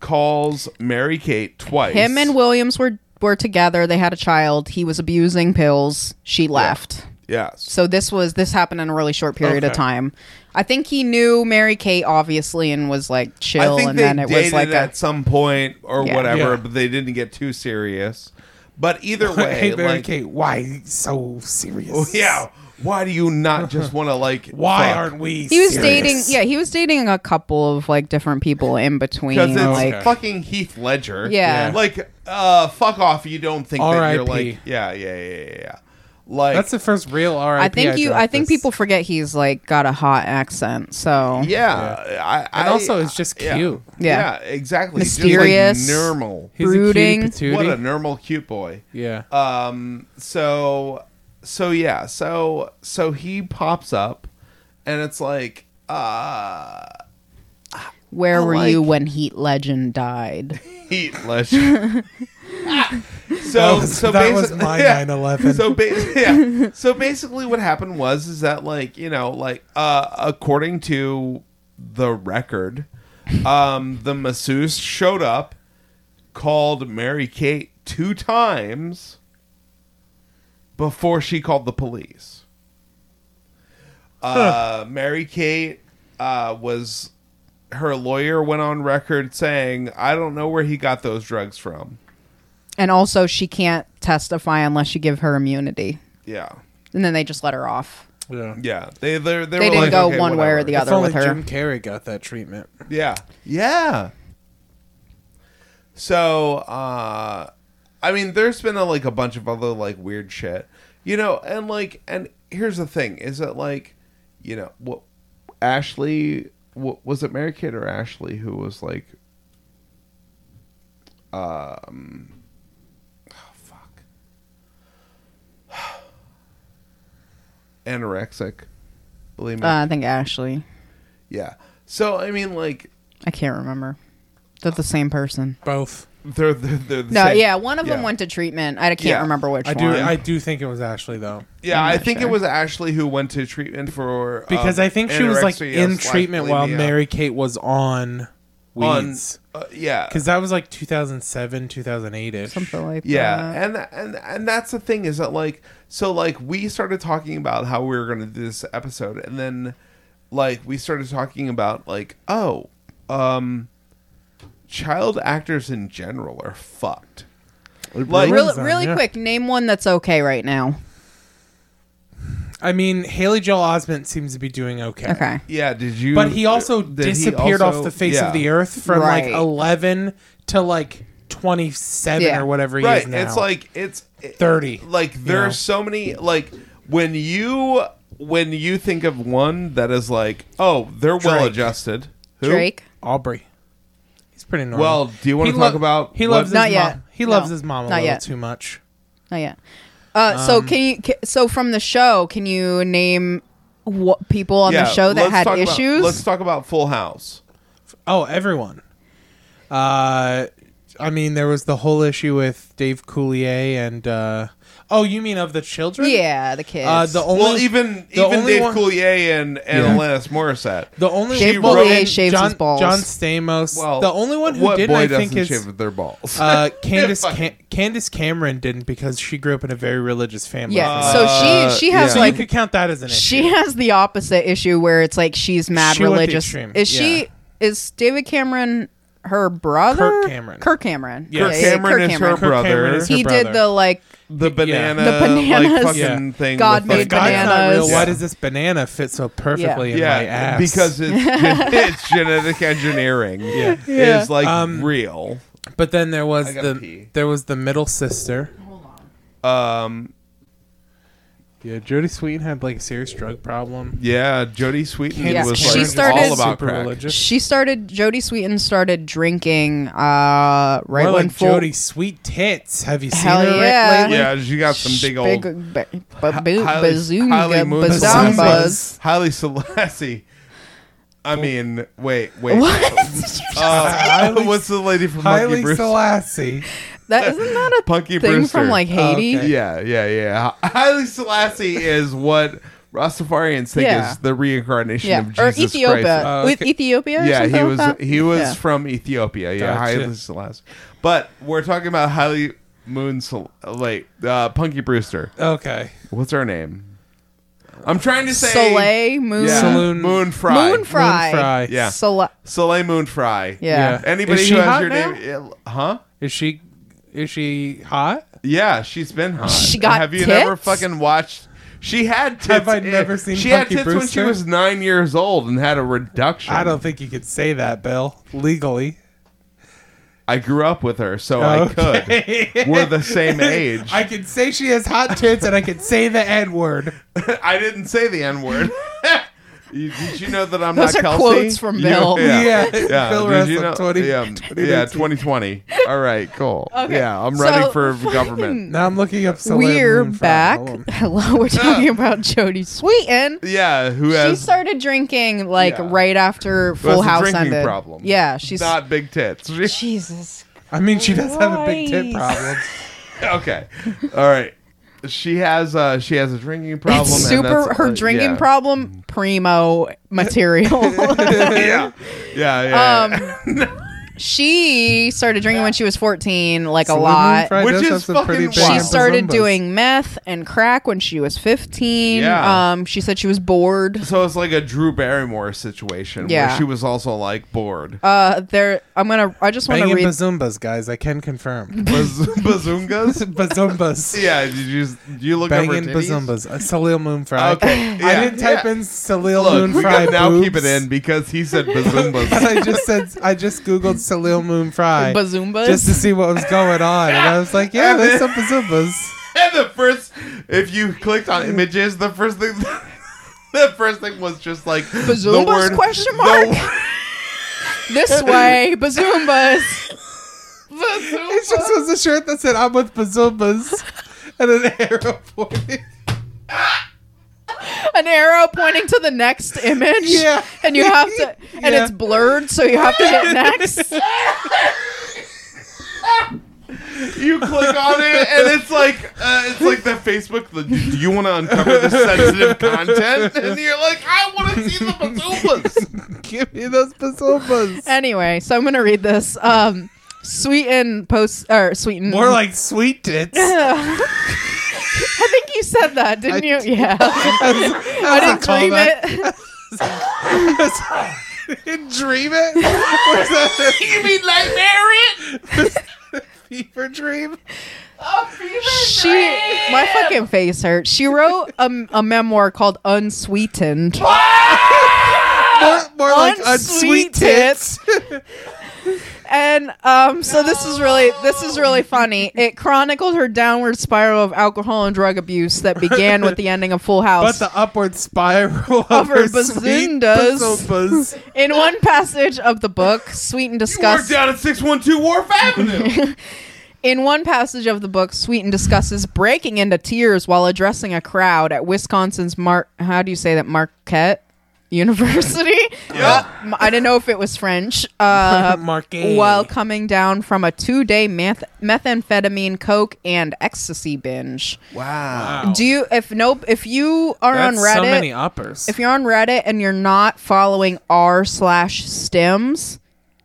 [SPEAKER 4] calls Mary Kate twice.
[SPEAKER 2] Him and Williams were were together. They had a child. He was abusing pills. She left.
[SPEAKER 4] Yes.
[SPEAKER 2] So this was this happened in a really short period of
[SPEAKER 3] Okay.
[SPEAKER 2] time. I think he knew Mary Kate obviously and was like
[SPEAKER 4] I
[SPEAKER 2] chill,
[SPEAKER 4] think
[SPEAKER 2] and
[SPEAKER 4] they
[SPEAKER 2] then it
[SPEAKER 4] dated
[SPEAKER 2] was like a
[SPEAKER 4] at some point or
[SPEAKER 2] Yeah.
[SPEAKER 4] whatever,
[SPEAKER 3] Yeah.
[SPEAKER 4] but they didn't get too serious. But either way,
[SPEAKER 3] hey, Mary
[SPEAKER 4] like,
[SPEAKER 3] Kate, why so serious?
[SPEAKER 4] Oh, yeah. Why do you not just want to like?
[SPEAKER 3] Why aren't we?
[SPEAKER 2] he was dating
[SPEAKER 3] serious?
[SPEAKER 2] yeah he was dating a couple of like different people in between
[SPEAKER 4] Because it's
[SPEAKER 2] like
[SPEAKER 3] Okay.
[SPEAKER 4] fucking Heath Ledger.
[SPEAKER 2] Yeah.
[SPEAKER 3] Yeah.
[SPEAKER 4] Like, uh, fuck off. You don't think that you're
[SPEAKER 3] R.I.P..
[SPEAKER 4] like, yeah, yeah, yeah, yeah, yeah. Like,
[SPEAKER 3] That's the first real RIP.
[SPEAKER 2] I think you
[SPEAKER 3] dropped
[SPEAKER 2] I think
[SPEAKER 3] this.
[SPEAKER 2] people forget he's like got a hot accent so
[SPEAKER 4] yeah. I, I,
[SPEAKER 3] And also, it's just
[SPEAKER 4] yeah.
[SPEAKER 3] cute.
[SPEAKER 2] Yeah.
[SPEAKER 4] Yeah, exactly. Just, like,
[SPEAKER 2] Mysterious.
[SPEAKER 4] normal.
[SPEAKER 3] He's a cutie
[SPEAKER 2] Brooding.
[SPEAKER 3] patootie.
[SPEAKER 4] What a normal cute boy.
[SPEAKER 3] yeah.
[SPEAKER 4] Um. So. So yeah. So so he pops up, and it's like, uh,
[SPEAKER 2] where
[SPEAKER 4] I
[SPEAKER 2] were you
[SPEAKER 4] like-
[SPEAKER 2] when Heat Legend died
[SPEAKER 4] Heath Ledger. Ah. so
[SPEAKER 3] That was-
[SPEAKER 4] so
[SPEAKER 3] that
[SPEAKER 4] basi-
[SPEAKER 3] was my
[SPEAKER 4] yeah.
[SPEAKER 3] 9/11.
[SPEAKER 4] So ba- yeah. So basically, what happened was is that like you know like uh according to the record, um the masseuse showed up, called Mary Kate two times before she called the police. Uh, Mary Kate uh, was her lawyer went on record saying, "I don't know where he got those drugs from."
[SPEAKER 2] and also she can't testify unless you give her immunity
[SPEAKER 4] Yeah,
[SPEAKER 2] and then they just let her off
[SPEAKER 3] yeah.
[SPEAKER 4] yeah. They they they, were
[SPEAKER 2] They didn't
[SPEAKER 4] like,
[SPEAKER 2] go
[SPEAKER 4] "Okay,
[SPEAKER 2] one way or
[SPEAKER 4] whatever."
[SPEAKER 2] the
[SPEAKER 3] If
[SPEAKER 2] other
[SPEAKER 3] only
[SPEAKER 2] with her
[SPEAKER 3] Jim Carrey got that treatment.
[SPEAKER 4] Yeah, yeah. So, uh, I mean, there's been a, like a bunch of other like weird shit, you know, and like, and here's the thing: is that like, you know, what Ashley wa- was it Mary Kate or Ashley who was like, um, oh fuck, anorexic, bulimia,
[SPEAKER 2] uh, I think Ashley
[SPEAKER 4] yeah. So I mean, like,
[SPEAKER 2] I can't remember they're the same person
[SPEAKER 3] Both.
[SPEAKER 4] They're, they're, they're the
[SPEAKER 2] no
[SPEAKER 4] same.
[SPEAKER 2] yeah one of
[SPEAKER 4] Yeah.
[SPEAKER 2] them went to treatment I can't
[SPEAKER 4] Yeah.
[SPEAKER 2] remember which
[SPEAKER 3] I do.
[SPEAKER 2] one
[SPEAKER 3] I do think it was Ashley though,
[SPEAKER 4] Yeah,
[SPEAKER 2] I'm
[SPEAKER 4] I
[SPEAKER 2] not
[SPEAKER 4] think
[SPEAKER 2] sure.
[SPEAKER 4] it was Ashley who went to treatment for um,
[SPEAKER 3] because I think she was like
[SPEAKER 4] anorexia
[SPEAKER 3] in
[SPEAKER 4] slash
[SPEAKER 3] treatment while
[SPEAKER 4] bulimia.
[SPEAKER 3] Mary Kate was on
[SPEAKER 4] On-
[SPEAKER 3] weeds.
[SPEAKER 4] uh, yeah,
[SPEAKER 3] Because that was like 2007, 2008 ish.
[SPEAKER 2] something like that.
[SPEAKER 4] yeah, and and and that's the thing is that like so like we started talking about how we were going to do this episode, and then like we started talking about like oh, um, child actors in general are fucked. Like
[SPEAKER 2] Real,
[SPEAKER 3] Amazon,
[SPEAKER 2] really
[SPEAKER 3] yeah.
[SPEAKER 2] quick, name one that's okay right now.
[SPEAKER 3] I mean, Haley Joel Osment seems to be doing okay.
[SPEAKER 2] Okay.
[SPEAKER 4] yeah, did you?
[SPEAKER 3] But he also
[SPEAKER 4] did he
[SPEAKER 3] disappeared
[SPEAKER 4] also-
[SPEAKER 3] off the face
[SPEAKER 4] yeah.
[SPEAKER 3] of the earth from
[SPEAKER 2] Right.
[SPEAKER 3] like 11 to like 27
[SPEAKER 2] Yeah.
[SPEAKER 3] or whatever he
[SPEAKER 4] right
[SPEAKER 3] is now.
[SPEAKER 4] it's like it's it-
[SPEAKER 3] 30,
[SPEAKER 4] like
[SPEAKER 3] you
[SPEAKER 4] there's
[SPEAKER 3] know?
[SPEAKER 4] so many like when you when you think of one that is like oh they're well adjusted Who?
[SPEAKER 2] Drake.
[SPEAKER 3] Aubrey. He's pretty normal.
[SPEAKER 4] well do you want
[SPEAKER 3] He
[SPEAKER 4] to talk
[SPEAKER 3] lo-
[SPEAKER 4] about
[SPEAKER 3] He
[SPEAKER 4] what-
[SPEAKER 3] loves his
[SPEAKER 2] Not
[SPEAKER 3] mom.
[SPEAKER 2] yet.
[SPEAKER 3] He loves
[SPEAKER 2] No.
[SPEAKER 3] his mom a
[SPEAKER 2] Not
[SPEAKER 3] little
[SPEAKER 2] yet.
[SPEAKER 3] too much.
[SPEAKER 2] Not yet. Uh,
[SPEAKER 3] Um,
[SPEAKER 2] so can you? ca so from the show, can you name what people on
[SPEAKER 4] yeah,
[SPEAKER 2] the show that
[SPEAKER 4] let's
[SPEAKER 2] had
[SPEAKER 4] talk about-
[SPEAKER 2] issues?
[SPEAKER 4] let's talk about Full House
[SPEAKER 3] Oh, everyone. Uh, I mean, there was the whole issue with Dave Coulier and. Uh, oh, you mean of the children?
[SPEAKER 2] yeah, the kids.
[SPEAKER 3] Uh, the only
[SPEAKER 4] well even
[SPEAKER 3] the
[SPEAKER 4] even
[SPEAKER 3] only
[SPEAKER 4] Dave
[SPEAKER 3] one-
[SPEAKER 4] Coulier and and
[SPEAKER 3] Yeah.
[SPEAKER 4] Alanis Morissette
[SPEAKER 3] The only
[SPEAKER 2] Dave
[SPEAKER 3] Well,
[SPEAKER 2] Coulier
[SPEAKER 3] and
[SPEAKER 2] shaves
[SPEAKER 3] John,
[SPEAKER 2] his balls.
[SPEAKER 3] John Stamos.
[SPEAKER 4] well
[SPEAKER 3] the only one who
[SPEAKER 4] what
[SPEAKER 3] didn't,
[SPEAKER 4] boy
[SPEAKER 3] I
[SPEAKER 4] doesn't
[SPEAKER 3] think, is
[SPEAKER 4] shave their balls
[SPEAKER 3] uh, Candace
[SPEAKER 4] Fucking-
[SPEAKER 3] Can- Candace Cameron didn't because she grew up in a very religious family.
[SPEAKER 2] yeah.
[SPEAKER 3] Uh,
[SPEAKER 2] so she she has
[SPEAKER 4] yeah.
[SPEAKER 3] so you
[SPEAKER 2] like
[SPEAKER 3] could count that as an issue.
[SPEAKER 2] she has the opposite issue where it's like she's mad
[SPEAKER 3] She went the
[SPEAKER 2] religious.
[SPEAKER 3] extreme,
[SPEAKER 2] Is she?
[SPEAKER 3] yeah.
[SPEAKER 2] Is David Cameron her brother?
[SPEAKER 3] Kirk Cameron.
[SPEAKER 2] Kirk Cameron.
[SPEAKER 3] Yeah. Kirk
[SPEAKER 4] Cameron is her
[SPEAKER 3] Kirk Cameron
[SPEAKER 4] brother.
[SPEAKER 3] is her
[SPEAKER 2] He
[SPEAKER 3] brother.
[SPEAKER 2] did the like.
[SPEAKER 4] the banana
[SPEAKER 2] The bananas.
[SPEAKER 4] like fucking
[SPEAKER 3] Yeah.
[SPEAKER 4] thing
[SPEAKER 2] God
[SPEAKER 4] with,
[SPEAKER 2] made
[SPEAKER 4] like,
[SPEAKER 3] God's not real.
[SPEAKER 2] bananas.
[SPEAKER 3] Why does this banana fit so perfectly in my ass?
[SPEAKER 4] because it's gen- it's genetic engineering yeah.
[SPEAKER 2] Yeah.
[SPEAKER 4] is like
[SPEAKER 3] Um,
[SPEAKER 4] real.
[SPEAKER 3] but then there was
[SPEAKER 4] I gotta
[SPEAKER 3] the
[SPEAKER 4] pee.
[SPEAKER 3] there was the middle sister.
[SPEAKER 4] Um,
[SPEAKER 3] Yeah, Jody Sweeten had like a serious drug problem.
[SPEAKER 4] yeah, Jody Sweeten
[SPEAKER 2] Yeah,
[SPEAKER 4] was
[SPEAKER 2] she
[SPEAKER 4] like
[SPEAKER 2] started-
[SPEAKER 4] all about
[SPEAKER 3] super
[SPEAKER 4] crack.
[SPEAKER 3] religious.
[SPEAKER 2] She started. Jodie Sweetin started drinking. Uh, right
[SPEAKER 3] More
[SPEAKER 2] when
[SPEAKER 3] like
[SPEAKER 2] full.
[SPEAKER 3] Jody Sweet tits. Have you seen
[SPEAKER 2] Hell
[SPEAKER 3] her
[SPEAKER 2] yeah.
[SPEAKER 3] lately?
[SPEAKER 4] Yeah, she got some big old
[SPEAKER 2] ba- ba- boo-
[SPEAKER 4] highly, highly
[SPEAKER 2] bazunga,
[SPEAKER 4] moon-
[SPEAKER 2] bazombas.
[SPEAKER 4] highly Selassie. I mean, wait, wait.
[SPEAKER 2] What?
[SPEAKER 4] Uh,
[SPEAKER 3] Highly-
[SPEAKER 4] what's the lady from Monkey
[SPEAKER 3] Highly
[SPEAKER 4] Brewster?
[SPEAKER 3] Selassie.
[SPEAKER 2] that isn't that a
[SPEAKER 4] Punky
[SPEAKER 2] thing
[SPEAKER 4] Brewster. Oh,
[SPEAKER 2] from like Haiti?
[SPEAKER 3] okay.
[SPEAKER 4] yeah, yeah, yeah. Highly Selassie is what Rastafarians think
[SPEAKER 2] Yeah.
[SPEAKER 4] is the reincarnation
[SPEAKER 2] Yeah,
[SPEAKER 4] of
[SPEAKER 2] or
[SPEAKER 4] Jesus
[SPEAKER 2] Ethiopia
[SPEAKER 4] Christ. Uh,
[SPEAKER 3] Oh,
[SPEAKER 2] with
[SPEAKER 3] okay.
[SPEAKER 2] Ethiopia. Or
[SPEAKER 4] yeah,
[SPEAKER 2] something
[SPEAKER 4] he
[SPEAKER 2] like
[SPEAKER 4] was
[SPEAKER 2] that?
[SPEAKER 4] he was
[SPEAKER 2] Yeah.
[SPEAKER 4] from Ethiopia. Yeah,
[SPEAKER 3] Gotcha.
[SPEAKER 4] highly Selassie. But we're talking about highly Moon Sel- like uh, Punky Brewster.
[SPEAKER 3] Okay.
[SPEAKER 4] What's her name? I'm trying to say
[SPEAKER 2] Soleil Moon
[SPEAKER 4] Yeah.
[SPEAKER 3] Saloon-
[SPEAKER 4] Moon Fry.
[SPEAKER 2] Moon Fry.
[SPEAKER 3] Fry.
[SPEAKER 4] Yeah.
[SPEAKER 2] Soleil.
[SPEAKER 4] Soleil Moon Fry.
[SPEAKER 2] Yeah.
[SPEAKER 4] Anybody
[SPEAKER 3] Is
[SPEAKER 4] who
[SPEAKER 3] she
[SPEAKER 4] has
[SPEAKER 3] hot
[SPEAKER 4] your
[SPEAKER 3] now?
[SPEAKER 4] name, yeah, huh?
[SPEAKER 3] Is she is she hot?
[SPEAKER 4] Yeah, she's been hot.
[SPEAKER 2] She got
[SPEAKER 4] Have you
[SPEAKER 2] tits?
[SPEAKER 4] never fucking watched? She had tits.
[SPEAKER 3] Have I
[SPEAKER 4] in-
[SPEAKER 3] never seen
[SPEAKER 4] She had
[SPEAKER 3] Punky
[SPEAKER 4] tits when she
[SPEAKER 3] Brewster?
[SPEAKER 4] was nine years old and had a reduction.
[SPEAKER 3] I don't think you could say that, Bill, legally.
[SPEAKER 4] I grew up with her, so I
[SPEAKER 3] Okay.
[SPEAKER 4] could. We're the same age.
[SPEAKER 3] I
[SPEAKER 4] I,
[SPEAKER 3] can say she has hot tits and I can say the N word.
[SPEAKER 4] didn't say the N word. you, did you know that I'm
[SPEAKER 2] Those
[SPEAKER 4] not
[SPEAKER 2] are
[SPEAKER 4] Kelsey?
[SPEAKER 2] quotes from
[SPEAKER 4] You-
[SPEAKER 2] Bill.
[SPEAKER 3] Yeah. Bill
[SPEAKER 4] did you
[SPEAKER 3] Russell,
[SPEAKER 4] know-
[SPEAKER 3] 20
[SPEAKER 4] yeah, yeah, 2020. All right, cool. Yeah, I'm
[SPEAKER 2] So,
[SPEAKER 4] running for
[SPEAKER 2] fucking-
[SPEAKER 4] government.
[SPEAKER 3] Now I'm looking up Soleil
[SPEAKER 2] We're
[SPEAKER 3] Moon Fry.
[SPEAKER 2] back.
[SPEAKER 3] Hold on.
[SPEAKER 2] Hello, we're talking about Jodie Sweetin.
[SPEAKER 4] Yeah, who
[SPEAKER 2] She
[SPEAKER 4] has
[SPEAKER 2] started drinking like
[SPEAKER 4] Yeah.
[SPEAKER 2] right after
[SPEAKER 4] who has
[SPEAKER 2] Full
[SPEAKER 4] a
[SPEAKER 2] House
[SPEAKER 4] drinking
[SPEAKER 2] ended.
[SPEAKER 4] problem?
[SPEAKER 2] Yeah, she's
[SPEAKER 4] not big tits.
[SPEAKER 2] Jesus.
[SPEAKER 3] I mean, she does have a big tit
[SPEAKER 2] Christ.
[SPEAKER 3] problem.
[SPEAKER 4] okay all right she has uh she has a drinking problem
[SPEAKER 2] It's
[SPEAKER 4] and
[SPEAKER 2] super
[SPEAKER 4] that's-
[SPEAKER 2] her
[SPEAKER 4] uh,
[SPEAKER 2] drinking
[SPEAKER 4] yeah.
[SPEAKER 2] problem primo material.
[SPEAKER 4] yeah yeah yeah, yeah.
[SPEAKER 2] Um, she started drinking when she was 14 like a
[SPEAKER 3] Saloon
[SPEAKER 2] lot.
[SPEAKER 3] Fry
[SPEAKER 4] Which
[SPEAKER 3] does
[SPEAKER 4] is
[SPEAKER 3] have some pretty
[SPEAKER 4] fucking
[SPEAKER 3] big
[SPEAKER 4] wild.
[SPEAKER 2] She
[SPEAKER 4] Wow.
[SPEAKER 3] Ampa
[SPEAKER 2] started
[SPEAKER 3] Zumbas.
[SPEAKER 2] doing meth and crack when she was 15.
[SPEAKER 4] Yeah.
[SPEAKER 2] Um, she said she was bored.
[SPEAKER 4] so it's like a drew barrymore situation
[SPEAKER 2] Yeah.
[SPEAKER 4] where she was also like bored
[SPEAKER 2] Uh, there. I'm gonna. I just want to
[SPEAKER 3] banging
[SPEAKER 2] read.
[SPEAKER 3] bazumbas, guys. I can confirm.
[SPEAKER 4] Baz- bazungas
[SPEAKER 3] bazumbas.
[SPEAKER 4] yeah did you did you look
[SPEAKER 3] Banging
[SPEAKER 4] up her titties?
[SPEAKER 3] bazumbas. Uh, Salil Moon Fry.
[SPEAKER 4] Okay,
[SPEAKER 3] I
[SPEAKER 4] yeah,
[SPEAKER 3] didn't type
[SPEAKER 4] yeah.
[SPEAKER 3] in Salil
[SPEAKER 4] Look,
[SPEAKER 3] Moon
[SPEAKER 4] we
[SPEAKER 3] Fry.
[SPEAKER 4] can now keep it
[SPEAKER 3] boobs.
[SPEAKER 4] in because he said
[SPEAKER 3] But
[SPEAKER 4] bazoombas.
[SPEAKER 3] I just said I just googled Salil Moon Fry
[SPEAKER 2] Bazoombas?
[SPEAKER 3] just to see what was going on, and I was like, yeah, there's some bazoombas.
[SPEAKER 4] and the first, if you clicked on images, the first thing, the first thing was just like the
[SPEAKER 2] Bazoombas
[SPEAKER 4] word
[SPEAKER 2] question
[SPEAKER 4] the
[SPEAKER 2] mark?
[SPEAKER 4] word-
[SPEAKER 2] This way, bazoombas.
[SPEAKER 3] It just was a shirt that said "I'm with bazoombas" and an arrow pointing.
[SPEAKER 2] An arrow pointing to the next image.
[SPEAKER 3] Yeah.
[SPEAKER 2] And you have to. And
[SPEAKER 3] Yeah.
[SPEAKER 2] it's blurred, so you have to hit next.
[SPEAKER 4] you click on it and it's like uh, it's like the Facebook. The, do you want to uncover the sensitive content? And you're like, I want to see the bazookas.
[SPEAKER 3] Give me those bazoombas.
[SPEAKER 2] anyway, so I'm gonna read this. Um, sweeten post or sweeten.
[SPEAKER 3] More like sweet tits.
[SPEAKER 2] I think you said that, didn't you? Yeah. I didn't dream it.
[SPEAKER 3] didn't dream it. What's that? you mean like marry it? Fever dream.
[SPEAKER 2] She, my fucking face hurts. She wrote a, a memoir called Unsweetened.
[SPEAKER 3] More, more like
[SPEAKER 2] Unsweet
[SPEAKER 3] unsweet tits.
[SPEAKER 2] and um, so this is really this is really funny. It chronicled her downward spiral of alcohol and drug abuse that began with the ending of Full
[SPEAKER 3] But
[SPEAKER 2] House.
[SPEAKER 3] the upward spiral of,
[SPEAKER 2] Of her
[SPEAKER 3] her sweet
[SPEAKER 2] bazoondas.
[SPEAKER 3] bazoombas.
[SPEAKER 2] In one passage of the book, Sweeten
[SPEAKER 4] Work
[SPEAKER 2] discusses
[SPEAKER 4] down at six one two Wharf Avenue.
[SPEAKER 2] In one passage of the book, Sweeten discusses breaking into tears while addressing a crowd at Wisconsin's Mar how do you say that Marquette University? Uh, m- I didn't know if it was French. Uh,
[SPEAKER 3] Marquette.
[SPEAKER 2] while coming down from a two-day meth- methamphetamine, coke, and ecstasy binge.
[SPEAKER 4] Wow.
[SPEAKER 2] Do you if nope if you are
[SPEAKER 3] That's
[SPEAKER 2] on Reddit?
[SPEAKER 3] so many uppers.
[SPEAKER 2] if you're on Reddit and you're not following r slash stems,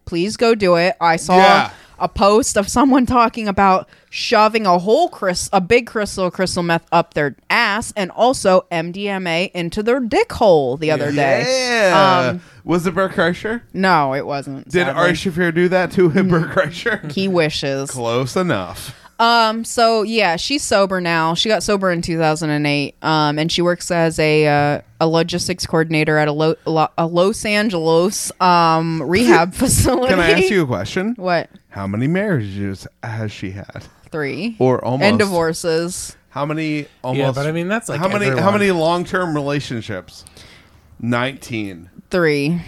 [SPEAKER 2] please go do it. I saw
[SPEAKER 4] Yeah.
[SPEAKER 2] a post of someone talking about shoving a whole crystal, a big crystal, of crystal meth up their ass, and also MDMA into their dick hole the other day.
[SPEAKER 4] Yeah. was it Bert Kreischer?
[SPEAKER 2] No, it wasn't. Um,
[SPEAKER 4] Did
[SPEAKER 2] sadly. Hmm.
[SPEAKER 4] Ari Shaffir do that to him, Bert Kreischer?
[SPEAKER 2] He wishes.
[SPEAKER 4] Close enough.
[SPEAKER 2] Um. So yeah, she's sober now. She got sober in 2008. Um, and she works as a uh, a logistics coordinator at a, Lo- Lo- a Los Angeles um rehab facility.
[SPEAKER 4] Can I ask you a question?
[SPEAKER 2] What
[SPEAKER 4] How many marriages has she had?
[SPEAKER 2] three
[SPEAKER 4] Or almost?
[SPEAKER 2] and divorces?
[SPEAKER 4] How many almost?
[SPEAKER 3] yeah, but I mean that's like
[SPEAKER 4] how many? How
[SPEAKER 3] everyone.
[SPEAKER 4] many long-term relationships? Nineteen.
[SPEAKER 2] Three.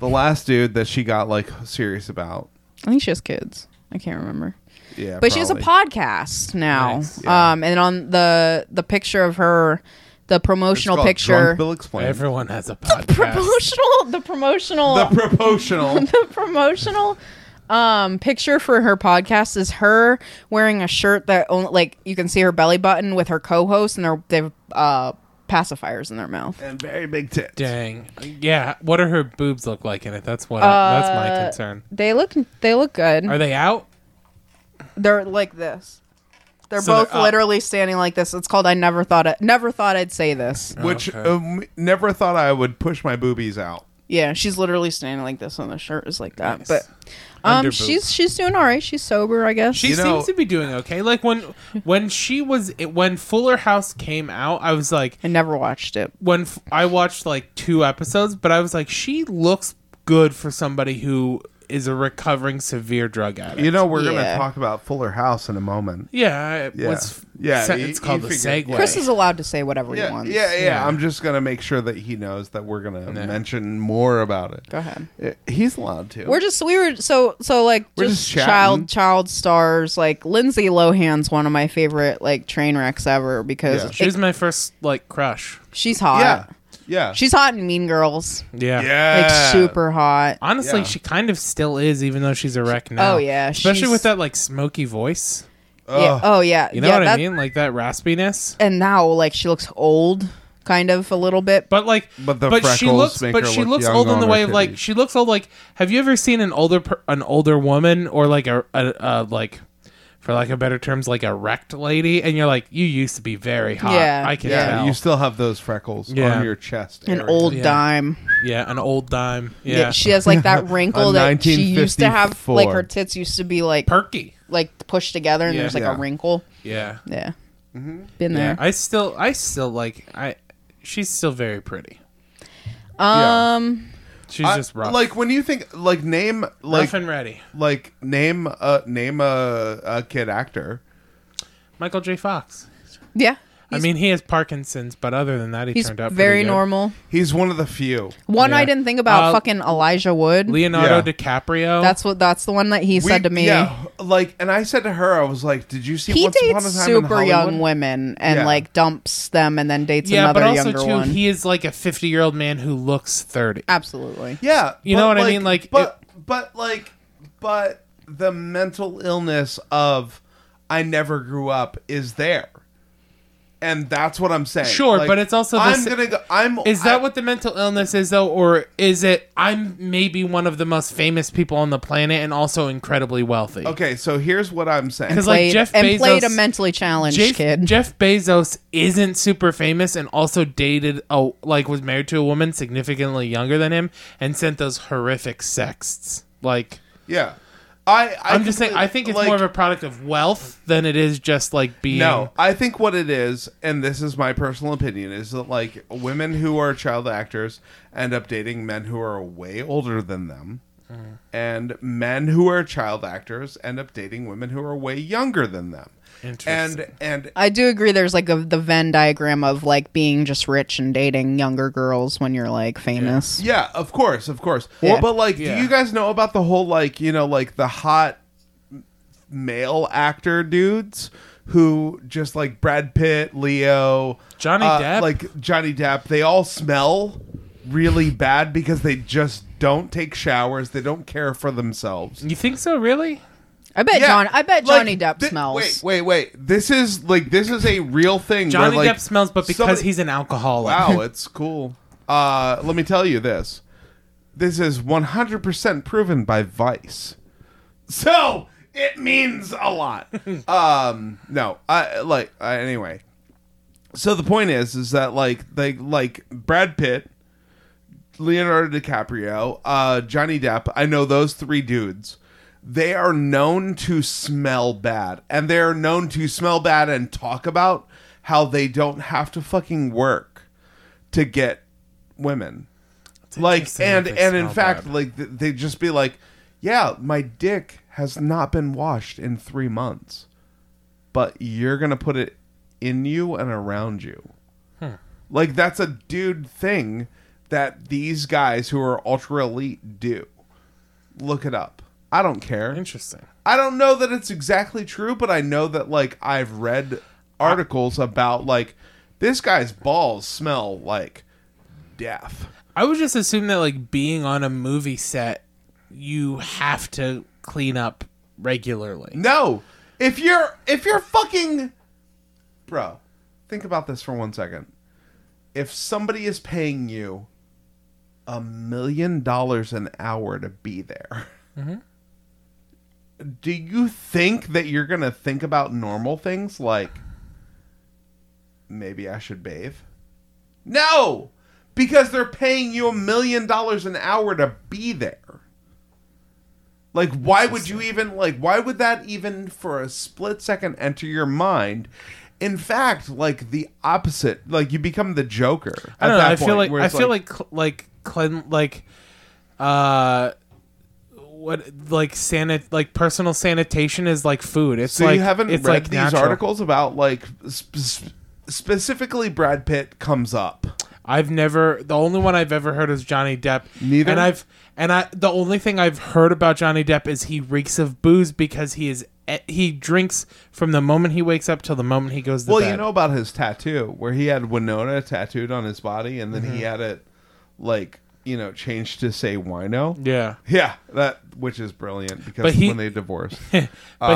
[SPEAKER 4] The last dude that she got like serious about.
[SPEAKER 2] I think she has kids. I can't remember.
[SPEAKER 4] Yeah,
[SPEAKER 2] But she has a
[SPEAKER 4] probably.
[SPEAKER 2] podcast now.
[SPEAKER 3] Nice.
[SPEAKER 2] Um, and on the the picture of her, the
[SPEAKER 4] It's
[SPEAKER 2] promotional
[SPEAKER 4] called
[SPEAKER 2] picture,
[SPEAKER 4] Drunk Bill Explained.
[SPEAKER 3] Everyone has a podcast.
[SPEAKER 2] promotional, the promotional,
[SPEAKER 4] the proportional.
[SPEAKER 2] the promotional um picture for her podcast is her wearing a shirt that only like you can see her belly button with her co-host and they're they've uh pacifiers in their mouth
[SPEAKER 4] and very big tits.
[SPEAKER 3] Dang. Yeah. What are her boobs look like in it? That's what. that's
[SPEAKER 2] Uh,
[SPEAKER 3] my concern.
[SPEAKER 2] they look they look good
[SPEAKER 3] Are they out?
[SPEAKER 2] they're like this They're
[SPEAKER 3] So
[SPEAKER 2] both
[SPEAKER 3] they're up.
[SPEAKER 2] literally standing like this. It's called "I never thought I never thought I'd say this."
[SPEAKER 4] Which
[SPEAKER 3] Okay.
[SPEAKER 4] um, never thought I would push my boobies out.
[SPEAKER 2] Yeah, she's literally standing like this, and the shirt is like that.
[SPEAKER 3] Nice.
[SPEAKER 2] But um,
[SPEAKER 3] Underboob.
[SPEAKER 2] she's she's doing all right. She's sober, I guess.
[SPEAKER 3] She
[SPEAKER 4] You know-
[SPEAKER 3] seems to be doing okay. Like when when she was it- when Fuller House came out, I was like
[SPEAKER 2] I never watched it.
[SPEAKER 3] when f- I watched like two episodes, but I was like she looks good for somebody who is a recovering severe drug addict.
[SPEAKER 4] You know, we're gonna
[SPEAKER 2] Yeah.
[SPEAKER 4] talk about Fuller House in a moment.
[SPEAKER 3] yeah, it
[SPEAKER 4] Yeah.
[SPEAKER 3] was
[SPEAKER 4] Yeah,
[SPEAKER 3] se-
[SPEAKER 4] you-
[SPEAKER 3] it's called
[SPEAKER 4] you
[SPEAKER 3] the
[SPEAKER 4] figured-
[SPEAKER 3] segue.
[SPEAKER 2] Chris is allowed to say whatever he
[SPEAKER 4] Yeah,
[SPEAKER 2] wants.
[SPEAKER 4] yeah, yeah, I'm just gonna make sure that he knows that we're gonna
[SPEAKER 3] Yeah.
[SPEAKER 4] mention more about it.
[SPEAKER 2] Go ahead.
[SPEAKER 4] Uh, He's allowed to.
[SPEAKER 2] We're just we were so so like
[SPEAKER 4] We're
[SPEAKER 2] just,
[SPEAKER 4] just chatting.
[SPEAKER 2] child child stars like Lindsay Lohan's one of my favorite like train wrecks ever because
[SPEAKER 4] Yeah.
[SPEAKER 2] it-
[SPEAKER 3] she was my first like crush.
[SPEAKER 2] she's hot.
[SPEAKER 4] yeah, yeah,
[SPEAKER 2] She's hot in Mean Girls.
[SPEAKER 3] Yeah.
[SPEAKER 4] yeah,
[SPEAKER 2] Like super hot.
[SPEAKER 3] Honestly,
[SPEAKER 4] Yeah.
[SPEAKER 3] she kind of still is, even though she's a wreck now.
[SPEAKER 2] oh, yeah,
[SPEAKER 3] especially
[SPEAKER 2] she's-
[SPEAKER 3] with that like smoky voice.
[SPEAKER 2] Yeah.
[SPEAKER 4] Ugh.
[SPEAKER 2] Oh yeah.
[SPEAKER 3] Uh, You know
[SPEAKER 2] yeah,
[SPEAKER 3] what I
[SPEAKER 2] that-
[SPEAKER 3] mean? Like that raspiness.
[SPEAKER 2] And now like she looks old, kind of a little bit.
[SPEAKER 3] But like,
[SPEAKER 4] But the
[SPEAKER 3] she
[SPEAKER 4] freckles
[SPEAKER 3] looks,
[SPEAKER 4] make
[SPEAKER 3] but
[SPEAKER 4] her
[SPEAKER 3] she
[SPEAKER 4] look
[SPEAKER 3] looks
[SPEAKER 4] young
[SPEAKER 3] old in
[SPEAKER 4] on
[SPEAKER 3] the
[SPEAKER 4] her
[SPEAKER 3] way of like
[SPEAKER 4] titties.
[SPEAKER 3] she looks old. Like, have you ever seen an older per- an older woman or like a, a, a like, for like a better terms, like a wrecked lady? And you're like, you used to be very hot.
[SPEAKER 2] Yeah.
[SPEAKER 3] I can
[SPEAKER 2] Yeah.
[SPEAKER 3] tell.
[SPEAKER 4] You still have those freckles
[SPEAKER 3] Yeah.
[SPEAKER 4] on your chest.
[SPEAKER 2] an
[SPEAKER 4] area.
[SPEAKER 2] old
[SPEAKER 3] Yeah.
[SPEAKER 2] dime.
[SPEAKER 3] yeah, an old dime. Yeah,
[SPEAKER 2] Yeah. she has like that wrinkle
[SPEAKER 4] A
[SPEAKER 2] that she used to have.
[SPEAKER 4] 1954.
[SPEAKER 2] Like her tits used to be like
[SPEAKER 3] perky.
[SPEAKER 2] like pushed together, and
[SPEAKER 3] Yeah.
[SPEAKER 2] there's like
[SPEAKER 4] Yeah.
[SPEAKER 2] a wrinkle.
[SPEAKER 3] Yeah,
[SPEAKER 2] Yeah, been
[SPEAKER 3] yeah.
[SPEAKER 2] there.
[SPEAKER 3] I still, I still like I. She's still very pretty.
[SPEAKER 4] Yeah.
[SPEAKER 2] um,
[SPEAKER 3] She's
[SPEAKER 4] I-
[SPEAKER 3] just rough,
[SPEAKER 4] Like when you think, like name, like
[SPEAKER 3] rough and ready.
[SPEAKER 4] like name a name a, a kid actor.
[SPEAKER 3] Michael J. Fox.
[SPEAKER 2] yeah,
[SPEAKER 3] I mean, he has Parkinson's, but other than that, he
[SPEAKER 2] he's
[SPEAKER 3] turned out
[SPEAKER 2] very
[SPEAKER 3] pretty good.
[SPEAKER 2] normal.
[SPEAKER 4] He's one of the few.
[SPEAKER 2] One
[SPEAKER 3] Yeah.
[SPEAKER 2] I didn't think about
[SPEAKER 3] Uh,
[SPEAKER 2] fucking Elijah Wood.
[SPEAKER 3] Leonardo
[SPEAKER 4] Yeah.
[SPEAKER 3] DiCaprio.
[SPEAKER 2] that's what that's the one that he
[SPEAKER 4] We-
[SPEAKER 2] said to me.
[SPEAKER 4] Yeah, like, and I said to her, I was like, "Did you see?
[SPEAKER 2] He
[SPEAKER 4] Once Upon a
[SPEAKER 2] dates
[SPEAKER 4] Time in
[SPEAKER 2] super young
[SPEAKER 4] Hollywood?
[SPEAKER 2] women and
[SPEAKER 4] Yeah.
[SPEAKER 2] like dumps them and then dates
[SPEAKER 3] yeah,
[SPEAKER 2] another
[SPEAKER 3] but also
[SPEAKER 2] younger
[SPEAKER 3] too,
[SPEAKER 2] one.
[SPEAKER 3] he is like a fifty-year-old man who looks thirty.
[SPEAKER 2] Absolutely.
[SPEAKER 4] Yeah,
[SPEAKER 3] You
[SPEAKER 4] but,
[SPEAKER 3] know what I mean? Like,
[SPEAKER 4] but but like, but the mental illness of I never grew up is there, and that's what I'm saying.
[SPEAKER 3] Sure,
[SPEAKER 4] Like,
[SPEAKER 3] but it's also the
[SPEAKER 4] I'm
[SPEAKER 3] sa-
[SPEAKER 4] gonna go. I'm
[SPEAKER 3] Is that
[SPEAKER 4] I-
[SPEAKER 3] what the mental illness is though, or is it I'm maybe one of the most famous people on the planet and also incredibly wealthy?
[SPEAKER 4] Okay, so here's what I'm saying.
[SPEAKER 3] Because, like,
[SPEAKER 2] Played-
[SPEAKER 3] Jeff
[SPEAKER 2] and played a
[SPEAKER 3] Bezos-
[SPEAKER 2] mentally challenged
[SPEAKER 3] Jeff,
[SPEAKER 2] kid.
[SPEAKER 3] Jeff Bezos isn't super famous and also dated a like was married to a woman significantly younger than him and sent those horrific sexts. Like
[SPEAKER 4] Yeah, I. I
[SPEAKER 3] I'm just saying, I think it's
[SPEAKER 4] like,
[SPEAKER 3] more of a product of wealth than it is just like being.
[SPEAKER 4] No, I think what it is, and this is my personal opinion, is that like women who are child actors end up dating men who are way older than them, and men who are child actors end up dating women who are way younger than them.
[SPEAKER 3] Interesting.
[SPEAKER 4] And and
[SPEAKER 2] I do agree. There's like a, the Venn diagram of like being just rich and dating younger girls when you're like famous.
[SPEAKER 4] yeah, of course, of course.
[SPEAKER 2] Yeah.
[SPEAKER 4] But like,
[SPEAKER 3] Yeah.
[SPEAKER 4] do you guys know about the whole like you know like the hot male actor dudes? Who just like Brad Pitt, Leo, uh,
[SPEAKER 3] Johnny Depp?
[SPEAKER 4] like Johnny Depp, they all smell really bad because they just don't take showers. They don't care for themselves.
[SPEAKER 3] You think so, really?
[SPEAKER 2] I bet
[SPEAKER 4] Yeah,
[SPEAKER 2] John. I bet
[SPEAKER 4] like,
[SPEAKER 2] Johnny Depp
[SPEAKER 4] thi-
[SPEAKER 2] smells.
[SPEAKER 4] Wait, wait, wait. This is like this is a real thing. where,
[SPEAKER 3] Johnny
[SPEAKER 4] like,
[SPEAKER 3] Depp smells, but because
[SPEAKER 4] somebody-
[SPEAKER 3] he's an alcoholic.
[SPEAKER 4] wow, it's cool. Uh, let me tell you this. This is 100% proven by Vice. So it means a lot. um, no, I like I, anyway. So the point is, is that like they like Brad Pitt, Leonardo DiCaprio, uh, Johnny Depp. I know those three dudes. They are known to smell bad, and they are known to smell bad and talk about how they don't have to fucking work to get women. Like
[SPEAKER 3] interesting
[SPEAKER 4] and
[SPEAKER 3] that they
[SPEAKER 4] and in
[SPEAKER 3] smell
[SPEAKER 4] fact,
[SPEAKER 3] bad.
[SPEAKER 4] like th- they just be like, "Yeah, my dick has not been washed in three months, but you're gonna put it in you and around you." Like that's a dude thing that these guys who are ultra elite do. Look it up. I don't care.
[SPEAKER 3] Interesting.
[SPEAKER 4] I don't know that it's exactly true, but I know that like I've read articles about like this guy's balls smell like death.
[SPEAKER 3] I would just assume that like being on a movie set, you have to clean up regularly.
[SPEAKER 4] No. If you're if you're fucking bro, think about this for one second. If somebody is paying you a million dollars an hour to be there,
[SPEAKER 3] Mm-hmm.
[SPEAKER 4] do you think that you're gonna think about normal things like maybe I should bathe? No, because they're paying you a million dollars an hour to be there. Like, why would you even like? Why would that even for a split second enter your mind? In fact, like the opposite, like you become the Joker.
[SPEAKER 3] I don't know.
[SPEAKER 4] at that
[SPEAKER 3] I feel
[SPEAKER 4] point,
[SPEAKER 3] like
[SPEAKER 4] where
[SPEAKER 3] I
[SPEAKER 4] it's
[SPEAKER 3] feel like cl- like clean like uh what like sanit like personal sanitation is like food. It's
[SPEAKER 4] So
[SPEAKER 3] like
[SPEAKER 4] you haven't
[SPEAKER 3] it's
[SPEAKER 4] read
[SPEAKER 3] like
[SPEAKER 4] these
[SPEAKER 3] natural.
[SPEAKER 4] articles about like sp- sp- specifically Brad Pitt comes up.
[SPEAKER 3] I've never the only one I've ever heard is Johnny Depp.
[SPEAKER 4] Neither?
[SPEAKER 3] And I've and I the only thing I've heard about Johnny Depp is he reeks of booze because he is eh, he drinks from the moment he wakes up till the moment he goes to
[SPEAKER 4] Well,
[SPEAKER 3] bed.
[SPEAKER 4] you know about his tattoo where he had Winona tattooed on his body, and then
[SPEAKER 3] Mm-hmm.
[SPEAKER 4] he had it like you know changed to say Wino.
[SPEAKER 3] Yeah.
[SPEAKER 4] Yeah, that which is brilliant because
[SPEAKER 3] But he-
[SPEAKER 4] when they divorced,
[SPEAKER 3] But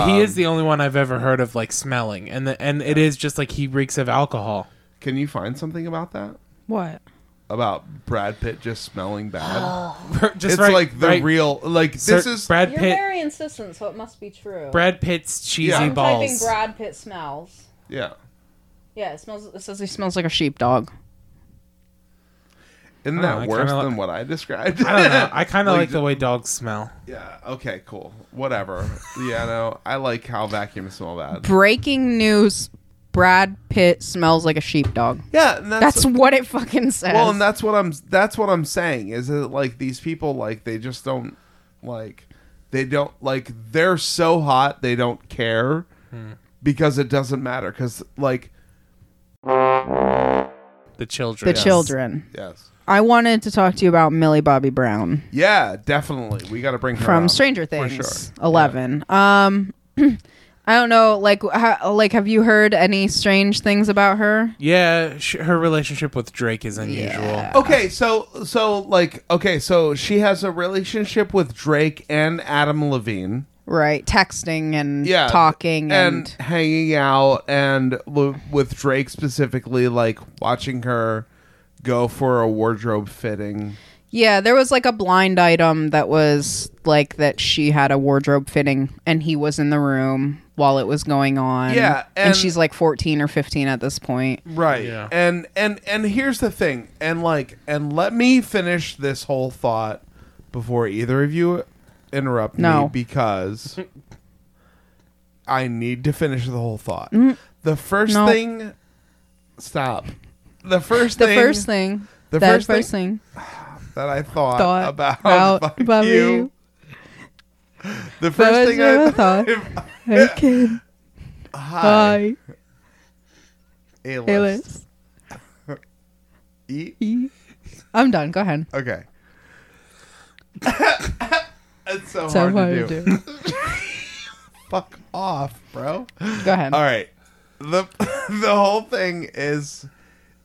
[SPEAKER 3] he
[SPEAKER 4] um,
[SPEAKER 3] is the only one I've ever heard of like smelling and the, and it is just like he reeks of alcohol.
[SPEAKER 4] can you find something about that?
[SPEAKER 2] What?
[SPEAKER 4] About Brad Pitt just smelling bad.
[SPEAKER 3] just
[SPEAKER 4] it's
[SPEAKER 3] right-
[SPEAKER 4] like the
[SPEAKER 3] right-
[SPEAKER 4] real like
[SPEAKER 3] Sir-
[SPEAKER 4] this is
[SPEAKER 3] Brad
[SPEAKER 2] You're
[SPEAKER 3] Pitt.
[SPEAKER 2] very insistent, so it must be true.
[SPEAKER 3] Brad Pitt's cheesy
[SPEAKER 4] Yeah.
[SPEAKER 2] I'm typing
[SPEAKER 3] balls.
[SPEAKER 2] Brad Pitt smells.
[SPEAKER 4] yeah.
[SPEAKER 2] Yeah, it smells. It says he smells like a sheepdog.
[SPEAKER 4] Isn't
[SPEAKER 3] I
[SPEAKER 4] that
[SPEAKER 3] kinda
[SPEAKER 4] worse
[SPEAKER 3] li-
[SPEAKER 4] than what I described?
[SPEAKER 3] I don't know. I kind of
[SPEAKER 4] Like,
[SPEAKER 3] like, the way dogs smell.
[SPEAKER 4] Yeah. Okay. Cool. Whatever. yeah. No. I like how vacuums smell bad.
[SPEAKER 2] Breaking news: Brad Pitt smells like a sheepdog.
[SPEAKER 4] Yeah. And
[SPEAKER 2] That's what it fucking says.
[SPEAKER 4] well, and that's what I'm. That's what I'm saying. Is that like these people like they just don't like they don't like they're so hot they don't care because it doesn't matter because like
[SPEAKER 3] The children.
[SPEAKER 2] the children.
[SPEAKER 4] yes
[SPEAKER 2] I wanted to talk to you about Millie Bobby Brown
[SPEAKER 4] yeah definitely we got to bring her
[SPEAKER 2] from
[SPEAKER 4] up.
[SPEAKER 2] Stranger
[SPEAKER 4] for
[SPEAKER 2] Things
[SPEAKER 4] sure.
[SPEAKER 2] eleven. Um, I don't know. Like, how, like, have you heard any strange things about her?
[SPEAKER 3] Yeah, sh- her relationship with Drake is unusual. Oh,
[SPEAKER 2] Yeah.
[SPEAKER 4] Okay, so so like okay, so she has a relationship with Drake and Adam Levine.
[SPEAKER 2] Right, texting and
[SPEAKER 4] yeah,
[SPEAKER 2] talking and,
[SPEAKER 4] hanging out and w- with Drake specifically, like watching her go for a wardrobe fitting.
[SPEAKER 2] yeah, there was like a blind item that was like that she had a wardrobe fitting and he was in the room while it was going on.
[SPEAKER 4] Yeah,
[SPEAKER 2] and,
[SPEAKER 4] and-
[SPEAKER 2] she's like fourteen or fifteen at this point.
[SPEAKER 4] Right.
[SPEAKER 3] Yeah.
[SPEAKER 4] And and and here's the thing, and like and let me finish this whole thought before either of you interrupt me
[SPEAKER 2] No.
[SPEAKER 4] because I need to finish the whole thought. The first
[SPEAKER 2] Mm. No.
[SPEAKER 4] thing stop. The first
[SPEAKER 2] The
[SPEAKER 4] thing
[SPEAKER 2] first thing,
[SPEAKER 4] the
[SPEAKER 2] that
[SPEAKER 4] first
[SPEAKER 2] first,
[SPEAKER 4] thing-
[SPEAKER 2] thing,
[SPEAKER 4] that I thought,
[SPEAKER 2] thought
[SPEAKER 4] about,
[SPEAKER 2] about-
[SPEAKER 4] fuck
[SPEAKER 2] about
[SPEAKER 4] you. The first
[SPEAKER 2] was
[SPEAKER 4] thing
[SPEAKER 2] your
[SPEAKER 4] I
[SPEAKER 2] thought?
[SPEAKER 4] If-
[SPEAKER 2] hey kid,
[SPEAKER 4] Hi. A-list.
[SPEAKER 2] Alice.
[SPEAKER 4] E-
[SPEAKER 2] I'm done. Go ahead.
[SPEAKER 4] Okay. it's so,
[SPEAKER 2] So
[SPEAKER 4] hard,
[SPEAKER 2] what do
[SPEAKER 4] to do.
[SPEAKER 2] you do?
[SPEAKER 4] Fuck off, bro.
[SPEAKER 2] Go ahead.
[SPEAKER 4] All right. The the whole thing is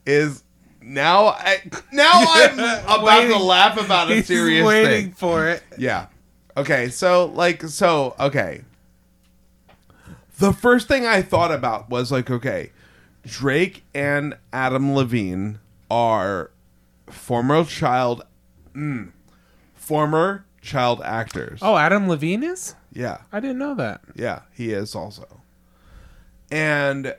[SPEAKER 4] is now I now I'm about to
[SPEAKER 3] Waiting.
[SPEAKER 4] laugh about a
[SPEAKER 3] He's
[SPEAKER 4] serious
[SPEAKER 3] waiting
[SPEAKER 4] thing.
[SPEAKER 3] for it.
[SPEAKER 4] Yeah. Okay, so like so okay. The first thing I thought about was like okay, Drake and Adam Levine are former child mm, former child actors.
[SPEAKER 3] Oh, Adam Levine is?
[SPEAKER 4] Yeah.
[SPEAKER 3] I didn't know that.
[SPEAKER 4] Yeah, he is also. And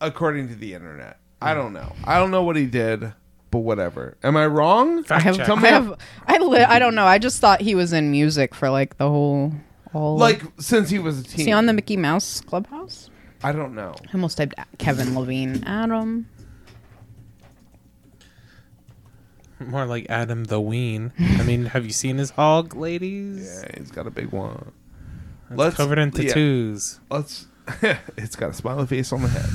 [SPEAKER 4] according to the internet, I
[SPEAKER 3] Hmm.
[SPEAKER 4] don't know. I don't know what he did, but whatever. Am I wrong?
[SPEAKER 3] Fact
[SPEAKER 2] I have,
[SPEAKER 3] check.
[SPEAKER 4] Tell me-
[SPEAKER 2] I have, I, li- I don't know. I just thought he was in music for like the whole, all
[SPEAKER 4] Like since he was a teen.
[SPEAKER 2] is he on the Mickey Mouse Clubhouse?
[SPEAKER 4] I don't know.
[SPEAKER 2] I almost typed Kevin Levine, Adam.
[SPEAKER 3] More like Adam the Ween. I mean, have you seen his hog, ladies?
[SPEAKER 4] Yeah, he's got a big one. Let's
[SPEAKER 3] Covered in
[SPEAKER 4] yeah,
[SPEAKER 3] tattoos.
[SPEAKER 4] let's. it's got a smiley face on the head.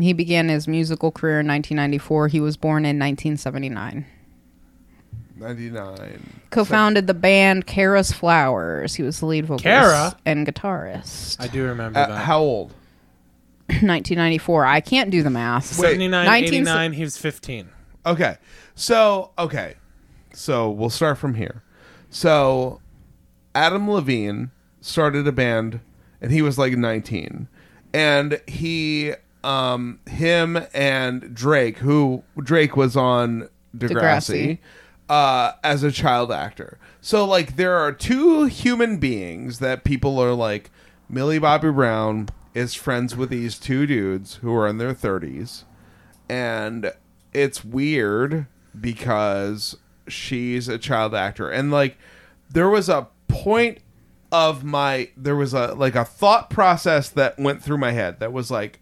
[SPEAKER 2] He began his musical career in 1994. He was born in 1979.
[SPEAKER 4] Ninety nine.
[SPEAKER 2] Co-founded the band Kara's Flowers. He was the lead vocalist
[SPEAKER 3] Kara?
[SPEAKER 2] and guitarist.
[SPEAKER 3] I do remember
[SPEAKER 4] Uh,
[SPEAKER 3] that.
[SPEAKER 4] how old?
[SPEAKER 2] 1994. I can't do the math.
[SPEAKER 4] Wait.
[SPEAKER 3] 79,
[SPEAKER 2] 19
[SPEAKER 3] 89, he was 15.
[SPEAKER 4] Okay, so okay, so we'll start from here. So Adam Levine started a band, and he was like nineteen, and he, um, him and Drake, who Drake was on Degrassi,
[SPEAKER 2] Degrassi.
[SPEAKER 4] uh, as a child actor. So like there are two human beings that people are like Millie Bobby Brown is friends with these two dudes who are in their 30s and it's weird because she's a child actor and like there was a point of my there was a like a thought process that went through my head that was like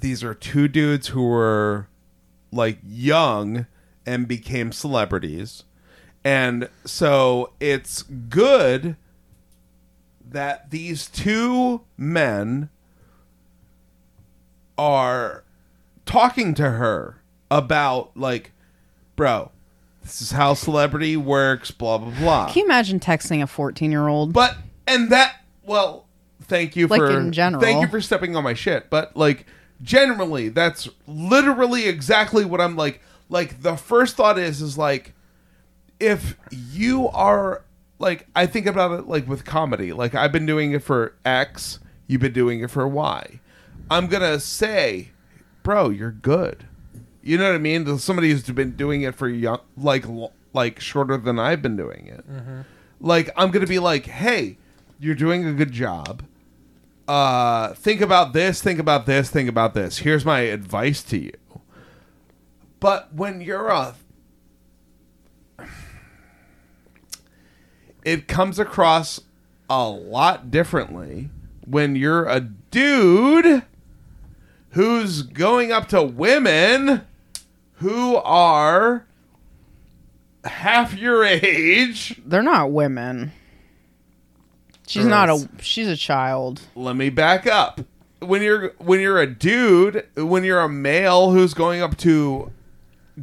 [SPEAKER 4] these are two dudes who were like young and became celebrities. And so it's good that these two men are talking to her about like bro, this is how celebrity works, blah blah blah.
[SPEAKER 2] Can you imagine texting a 14 year old?
[SPEAKER 4] But and that well, thank you
[SPEAKER 2] Like,
[SPEAKER 4] for
[SPEAKER 2] in general.
[SPEAKER 4] Thank you for stepping on my shit. But like generally, that's literally exactly what I'm like. Like the first thought is is like if you are like I think about it like with comedy. Like I've been doing it for X, you've been doing it for Y. I'm gonna say, bro, you're good. You know what I mean? To Somebody who's been doing it for young, like l- like shorter than I've been doing it
[SPEAKER 2] Mm-hmm.
[SPEAKER 4] like I'm gonna be like, hey, you're doing a good job. Uh, think about this, think about this, think about this. Here's my advice to you. But when you're a it comes across a lot differently when you're a dude who's going up to women who are half your age
[SPEAKER 2] They're not women. She's not a. She's a child.
[SPEAKER 4] let me back up. When you're when you're a dude, when you're a male who's going up to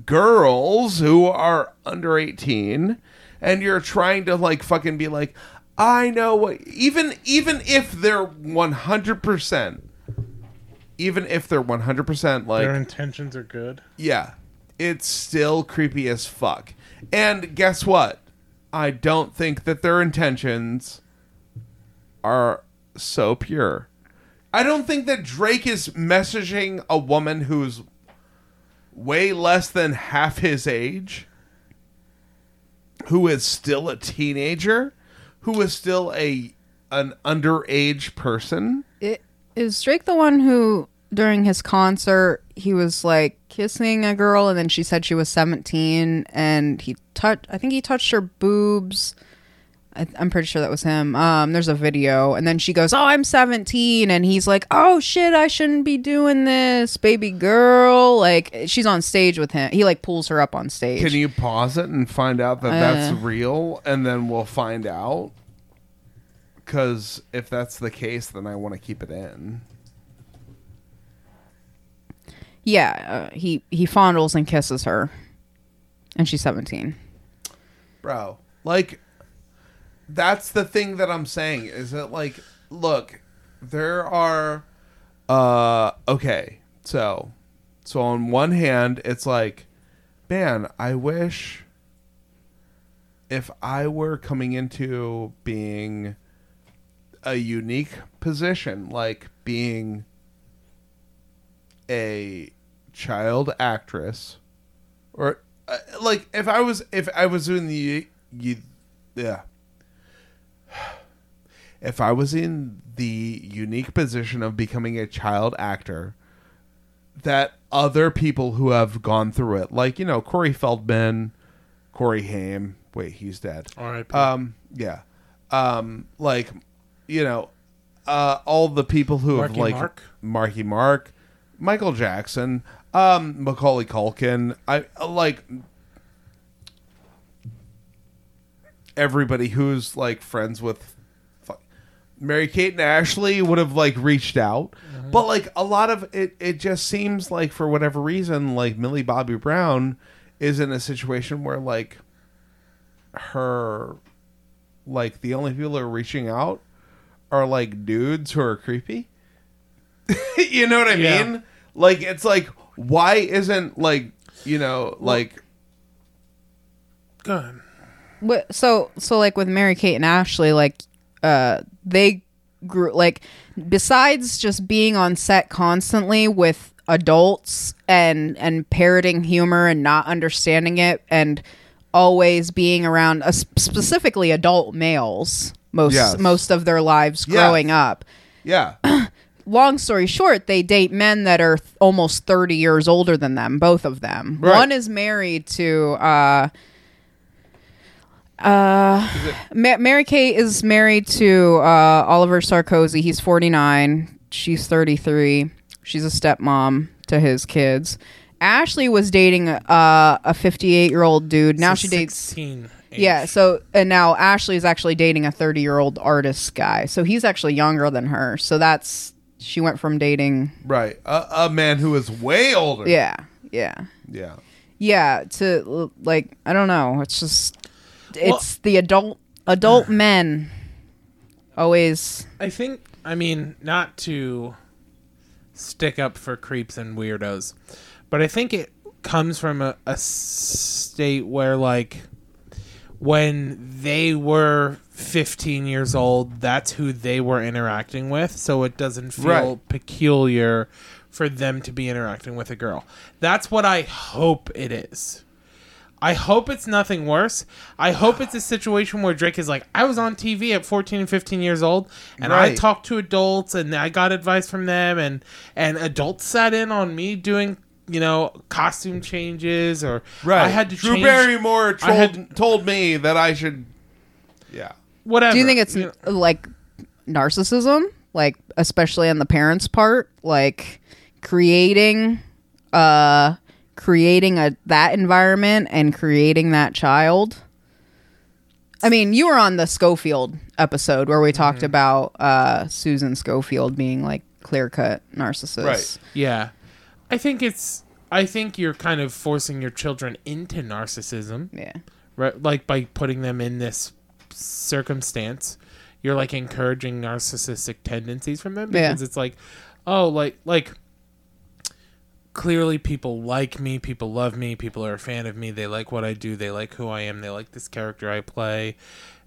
[SPEAKER 4] girls who are under 18 and you're trying to like fucking be like I know what even even if they're 100% even if they're 100% like
[SPEAKER 3] Their intentions are good.
[SPEAKER 4] yeah, it's still creepy as fuck. And guess what? I don't think that their intentions are so pure. I don't think that Drake is messaging a woman who's way less than half his age, who is still a teenager, who is still a an underage person.
[SPEAKER 2] It, is Drake the one who, during his concert, he was like kissing a girl, and then she said she was 17, and he touched. I think he touched her boobs. I, I'm pretty sure that was him. Um, there's a video, and then she goes, "Oh, I'm 17," and he's like, "Oh shit, I shouldn't be doing this, baby girl." Like she's on stage with him. He like pulls her up on stage.
[SPEAKER 4] Can you pause it and find out that that's real, and then we'll find out? Because if that's the case, then I want to keep it in.
[SPEAKER 2] Yeah, uh, he he fondles and kisses her, and she's seventeen.
[SPEAKER 4] bro like that's the thing that i'm saying is that like look there are uh okay so so on one hand it's like man i wish if i were coming into being a unique position like being a child actress or uh, like if I was if I was in the you, yeah if I was in the unique position of becoming a child actor that other people who have gone through it like you know Corey Feldman Corey Haim wait he's dead
[SPEAKER 3] All right.
[SPEAKER 4] um yeah um like you know uh all the people who have
[SPEAKER 3] Marky
[SPEAKER 4] like
[SPEAKER 3] Mark.
[SPEAKER 4] Marky Mark Michael Jackson um Macaulay Culkin I like everybody who's like friends with fu- Mary Kate and Ashley would have like reached out, but like a lot of it, it just seems like for whatever reason, like Millie Bobby Brown is in a situation where like her, like the only people who are reaching out are like dudes who are creepy. you know what I
[SPEAKER 3] Yeah.
[SPEAKER 4] mean? Like it's like why isn't like you know like
[SPEAKER 3] Good.
[SPEAKER 2] But so so like with Mary Kate and Ashley, like uh they grew like besides just being on set constantly with adults and and parroting humor and not understanding it and always being around uh, s- specifically adult males most
[SPEAKER 4] Yes.
[SPEAKER 2] most of their lives growing up
[SPEAKER 4] Yeah.
[SPEAKER 2] long story short, they date men that are th- almost 30 years older than them, both of them.
[SPEAKER 4] Right.
[SPEAKER 2] One is married to uh uh Ma- Mary Kate is married to uh Oliver Sarkozy. He's 49, she's 33. She's a stepmom to his kids. Ashley was dating uh, a 58-year-old dude. Now
[SPEAKER 3] So
[SPEAKER 2] she dates
[SPEAKER 3] 16 age.
[SPEAKER 2] yeah, so and now Ashley is actually dating a 30 year old artist guy. So he's actually younger than her. So that's she went from dating
[SPEAKER 4] Right. A, a man who is way older.
[SPEAKER 2] yeah, yeah.
[SPEAKER 4] Yeah.
[SPEAKER 2] Yeah, to l- like I don't know, it's just it's the adult adult men always
[SPEAKER 3] I think, I mean, not to stick up for creeps and weirdos, but I think it comes from a, a state where, like, when they were 15 years old, that's who they were interacting with, so it doesn't feel
[SPEAKER 4] Right.
[SPEAKER 3] peculiar for them to be interacting with a girl. That's what I hope it is. I hope it's nothing worse. I hope it's a situation where Drake is like, I was on TV at 14 and 15 years old, and I
[SPEAKER 4] Right.
[SPEAKER 3] talked to adults, and I got advice from them, and and adults sat in on me doing, you know, costume changes, or
[SPEAKER 4] Right.
[SPEAKER 3] I had to
[SPEAKER 4] Drew
[SPEAKER 3] change
[SPEAKER 4] Barrymore
[SPEAKER 3] I
[SPEAKER 4] told,
[SPEAKER 3] had-
[SPEAKER 4] told me that I should. Yeah.
[SPEAKER 3] whatever.
[SPEAKER 2] Do you think it's
[SPEAKER 3] know,
[SPEAKER 2] like narcissism? Like especially on the parents' part, like creating uh creating a that environment and creating that child. I mean, you were on the Schofield episode where we talked about uh Susan Schofield being like clear cut narcissist.
[SPEAKER 4] Right.
[SPEAKER 3] yeah? I think it's. I think you're kind of forcing your children into narcissism.
[SPEAKER 2] Yeah.
[SPEAKER 3] right? Like by putting them in this circumstance, you're like encouraging narcissistic tendencies from them
[SPEAKER 2] Yeah.
[SPEAKER 3] because it's like, oh, like like clearly people like me, people love me, people are a fan of me, they like what I do, they like who I am, they like this character I play.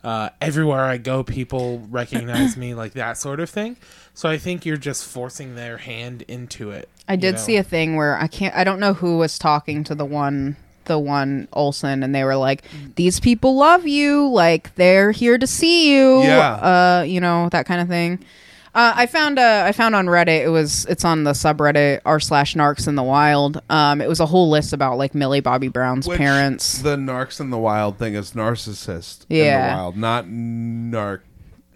[SPEAKER 3] Uh, everywhere I go, people recognize me, like that sort of thing. So I think you're just forcing their hand into it.
[SPEAKER 2] I
[SPEAKER 3] you
[SPEAKER 2] did
[SPEAKER 3] know?
[SPEAKER 2] see a thing where I can't. I don't know who was talking to the one, the one Olson, and they were like, "These people love you. Like they're here to see you.
[SPEAKER 4] Yeah.
[SPEAKER 2] Uh, you know that kind of thing." Uh, I found uh, I found on Reddit it was it's on the subreddit r slash Narcs in the Wild. Um, it was a whole list about like Millie Bobby Brown's
[SPEAKER 4] Which
[SPEAKER 2] parents.
[SPEAKER 4] The narcs in the wild thing is narcissist in
[SPEAKER 2] Yeah.
[SPEAKER 4] the wild, not narc.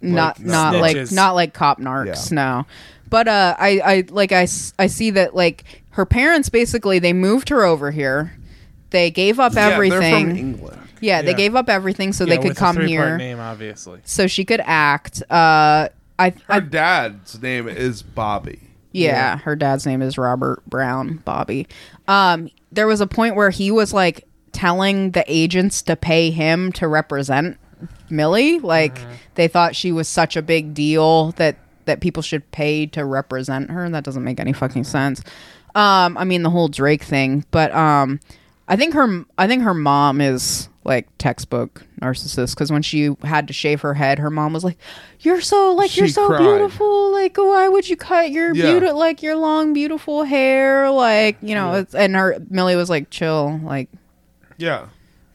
[SPEAKER 2] not
[SPEAKER 4] like,
[SPEAKER 2] not like
[SPEAKER 3] Snitches.
[SPEAKER 2] not like cop narcs no but uh i i like I, s- I see that like her parents basically they moved her over here they gave up
[SPEAKER 4] Yeah, They're from
[SPEAKER 2] everything
[SPEAKER 4] England.
[SPEAKER 2] yeah they
[SPEAKER 3] Yeah.
[SPEAKER 2] gave up everything so
[SPEAKER 3] Yeah,
[SPEAKER 2] they could
[SPEAKER 3] with a
[SPEAKER 2] come
[SPEAKER 3] three-part
[SPEAKER 2] here
[SPEAKER 3] Name obviously.
[SPEAKER 2] so she could act uh i,
[SPEAKER 4] Her
[SPEAKER 2] I
[SPEAKER 4] dad's name is Bobby.
[SPEAKER 2] yeah, her dad's name is Robert Brown Bobby. Um, there was a point where he was like telling the agents to pay him to represent Millie. Like
[SPEAKER 4] Uh-huh.
[SPEAKER 2] they thought she was such a big deal that that people should pay to represent her. That doesn't make any fucking sense. Um, I mean the whole Drake thing, but um, I think her I think her mom is like textbook narcissist because when she had to shave her head, her mom was like, "You're so like you're
[SPEAKER 4] She
[SPEAKER 2] so
[SPEAKER 4] cried.
[SPEAKER 2] beautiful. Like why would you cut your
[SPEAKER 4] Yeah.
[SPEAKER 2] beautiful like your long beautiful hair? Like you know." It's, and her Millie was like, "Chill. Like
[SPEAKER 4] Yeah.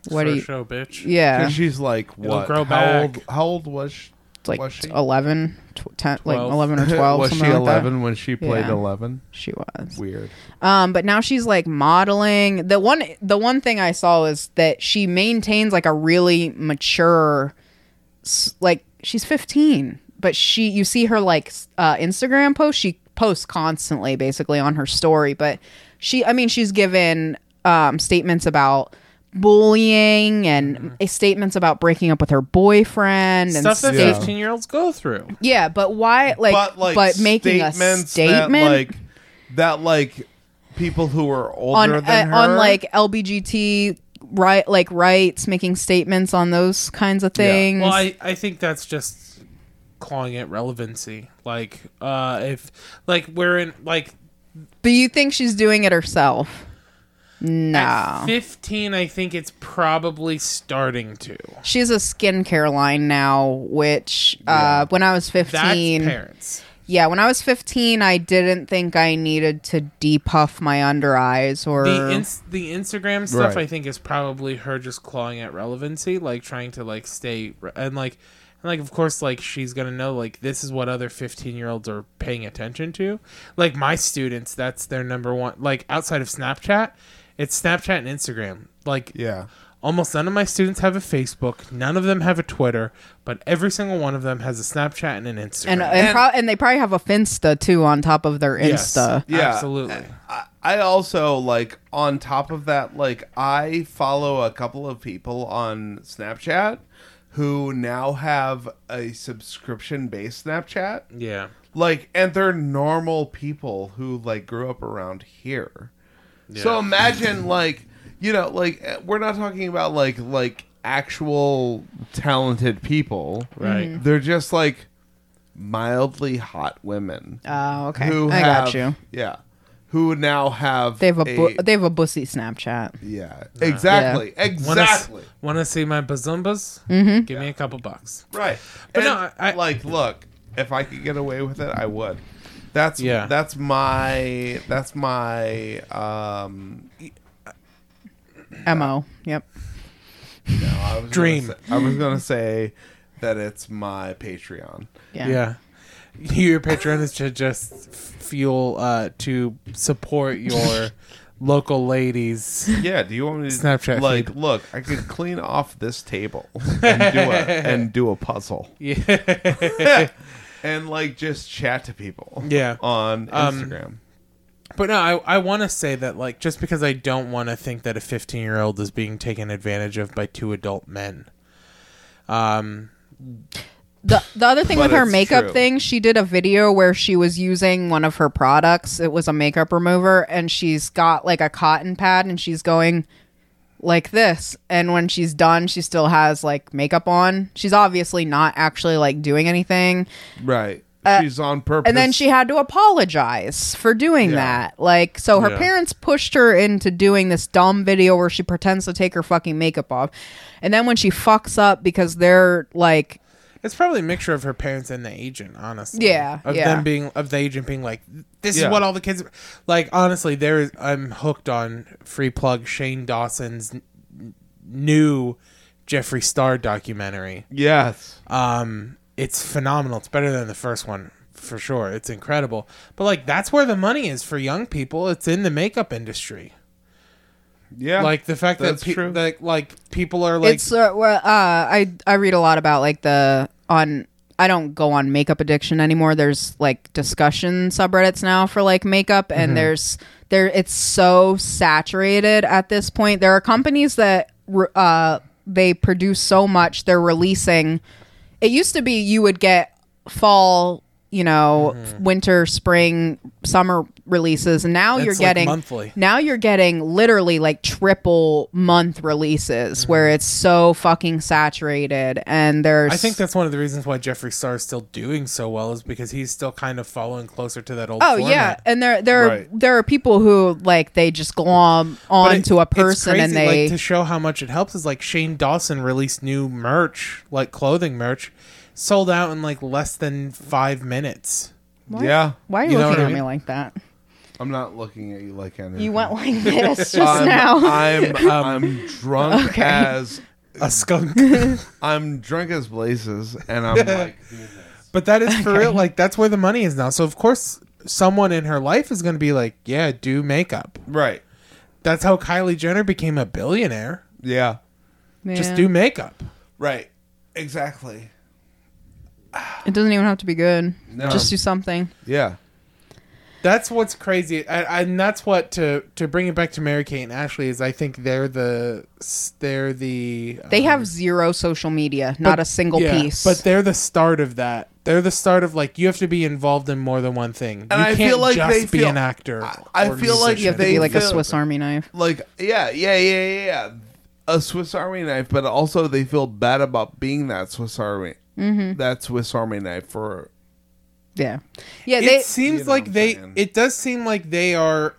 [SPEAKER 2] what
[SPEAKER 3] For
[SPEAKER 2] do you?
[SPEAKER 3] show, bitch?
[SPEAKER 2] Yeah,
[SPEAKER 4] And she's like, what?
[SPEAKER 3] grow
[SPEAKER 4] how,
[SPEAKER 3] back.
[SPEAKER 4] Old, how old was she?
[SPEAKER 2] it's like
[SPEAKER 4] was she?
[SPEAKER 2] 11, tw- 10, like
[SPEAKER 3] Twelve.
[SPEAKER 2] eleven or twelve.
[SPEAKER 4] was she
[SPEAKER 2] something like that.
[SPEAKER 4] 11 when she played
[SPEAKER 2] Yeah.
[SPEAKER 4] 11?
[SPEAKER 2] She was.
[SPEAKER 4] Weird.
[SPEAKER 2] Um, but now she's like modeling. The one the one thing I saw is that she maintains like a really mature s- like she's 15, but she you see her like s- uh Instagram post, she posts constantly basically on her story, but she I mean she's given um statements about bullying and statements about breaking up with her boyfriend and
[SPEAKER 3] Mm-hmm. Stuff that
[SPEAKER 2] sta-
[SPEAKER 4] Yeah.
[SPEAKER 3] fifteen year olds go through.
[SPEAKER 2] yeah, but why like but, making a
[SPEAKER 4] statements
[SPEAKER 2] statement
[SPEAKER 4] That, like, that, like, people who are
[SPEAKER 2] on
[SPEAKER 4] older than
[SPEAKER 2] uh,
[SPEAKER 4] her.
[SPEAKER 2] on like LBGT right like rights making statements on those kinds of things.
[SPEAKER 3] Well, I, I think that's just calling it relevancy. Like, uh, if like we're in like
[SPEAKER 2] Do you think she's doing it herself?
[SPEAKER 3] at
[SPEAKER 2] No.
[SPEAKER 3] fifteen, I think it's probably starting to.
[SPEAKER 2] She's a skincare line now, which uh, when I was
[SPEAKER 3] That's
[SPEAKER 2] 15,
[SPEAKER 3] parents.
[SPEAKER 2] Yeah, when I was 15, I didn't think I needed to depuff my under eyes or
[SPEAKER 3] The ins- the Instagram stuff
[SPEAKER 4] Right.
[SPEAKER 3] I think is probably her just clawing at relevancy, like trying to like stay re- and like and like of course like she's gonna know like this is what other fifteen year olds are paying attention to. Like my students, that's their number one. Like outside of Snapchat, it's Snapchat and Instagram. Like
[SPEAKER 4] Yeah.
[SPEAKER 3] Almost none of my students have a Facebook. None of them have a Twitter, but every single one of them has a Snapchat and an Instagram.
[SPEAKER 2] and and, pro- and they probably have a Finsta too on top of their
[SPEAKER 3] Yes,
[SPEAKER 2] Insta.
[SPEAKER 4] Yeah.
[SPEAKER 3] absolutely.
[SPEAKER 4] I, I also like on top of that, like I follow a couple of people on Snapchat who now have a subscription based Snapchat.
[SPEAKER 3] Yeah,
[SPEAKER 4] Like, and they're normal people who like grew up around here. So imagine like you know like eh, we're not talking about like like actual talented people.
[SPEAKER 3] right.
[SPEAKER 4] They're just like mildly hot women
[SPEAKER 2] Oh, okay.
[SPEAKER 4] who
[SPEAKER 2] I
[SPEAKER 4] have,
[SPEAKER 2] got you.
[SPEAKER 4] Yeah. Who now have
[SPEAKER 2] They have a, bu- they have a bussy Snapchat.
[SPEAKER 4] yeah exactly
[SPEAKER 3] Want
[SPEAKER 4] exactly
[SPEAKER 3] to want to see my bazumbas? Mm-hmm. Give me a couple bucks.
[SPEAKER 4] right
[SPEAKER 3] But
[SPEAKER 4] but
[SPEAKER 3] no, I- I-
[SPEAKER 4] like look if I could get away with it I would that's
[SPEAKER 3] Yeah.
[SPEAKER 4] yeah that's my that's my um
[SPEAKER 2] Mo. Yep.
[SPEAKER 4] I was gonna
[SPEAKER 3] Dream.
[SPEAKER 4] say- I was gonna say that it's my Patreon
[SPEAKER 2] Yeah.
[SPEAKER 3] Yeah. Your Patreon is to just f- fuel uh, to support your local ladies.
[SPEAKER 4] yeah do you want me to
[SPEAKER 3] Snapchat
[SPEAKER 4] like
[SPEAKER 3] feed.
[SPEAKER 4] look I could clean off this table and do a and do a puzzle
[SPEAKER 3] Yeah.
[SPEAKER 4] and like just chat to people
[SPEAKER 3] Yeah.
[SPEAKER 4] on
[SPEAKER 3] Um,
[SPEAKER 4] Instagram.
[SPEAKER 3] But no, I, I want to say that, like, just because I don't want to think that a 15 year old is being taken advantage of by two adult men. Um,
[SPEAKER 2] The, the other thing
[SPEAKER 4] But
[SPEAKER 2] with her
[SPEAKER 4] it's
[SPEAKER 2] makeup
[SPEAKER 4] true.
[SPEAKER 2] thing, she did a video where she was using one of her products. It was a makeup remover, and she's got like a cotton pad, and she's going like this. And when she's done, she still has like makeup on. She's obviously not actually like doing anything.
[SPEAKER 4] Right. She's on purpose.
[SPEAKER 2] Uh, and then she had to apologize for doing that. Like, so her
[SPEAKER 3] Yeah.
[SPEAKER 2] parents pushed her into doing this dumb video where she pretends to take her fucking makeup off. And then when she fucks up because they're like,
[SPEAKER 3] it's probably a mixture of her parents and the agent, honestly.
[SPEAKER 2] Yeah,
[SPEAKER 3] Of
[SPEAKER 2] yeah.
[SPEAKER 3] them being, of the agent being like, this
[SPEAKER 4] Yeah.
[SPEAKER 3] is what all the kids, like, honestly, there is, I'm hooked on free plug Shane Dawson's n- n- new Jeffree Star documentary.
[SPEAKER 4] Yes.
[SPEAKER 3] Um, it's phenomenal. It's better than the first one for sure. It's incredible. But like that's where the money is for young people. It's in the makeup industry.
[SPEAKER 4] Yeah.
[SPEAKER 3] Like the fact
[SPEAKER 4] That's
[SPEAKER 3] that pe-
[SPEAKER 4] true.
[SPEAKER 3] like like people are like
[SPEAKER 2] it's, uh, well, uh, I, I read a lot about like the, on, I don't go on makeup addiction anymore. There's like discussion subreddits now for like makeup,
[SPEAKER 3] Mm-hmm.
[SPEAKER 2] and there's, there, it's so saturated at this point. There are companies that, re- uh, they produce so much, they're releasing it used to be you would get fall you know
[SPEAKER 3] Mm-hmm.
[SPEAKER 2] f- winter spring summer releases and now you're
[SPEAKER 3] like
[SPEAKER 2] getting
[SPEAKER 3] monthly.
[SPEAKER 2] now you're getting literally like triple month releases
[SPEAKER 3] Mm-hmm.
[SPEAKER 2] where it's so fucking saturated and there's
[SPEAKER 3] I think that's one of the reasons why Jeffree Star is still doing so well is because he's still kind of following closer to that old
[SPEAKER 2] Oh yeah,
[SPEAKER 3] format.
[SPEAKER 2] and there there
[SPEAKER 4] Right.
[SPEAKER 2] are, there are people who like they just glom
[SPEAKER 3] But it-
[SPEAKER 2] onto a
[SPEAKER 3] it's
[SPEAKER 2] person
[SPEAKER 3] crazy,
[SPEAKER 2] and they
[SPEAKER 3] like to show how much it helps is like Shane Dawson released new merch, like clothing merch, sold out in like less than 5 minutes.
[SPEAKER 4] Yeah.
[SPEAKER 2] why are you,
[SPEAKER 3] you know
[SPEAKER 2] looking
[SPEAKER 3] what I
[SPEAKER 2] at
[SPEAKER 3] mean?
[SPEAKER 2] me like that?
[SPEAKER 4] I'm not looking at you like anything.
[SPEAKER 2] You went like this just
[SPEAKER 4] I'm,
[SPEAKER 2] now.
[SPEAKER 4] I'm
[SPEAKER 3] Um,
[SPEAKER 4] I'm drunk as
[SPEAKER 2] Mm.
[SPEAKER 3] A skunk.
[SPEAKER 4] I'm drunk as blazes and I'm like
[SPEAKER 3] But that is for real. Like that's where the money is now. So of course, someone in her life is going to be like, "Yeah, do makeup."
[SPEAKER 4] right.
[SPEAKER 3] That's how Kylie Jenner became a billionaire.
[SPEAKER 4] Yeah.
[SPEAKER 2] Yeah.
[SPEAKER 3] Just do makeup.
[SPEAKER 4] Right. Exactly.
[SPEAKER 2] it doesn't even have to be good.
[SPEAKER 4] No.
[SPEAKER 2] Just do something.
[SPEAKER 4] Yeah.
[SPEAKER 3] That's what's crazy, I, I- and that's what to to bring it back to Mary Kate and Ashley is. I think they're the s- they're the
[SPEAKER 2] They have zero social media, not a single
[SPEAKER 3] yeah,
[SPEAKER 2] piece.
[SPEAKER 3] but they're the start of that. They're the start of like you have to be involved in more than one thing. you
[SPEAKER 4] And I
[SPEAKER 3] can't
[SPEAKER 4] feel like
[SPEAKER 3] just
[SPEAKER 4] they
[SPEAKER 3] be
[SPEAKER 4] feel-
[SPEAKER 3] an actor.
[SPEAKER 4] I- I
[SPEAKER 3] or
[SPEAKER 4] feel like
[SPEAKER 2] you have to
[SPEAKER 4] they
[SPEAKER 2] be like a
[SPEAKER 4] feel-
[SPEAKER 2] Swiss Army knife.
[SPEAKER 4] Like yeah, yeah, yeah, yeah, yeah. A Swiss Army knife, but also they feel bad about being that Swiss Army. Mm-hmm. That Swiss Army knife for
[SPEAKER 2] Yeah, yeah. They
[SPEAKER 3] it seems
[SPEAKER 4] You know what
[SPEAKER 3] like
[SPEAKER 4] I'm
[SPEAKER 3] they
[SPEAKER 4] saying.
[SPEAKER 3] it does seem like they are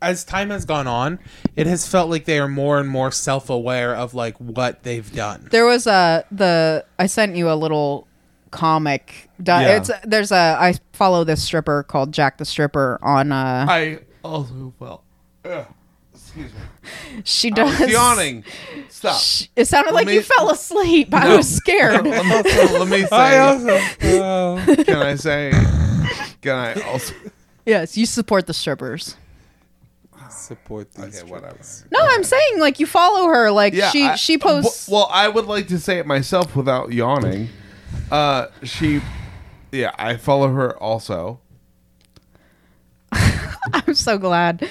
[SPEAKER 3] as time has gone on it has felt like they are more and more self-aware of like what they've done
[SPEAKER 2] there was a the I sent you a little comic. Di-
[SPEAKER 4] Yeah.
[SPEAKER 2] It's there's a I follow this stripper called Jack the Stripper on. Uh,
[SPEAKER 4] I also well. Ugh. Excuse me.
[SPEAKER 2] she does
[SPEAKER 4] It's yawning. Stop.
[SPEAKER 2] Sh- It sounded like
[SPEAKER 4] me-
[SPEAKER 2] you fell asleep. I was scared.
[SPEAKER 4] I'm also- let me
[SPEAKER 3] I
[SPEAKER 4] say.
[SPEAKER 3] also. well,
[SPEAKER 4] Can I say? Can I also?
[SPEAKER 2] yes, you support the strippers.
[SPEAKER 3] support these.
[SPEAKER 4] Okay, whatever.
[SPEAKER 2] No, I'm saying like you follow her. Like she
[SPEAKER 4] I- uh,
[SPEAKER 2] she posts.
[SPEAKER 4] w- Well, I would like to say it myself without yawning. Uh, she, yeah, I follow her also.
[SPEAKER 2] I'm so glad.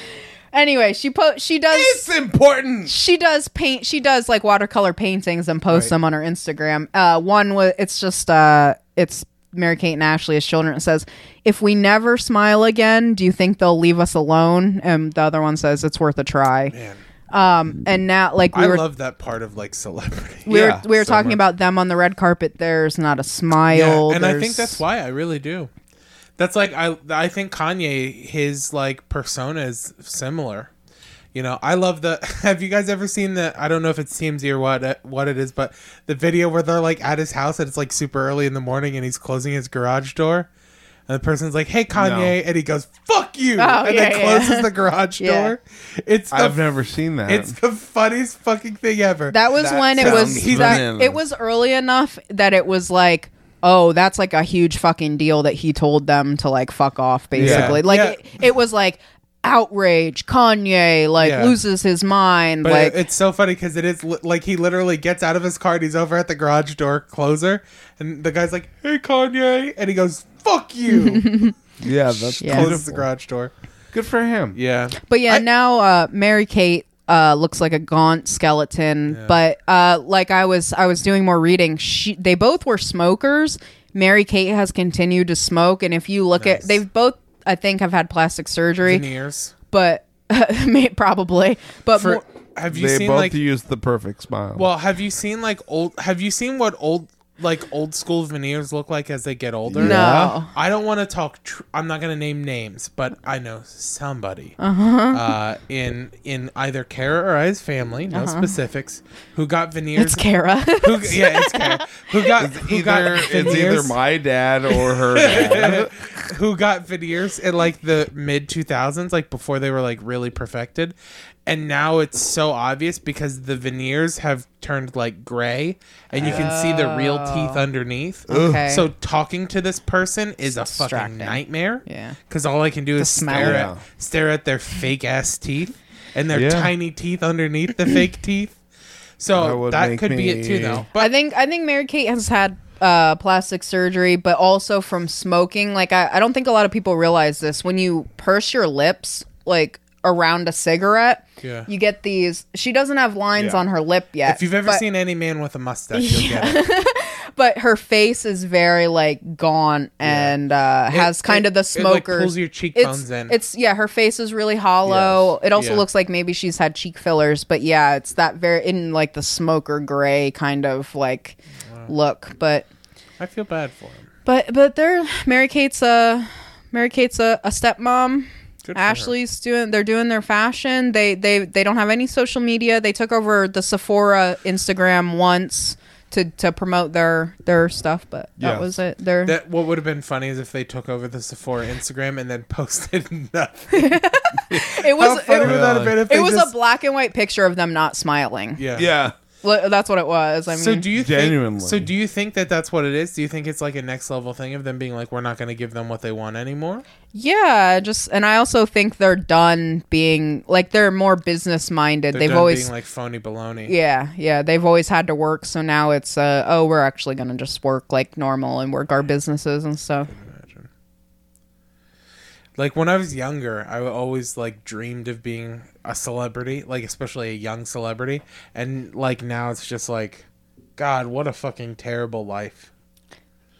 [SPEAKER 2] Anyway, she po- she does.
[SPEAKER 4] It's important.
[SPEAKER 2] she does paint she does like watercolor paintings and posts them on her instagram uh one was it's just uh it's mary kate and ashley as children it says if we never smile again do you think they'll leave us alone and the other one says it's worth a try um and now like we
[SPEAKER 3] I
[SPEAKER 2] were
[SPEAKER 3] love that part of like celebrity.
[SPEAKER 2] we
[SPEAKER 4] yeah,
[SPEAKER 2] were, we were
[SPEAKER 4] so
[SPEAKER 2] talking
[SPEAKER 4] much.
[SPEAKER 2] about them on the red carpet there's not a
[SPEAKER 3] Yeah,
[SPEAKER 2] smile
[SPEAKER 3] and I think
[SPEAKER 2] there's-
[SPEAKER 3] that's why I really do. That's like I I think Kanye his like persona is similar. You know, I love the. Have you guys ever seen the? I don't know if it's TMZ or what what it is, but the video where they're like at his house and it's like super early in the morning and he's closing his garage door, and the person's like, "Hey Kanye," and he goes, "Fuck you,"
[SPEAKER 2] Oh,
[SPEAKER 3] and
[SPEAKER 2] yeah,
[SPEAKER 3] then
[SPEAKER 2] yeah.
[SPEAKER 3] closes the garage
[SPEAKER 2] Yeah.
[SPEAKER 3] door. It's the,
[SPEAKER 4] I've never seen that.
[SPEAKER 3] It's the funniest fucking thing ever.
[SPEAKER 2] That was
[SPEAKER 4] That
[SPEAKER 2] when it
[SPEAKER 4] sounds
[SPEAKER 2] was
[SPEAKER 4] He's
[SPEAKER 2] that,
[SPEAKER 4] bananas.
[SPEAKER 2] it was early enough that it was like oh that's like a huge fucking deal that he told them to like fuck off basically
[SPEAKER 3] Yeah.
[SPEAKER 2] like
[SPEAKER 3] Yeah.
[SPEAKER 2] It, it was like outrage Kanye like
[SPEAKER 3] Yeah.
[SPEAKER 2] loses his mind
[SPEAKER 3] But
[SPEAKER 2] like
[SPEAKER 3] it- it's so funny because it is li- like he literally gets out of his car and he's over at the garage door closer, and the guy's like, "Hey Kanye," and he goes, "Fuck you!"
[SPEAKER 4] yeah, that's
[SPEAKER 2] Yeah.
[SPEAKER 3] closes the garage door.
[SPEAKER 4] good for him.
[SPEAKER 3] Yeah,
[SPEAKER 2] But yeah, now uh, Mary Kate uh, looks like a gaunt skeleton. But uh, like I was, I was doing more reading. She, they both were smokers. Mary Kate has continued to smoke, and if you look at, they've both, I think, have had plastic surgery,
[SPEAKER 3] veneers.
[SPEAKER 2] but may- probably. But
[SPEAKER 3] For
[SPEAKER 2] more,
[SPEAKER 3] have you
[SPEAKER 4] They
[SPEAKER 3] seen
[SPEAKER 4] both
[SPEAKER 3] like
[SPEAKER 4] use the perfect smile.
[SPEAKER 3] well, have you seen like old? Have you seen what old like old school veneers look like as they get older?
[SPEAKER 2] no,
[SPEAKER 4] Yeah.
[SPEAKER 3] I don't want to talk. Tr- I'm not going to name names, but I know somebody
[SPEAKER 2] Uh-huh.
[SPEAKER 3] uh, in in either Kara or his family, no specifics, who got veneers
[SPEAKER 2] Uh-huh. it's Kara.
[SPEAKER 3] who, yeah, it's Kara. Who got who
[SPEAKER 4] either
[SPEAKER 3] got
[SPEAKER 4] it's either
[SPEAKER 3] veneers,
[SPEAKER 4] my dad or her. dad.
[SPEAKER 3] who got veneers in like the mid two thousands, like before they were like really perfected, and now it's so obvious because the veneers have turned like gray, and you can see the real
[SPEAKER 4] Oh.
[SPEAKER 3] teeth underneath.
[SPEAKER 2] Okay.
[SPEAKER 3] So talking to this person is a fucking
[SPEAKER 2] Distracting.
[SPEAKER 3] nightmare.
[SPEAKER 2] Yeah.
[SPEAKER 3] because all I can do is
[SPEAKER 2] smell.
[SPEAKER 3] stare
[SPEAKER 4] Yeah.
[SPEAKER 3] at stare at their fake ass teeth and their
[SPEAKER 4] Yeah.
[SPEAKER 3] tiny teeth underneath the fake teeth.
[SPEAKER 4] That
[SPEAKER 3] So
[SPEAKER 4] would
[SPEAKER 3] that
[SPEAKER 4] make
[SPEAKER 3] could be it too,
[SPEAKER 4] me-
[SPEAKER 3] though.
[SPEAKER 2] I think I think Mary Kate has had uh, plastic surgery, but also from smoking. Like I, I don't think a lot of people realize this. When you purse your lips like around a cigarette,
[SPEAKER 3] Yeah.
[SPEAKER 2] you get these. She doesn't have lines
[SPEAKER 4] Yeah.
[SPEAKER 2] on her lip yet.
[SPEAKER 3] If you've ever
[SPEAKER 2] but,
[SPEAKER 3] seen any man with a mustache, you'll get it.
[SPEAKER 2] but her face is very like gaunt and uh, has kind
[SPEAKER 3] it-
[SPEAKER 2] of the
[SPEAKER 3] it, like,
[SPEAKER 2] smoker.
[SPEAKER 3] pulls your cheekbones
[SPEAKER 2] it's,
[SPEAKER 3] in.
[SPEAKER 2] It's yeah, her face is really hollow.
[SPEAKER 3] Yes.
[SPEAKER 2] It also
[SPEAKER 3] Yeah.
[SPEAKER 2] looks like maybe she's had cheek fillers, but yeah, it's that very in like the smoker gray kind of like look, but.
[SPEAKER 3] I feel bad for him.
[SPEAKER 2] But but they're Mary Kate's a Mary Kate's a, a stepmom.
[SPEAKER 3] Good for her.
[SPEAKER 2] Ashley's doing they're doing their fashion. They they they don't have any social media. They took over the Sephora Instagram once to to promote their their stuff, but that
[SPEAKER 4] Yes.
[SPEAKER 2] was it. They're
[SPEAKER 3] That what would have been funny is if they took over the Sephora Instagram and then posted nothing.
[SPEAKER 2] it
[SPEAKER 3] How
[SPEAKER 2] was
[SPEAKER 3] funny would
[SPEAKER 2] it,
[SPEAKER 3] that have been if they
[SPEAKER 2] it was
[SPEAKER 3] just,
[SPEAKER 2] a black and white picture of them not smiling.
[SPEAKER 3] yeah.
[SPEAKER 4] yeah.
[SPEAKER 2] Li- that's what it was. I mean,
[SPEAKER 3] So do you
[SPEAKER 4] Genuinely.
[SPEAKER 3] Think, so do you think that that's what it is? Do you think it's like a next level thing of them being like, we're not going to give them what they want anymore?
[SPEAKER 2] yeah, just and I also think they're done being like they're more business minded.
[SPEAKER 3] They're
[SPEAKER 2] They've
[SPEAKER 3] done
[SPEAKER 2] always
[SPEAKER 3] being like phony baloney.
[SPEAKER 2] Yeah, yeah. They've always had to work, so now it's uh oh, we're actually gonna just work like normal and work our businesses and stuff.
[SPEAKER 3] Like when I was younger, I always like dreamed of being a celebrity, like especially a young celebrity, and like now it's just like, God, what a fucking terrible life.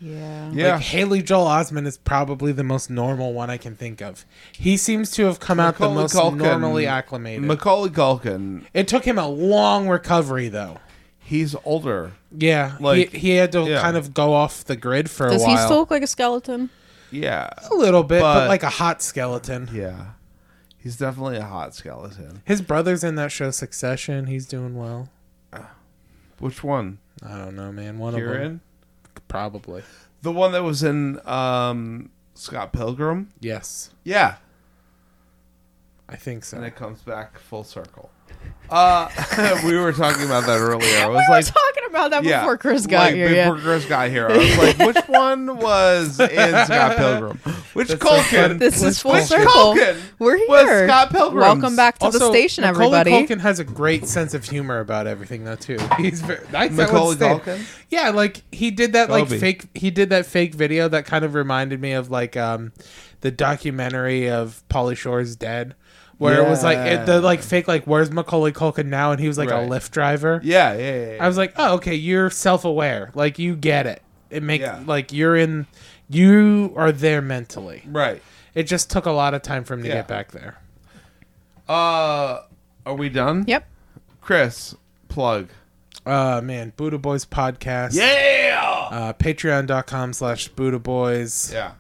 [SPEAKER 2] Yeah.
[SPEAKER 4] Yeah.
[SPEAKER 3] Like Haley Joel Osment is probably the most normal one I can think of. He seems to have come out the
[SPEAKER 4] Macaulay
[SPEAKER 3] most
[SPEAKER 4] Culkin.
[SPEAKER 3] normally acclimated.
[SPEAKER 4] Macaulay Culkin.
[SPEAKER 3] it took him a long recovery though.
[SPEAKER 4] He's older.
[SPEAKER 3] Yeah,
[SPEAKER 4] Like-
[SPEAKER 3] he, he had to
[SPEAKER 4] yeah.
[SPEAKER 3] kind of go off the grid for a
[SPEAKER 2] Does
[SPEAKER 3] while.
[SPEAKER 2] he still look like a skeleton?
[SPEAKER 4] Yeah.
[SPEAKER 2] Oh.
[SPEAKER 3] a little bit, but,
[SPEAKER 4] But-
[SPEAKER 3] like a hot skeleton.
[SPEAKER 4] Yeah. He's definitely a hot skeleton.
[SPEAKER 3] His brother's in that show Succession. He's doing well.
[SPEAKER 4] Which one?
[SPEAKER 3] I don't know, man. One of them
[SPEAKER 4] Kieran?
[SPEAKER 3] probably.
[SPEAKER 4] The one that was in um, Scott Pilgrim.
[SPEAKER 3] Yes,
[SPEAKER 4] Yeah,
[SPEAKER 3] I think so.
[SPEAKER 4] and it comes back full circle. Uh, we were talking about that earlier. I was
[SPEAKER 2] we
[SPEAKER 4] like,
[SPEAKER 2] were talking about that before Chris got
[SPEAKER 4] like,
[SPEAKER 2] here.
[SPEAKER 4] Before
[SPEAKER 2] Yeah.
[SPEAKER 4] Chris got here, I was like, which one was in Scott Pilgrim? Which
[SPEAKER 3] funny.
[SPEAKER 4] Culkin?
[SPEAKER 2] This is full
[SPEAKER 4] Which
[SPEAKER 2] circle.
[SPEAKER 4] Culkin
[SPEAKER 2] We're
[SPEAKER 4] was
[SPEAKER 2] here.
[SPEAKER 4] Scott Pilgrim.
[SPEAKER 2] Welcome back to the
[SPEAKER 3] Also,
[SPEAKER 2] station,
[SPEAKER 3] Macaulay
[SPEAKER 2] everybody.
[SPEAKER 3] Culkin has a great sense of humor about everything, though. Too. He's very, I, I would
[SPEAKER 4] Macaulay
[SPEAKER 3] say-
[SPEAKER 4] Culkin?
[SPEAKER 3] Yeah, like he did that
[SPEAKER 4] Kobe.
[SPEAKER 3] like fake. He did that fake video that kind of reminded me of like um, the documentary of Polly Shore's Dead, where it was like it,
[SPEAKER 4] Yeah.
[SPEAKER 3] the like fake like Where's Macaulay Culkin now? And he was like
[SPEAKER 4] Right.
[SPEAKER 3] a Lyft driver.
[SPEAKER 4] Yeah, yeah, yeah. yeah.
[SPEAKER 3] I was like, oh, okay, you're self aware. Like you get it. It makes
[SPEAKER 4] Yeah.
[SPEAKER 3] like you're in. You are there mentally.
[SPEAKER 4] right.
[SPEAKER 3] It just took a lot of time for him to
[SPEAKER 4] Yeah.
[SPEAKER 3] get back there.
[SPEAKER 4] Uh, are we done?
[SPEAKER 2] Yep.
[SPEAKER 4] Chris, plug.
[SPEAKER 3] Uh man, Buddha Boys podcast.
[SPEAKER 4] Yeah.
[SPEAKER 3] Uh, Patreon.com slash Buddha Boys.
[SPEAKER 4] Yeah.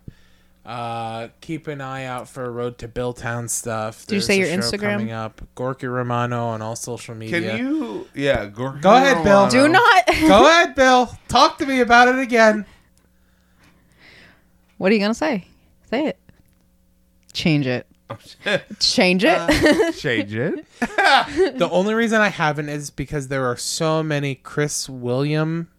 [SPEAKER 3] Uh, keep an eye out for Road to Billtown stuff.
[SPEAKER 2] Did you
[SPEAKER 3] There's
[SPEAKER 2] say
[SPEAKER 3] a
[SPEAKER 2] your
[SPEAKER 3] show
[SPEAKER 2] Instagram?
[SPEAKER 3] coming up? Gorky Romano on all social media.
[SPEAKER 4] Can you? Yeah. Go,
[SPEAKER 3] Go ahead, Bill.
[SPEAKER 2] Do not.
[SPEAKER 3] Go ahead, Bill. Talk to me about it again.
[SPEAKER 2] what are you gonna say? Say it. Change it. Change it.
[SPEAKER 4] change it.
[SPEAKER 3] The only reason I haven't is because there are so many Chris William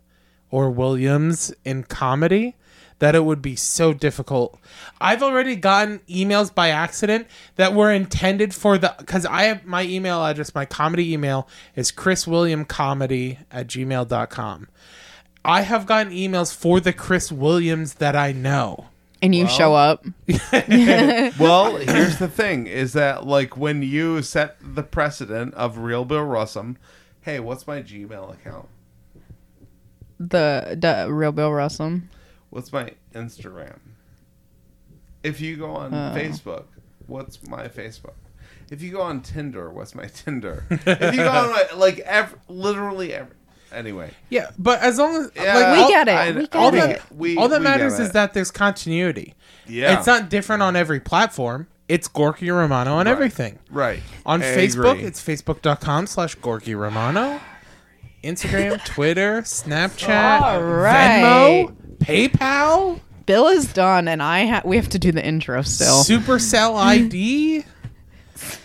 [SPEAKER 3] or Williams in comedy that it would be so difficult. I've already gotten emails by accident that were intended for the because I have my email address, my comedy email is chriswilliamcomedy at gmail.com. I have gotten emails for the Chris Williams that I know.
[SPEAKER 2] and you show up.
[SPEAKER 4] Well, here's the thing: is that like when you set the precedent of real Bill Russum? Hey, what's my Gmail account?
[SPEAKER 2] The, the real Bill Russell.
[SPEAKER 4] What's my Instagram? If you go on
[SPEAKER 2] Oh.
[SPEAKER 4] Facebook, what's my Facebook? If you go on Tinder, what's my Tinder? if you go on my, like ev- literally every anyway.
[SPEAKER 3] Yeah, but as long as
[SPEAKER 4] Yeah,
[SPEAKER 2] we
[SPEAKER 3] all-
[SPEAKER 2] get it. We get
[SPEAKER 3] all
[SPEAKER 2] it.
[SPEAKER 3] that,
[SPEAKER 4] We-
[SPEAKER 3] all that
[SPEAKER 4] we get
[SPEAKER 3] matters
[SPEAKER 4] it.
[SPEAKER 3] is that there's continuity.
[SPEAKER 4] Yeah.
[SPEAKER 3] It's not different on every platform. It's Gorky Romano on everything.
[SPEAKER 4] Right.
[SPEAKER 3] On
[SPEAKER 4] I
[SPEAKER 3] Facebook,
[SPEAKER 4] agree.
[SPEAKER 3] it's facebook.com slash Gorky Romano. Instagram, Twitter, Snapchat,
[SPEAKER 2] All right.
[SPEAKER 3] Venmo, PayPal,
[SPEAKER 2] Bill is done, and I ha- we have to do the intro still.
[SPEAKER 3] Supercell ID.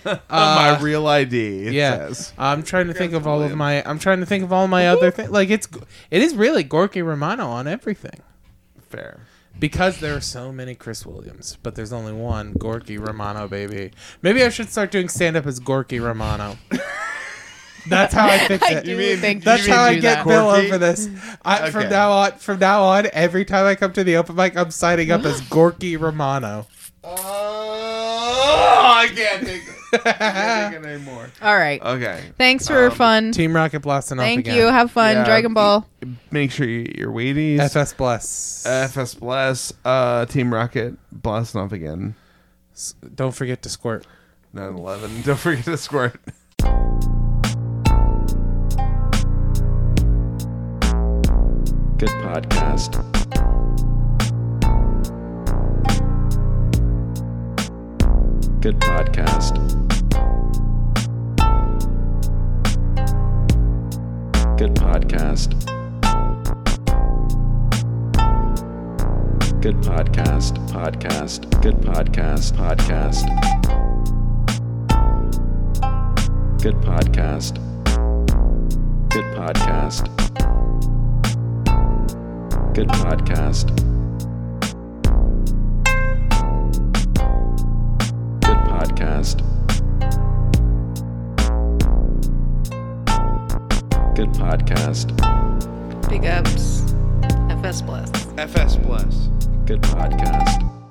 [SPEAKER 4] my real ID. It
[SPEAKER 3] Yeah,
[SPEAKER 4] says.
[SPEAKER 3] I'm trying to think of all of my. I'm trying to think of all my other things. Like it's, it is really Gorky Romano on everything.
[SPEAKER 4] fair.
[SPEAKER 3] Because there are so many Chris Williams, but there's only one Gorky Romano, baby. Maybe I should start doing stand up as Gorky Romano. That's how I fix
[SPEAKER 2] I
[SPEAKER 3] it.
[SPEAKER 2] do think
[SPEAKER 3] That's
[SPEAKER 2] you
[SPEAKER 3] how
[SPEAKER 2] should
[SPEAKER 3] I
[SPEAKER 2] do
[SPEAKER 3] get
[SPEAKER 2] that.
[SPEAKER 3] Bill
[SPEAKER 4] Gorky?
[SPEAKER 3] over this. I, From
[SPEAKER 4] Okay.
[SPEAKER 3] now on, from now on, every time I come to the open mic, I'm signing up as Gorky Romano.
[SPEAKER 4] Oh, I can't take it. I can't take it anymore.
[SPEAKER 2] All right.
[SPEAKER 4] Okay.
[SPEAKER 2] Thanks for fun.
[SPEAKER 3] Team Rocket blasting off
[SPEAKER 2] Thank
[SPEAKER 3] again.
[SPEAKER 2] you. Have fun.
[SPEAKER 4] Yeah.
[SPEAKER 2] Dragon Ball.
[SPEAKER 4] Make sure you eat your Wheaties.
[SPEAKER 3] FS bless.
[SPEAKER 4] FS Bless. Uh, Team Rocket. Blasting off again.
[SPEAKER 3] Don't forget to squirt.
[SPEAKER 4] 9-11. Don't forget to squirt.
[SPEAKER 7] Good podcast. Good podcast. Good podcast. Good podcast. Podcast. Good podcast. Podcast. Good podcast. Good podcast. Good podcast. Good podcast. Good podcast.
[SPEAKER 2] Big ups. FS Bless.
[SPEAKER 4] FS Bless.
[SPEAKER 7] Good podcast.